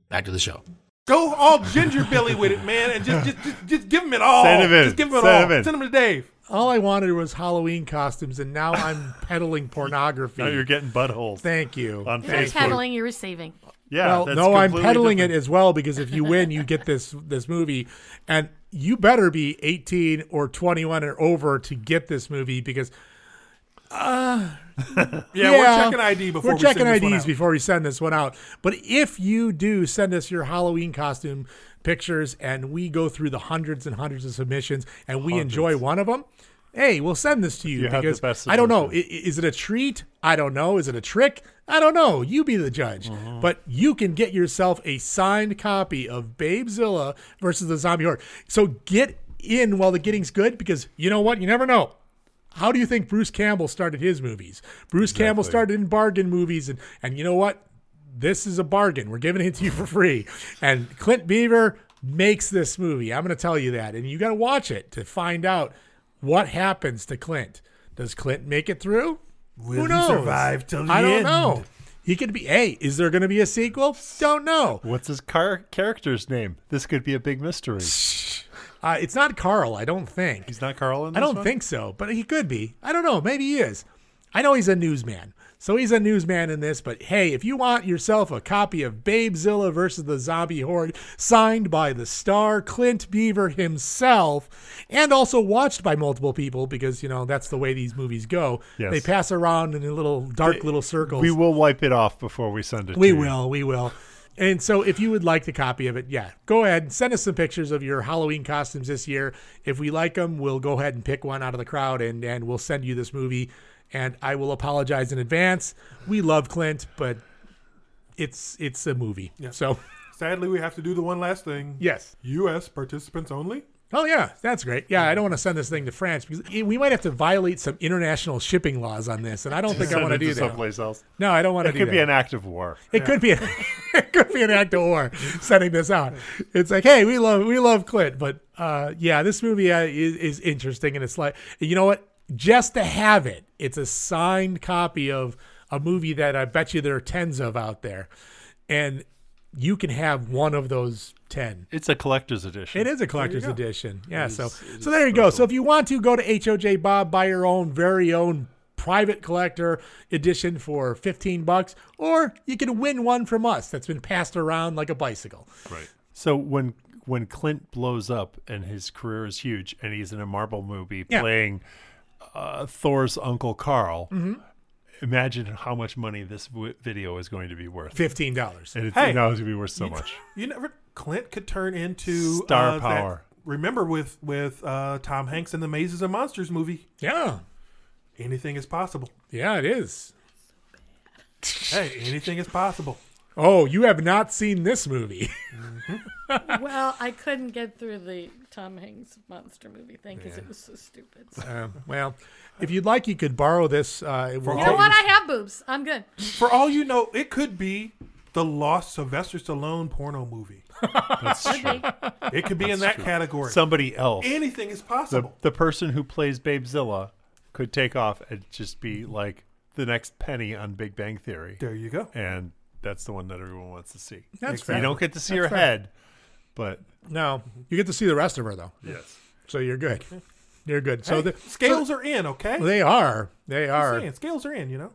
S3: Back to the show.
S5: Go all ginger billy with it, man, and just just, just, just give him it all.
S7: Send him in.
S5: Just give him it
S7: Send
S5: all.
S7: him in.
S5: Send him to Dave.
S4: all I wanted was Halloween costumes, and now I'm peddling pornography.
S7: now you're getting buttholes.
S4: Thank you.
S7: On
S9: You're
S7: Facebook.
S9: peddling, you're receiving.
S7: Yeah.
S4: well,
S7: that's
S4: no, I'm
S7: completely
S4: peddling
S7: different.
S4: it as well because if you win, you get this this movie, and you better be 18 or 21 or over to get this movie because uh,
S5: Yeah, we're checking ID before
S4: we're
S5: we
S4: checking
S5: send this
S4: IDs
S5: one out.
S4: before we send this one out. But if you do send us your Halloween costume pictures, and we go through the hundreds and hundreds of submissions, and we enjoy one of them. Hey, we'll send this to you,
S7: you have the
S4: because
S7: best
S4: I don't know. I- i- Is it a treat? I don't know. Is it a trick? I don't know. You be the judge.
S7: Uh-huh.
S4: But you can get yourself a signed copy of Babezilla versus the Zombie Horde. So get in while the getting's good, because you know what? You never know how do you think Bruce Campbell started his movies? Bruce Campbell started in bargain movies, and and you know what? This is a bargain. We're giving it to you for free. And Clint Beaver makes this movie. I'm going to tell you that, and you got to watch it to find out what happens to Clint. Does Clint make it through?
S5: Will
S4: Who
S5: he
S4: knows?
S5: survive till the
S4: I don't
S5: end?
S4: know. He could be. Hey, is there going to be a sequel? Don't know.
S7: What's his car- character's name? This could be a big mystery.
S4: Uh, it's not Carl. I don't think.
S7: He's not Carl in this
S4: I don't
S7: one?
S4: think so, but he could be. I don't know. Maybe he is. I know he's a newsman. So he's a newsman in this, but hey, if you want yourself a copy of Babezilla versus the Zombie Horde, signed by the star Clint Beaver himself, and also watched by multiple people, because you know that's the way these movies go.
S7: Yes.
S4: They pass around in little dark little circles.
S7: We will wipe it off before we send it
S4: We
S7: to you.
S4: will. We will. And so, if you would like the copy of it, yeah, go ahead and send us some pictures of your Halloween costumes this year. If we like them, we'll go ahead and pick one out of the crowd and, and we'll send you this movie. And I will apologize in advance. We love Clint, but it's it's a movie. So,
S5: Sadly, we have to do the one last thing.
S4: yes.
S5: U.S. participants only.
S4: Oh yeah, that's great. Yeah, I don't want to send this thing to France because it- we might have to violate some international shipping laws on this, and I don't think I
S7: Send
S4: want
S7: it
S4: to do
S7: to
S4: that.
S7: someplace else.
S4: No, I don't want
S7: It
S4: to.
S7: could be an act of war.
S4: It
S7: Yeah.
S4: could be. An, it could be an act of war sending this out. It's like, hey, we love we love Clint, but uh, yeah, this movie uh, is, is interesting, and it's like, you know what? Just to have it, it's a signed copy of a movie that I bet you there are tens of out there, and you can have one of those ten.
S7: It's a collector's edition.
S4: It is a collector's edition. Yeah.
S7: It
S4: so
S7: is- it
S4: so there you go. So if you want to go to HOJ Bob, buy your own very own private collector edition for 15 bucks, or you can win one from us that's been passed around like a bicycle.
S7: Right. So when when Clint blows up and his career is huge and he's in a Marvel movie
S4: Yeah.
S7: playing uh, Thor's uncle Carl,
S4: Mm-hmm.
S7: imagine how much money this w- video is going to be worth.
S4: Fifteen dollars.
S7: And it's,
S5: Hey.
S7: you
S4: Oh,
S7: know, it's going to be worth so
S5: You-
S7: much.
S5: You never. Clint could turn into uh,
S7: Star
S5: that-
S7: power.
S5: remember with with uh, Tom Hanks in the Mazes and Monsters movie.
S4: Yeah.
S5: Anything is possible.
S4: Yeah, it is.
S5: Hey, anything is possible. Mm,
S4: Oh, you have not seen this movie.
S9: well, I couldn't get through the Tom Hanks monster movie thing because it was so stupid.
S5: uh,
S4: Um, well, if you'd like, you could borrow this. Uh, it will
S9: you know what? I have boobs. I'm good.
S5: For all you know, it could be the lost Sylvester Stallone porno movie.
S7: That's
S9: Could true. be.
S5: It could be in
S7: That's
S5: that
S7: true.
S5: category.
S7: Somebody else.
S5: Anything is
S7: The,
S5: possible.
S7: the person who plays Babezilla could take off and just be like the next penny on Big Bang Theory.
S5: There you go.
S7: And that's the one that everyone wants to see.
S4: That's
S7: You
S4: fair.
S7: don't get to see
S4: That's
S7: her
S4: fair.
S7: head, but
S4: No, you get to see the rest of her though.
S7: Yes.
S4: So you're good. You're good. So
S5: Hey,
S4: the
S5: scales are in, okay?
S4: They are. They
S5: Just
S4: are.
S5: saying, scales are in, you know?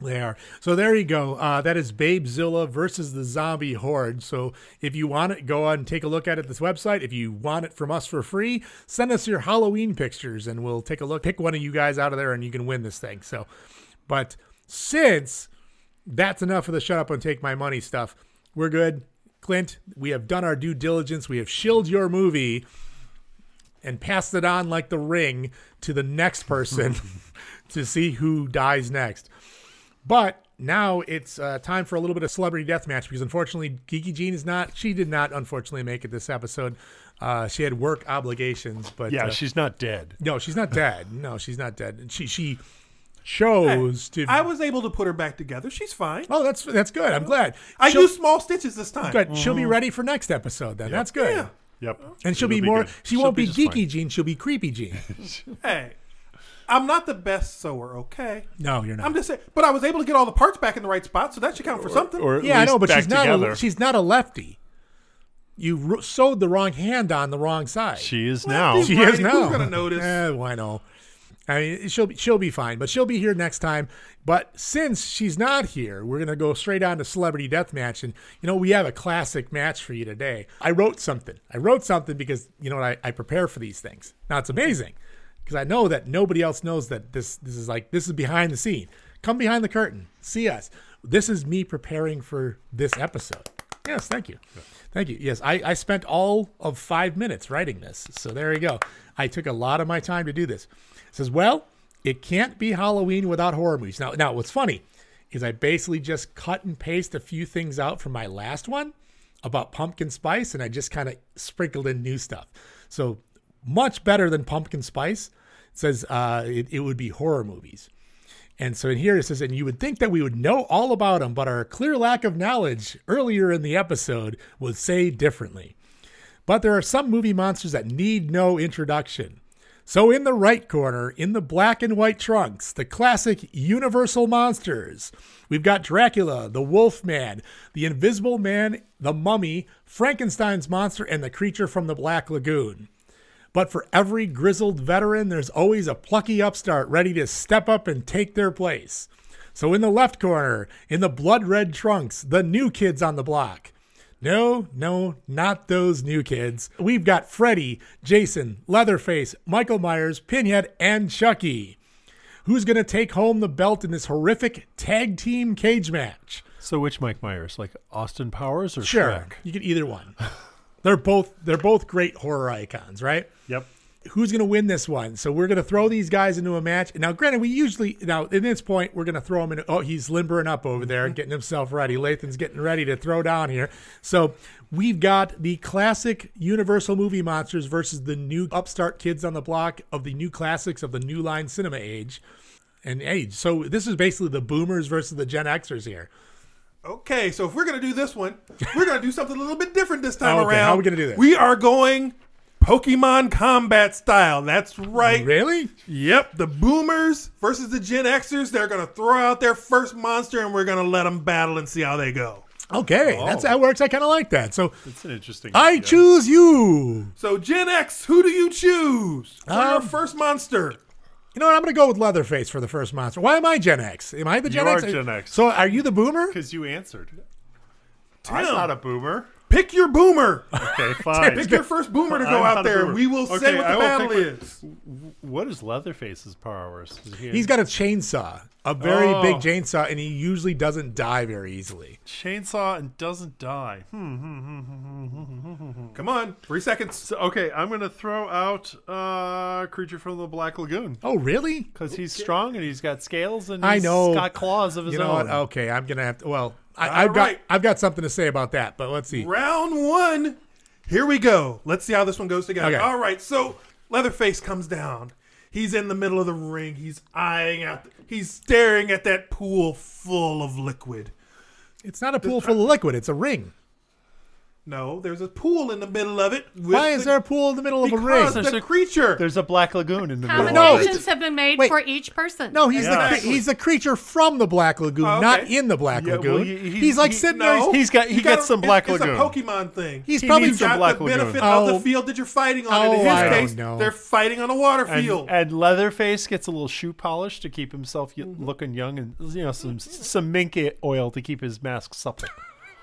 S4: They are. So there you go. Uh, that is Babezilla versus the Zombie Horde. So if you want it, go on and take a look at it this website. If you want it from us for free, send us your Halloween pictures and we'll take a look. Pick one of you guys out of there and you can win this thing. So, but since that's enough of the shut up and take my money stuff, we're good. Clint, we have done our due diligence. We have shielded your movie and passed it on like the ring to the next person to see who dies next. But now it's uh, time for a little bit of celebrity death match because unfortunately Geeky Jean is not. She did not unfortunately make it this episode. Uh, she had work obligations, but
S7: yeah,
S4: uh,
S7: she's not dead.
S4: no, she's not dead. No, she's not dead. And She she chose to.
S5: I was able to put her back together. She's fine.
S4: oh, that's that's good. I'm glad.
S5: I
S4: She'll-
S5: used small stitches this time. Mm.
S4: Good. She'll be ready for next episode then. That's good.
S5: Yeah.
S7: Mm-hmm. Yep.
S4: And she'll
S7: It'll
S4: be more.
S7: good.
S4: She
S7: She'll
S4: won't be,
S7: just
S4: geeky
S7: fine.
S4: Jean. She'll be creepy Jean.
S5: Hey, I'm not the best sewer, okay?
S4: No, you're not.
S5: I'm just saying, but I was able to get all the parts back in the right spot, so that should count for something.
S7: Or at
S4: yeah, I know,
S7: least
S4: but
S7: back
S4: she's not.
S7: together.
S4: A, she's not a lefty. You ro- sewed the wrong hand on the wrong side.
S7: She is now.
S5: Well, dude,
S4: She is
S5: Right,
S4: now.
S5: who's gonna notice?
S4: Eh, why no? I mean, she'll be, she'll be fine, but she'll be here next time. But since she's not here, we're gonna go straight on to celebrity death match, and you know we have a classic match for you today. I wrote something. I wrote something because you know what I, I prepare for these things. Now it's amazing because I know that nobody else knows that this this is like this is behind the scene. Come behind the curtain, see us. This is me preparing for this episode. Yes, thank you. Thank you. Yes, I, I spent all of five minutes writing this. So there you go. I took a lot of my time to do this. It says, well, it can't be Halloween without horror movies. Now, now what's funny is I basically just cut and paste a few things out from my last one about pumpkin spice, and I just kind of sprinkled in new stuff. So much better than pumpkin spice. It says uh, it, it would be horror movies. And so in here it says, and you would think that we would know all about them, but our clear lack of knowledge earlier in the episode would say differently. But there are some movie monsters that need no introduction. So in the right corner, in the black and white trunks, the classic universal monsters. We've got Dracula, the Wolfman, the Invisible Man, the Mummy, Frankenstein's monster, and the creature from the Black Lagoon. But for every grizzled veteran, there's always a plucky upstart ready to step up and take their place. So in the left corner, in the blood red trunks, the new kids on the block. No, no, not those new kids. We've got Freddy, Jason, Leatherface, Michael Myers, Pinhead, and Chucky. Who's going to take home the belt in this horrific tag team cage match?
S7: So which Mike Myers, like Austin Powers or
S4: Sure,
S7: Shrek?
S4: you get either one. They're both they're both great horror icons, right?
S7: Yep.
S4: who's going to win this one? So we're going to throw these guys into a match. Now, granted, we usually now at this point we're going to throw them in. Oh, he's limbering up over
S7: Mm-hmm.
S4: there, getting himself ready. Lathan's getting ready to throw down here. So we've got the classic Universal movie monsters versus the new upstart kids on the block of the new classics of the new line cinema age and age. So this is basically the boomers versus the Gen Xers here.
S5: Okay, so if we're gonna do this one, we're gonna do something a little bit different this time
S4: Oh, okay,
S5: around.
S4: how are we gonna do this?
S5: We are going Pokemon combat style. That's right.
S4: Really?
S5: Yep. The Boomers versus the Gen Xers. They're gonna throw out their first monster, and we're gonna let them battle and see how they go.
S4: Okay, that's that works. I kind of like that. So
S7: It's an interesting.
S4: I choose you.
S5: So Gen X, who do you choose for your
S4: Um,
S5: first monster?
S4: You know what? I'm going to go with Leatherface for the first monster. Why am I Gen X? Am I the Gen
S7: you
S4: X?
S7: are Gen X.
S4: So are you the boomer?
S7: Because you answered. I'm not a boomer.
S5: Pick your boomer.
S7: Okay, fine.
S5: Pick your first boomer to
S7: I'm
S5: go out
S7: not a
S5: there.
S7: boomer.
S5: We will say
S7: Okay,
S5: what the
S7: I will
S5: battle
S7: pick
S5: is.
S7: what- What is Leatherface's powers? Is he-
S4: He's got a chainsaw, a very
S7: Oh.
S4: big chainsaw, and he usually doesn't die very easily.
S7: chainsaw and doesn't die. Hmm, hmm, hmm, hmm, hmm, hmm, hmm, hmm.
S5: Come on, three seconds.
S7: okay, I'm gonna throw out uh, creature from the Black Lagoon.
S4: Oh, really?
S7: Because he's strong and he's got scales and
S4: I
S7: he's
S4: know.
S7: got claws of his
S4: you know
S7: own.
S4: What? Okay, I'm gonna have to. Well, I,
S5: All
S4: I've
S5: right.
S4: got I've got something to say about that, but let's see.
S5: Round one. Here we go. Let's see how this one goes
S4: Okay.
S5: together. All right. So Leatherface comes down. He's in the middle of the ring. He's eyeing out. he's staring at that pool full of liquid.
S4: It's not a pool full of liquid. It's a ring.
S5: No, there's a pool in the middle of it. with
S4: Why is
S5: the-
S4: there a pool Oh, in the middle of a ring?
S5: Because there's a creature.
S7: There's a Black Lagoon in the middle.
S4: No,
S9: Combinations have been made for each person.
S4: no, Oh, he's the
S7: Yeah.
S4: cre- he's the creature from the Black Lagoon,
S5: Oh, okay.
S4: not in the Black
S7: Yeah,
S4: Lagoon.
S7: well, he- he-
S4: he's like
S7: he-
S4: sitting there.
S5: No,
S7: He's got- he
S5: you
S7: gets some
S5: it's-
S7: Black
S5: it's,
S7: Lagoon.
S5: a Pokemon thing.
S4: He's
S7: He
S4: probably
S7: needs some
S5: got
S7: Black
S5: the
S7: Lagoon.
S5: benefit of
S4: Oh.
S5: the field that you're fighting on. and
S4: Oh,
S5: in his
S4: I don't
S5: case,
S4: know.
S5: they're fighting on a water
S7: And,
S5: field.
S7: and Leatherface gets a little shoe polish to keep himself y-
S4: Mm-hmm.
S7: looking young, and you know some some mink oil to keep his mask supple.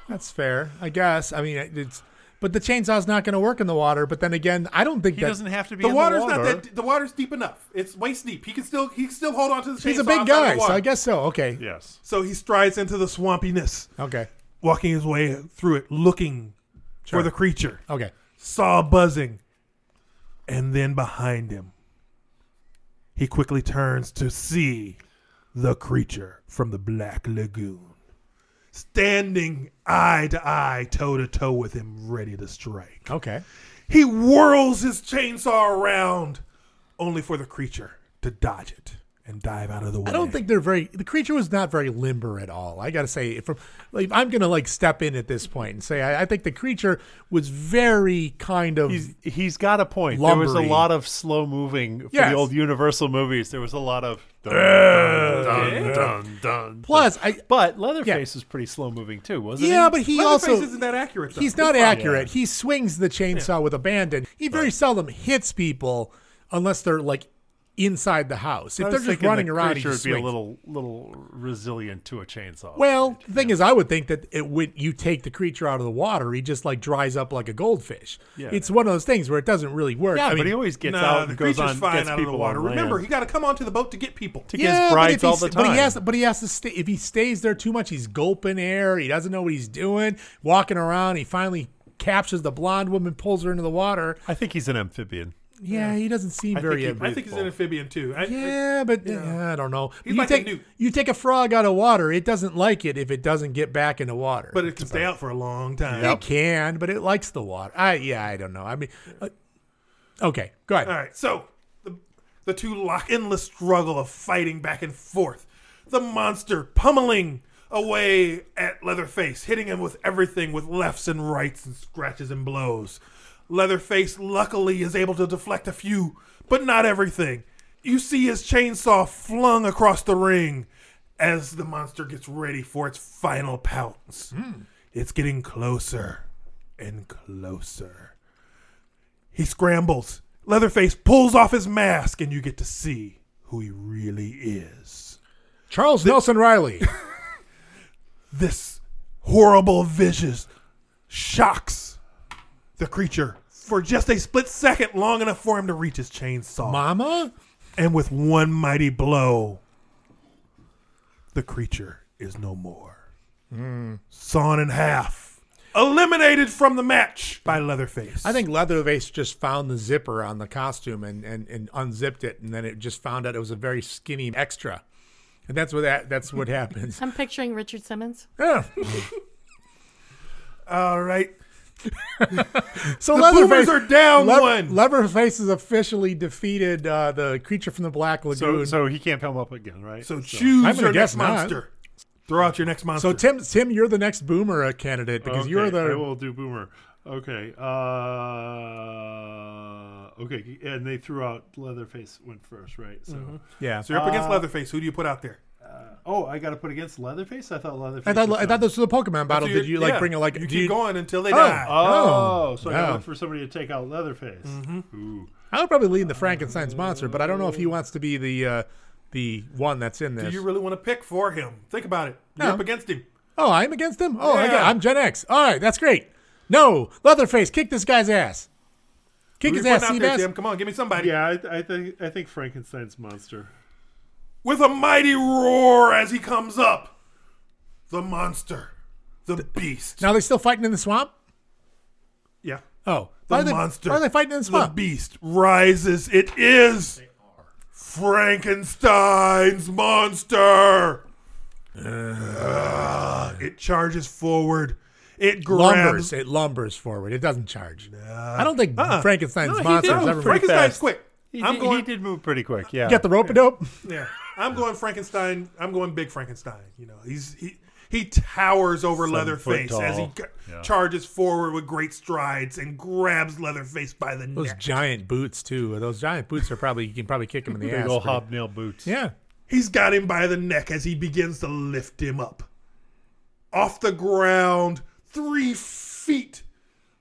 S4: That's fair, I guess. I mean, it's but the chainsaw's not going to work in the water. But then again, I don't think
S7: He
S4: that
S7: doesn't have to be.
S5: the
S7: in
S5: water's
S7: the water.
S5: not that. The water's deep enough. It's waist deep. He can still he can still hold on to the chainsaw.
S4: he's a big
S5: outside
S4: guy,
S5: the
S4: so
S5: water.
S4: I guess so. Okay,
S7: Yes.
S5: So he strides into the swampiness,
S4: okay,
S5: walking his way through it, looking for the creature.
S4: okay.
S5: Saw buzzing. And then behind him, he quickly turns to see the creature from the Black Lagoon. Standing eye to eye, toe to toe with him, ready to strike.
S4: Okay.
S5: He whirls his chainsaw around, only for the creature to dodge it and dive out of the way.
S4: I don't think they're very. The creature was not very limber at all. I gotta say, from like, I'm gonna like step in at this point and say I, I think the creature was very kind of.
S7: He's, he's got a point. There was
S4: Lumbery.
S7: a lot of slow moving for
S4: Yes.
S7: the old Universal movies. There was a lot of.
S6: Dun, dun, dun.
S4: plus, I
S7: But Leatherface was pretty slow moving too, wasn't he?
S4: yeah, but he
S5: Leatherface
S4: also
S5: isn't that accurate. Though.
S4: he's not accurate. He swings the chainsaw with abandon. He very seldom hits people unless they're like inside the house. If
S7: I
S4: they're
S7: was
S4: just
S7: thinking
S4: running
S7: the
S4: around, he
S7: creature would
S4: just
S7: be a
S4: swings.
S7: little little resilient to a chainsaw.
S4: Well, the thing is, I would think that it when you take the creature out of the water, he just like dries up like a goldfish.
S7: Yeah.
S4: It's one of those things where it doesn't really work.
S7: yeah,
S4: I mean,
S7: but he always gets
S5: No,
S7: out and
S5: the
S7: goes
S5: creature's
S7: on
S5: fine
S7: gets
S5: out of
S7: people
S5: the water.
S7: on land.
S5: Remember, he got to come onto the boat to get people.
S7: to
S4: Yeah,
S7: his
S4: but
S7: brides
S4: if he
S7: all
S4: s-
S7: the time.
S4: But he has, but he has to stay. If he stays there too much, he's gulping air. He doesn't know what he's doing. Walking around, he finally captures the blonde woman, pulls her into the water.
S7: I think he's an amphibian.
S4: Yeah, he doesn't seem
S7: I think
S4: very.
S7: he
S4: ab-
S5: I think he's an amphibian too. I,
S4: yeah, but uh, I don't know.
S5: He's
S4: you
S5: like a
S4: take
S5: newt.
S4: you take a frog out of water, it doesn't like it if it doesn't get back into water.
S5: but it can stay out for a long time.
S4: it can, but it likes the water. I yeah, I don't know. I mean, uh, okay, go ahead.
S5: All right, so the, the two lock endless struggle of fighting back and forth. The monster pummeling away at Leatherface, hitting him with everything with lefts and rights and scratches and blows. Leatherface luckily is able to deflect a few, but not everything. You see his chainsaw flung across the ring as the monster gets ready for its final pounce.
S4: Hmm.
S5: It's getting closer and closer. He scrambles. Leatherface pulls off his mask, and you get to see who he really is.
S4: Charles Nelson Riley.
S5: This horrible vision shocks the creature for just a split second, long enough for him to reach his chainsaw.
S4: Mama?
S5: and with one mighty blow,
S4: Hmm.
S5: the creature is no more. Sawn in half. eliminated from the match by Leatherface.
S4: I think Leatherface just found the zipper on the costume and, and, and unzipped it, and then it just found out it was a very skinny extra, and that's what that that's what happens.
S9: I'm picturing Richard Simmons.
S4: Yeah.
S5: All right.
S4: So
S5: The
S4: Leatherface
S5: Boomers are down
S4: Leather-
S5: one.
S4: Leatherface has officially defeated uh, the creature from the Black
S7: So,
S4: Lagoon.
S7: so he can't come up again, right?
S5: So choose
S4: I'm gonna
S5: your
S4: guess
S5: next monster. Throw out your next monster.
S4: So Tim, Tim, you're the next Boomer uh, candidate because you're
S7: Oh, Okay, I
S4: the
S7: will do Boomer. Okay. Uh, okay. And they threw out Leatherface went first, right? So
S5: Mhm.
S4: Mm-hmm. Yeah.
S5: So you're up against
S7: Uh,
S5: Leatherface. Who do you put out there?
S7: Oh, I got to put against Leatherface. I thought Leatherface.
S4: I thought,
S7: was
S4: I thought this was a Pokemon battle.
S7: you're-
S4: Did you like
S7: yeah,
S4: bring a like?
S7: you
S4: do
S7: keep going until they
S4: oh,
S7: die.
S4: Oh,
S7: Oh, so I
S4: yeah. Mm-hmm.
S7: gotta look for somebody to take out Leatherface. Ooh.
S4: I would probably lean the Frankenstein's monster, but I don't know if he wants to be the uh, the one that's in
S5: Do
S4: this.
S5: you really want to pick for him? Think about it. You're
S4: No.
S5: up against him.
S4: oh, I'm against him. Oh, I
S5: Yeah.
S4: got, I'm Gen X. All right, that's great. No, Leatherface, kick this guy's ass. Kick
S5: Who
S4: his
S5: you
S4: ass,
S5: putting out there,
S4: Seabass.
S5: Tim? Come on, give me somebody.
S7: Yeah, I, I think I think Frankenstein's monster.
S5: With a mighty roar as he comes up, the monster, the beast.
S4: Now they still fighting in the swamp.
S5: Yeah.
S4: Oh,
S5: The
S4: why are they,
S5: monster.
S4: Why are they fighting in the
S5: The
S4: swamp?
S5: beast rises. It is Frankenstein's monster. Ah, it charges forward. It grabs.
S4: lumbers. It lumbers forward. It doesn't charge. I don't think
S5: Uh-uh.
S4: Frankenstein's
S5: No, he
S4: monster
S5: did.
S4: has
S5: No,
S4: ever moved
S5: Frankenstein's
S4: fast.
S5: quick.
S7: He,
S5: I'm
S7: did,
S5: going-
S7: he did move pretty quick. Yeah.
S4: Get the rope a dope.
S5: Yeah, I'm going Frankenstein. I'm going big Frankenstein. You know, he's he he towers over
S7: Seven
S5: Leatherface
S7: foot
S5: as he
S7: tall.
S5: g-
S7: Yeah.
S5: charges forward with great strides and grabs Leatherface by the
S4: Those
S5: neck.
S4: giant boots too. Those giant boots are probably you can probably kick him in the
S7: Big
S4: ass.
S7: old
S4: pretty-
S7: hobnail boots.
S4: Yeah.
S5: He's got him by the neck as he begins to lift him up off the ground, three feet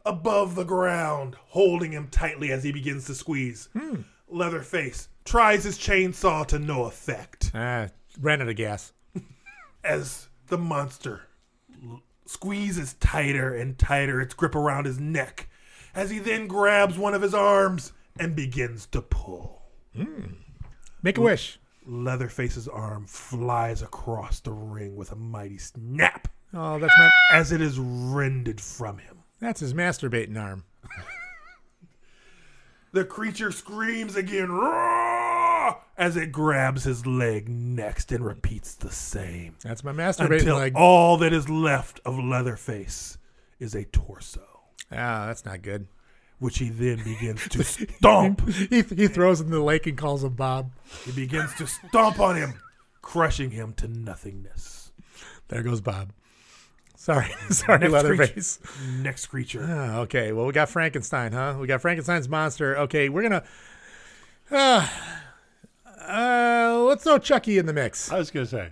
S5: above the ground, holding him tightly as he begins to squeeze. Leatherface tries his chainsaw to no effect.
S4: Ah, ran out of gas.
S5: as the monster l- squeezes tighter and tighter its grip around his neck as he then grabs one of his arms and begins to pull.
S4: Hmm. Make a wish.
S5: Leatherface's arm flies across the ring with a mighty snap
S4: Oh, that's my
S5: as it is rended from him.
S4: that's his masturbating arm.
S5: The creature screams again "Roar!" as it grabs his leg next and repeats the same
S4: That's my masturbating
S5: until
S4: leg.
S5: all that is left of Leatherface is a torso.
S4: Ah, that's not good.
S5: which he then begins to stomp.
S4: he, he throws him in the lake and calls him Bob.
S5: He begins to stomp on him, crushing him to nothingness.
S4: There goes Bob. Sorry, sorry,
S5: Next
S4: Leatherface.
S5: Next creature.
S4: Ah, okay, well we got Frankenstein, huh? We got Frankenstein's monster. Okay, we're gonna. Uh, uh, let's throw Chucky in the mix.
S7: I was gonna say.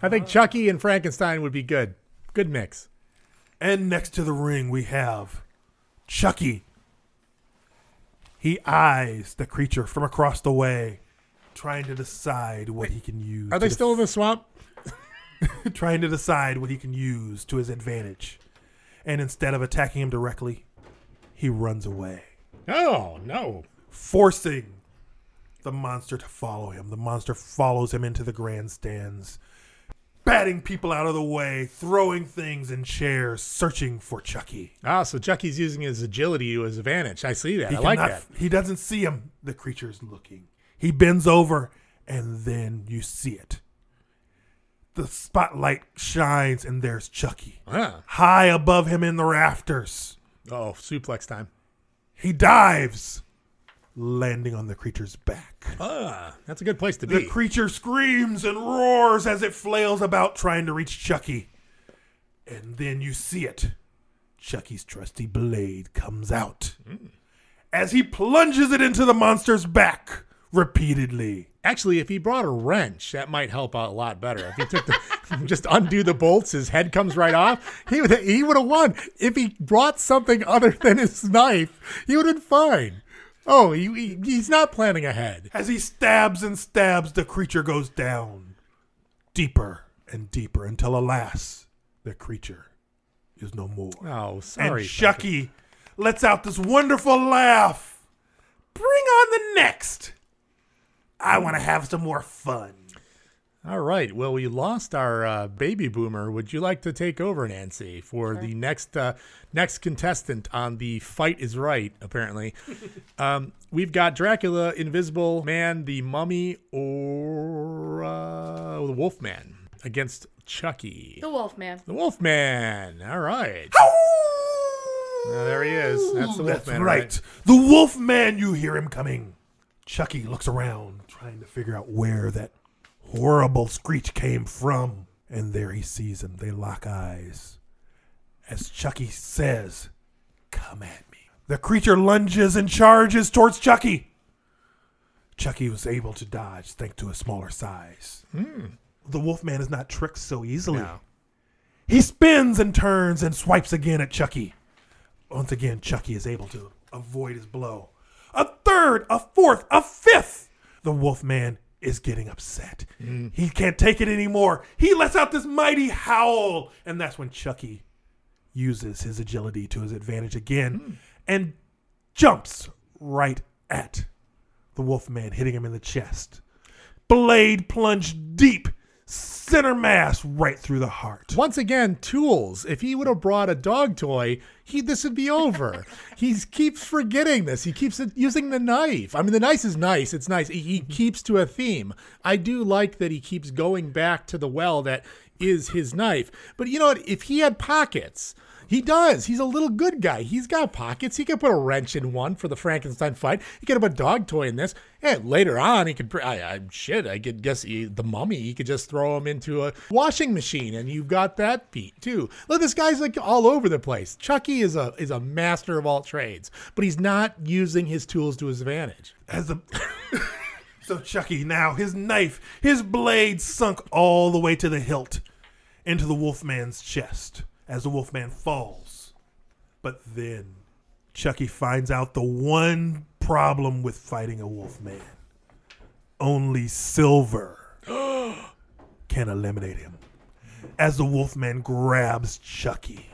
S4: I think Chucky and Frankenstein would be good. Good mix.
S5: And next to the ring, we have Chucky. He eyes the creature from across the way, trying to decide what he can use.
S4: Are they
S5: to
S4: still in the swamp?
S5: trying to decide what he can use to his advantage. And instead of attacking him directly, he runs away.
S4: Oh no.
S5: forcing the monster to follow him. The monster follows him into the grandstands, batting people out of the way, throwing things in chairs, searching for Chucky.
S4: Ah, so Chucky's using his agility to his advantage. I see that. I like
S5: cannot-
S4: that.
S5: He doesn't see him. The creature's looking. He bends over, and then you see it. The spotlight shines, and there's Chucky.
S4: Ah.
S5: High above him in the rafters.
S4: Oh, suplex time.
S5: He dives, landing on the creature's back.
S4: Ah, that's a good place to
S5: The
S4: be.
S5: creature screams and roars as it flails about trying to reach Chucky. And then you see it. Chucky's trusty blade comes out as he plunges it into the monster's back repeatedly.
S4: Actually, if he brought a wrench, that might help out a lot better. If he took the, just undo the bolts, his head comes right off. He would he would have won. If he brought something other than his knife, he would have been fine. Oh, he, he- he's not planning ahead.
S5: As he stabs and stabs, the creature goes down deeper and deeper until, alas, the creature is no more.
S4: Oh, sorry.
S5: and Chucky lets out this wonderful laugh. Bring on the next. I want to have some more fun.
S4: All right. Well, we lost our uh, baby boomer. Would you like to take over, Nancy, for the next uh, next contestant on the fight is right? Apparently, um, we've got Dracula, Invisible Man, the Mummy, or uh, the Wolfman against Chucky.
S9: The Wolfman.
S4: The Wolfman. All right. Oh, there he is. That's the
S5: That's
S4: Wolfman.
S5: right. The Wolfman, you hear him coming. Chucky looks around, trying to figure out where that horrible screech came from. And there he sees him. They lock eyes. As Chucky says, Come at me. The creature lunges and charges towards Chucky. Chucky was able to dodge thanks to his smaller size.
S4: Hmm.
S5: The Wolfman is not tricked so easily. He spins and turns and swipes again at Chucky. Once again, Chucky is able to avoid his blow. A third, a fourth, a fifth. The Wolfman is getting upset. He can't take it anymore. He lets out this mighty howl. And that's when Chucky uses his agility to his advantage again and jumps right at the Wolfman, hitting him in the chest. Blade plunge deep, center mass right through the heart.
S4: Once again, tools. If he would have brought a dog toy, he this would be over. he keeps forgetting this. He keeps using the knife. I mean, the knife is nice. It's nice. He, he keeps to a theme. I do like that he keeps going back to the well that is his knife. But you know what? If he had pockets, he does. He's a little good guy. He's got pockets. He could put a wrench in one for the Frankenstein fight. He could have a dog toy in this. And later on, he could. pr- I, I shit. I could guess he, the mummy. He could just throw him into a washing machine, and you've got that beat too. Look, this guy's like all over the place. Chucky is a is a master of all trades, but he's not using his tools to his advantage.
S5: As the So Chucky now, his knife, his blade sunk all the way to the hilt into the wolfman's chest as the wolfman falls. But then Chucky finds out the one problem with fighting a wolfman. Only silver can eliminate him. As the wolfman grabs Chucky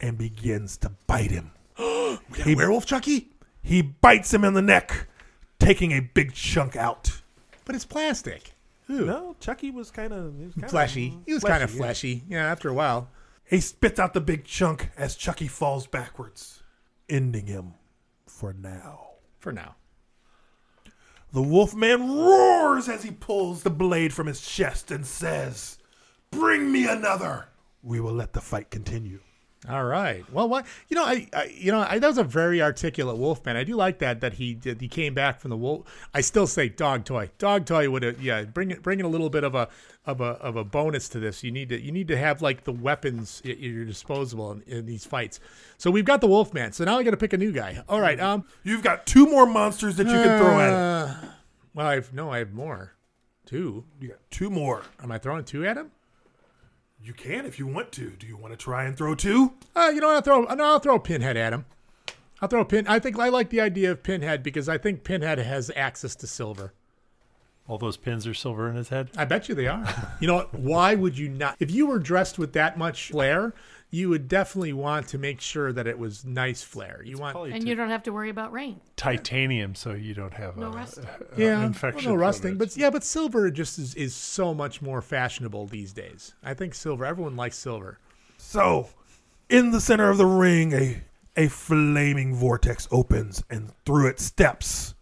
S5: and begins to bite him. he, werewolf
S4: Chucky?
S5: He bites him in the neck, taking a big chunk out.
S4: But it's plastic.
S5: No, Chucky was kind of
S4: Fleshy. He was kind of fleshy. Yeah. after a while.
S5: He spits out the big chunk as Chucky falls backwards, ending him for now.
S4: For now.
S5: The Wolfman roars as he pulls the blade from his chest and says, Bring me another. We will let the fight continue.
S4: All right. Well, what you know, I, I you know, I, that was a very articulate Wolfman. I do like that that he did. He came back from the wolf. I still say dog toy. Dog toy would have yeah. Bring it. Bring in a little bit of a of a of a bonus to this. You need to you need to have like the weapons at your disposable in, in these fights. So we've got the Wolfman. So now I got to pick a new guy. All right. Um,
S5: Mm. you've got two more monsters that you can throw at
S4: it. Well, I've no, I have more. Two.
S5: You got two more.
S4: Am I throwing two at him?
S5: You can if you want to. Do you want to try and throw two?
S4: Uh, you know, I'll throw. No, I'll throw a pinhead at him. I'll throw a pin. I think I like the idea of pinhead because I think pinhead has access to silver.
S15: All those pins are silver in his head.
S4: I bet you they are. you know, what? why would you not? If you were dressed with that much flair, you would definitely want to make sure that it was nice flair. You want
S9: And you don't have to worry about rain.
S15: titanium, so you don't have
S9: No
S15: a,
S9: rust.
S15: a- a
S4: yeah,
S15: infection.
S4: well, no
S15: from
S4: rusting,
S15: it.
S4: but yeah, but silver just is, is so much more fashionable these days. I think silver. Everyone likes silver.
S5: So, in the center of the ring, a a flaming vortex opens, and through it steps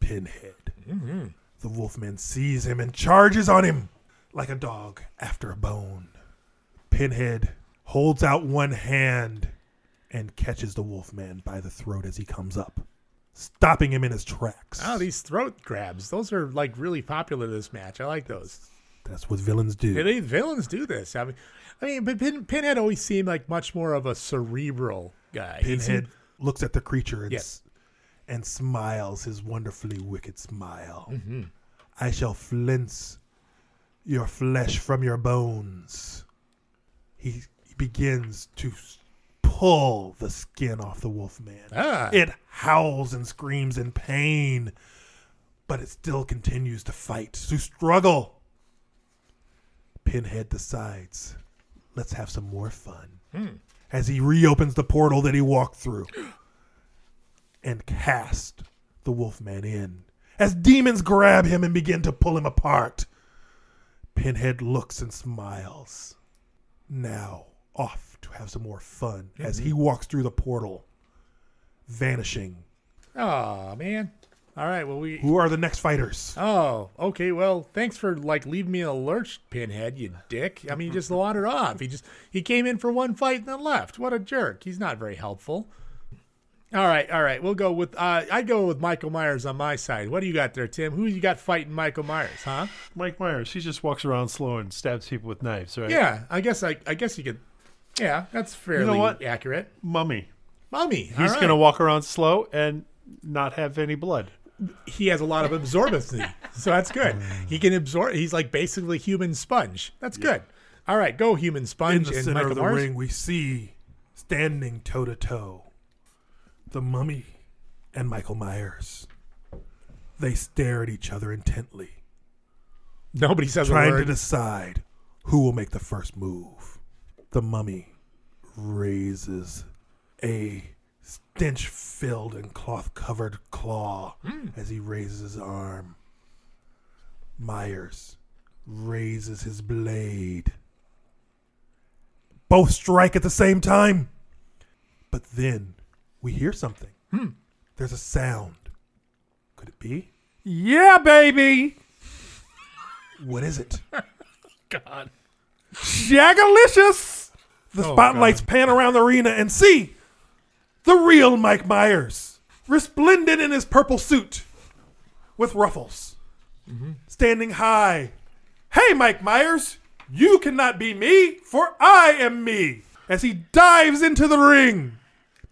S5: Pinhead. The Wolfman sees him and charges on him like a dog after a bone. Pinhead holds out one hand and catches the Wolfman by the throat as he comes up, stopping him in his tracks.
S4: Oh, these throat grabs. Those are like really popular this match. I like those.
S5: That's what villains do.
S4: Yeah, they, villains do this. I mean, I mean, but Pin, Pinhead always seemed like much more of a cerebral guy. He
S5: Pinhead
S4: seemed-
S5: looks at the creature and,
S4: Yeah.
S5: s- and smiles his wonderfully wicked smile.
S4: Mhm.
S5: I shall flinch your flesh from your bones. He begins to s- pull the skin off the wolfman.
S4: Ah.
S5: It howls and screams in pain, but it still continues to fight, to struggle. Pinhead decides, let's have some more fun.
S4: Hmm.
S5: As he reopens the portal that he walked through and cast the wolfman in. As demons grab him and begin to pull him apart, Pinhead looks and smiles. Now off to have some more fun as he walks through the portal, vanishing.
S4: Oh man. All right. Well, we.
S5: Who are the next fighters?
S4: Oh, okay. Well, thanks for like leaving me in a lurch, Pinhead. You dick. I mean, he just wandered off. He just he came in for one fight and then left. What a jerk. He's not very helpful. All right, all right. We'll go with uh, I go with Michael Myers on my side. What do you got there, Tim? Who you got fighting Michael Myers, huh?
S7: Mike Myers. He just walks around slow and stabs people with knives, right?
S4: Yeah, I guess I, I guess you could. Yeah, that's fairly
S7: what?
S4: accurate.
S7: Mummy.
S4: Mummy.
S7: He's
S4: all
S7: going to
S4: right.
S7: walk around slow and not have any blood.
S4: He has a lot of absorbency, so that's good. He can absorb. He's like basically human sponge. That's good. All right, go human sponge
S5: In the
S4: and
S5: center
S4: Michael
S5: of the
S4: Myers.
S5: ring, we see standing toe to toe the mummy and Michael Myers. They stare at each other intently.
S4: Nobody says a
S5: trying
S4: word.
S5: to decide who will make the first move. The mummy raises a stench-filled and cloth-covered claw
S4: Hmm.
S5: as he raises his arm. Myers raises his blade. Both strike at the same time. But then we hear something. There's a sound. Could it be? Yeah, baby. What is it?
S7: God.
S5: Shagalicious! The
S7: Oh,
S5: spotlights pan around the arena and see the real Mike Myers, resplendent in his purple suit with ruffles, standing high. Hey, Mike Myers, you cannot be me, for I am me. As he dives into the ring,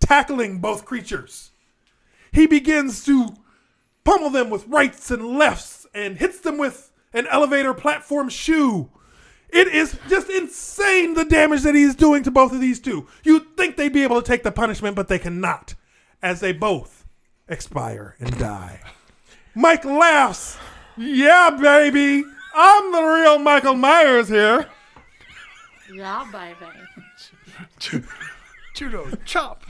S5: tackling both creatures, he begins to pummel them with rights and lefts and hits them with an elevator platform shoe. It is just insane the damage that he's doing to both of these two. You'd think they'd be able to take the punishment, but they cannot, as they both expire and die. Mike laughs. Yeah, baby. I'm the real Michael Myers here.
S9: Yeah, baby.
S7: Judo chop.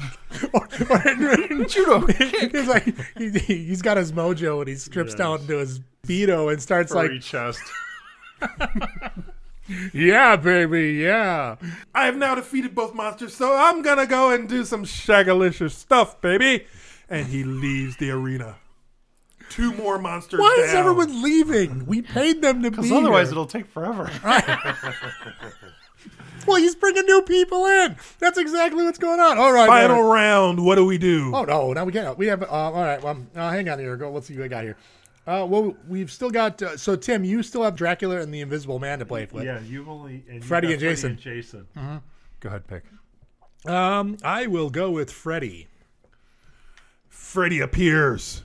S4: Judo. he's like he, he's got his mojo and he strips down into his beto and starts
S7: Furry
S4: like
S7: chest.
S4: yeah, baby, yeah.
S5: I have now defeated both monsters, so I'm gonna go and do some shagalicious stuff, baby. And he leaves the arena. Two more monsters.
S4: Why is
S5: down.
S4: everyone leaving? We paid them to be
S7: Because otherwise,
S4: here.
S7: it'll take forever.
S4: Well, he's bringing new people in. That's exactly what's going on. All right,
S5: Final
S4: all right.
S5: round. What do we do?
S4: Oh no, now we can't. We have. Uh, all right, well, um, uh, hang on here. Go. Let's see what I got here. Uh, well, we've still got. Uh, so Tim, you still have Dracula and the Invisible Man to play with.
S7: yeah, you've only. And you've
S4: Freddy
S7: got
S4: and Jason.
S7: Jason.
S4: Mhm.
S7: Go ahead, pick.
S4: Um, I will go with Freddy.
S5: Freddy appears,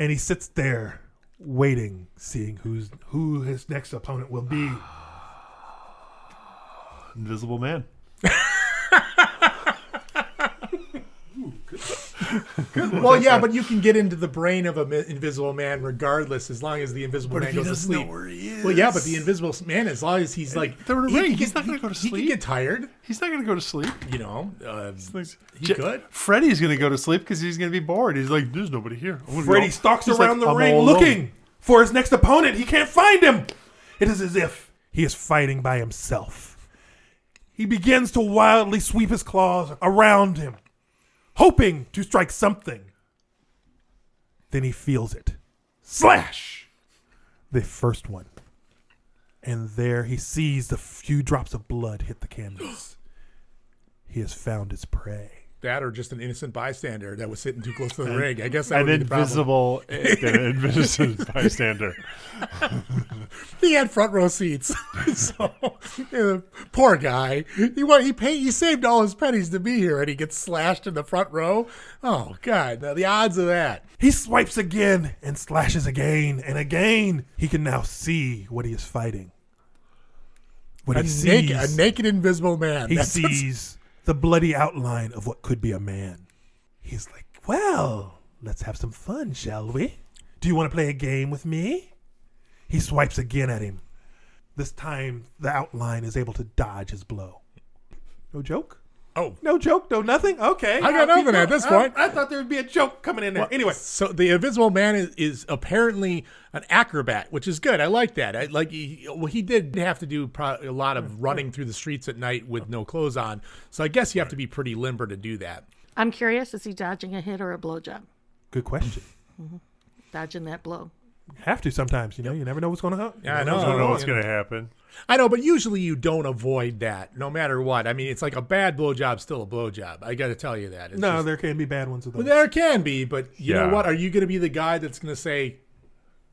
S5: and he sits there waiting, seeing who's who his next opponent will be.
S7: Invisible Man.
S4: Well, yeah, but you can get into the brain of an Invisible Man regardless, as long as the Invisible
S7: But if
S4: Man
S7: he
S4: goes to
S7: doesn't know
S4: sleep.
S7: where he
S4: Well, yeah,
S7: is.
S4: but the Invisible Man, as long as he's like
S7: They're in a
S4: he
S7: ring.
S4: can
S7: He's
S4: get-
S7: not going to go to
S4: he
S7: sleep.
S4: can get tired.
S7: He's not going to go to sleep.
S4: You know, uh, he
S7: J-
S4: could.
S7: Freddy's going to go to sleep because he's going to be bored. He's like, there's nobody here. I'm gonna
S5: Freddy
S7: go-
S5: stalks
S7: He's like,
S5: around the
S7: "I'm
S5: ring
S7: all
S5: looking
S7: alone."
S5: for his next opponent. He can't find him. It is as if he is fighting by himself. He begins to wildly sweep his claws around him, hoping to strike something. Then he feels it. Slash! The first one. And there he sees the few drops of blood hit the canvas. he has found his prey.
S4: That or just an innocent bystander that was sitting too close to the
S7: An-
S4: ring. I guess that
S7: an
S4: would be the problem.
S7: invisible, an invisible bystander.
S4: he had front row seats. so yeah, poor guy. He wa- he paid he saved all his pennies to be here and he gets slashed in the front row. Oh god, now the odds of that.
S5: He swipes again and slashes again and again. He can now see what he is fighting. What
S4: a
S5: he sees,
S4: naked a naked invisible Oh, man.
S5: he
S4: That's what's-
S5: sees the bloody outline of what could be a man. He's like, "Well, let's have some fun, shall we? Do you want to play a game with me?" He swipes again at him. This time, the outline is able to dodge his blow. No joke.
S3: Oh.
S5: No joke, no nothing? Okay.
S4: I got
S5: Uh,
S4: nothing at this
S5: I-
S4: point.
S5: I, thought there would be a joke coming in there. anyway.
S4: so the Invisible Man is, is apparently an acrobat, which is good. I like that. I, like, he, well, he did have to do pro- a lot of running through the streets at night with no clothes on, so I guess you have to be pretty limber to do that.
S9: I'm curious. Is he dodging a hit or a blowjob? Mm-hmm.
S5: Good question.
S9: Dodging that blow.
S5: Have to sometimes, you know. You never know what's going to happen.
S4: Yeah, I
S5: You
S4: know.
S5: never
S4: You know.
S7: happen.
S4: I know, but usually you don't avoid that, no matter what. I mean, it's like a bad blowjob's still a blowjob. I got to tell you that. It's
S5: No,
S4: just-
S5: there can be bad ones of
S4: Well,
S5: those.
S4: there can be, but you
S7: Yeah.
S4: know what? Are you going to be the guy that's going to say,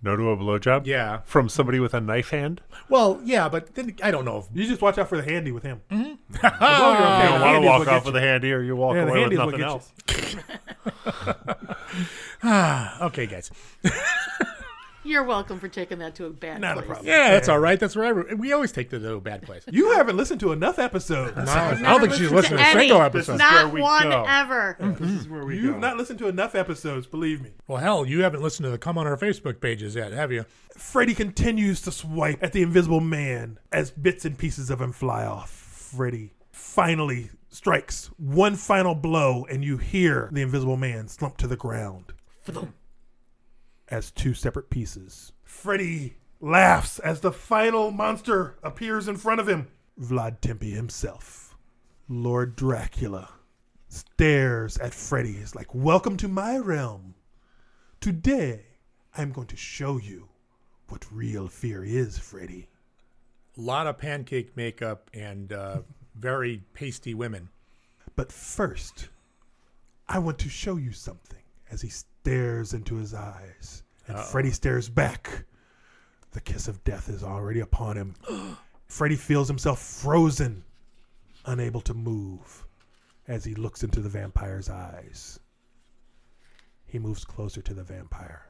S7: No to a blowjob?
S4: Yeah.
S7: From somebody with a knife hand?
S4: "Well, yeah, but then I don't know." If...
S5: You just watch out for the handy with him.
S4: Mm-hmm.
S7: you don't want
S5: handies
S7: to
S5: will
S7: walk
S5: get
S7: off with
S5: you.
S7: a handy or you walk
S5: Yeah, the
S7: away with
S5: handies will
S7: nothing
S5: get you.
S7: else.
S4: Ah, okay, guys.
S9: You're welcome for taking that to a bad
S5: Not a
S9: place.
S5: problem.
S4: Yeah, that's all right. That's where I re- we always take the, the bad place.
S5: You haven't listened to enough episodes.
S4: No, I don't Never think she's listened to listened to a single any. episode. This is where
S9: Not
S4: we
S9: one
S4: go. Mm-hmm.
S9: ever.
S5: This is where we You've
S4: go.
S5: not listened to enough episodes, believe me.
S4: Well, hell, you haven't listened to the come on our Facebook pages yet, have you?
S5: Freddy continues to swipe at the invisible man as bits and pieces of him fly off. Freddy finally strikes one final blow, and you hear the invisible man slump to the ground as two separate pieces. Freddy laughs as the final monster appears in front of him. Vlad Tempe himself, Lord Dracula, stares at Freddy. Is like, "Welcome to my realm. Today, I'm going to show you what real fear is, Freddy."
S4: A lot of pancake makeup and uh, very pasty women.
S5: But first, I want to show you something. As he stares into his eyes, and
S6: Uh-oh.
S5: Freddy stares back. The kiss of death is already upon him. Freddy feels himself frozen, unable to move, as he looks into the vampire's eyes. He moves closer to the vampire.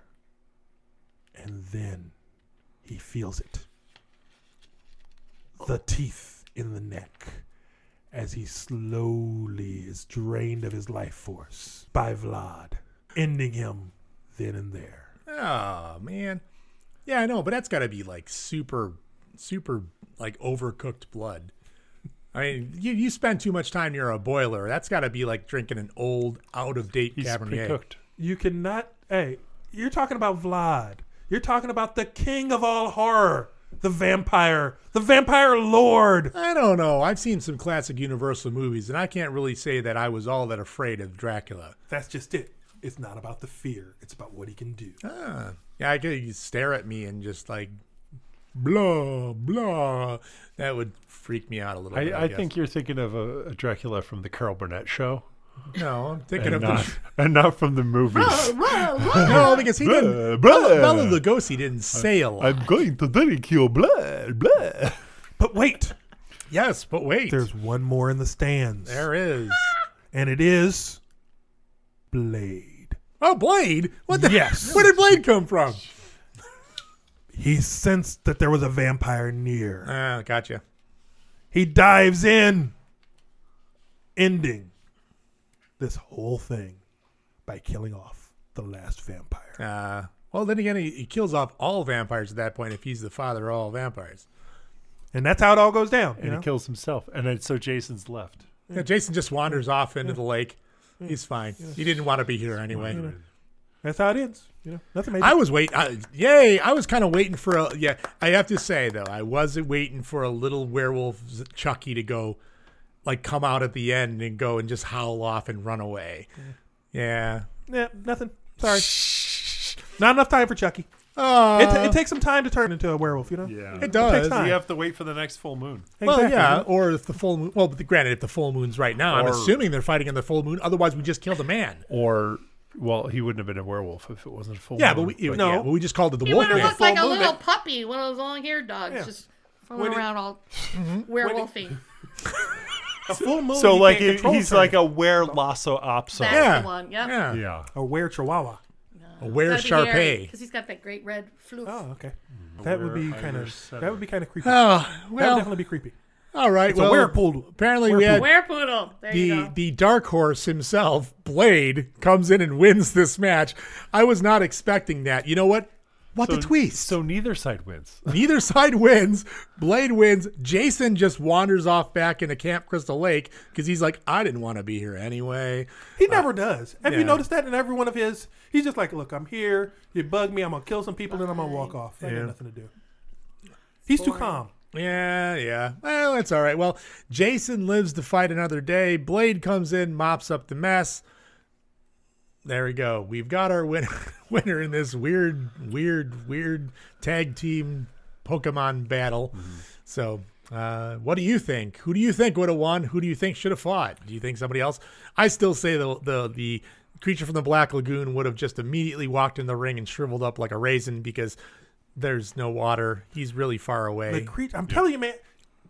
S5: And then he feels it. The teeth in the neck as he slowly is drained of his life force by Vlad, ending him then and there.
S4: Oh man, yeah, I know, but that's got to be like super, super like overcooked blood. I mean, you, you spend too much time near a boiler. That's got to be like drinking an old, out of date Cabernet.
S5: You cannot. Hey, you're talking about Vlad. You're talking about the king of all horror, the vampire, the vampire lord.
S4: I don't know. I've seen some classic Universal movies, and I can't really say that I was all that afraid of Dracula.
S5: That's just it. It's not about the fear. It's about what he can do.
S4: Ah, yeah, I could you stare at me and just like blah blah. That would freak me out a little.
S7: I,
S4: bit,
S7: I,
S4: I, guess.
S7: think you're thinking of a, a Dracula from the Carol Burnett show.
S4: No, I'm thinking
S7: and
S4: of the-
S7: not, and not from the movies.
S4: no, because he
S7: Blah,
S4: didn't.
S7: blah.
S4: Bella, Bella Lugosi didn't say a lot.
S7: I'm going to drink your blood, blood.
S5: But wait.
S4: Yes, but wait.
S5: There's one more in the stands.
S4: There is.
S5: And it is Blade.
S4: Oh, Blade! What the?
S5: Yes.
S4: Where did Blade come from?
S5: He sensed that there was a vampire near.
S4: Ah, gotcha.
S5: He dives in, ending this whole thing by killing off the last vampire.
S4: Uh, well, then again, he, he kills off all vampires at that point if he's the father of all vampires.
S5: And that's how it all goes down.
S7: And he kills himself. And then, so Jason's left.
S4: Yeah, Jason just wanders off into the lake. He's fine. He didn't want to be here anyway.
S5: That's how it ends. You know, nothing major.
S4: I was waiting. Yay! I was kind of waiting for a. Yeah, I have to say though, I was waiting for a little werewolf Z- Chucky to go, like, come out at the end and go and just howl off and run away. Yeah.
S5: Yeah, nothing. Sorry. Not enough time for Chucky.
S4: Oh.
S5: it, ta- it takes some time to turn into a werewolf, you know?
S7: Yeah.
S4: It does.
S5: takes time.
S7: You have to wait for the next full moon.
S4: Well,
S5: Exactly.
S4: yeah, or if the full moon. Well, but granted, if the full moon's right now, I'm
S7: Or-
S4: assuming they're fighting on the full moon. Otherwise, we just killed a man.
S7: Or, well, he wouldn't have been a werewolf if it wasn't a full
S4: Yeah, but
S7: moon.
S4: we yeah, well, we just called it the
S9: He
S4: wolf
S9: would have
S4: man.
S9: looked like a
S5: Full moon,
S9: little puppy, one of those long-haired dogs,
S5: Yeah.
S9: just
S5: When
S9: following
S5: it-
S9: around all werewolfy.
S5: A full moon.
S7: so,
S5: you
S7: like,
S5: can't
S7: he-
S5: control
S7: he's
S5: turning.
S7: like a were lasso opso.
S9: That's the one. Yep.
S4: Yeah.
S7: Yeah.
S5: a were chihuahua.
S4: A were Sharpay.
S9: Because he's got that great red floof.
S5: Oh, okay. That would be kind of that would be kind of creepy.
S4: Oh,
S5: that would
S4: well.
S5: definitely be creepy.
S4: All right.
S5: It's a
S4: well,
S5: werepoodle.
S4: Apparently, we had
S9: Werepoodle. Oh, There you
S4: the
S9: go.
S4: the dark horse himself, Blade, comes in and wins this match. I was not expecting that. You know what? What
S7: so,
S4: a twist.
S7: So neither side wins.
S4: Neither side wins. Blade wins. Jason just wanders off back into Camp Crystal Lake because he's like, I didn't want to be here anyway. Uh,
S5: He never does. Have
S4: yeah.
S5: you noticed that in every one of his? He's just like, look, I'm here. You bug me. I'm gonna kill some people, then I'm gonna walk off. I
S4: Yeah.
S5: got nothing to do. He's too calm.
S4: Yeah, yeah. Well, that's all right. Well, Jason lives to fight another day. Blade comes in, mops up the mess. There we go. We've got our winner, winner in this weird, weird, weird tag team Pokemon battle. So, uh, what do you think? Who do you think would have won? Who do you think should have fought? Do you think somebody else? I still say the the the creature from the Black Lagoon would have just immediately walked in the ring and shriveled up like a raisin because there's no water. He's really far away.
S5: The creature. I'm telling you, man.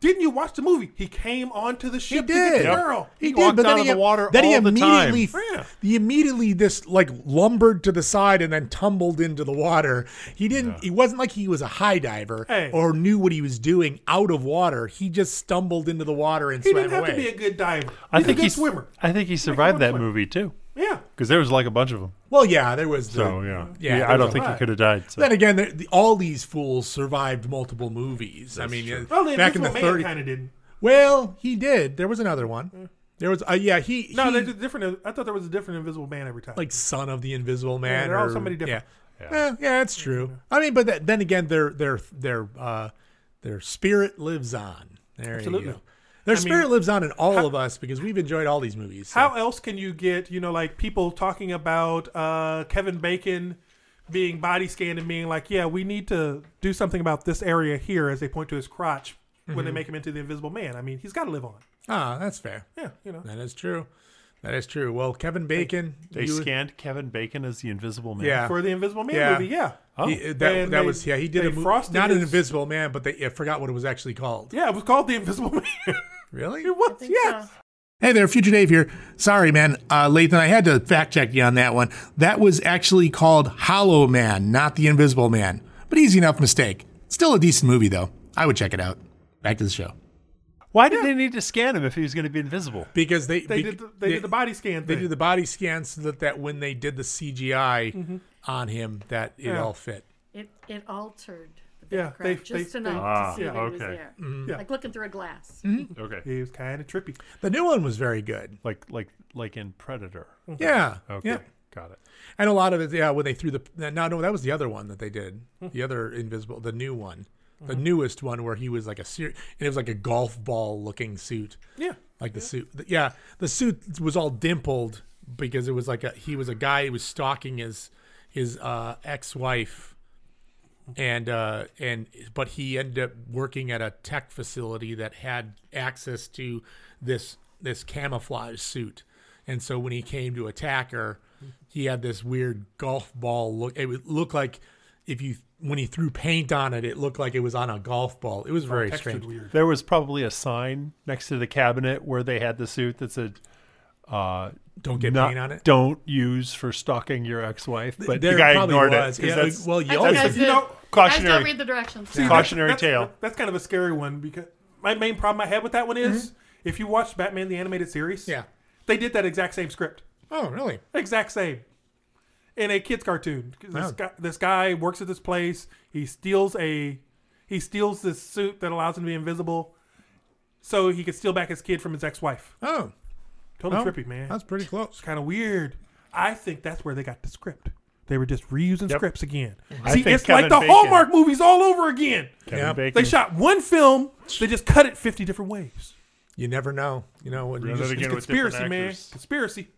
S5: Didn't you watch the movie? He came onto the ship to
S4: did.
S5: get the girl.
S4: He, did, but then he, then he immediately,
S5: Yeah.
S4: he immediately just like lumbered to the side and then tumbled into the water. He didn't. It wasn't like he was a high diver
S5: Hey.
S4: or knew what he was doing out of water. He just stumbled into the water and
S5: He
S4: swam
S5: didn't have
S4: away.
S5: to be a good diver.
S7: I
S5: He's
S7: think
S5: a good
S7: he's
S5: swimmer.
S7: I think he survived that movie too.
S5: Yeah.
S7: because there was like a bunch of them.
S4: well, yeah, there was. The,
S7: So, yeah.
S4: yeah.
S7: Yeah,
S4: there
S7: I
S4: was
S7: don't
S4: a
S7: think he
S4: lot.
S7: could have died, so.
S4: Then again, the, the, all these fools survived multiple movies. I mean, uh,
S5: Well, the
S4: back in the
S5: Invisible Man
S4: 30s,
S5: kinda didn't.
S4: Well, he did. There was another one. There was, uh, yeah, he.
S5: No,
S4: he-
S5: there's a different. I thought there was a different Invisible Man every time.
S4: like son of the Invisible Man.
S5: they're all
S4: or-
S5: somebody different.
S4: Yeah, Eh, yeah, that's true. I mean, but that, then again, their their their uh, their spirit lives on. There
S5: Absolutely.
S4: you go. Their
S5: I mean,
S4: spirit lives on in all of us because we've enjoyed all these movies.
S5: How else can you get, you know, like people talking about uh, Kevin Bacon being body scanned and being like, yeah, we need to do something about this area here as they point to his crotch when they
S4: Mhm.
S5: make him into the invisible man. I mean, he's got to live on.
S4: Ah, that's fair.
S5: Yeah, you know.
S4: That is true. That is true. Well, Kevin Bacon.
S7: They
S4: you-
S7: scanned Kevin Bacon as the Invisible Man.
S4: Yeah.
S5: For the Invisible Man movie, yeah.
S7: Oh.
S4: He- that that
S5: And they-
S4: was yeah. He did
S5: they
S4: a movie,
S5: frosted
S4: not an
S5: his-
S4: Invisible Man, but they, I forgot what it was actually called.
S5: Yeah, it was called the Invisible Man.
S4: Really?
S5: It was, yes.
S3: Hey there, Future Dave here. Sorry, man, uh, Lathan, I had to fact check you on that one. That was actually called Hollow Man, not the Invisible Man. But easy enough mistake. Still a decent movie, though. I would check it out. Back to the show.
S7: Why did they need to scan him if he was going to be invisible?
S4: because they
S5: They did the- they did the body scan
S4: They
S5: thing.
S4: did the body scan so that, that when they did the CGI
S5: Mm-hmm.
S9: Mhm.
S4: on him, that it
S9: Yeah.
S4: all fit.
S9: It it altered the
S5: Yeah, they-
S9: background just
S5: they- Mm-hmm. they-
S9: enough
S4: Ah,
S9: to see that he was
S4: okay.
S9: there,
S4: Mhm. Yeah.
S9: like looking through a glass.
S7: Okay.
S5: Mm-hmm. He was kind of trippy.
S4: The new one was very good.
S7: Like like like in Predator.
S5: Mm-hmm.
S4: Yeah.
S7: Okay.
S4: Yeah.
S7: Got it.
S4: And a lot of it, yeah, when they threw the no, no, that was the other one that they did.
S7: Hmm.
S4: The other invisible, the new one, the
S7: Mm-hmm.
S5: Mhm.
S4: newest one where he was like a ser- and it was like a golf ball looking suit.
S5: Yeah.
S4: like the suit. th- Yeah, the suit was all dimpled because it was like a he was a guy who was stalking his his uh, ex wife,
S7: Hmm.
S4: and uh, and but he ended up working at a tech facility that had access to this this camouflage suit, and so when he came to attack her, he had this weird golf ball look. It would look like if you when he threw paint on it, it looked like it was on a golf ball. It was
S5: Oh,
S4: very strange.
S7: There was probably a sign next to the cabinet where they had the suit that said, uh,
S4: "Don't get
S7: not-
S4: paint on it?"
S7: Don't use for stalking your ex-wife." But
S4: there
S7: the guy
S4: probably
S7: ignored
S4: was.
S7: it. 'cause
S4: Yeah,
S7: that's-
S4: well, you
S7: that's
S4: always-
S7: the-
S4: I did.
S9: I
S7: cautionary.
S9: don't read the directions.
S5: See, that's-
S7: Cautionary
S5: that's-
S7: tale.
S5: That's kind of a scary one because my main problem I had with that one is
S4: Mm-hmm.
S5: if you watch Batman the animated series, yeah, they did that exact same script.
S4: Oh, really?
S5: Exact same. In a kids cartoon, 'Cause
S4: Wow.
S5: this, guy, this guy works at this place. He steals a he steals this suit that allows him to be invisible, so he could steal back his kid from his ex-wife.
S4: Oh,
S5: totally
S4: Oh,
S5: trippy, man.
S4: that's pretty close. It's
S5: kind of weird. I think that's where they got the script. They were just reusing scripts again.
S7: I
S5: See,
S7: think
S5: it's
S7: Kevin
S5: like the
S7: Bacon-
S5: Hallmark movies all over again.
S7: Kevin Yep. Bacon.
S5: They shot one film, they just cut it 50 different ways.
S4: You never know. You know what?
S7: Run it again with different
S5: Conspiracy, man. Conspiracy.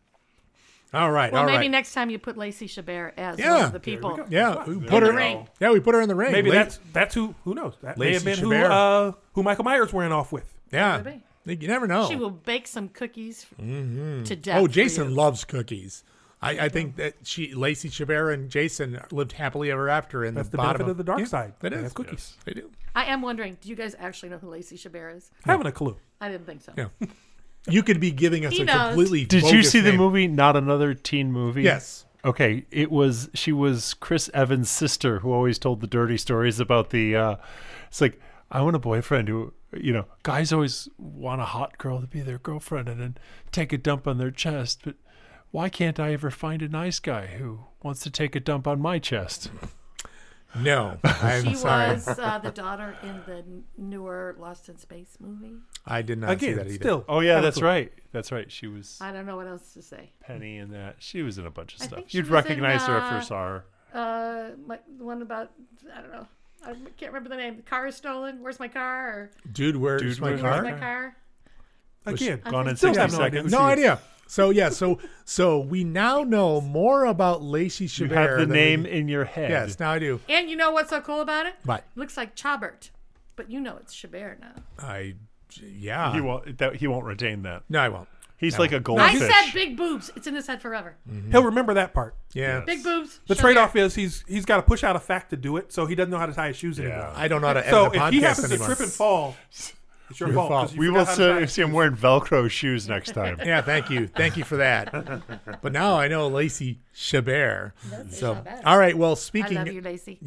S4: All right.
S9: well,
S4: all
S9: maybe
S4: right.
S9: next time you put Lacey Chabert as one
S4: Yeah.
S9: of the people.
S4: Yeah, we
S9: In
S4: put
S9: the
S4: her.
S9: ring.
S4: Yeah, we put her in the ring.
S5: Maybe
S4: Lacey-
S5: that's that's who who knows. That may have
S4: Lacey
S5: been who
S4: Chabert.
S5: uh, who Michael Myers ran off with.
S4: Yeah.
S9: Maybe.
S4: You never know.
S9: She will bake some cookies.
S5: Mm-hmm.
S4: Mhm.
S9: to death
S4: Oh,
S9: for
S4: Jason loves cookies. I, I think that she, Lacey Chabert, and Jason lived happily ever after in
S5: That's
S4: the
S5: the
S4: bottom
S5: benefit of the dark side.
S4: That
S5: They
S4: is
S5: have cookies.
S4: They do.
S9: I am wondering, do you guys actually know who Lacey Chabert is?
S5: I haven't a clue.
S9: I didn't think so.
S4: Yeah. You could be giving us
S9: He
S4: a
S9: knows.
S4: completely.
S7: Did you
S4: bogus
S7: see the
S4: name.
S7: movie Not Another Teen Movie?
S4: Yes.
S7: Okay, it was she was Chris Evans' sister who always told the dirty stories about the uh it's like I want a boyfriend who you know, guys always want a hot girl to be their girlfriend and then take a dump on their chest, but why can't I ever find a nice guy who wants to take a dump on my chest?
S4: No, I'm
S9: she
S4: sorry.
S9: was uh, the daughter in the n- newer Lost in Space movie.
S4: I did not see
S7: Again,
S4: that either.
S7: still, Oh, yeah, kinda that's cool. right. That's right. She was
S9: I don't know what else to say.
S7: Penny in that. She was in a bunch of
S9: I
S7: stuff.
S9: think she
S7: You'd
S9: was in,
S7: recognize her if
S9: uh,
S7: you saw her.
S9: Uh, my, the one about I don't know. I can't remember the name. The car is stolen. Where's my car? Or,
S4: Dude, where's
S7: Dude,
S4: my
S7: where's
S4: car?
S9: Where's my car?
S4: Again,
S9: I gone
S7: in still 60 have no idea seconds. who
S4: No
S7: she is.
S4: idea. So yeah, so so we now know more about Lacey Chabert.
S7: You have the
S4: than we-
S7: name in your head.
S4: Yes, now I do.
S9: And you know what's so cool about it?
S4: What?
S9: Looks like Chobert, but you know it's Chabert now.
S4: I, yeah.
S7: He won't. That, he won't retain that.
S4: No, I won't.
S7: He's
S4: I
S7: like a
S4: won't.
S7: goldfish.
S9: I said big boobs. It's in his head forever.
S4: Mm-hmm.
S5: He'll remember that part.
S4: Yeah.
S9: Big boobs.
S5: The
S9: Chabert.
S5: trade off is he's he's got to push out a fact to do it, so he doesn't know how to tie his shoes anymore.
S4: I don't know how to edit
S5: So
S4: the
S5: if he
S4: podcast
S5: happens
S4: anymore.
S5: to trip and fall, it's your, fault. 'cause you
S7: We
S5: forgot
S7: will
S5: how to
S7: see,
S5: tie-
S7: see him wearing Velcro shoes next time.
S4: yeah, thank you. Thank you for that. But now I know Lacey Chabert. So,
S9: Chabert.
S4: all right. Well,
S9: I
S4: speaking.
S9: love you, Lacey.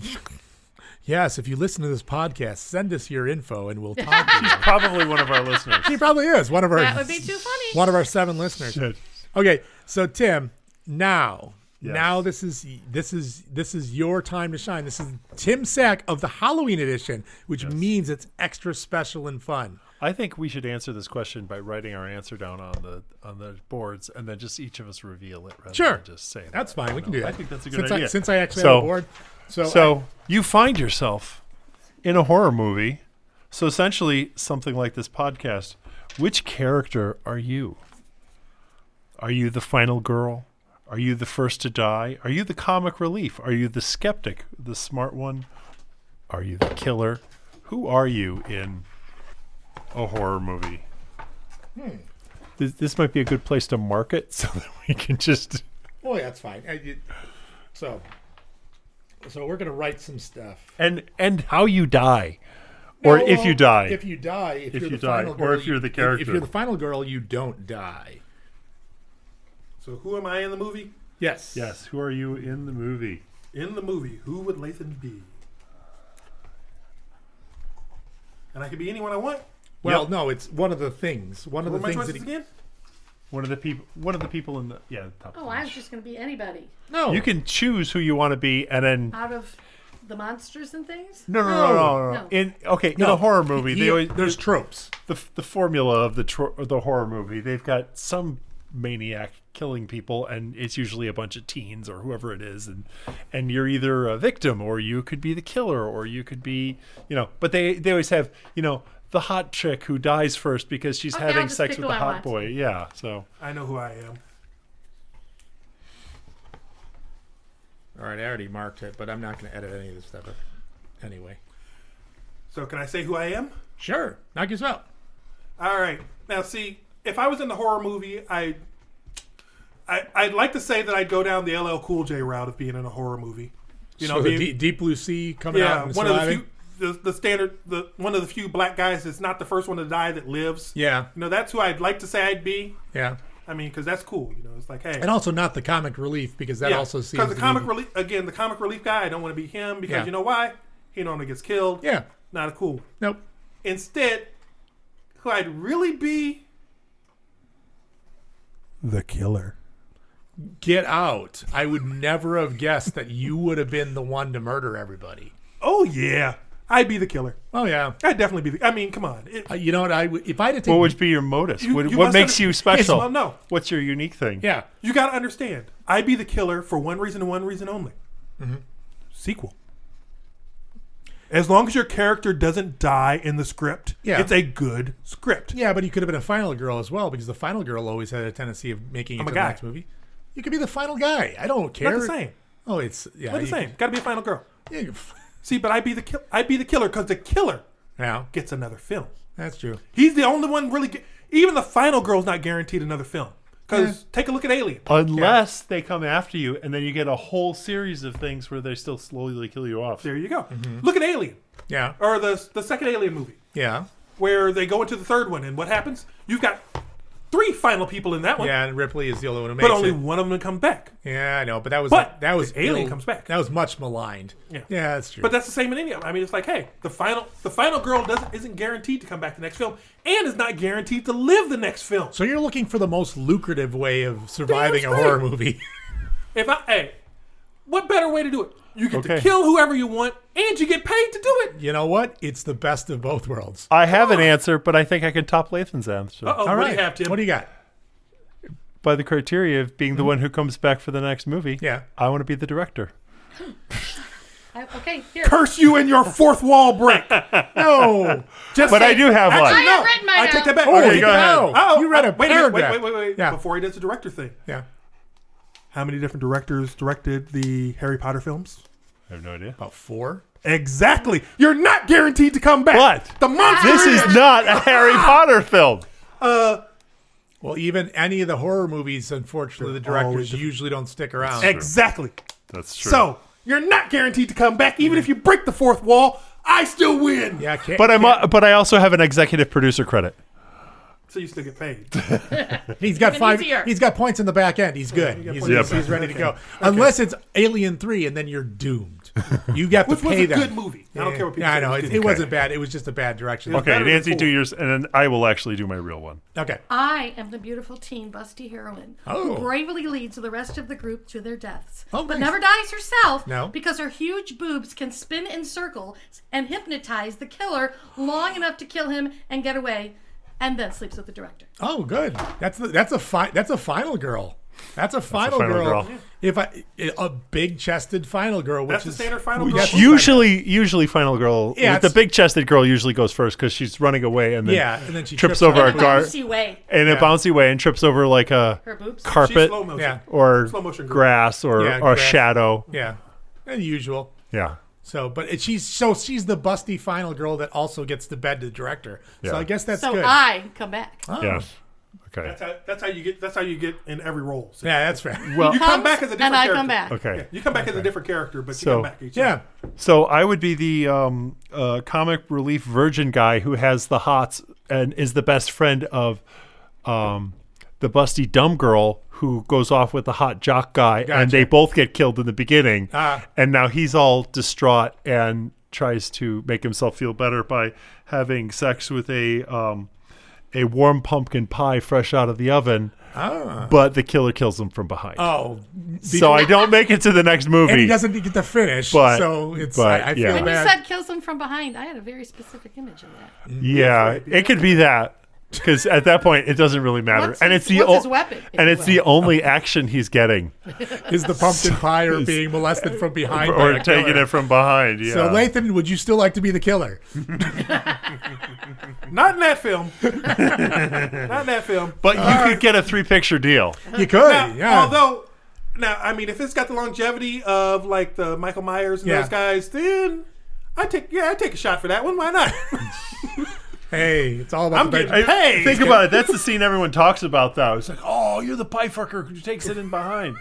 S4: Yes, if you listen to this podcast, send us your info and we'll talk to you.
S7: Probably one of our listeners.
S4: He probably is one of our.
S9: That would be too funny.
S4: One of our seven listeners. Okay, so Tim, now, now this is this is this is your time to shine. This is Tim Sack of the Halloween edition, which means it's extra special and fun.
S7: I think we should answer this question by writing our answer down on the on the boards, and then just each of us reveal it. Rather
S4: Sure.
S7: than just say
S4: That's
S7: that. I
S4: fine. We can
S7: don't know.
S4: do
S7: I
S4: that.
S7: think that's a good
S4: Since I-
S7: idea.
S4: since I actually have a board, so
S7: so you find yourself in a horror movie. So essentially, something like this podcast. Which character are you? Are you the final girl? Are you the first to die? Are you the comic relief? Are you the skeptic, the smart one? Are you the killer? Who are you in a horror movie?
S4: Hmm.
S7: This, this might be a good place to mark it so that we can just.
S4: Oh, yeah, that's fine. I- you- so, so we're gonna write some stuff.
S7: and and how you die, or
S4: No,
S7: if you
S4: well,
S7: die,
S4: If you die, if,
S7: if
S4: you're
S7: you
S4: the
S7: die,
S4: final
S7: or
S4: girl,
S7: if you're the
S4: you- If
S7: character.
S4: you're the final girl, you don't die.
S5: So who am I in the movie?
S4: Yes.
S7: Yes. Who are you in the movie?
S5: In the movie, who would Lathan be? And I could be anyone I want.
S4: Well, no, it's one of the things. One of the
S5: What were my
S4: things
S5: choices
S4: that he-
S5: again?
S7: One of the people. One of the people in the yeah. Top.
S9: Oh, I was just gonna be anybody.
S7: You can choose who you want to be, and then
S9: out of the monsters and things.
S7: no, no, no, no, no. no,
S9: No.
S7: In okay, in
S9: No.
S7: a horror movie,
S9: He-
S7: they always
S4: there's tropes.
S7: The the formula of the tro- of the horror movie, they've got some maniac killing people and it's usually a bunch of teens or whoever it is and and you're either a victim or you could be the killer or you could be you know but they they always have you know the hot chick who dies first because she's
S5: Okay, I'll
S7: having
S5: just
S7: sex
S5: pick
S7: with
S5: who
S7: the
S5: I
S7: hot
S5: want.
S7: boy yeah so
S5: I know who I am.
S4: All right, I already marked it, but I'm not going to edit any of this stuff. up Anyway,
S5: So can I say who I am?
S4: Sure. Knock yourself out.
S5: All right. Now see, if I was in the horror movie, I, I I'd like to say that I'd go down the LL Cool J route of being in a horror movie. You know,
S4: So the
S5: being-
S4: Deep- Deep Blue Sea coming
S5: yeah,
S4: out and
S5: one of the few,
S4: surviving?
S5: the, the standard, the one of the few black guys that's not the first one to die that lives.
S4: Yeah.
S5: You know, that's who I'd like to say I'd be.
S4: Yeah.
S5: I mean, because that's cool. You know, it's like hey,
S4: and also not the comic relief because that also seems
S5: because the
S4: to
S5: comic
S4: be,
S5: relief again, the comic relief guy. I don't want to be him because
S4: Yeah.
S5: you know why? He normally gets killed.
S4: Yeah,
S5: not a cool.
S4: Nope.
S5: Instead, who I'd really be? The killer.
S4: Get out! I would never have guessed that you would have been the one to murder everybody.
S5: Oh yeah, I'd be the killer.
S4: Oh yeah,
S5: I'd definitely be the. I mean, come on. It-
S4: Uh, you know what? I would if I had to take
S7: what would be your modus
S5: You-
S7: what,
S5: you
S7: what
S5: must
S7: makes
S5: under-
S7: you special
S5: Yes, well, no.
S7: what's your unique thing
S4: yeah,
S5: you got to understand. I'd be the killer for one reason and one reason only.
S4: Mm-hmm.
S5: Sequel. As long as your character doesn't die in the script,
S4: Yeah.
S5: it's a good script.
S4: Yeah, but you could have been a final girl as well because the final girl always had a tendency of making it
S5: I'm
S4: to
S5: a
S4: the
S5: guy.
S4: next movie. You could be the final guy. I don't care.
S5: same.
S4: Oh, it's yeah.
S5: Not the
S4: you-
S5: same. Got to be a final girl.
S4: Yeah, you-
S5: See, but I'd be the kill- I'd be the killer because the killer
S4: Yeah.
S5: gets another film.
S4: That's true.
S5: He's the only one really. Gu- Even the final girl's not guaranteed another film because take a look at Alien.
S7: unless they come after you and then you get a whole series of things where they still slowly kill you off
S5: there you go
S4: Mm-hmm.
S5: Look at Alien
S4: Yeah.
S5: or the the second Alien movie
S4: Yeah.
S5: where they go into the third one and what happens? You've got three final people in that one.
S4: Yeah, and Ripley is the only one who
S5: But
S4: makes
S5: only
S4: it.
S5: one of them come back.
S4: Yeah, I know, but that was
S5: But
S4: that was
S5: the alien
S4: ill-
S5: comes back.
S4: That was much maligned.
S5: Yeah.
S4: yeah, that's true.
S5: But that's the same in any of them. I mean, it's like, hey, the final the final girl doesn't isn't guaranteed to come back the next film, and is not guaranteed to live the next film.
S4: so you're looking for the most lucrative way of surviving a horror movie.
S5: If I hey, What better way to do it? You get
S3: Okay.
S5: to kill whoever you want, and you get paid to do it.
S4: You know what? It's the best of both worlds.
S7: I have an answer, but I think I can top Lathan's answer.
S5: Uh-oh, what do you have, Tim?
S4: What do you got?
S7: By the criteria of being
S5: Mm-hmm.
S7: the one who comes back for the next movie,
S4: Yeah.
S7: I want to be the director.
S9: I, okay, here.
S5: Curse you and your fourth wall break.
S4: No.
S5: Just
S7: But
S5: say-
S7: I do have
S5: Actually,
S7: one. I
S5: No,
S9: have written mine
S5: I take that back.
S7: Okay, go ahead.
S5: Oh,
S4: You read a
S5: wait minute,
S4: paragraph.
S5: wait, wait, wait, wait.
S4: Yeah.
S5: Before he does the director thing.
S4: Yeah.
S5: How many different directors directed the Harry Potter films?
S7: I have no idea.
S4: About four.
S5: Exactly. You're not guaranteed to come back.
S7: What?
S5: The monster Ah! Uh,
S7: This is not a Harry Potter film.
S4: Well, even any of the horror movies, unfortunately, the
S5: always
S4: directors
S5: different.
S4: usually don't stick around.
S5: Exactly.
S7: That's true.
S5: So, you're not guaranteed to come back. Even if you break the fourth wall, I still win.
S4: Yeah, can't,
S7: but I'm uh, but I also have an executive producer credit.
S5: So you still get paid.
S4: he's got
S9: Even
S4: five.
S9: easier.
S4: He's got points in the back end. He's good. He's,
S7: Oh, points
S4: he's,
S7: in the
S4: he's ready to go. Unless it's Alien Three, and then you're doomed. You have to
S5: Which was
S4: pay
S5: a
S4: them.
S5: good movie. I don't care what people
S4: Yeah, I
S5: say.
S4: know
S5: It
S4: it,
S5: was
S4: it
S5: good.
S4: wasn't bad. It was just a bad direction.
S7: Okay,
S5: better than
S7: Nancy, do
S5: four.
S7: yours, and then I will actually do my real one.
S4: Okay.
S9: I am the beautiful teen busty heroine
S4: Oh.
S9: who bravely leads the rest of the group to their deaths,
S4: Oh,
S9: but
S4: nice.
S9: never dies herself
S4: No.
S9: because her huge boobs can spin in circles and hypnotize the killer long enough to kill him and get away, and then sleeps with the director.
S4: Oh, good. That's the, that's a fi- that's a final girl. That's a final,
S7: final
S4: girl.
S7: girl.
S4: If I a big chested final girl, which
S5: That's the
S4: is
S5: standard final
S4: which
S5: girl
S4: is-
S5: look like
S7: Usually, usually final girl,
S4: Yeah,
S7: the
S4: it's-
S7: big chested girl usually goes first because she's running away and then,
S4: Yeah, and then she
S7: trips,
S4: trips
S7: over a
S4: over.
S7: guard
S9: See way
S7: in a bouncy way and trips over like a
S9: her boobs.
S5: She's
S7: carpet
S5: slow motion.
S4: Yeah.
S7: or
S5: Slow motion girl.
S7: grass or,
S4: Yeah,
S7: or
S4: grass.
S7: shadow.
S4: Yeah, unusual.
S7: Yeah.
S4: So, but it, she's so she's the busty final girl that also gets to bed to the director.
S7: Yeah.
S4: So I guess that's
S9: So
S4: good.
S9: I come back.
S4: Oh.
S7: Yeah. Okay.
S5: That's how, that's how you get. That's how you get in every role. So
S4: Yeah, that's fair.
S7: Well,
S5: you come back as a different
S9: and I
S5: character.
S9: come back.
S7: okay.
S5: Yeah, you come back as a different character, but
S7: So-
S5: you come back each
S4: Yeah,
S7: So I would be the um, uh, comic relief virgin guy who has the hots and is the best friend of um, the busty dumb girl who goes off with the hot jock guy, and they both get killed in the beginning.
S4: Ah.
S7: And now he's all distraught and tries to make himself feel better by having sex with a um, a warm pumpkin pie fresh out of the oven.
S5: Ah.
S7: But the killer kills him from behind.
S4: Oh,
S7: so I don't make it to the next movie.
S4: and he doesn't get to finish.
S7: But-
S4: so it's
S7: but,
S4: I, I
S7: yeah.
S4: feel
S9: When you
S4: bad.
S9: said kills him from behind, I had a very specific image of that.
S7: Yeah, it could be that because at that point it doesn't really matter,
S9: What's
S7: and
S9: his-
S7: it's the
S9: what's
S7: o-
S9: his weapon, if
S7: and
S9: you
S7: it's the only action he's getting
S4: is the pumpkin pie or being molested from behind by
S7: or
S4: a
S7: taking
S4: killer?
S7: it from behind. Yeah,
S4: So Lathan, would you still like to be the killer?
S5: time. Not in that film. Not in that film.
S7: but you could get a three-picture deal.
S4: You could.
S5: Now,
S4: yeah.
S5: Although, now I mean, if it's got the longevity of like the Michael Myers and
S4: Yeah.
S5: those guys, then I take yeah, I take a shot for that one. Why not?
S4: hey, it's all about
S5: I'm
S4: the
S5: getting
S4: budget.
S5: paid.
S7: Think about it. That's the scene everyone talks about, though. It's like, oh, you're the pie fucker who takes it in behind.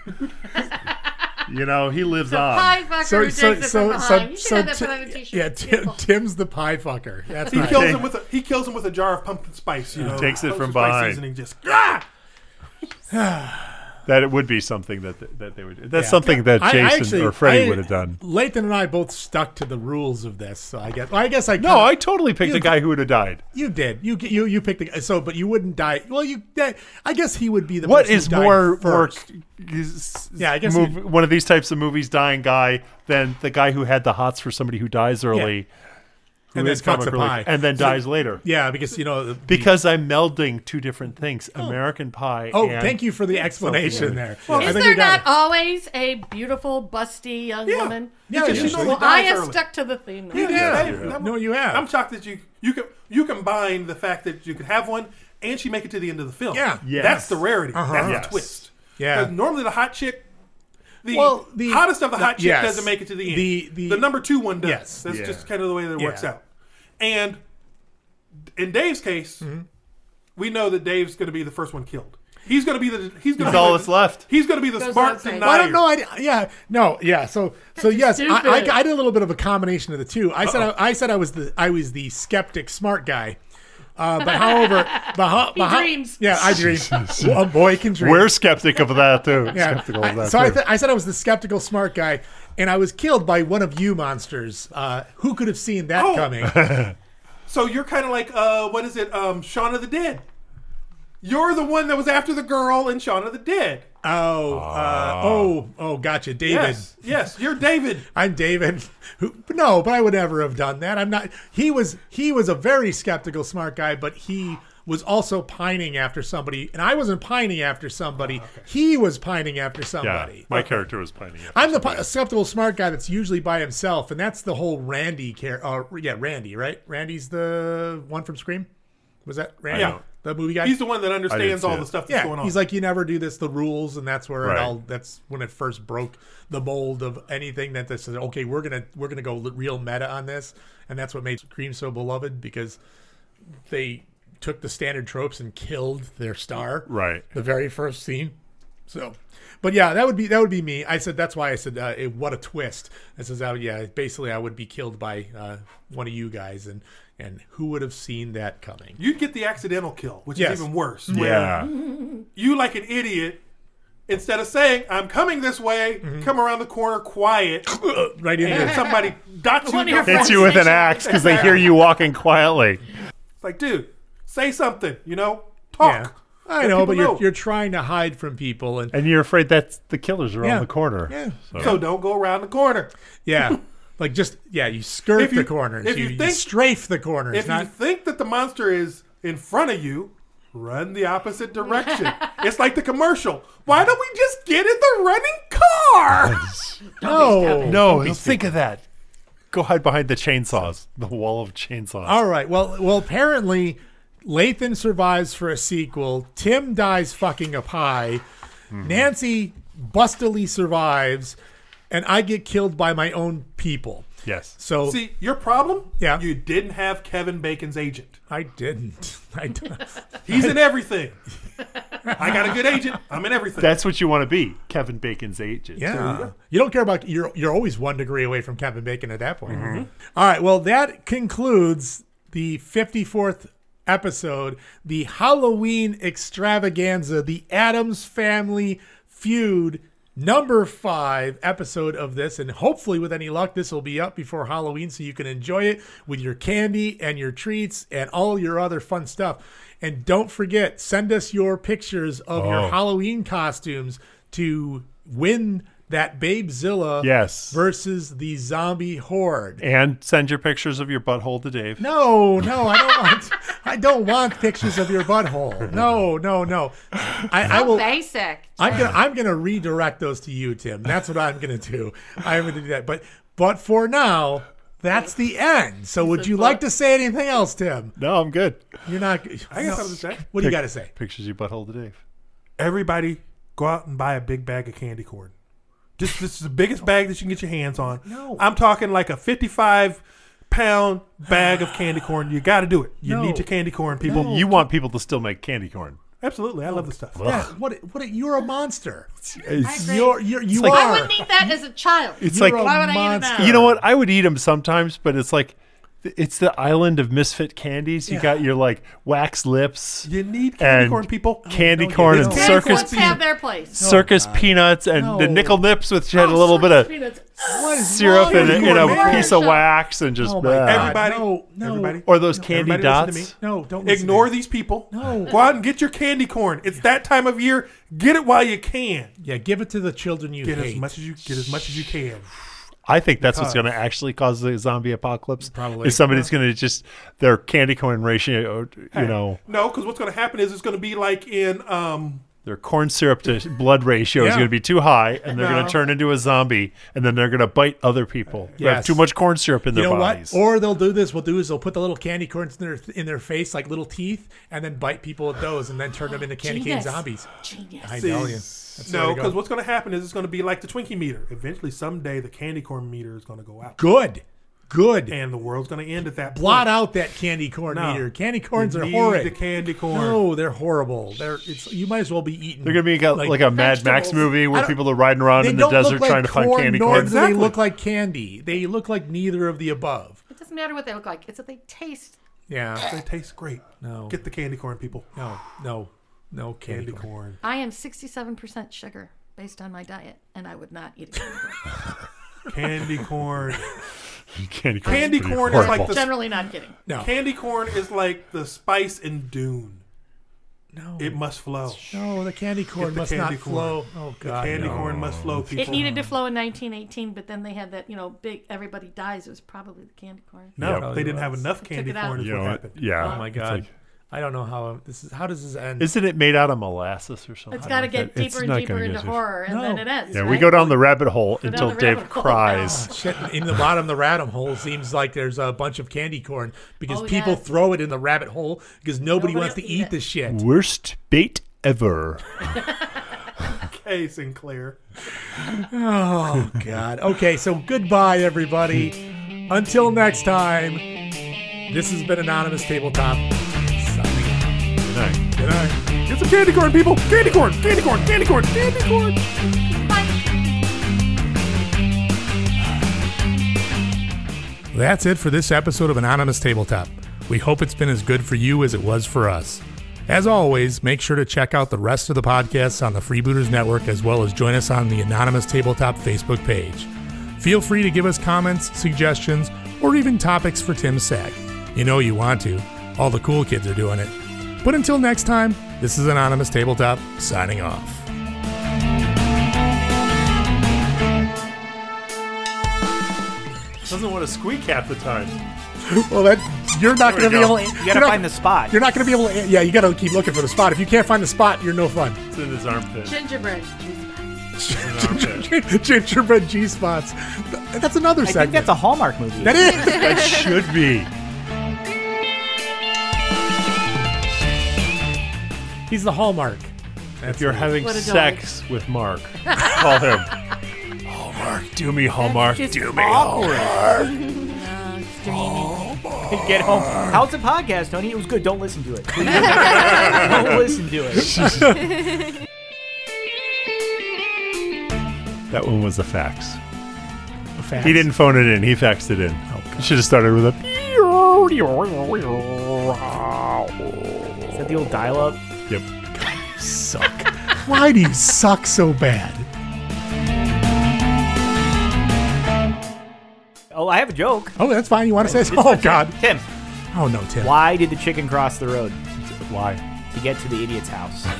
S7: you know, he lives on.
S9: Pie fucker who takes it from behind. you should have that put on a
S4: Ti-
S9: t-shirt.
S4: yeah, Tim,
S9: Beautiful.
S4: Tim's the pie fucker. That's
S5: He
S4: right.
S5: kills him with a he kills him with a jar of pumpkin spice. You know,
S7: takes it
S5: pumpkin
S7: from
S5: spice
S7: behind.
S5: Seasoning just ah!
S7: That it would be something that th- that they would. do. That's something that
S4: I- I
S7: Jason
S4: actually-
S7: or Freddy
S4: I-
S7: would have done.
S4: Lathan and I both stuck to the rules of this, so I guess. well, I guess I.
S7: No, I totally picked a guy who would have died.
S4: You did. You you you picked the guy. So, but you wouldn't die. Well, you. that- I guess he would be the.
S7: What
S4: person who
S7: is
S4: died
S7: more
S4: first.
S7: work? is-
S4: Yeah, I guess
S7: mov- one of these types of movies dying guy than the guy who had the hots for somebody who dies early, who
S4: And then
S7: is
S4: cuts
S7: comic
S4: a
S7: relief,
S4: pie.
S7: and then dies later.
S4: Yeah, because you know. the-
S7: Because I'm melding two different things: American Pie.
S4: oh,
S7: and-
S4: thank you for the explanation
S7: Something.
S4: there. I
S9: Is
S4: think
S9: there
S4: you
S9: not
S4: got it.
S9: always a beautiful, busty young woman?
S4: Yeah,
S5: Because
S4: yeah.
S5: you know
S9: Well,
S5: he
S9: I
S5: dies
S9: have
S5: early.
S9: stuck to the theme. though.
S5: Yeah,
S4: Yeah.
S5: that- that-
S4: No, you have.
S5: I'm shocked that you you can you combine the fact that you could have one and she make it to the end of the film.
S4: Yeah.
S7: Yes.
S5: that's the rarity.
S4: Uh-huh.
S5: That's
S7: Yes.
S5: the twist.
S4: Yeah.
S5: 'Cause normally the hot chick, the,
S4: Well, the-
S5: hottest of the hot chick
S4: yes.
S5: doesn't make it to the end.
S4: The- the-
S5: number two one does.
S4: Yes.
S5: that's
S7: Yeah.
S5: just kind of the way that it works
S4: Yeah.
S5: out. And in Dave's case,
S4: Mm-hmm.
S5: we know that Dave's going to be the first one killed. He's going to be the he's going
S7: That's
S5: to
S7: all that's left.
S5: He's going to be the
S9: Goes
S5: smart
S9: outside.
S5: denier.
S4: Well, I don't know. I, yeah, no, yeah. So, so yes, I,
S9: stupid.
S4: I, I did a little bit of a combination of the two. I said I, I said I was the I was the skeptic smart guy. Uh, but however, but how, but how-
S9: dreams.
S4: Yeah, I dream. a boy can dream.
S7: We're skeptic of that too. Skeptical
S4: I-
S7: of that
S4: so I,
S7: too.
S4: th- I said I was the skeptical smart guy, and I was killed by one of you monsters. Uh, who could have seen that
S5: Oh.
S4: coming?
S5: So you're kind of like, uh, what is it? Um, Shaun of the Dead. You're the one that was after the girl in Shaun of the Dead.
S4: Oh, uh, oh, oh, gotcha, David.
S5: Yes, yes, you're David.
S4: I'm David. Who, no, but I would never have done that. I'm not. He was he was a very skeptical, smart guy, but he was also pining after somebody, and I wasn't pining after somebody.
S5: Oh,
S4: He was pining after somebody.
S7: Yeah, my character was planning it.
S4: I'm the pi- skeptical, smart guy that's usually by himself, and that's the whole Randy care. Uh, yeah, Randy, right? Randy's the one from Scream. Was that Randy?
S5: Yeah.
S4: the movie guy.
S5: He's the one that understands all the stuff that's
S4: yeah,
S5: going on.
S4: He's like, you never do this, the rules, and that's where
S5: Right.
S4: it all. That's when it first broke the mold of anything that this is. Okay, we're gonna we're gonna go l- real meta on this, and that's what made Scream so beloved because they took the standard tropes and killed their star.
S7: Right.
S4: The very first scene. So, but yeah, that would be that would be me. I said that's why I said uh, it, what a twist. This is how yeah, basically I would be killed by uh, one of you guys, and and who would have seen that coming?
S5: You'd get the accidental kill, which
S4: Yes.
S5: is even worse.
S4: Yeah.
S5: where You like an idiot. Instead of saying "I'm coming this way," come around the corner, quiet,
S4: Mm-hmm. right in
S5: and
S4: there.
S5: somebody dots you.
S4: One
S5: in
S4: of
S5: the
S4: your
S5: face.
S7: Hits you with an axe because they hear you walking quietly.
S5: It's like, dude, say something. You know, talk.
S4: I
S5: Let
S4: know,
S5: people
S4: but you're, you're trying to hide from people, and
S7: And you're afraid that the killers are
S4: Yeah.
S7: on the corner.
S4: Yeah.
S7: So,
S5: so don't go around the corner.
S4: yeah, like just yeah, you skirt
S5: If you-
S4: the corners,
S5: if
S4: you,
S5: you
S4: you
S5: think-
S4: strafe the corners.
S5: If
S4: not,
S5: you think that the monster is in front of you, run the opposite direction. it's like the commercial. Why don't we just get in the running car?
S4: no,
S7: no, think of that. Go hide behind the chainsaws, the wall of chainsaws.
S4: All right. Well, well, apparently, Lathan survives for a sequel. Tim dies fucking a pie.
S5: Mm-hmm.
S4: Nancy bustily survives, and I get killed by my own people.
S7: Yes.
S4: So
S5: See, your problem?
S4: Yeah.
S5: You didn't have Kevin Bacon's agent.
S4: I didn't. I d-
S5: He's in everything. I got a good agent. I'm in everything.
S7: That's what you want to be, Kevin Bacon's agent.
S4: Yeah. You don't care about you're you're always one degree away from Kevin Bacon at that point. All right. Well, that concludes the 54th episode, the Halloween extravaganza, the Adams family feud number 5 episode of this and hopefully with any luck this will be up before Halloween so you can enjoy it with your candy and your treats and all your other fun stuff. And don't forget send us your pictures of your
S7: Oh.
S4: Halloween costumes to win that Babezilla
S7: Yes.
S4: versus the zombie horde.
S7: And send your pictures of your butthole to Dave.
S4: No, no, I don't want I don't want pictures of your butthole. No, no, no. I, I will
S16: Basic.
S4: I'm gonna I'm gonna redirect those to you, Tim. That's what I'm gonna do. I'm gonna do that. But but for now, that's the end. So would you like to say anything else, Tim?
S7: No, I'm good.
S4: You're not
S5: I got something to say.
S4: What do you
S7: Pic-
S4: gotta say?
S7: Pictures of your butthole to Dave.
S5: Everybody go out and buy a big bag of candy corn. Just this is the biggest bag that you can get your hands on.
S4: No.
S5: I'm talking like a 55 pound bag of candy corn. You got to do it. You
S4: No.
S5: need your candy corn, people.
S7: You want people to still make candy corn.
S5: Absolutely. I love this stuff.
S4: Yeah, what what you're a monster.
S7: It's,
S4: You're you're you
S7: like-
S4: are
S16: I wouldn't eat that as a child.
S7: it's
S4: You're
S7: like
S4: a
S16: Why would I eat it now?
S7: You know what? I would eat them sometimes, but it's like it's the island of misfit candies. You
S4: Yeah.
S7: got your like wax lips.
S5: You need candy
S7: And
S5: corn, people.
S7: Candy
S4: Oh, no,
S7: corn
S4: you
S7: and
S4: don't.
S16: Candy
S7: circus
S16: corns have their place. Oh,
S7: circus peanuts and the
S4: No.
S7: nickel nips, which had a little bit of
S4: What is
S7: syrup
S4: wrong
S7: and,
S4: with
S7: and
S4: you,
S7: a
S4: man?
S7: piece of wax and just
S4: Oh my God.
S7: bleh.
S5: Everybody.
S4: No, no.
S5: Everybody.
S7: or those candy
S5: Everybody listen to
S7: dots.
S5: me.
S4: No, don't listen
S5: Ignore
S4: to me.
S5: these people.
S4: No.
S5: Go out and get your candy corn. It's that time of year. Get it while you can.
S4: Yeah, give it to the children you
S5: Get
S4: hate.
S5: as much as you get as much as you can. Uh,
S7: I think that's what's going to actually cause the zombie apocalypse.
S4: Probably.
S7: is somebody's going to just their candy corn ratio, you know,
S5: No, because what's going to happen is it's going to be like in um,
S7: their corn syrup to blood ratio is
S4: Yeah.
S7: going to be too high, and they're going
S5: No.
S7: to turn into a zombie, and then they're going to bite other people who have
S4: Yes.
S7: too much corn syrup in
S4: you
S7: their
S4: know
S7: bodies.
S4: what? Or they'll do this. We'll do is they'll put the little candy corns in their in their face like little teeth, and then bite people with those, and then turn them into candy cane
S16: Genius.
S4: zombies.
S16: Genius.
S4: I know you.
S5: no, because what's going to happen is it's going to be like the Twinkie meter. Eventually, someday the candy corn meter is going to go out,
S4: good, good.
S5: and the world's going to end at that.
S4: Blot
S5: point.
S4: out that candy corn
S5: No.
S4: eater. Candy corns
S5: You
S4: are
S5: need
S4: horrid.
S5: The candy corn.
S4: no, they're horrible. They're it's you might as well be eating.
S7: they're going to be like, like a Mad Max
S4: vegetables.
S7: movie
S4: I
S7: where
S4: don't-
S7: people are riding around
S4: they
S7: in the
S4: don't look
S7: desert
S4: like
S7: trying to find
S4: corn,
S7: candy
S4: nor
S7: corn.
S4: do
S5: Exactly.
S4: They look like candy. They look like neither of the above.
S16: It doesn't matter what they look like. It's that they taste.
S4: Yeah.
S5: They taste great.
S4: No.
S5: Get the candy corn, people.
S4: No. No. No candy,
S5: Candy
S4: corn.
S5: corn.
S16: I am 67% sugar based on my diet, and I would not eat it.
S5: Candy corn.
S7: candy corn,
S5: Candy corn is like the
S16: Generally, not kidding.
S4: No.
S5: Candy corn is like the spice in Dune.
S4: No.
S5: It must flow.
S4: No, the candy corn
S5: Get the
S4: must
S5: candy
S4: not
S5: corn.
S4: flow. Oh, God,
S5: The candy
S4: no.
S5: corn must flow, people.
S9: It needed to flow in 1918, but then they had that, you know, big everybody dies. It was probably the candy corn.
S5: No,
S4: Yep.
S5: they didn't have enough
S9: Took
S5: candy
S9: it out.
S5: corn. Is
S7: You
S5: what
S7: know what?
S5: happened.
S7: Yeah.
S4: Oh my
S7: It's
S4: God.
S7: like-
S4: I don't know how this is. How does this end?
S7: Isn't it made out of molasses or something?
S9: It's got to
S7: like that?
S9: get deeper
S7: It's
S9: and
S7: not
S9: deeper
S7: gonna
S9: into
S7: get-
S9: horror, and then it ends.
S7: Yeah,
S9: right?
S7: we go down the rabbit hole
S9: Go down
S7: until
S9: the
S7: Dave
S9: rabbit hole.
S7: cries.
S4: Shit, in the bottom of the rabbit hole seems like there's a bunch of candy corn because
S9: Oh,
S4: people
S9: yes.
S4: throw it in the rabbit hole because nobody, wants to eat, the shit.
S7: Worst bait ever.
S5: Okay, Sinclair.
S4: Oh God. Okay, so goodbye, everybody. Until next time. This has been Anonymous Tabletop. Signing out.
S7: Good night.
S4: Good night.
S5: Get some candy corn, people. Candy corn, candy corn, candy corn, candy corn.
S3: That's it for this episode of Anonymous Tabletop. We hope it's been as good for you as it was for us. As always, make sure to check out the rest of the podcasts on the Freebooters Network as well as join us on the Anonymous Tabletop Facebook page. Feel free to give us comments, suggestions, or even topics for Tim Sack. You know you want to. All the cool kids are doing it. But until next time, this is Anonymous Tabletop signing off.
S7: Doesn't want to squeak half the time.
S4: Well, that you're not going
S7: There we
S4: to be
S7: go.
S4: able.
S7: You gotta
S4: you're not-
S7: find the spot.
S4: You're not going to be able. to... Yeah, you got to keep looking for the spot. If you can't find the spot, you're no fun.
S7: It's in his armpit.
S9: Gingerbread.
S7: It's in his armpit.
S4: Gingerbread G spots. That's another
S10: I think
S4: segment.
S10: that's a Hallmark movie.
S4: That is.
S7: It should be.
S4: He's the hallmark.
S7: If you're having
S9: What a dog.
S7: sex with Mark, call him. Hallmark, do me, Hallmark, do me, Hallmark.
S10: Get home. How's the podcast, Tony? It was good. Don't listen to it. Don't listen to it.
S7: That one was a fax. He didn't phone it in. He faxed it in. Should have started with a.
S10: Is that the old dial-up?
S7: Yep.
S4: suck. Why do you suck so bad?
S10: Oh, I have a joke.
S4: Oh, that's fine. You want to say?
S10: It's-
S4: Oh
S10: it's-
S4: God.
S10: Tim,
S4: Oh no, Tim.
S10: why did the chicken cross the road?
S7: Why?
S10: To get to the idiot's house.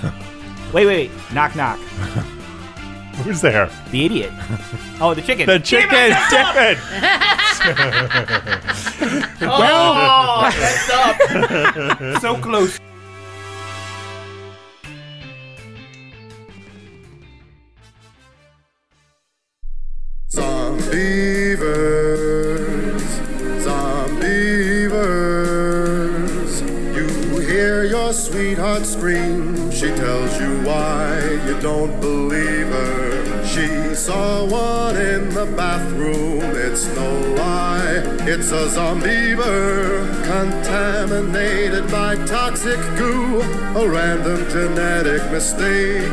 S10: wait, wait, wait. Knock, knock.
S7: Who's there?
S10: The idiot. Oh, the chicken.
S7: The chicken. Damn it.
S10: Oh, that's up.
S5: So close.
S17: Some beavers, some beavers. You hear your sweetheart scream. She tells you why you don't believe her. She saw one in the bathroom. It's no lie. It's a zombiever contaminated by toxic goo. A random genetic mistake.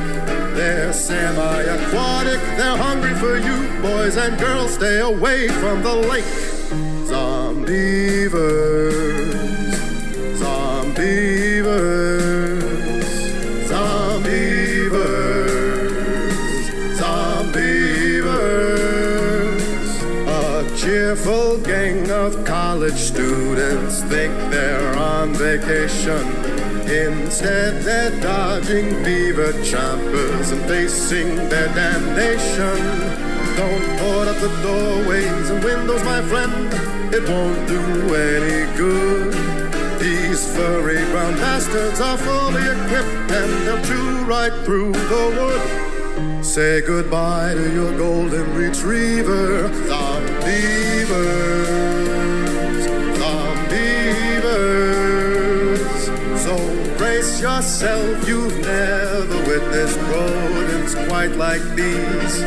S17: They're semi-aquatic. They're hungry for you, boys and girls. Stay away from the lake. Zombievers, zombievers, zombievers, zombievers. A cheerful gang of college students think they're on vacation. Instead, they're dodging beaver chompers and facing their damnation. Don't board up the doorways and windows, my friend. It won't do any good. These furry brown bastards are fully equipped and they'll chew right through the wood. Say goodbye to your golden retriever, Zombievers, Zombievers. So brace yourself, you've never witnessed rodents quite like these.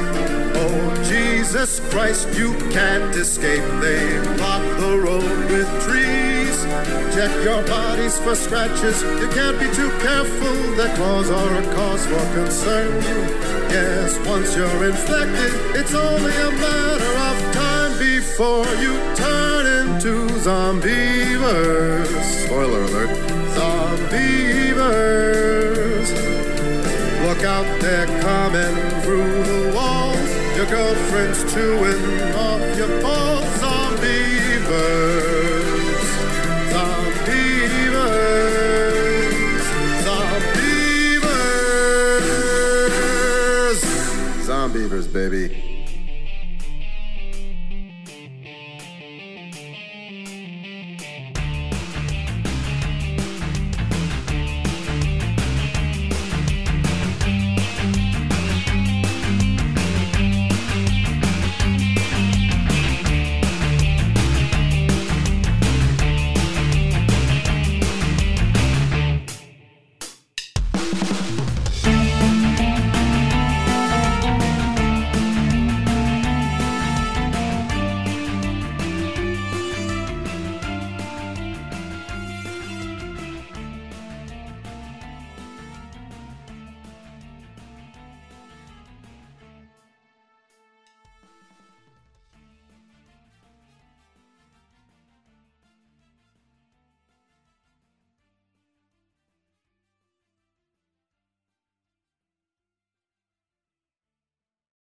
S17: Oh, Jesus Christ, you can't escape. They block the road with trees. Check your bodies for scratches. You can't be too careful. Their claws are a cause for concern. Yes, once you're infected, it's only a matter of time before you turn into zombievers. Spoiler alert. Zombievers. Look out, they're coming through the walls. Your girlfriend's chewing off your balls. Zombievers, zombievers, zombievers. baby.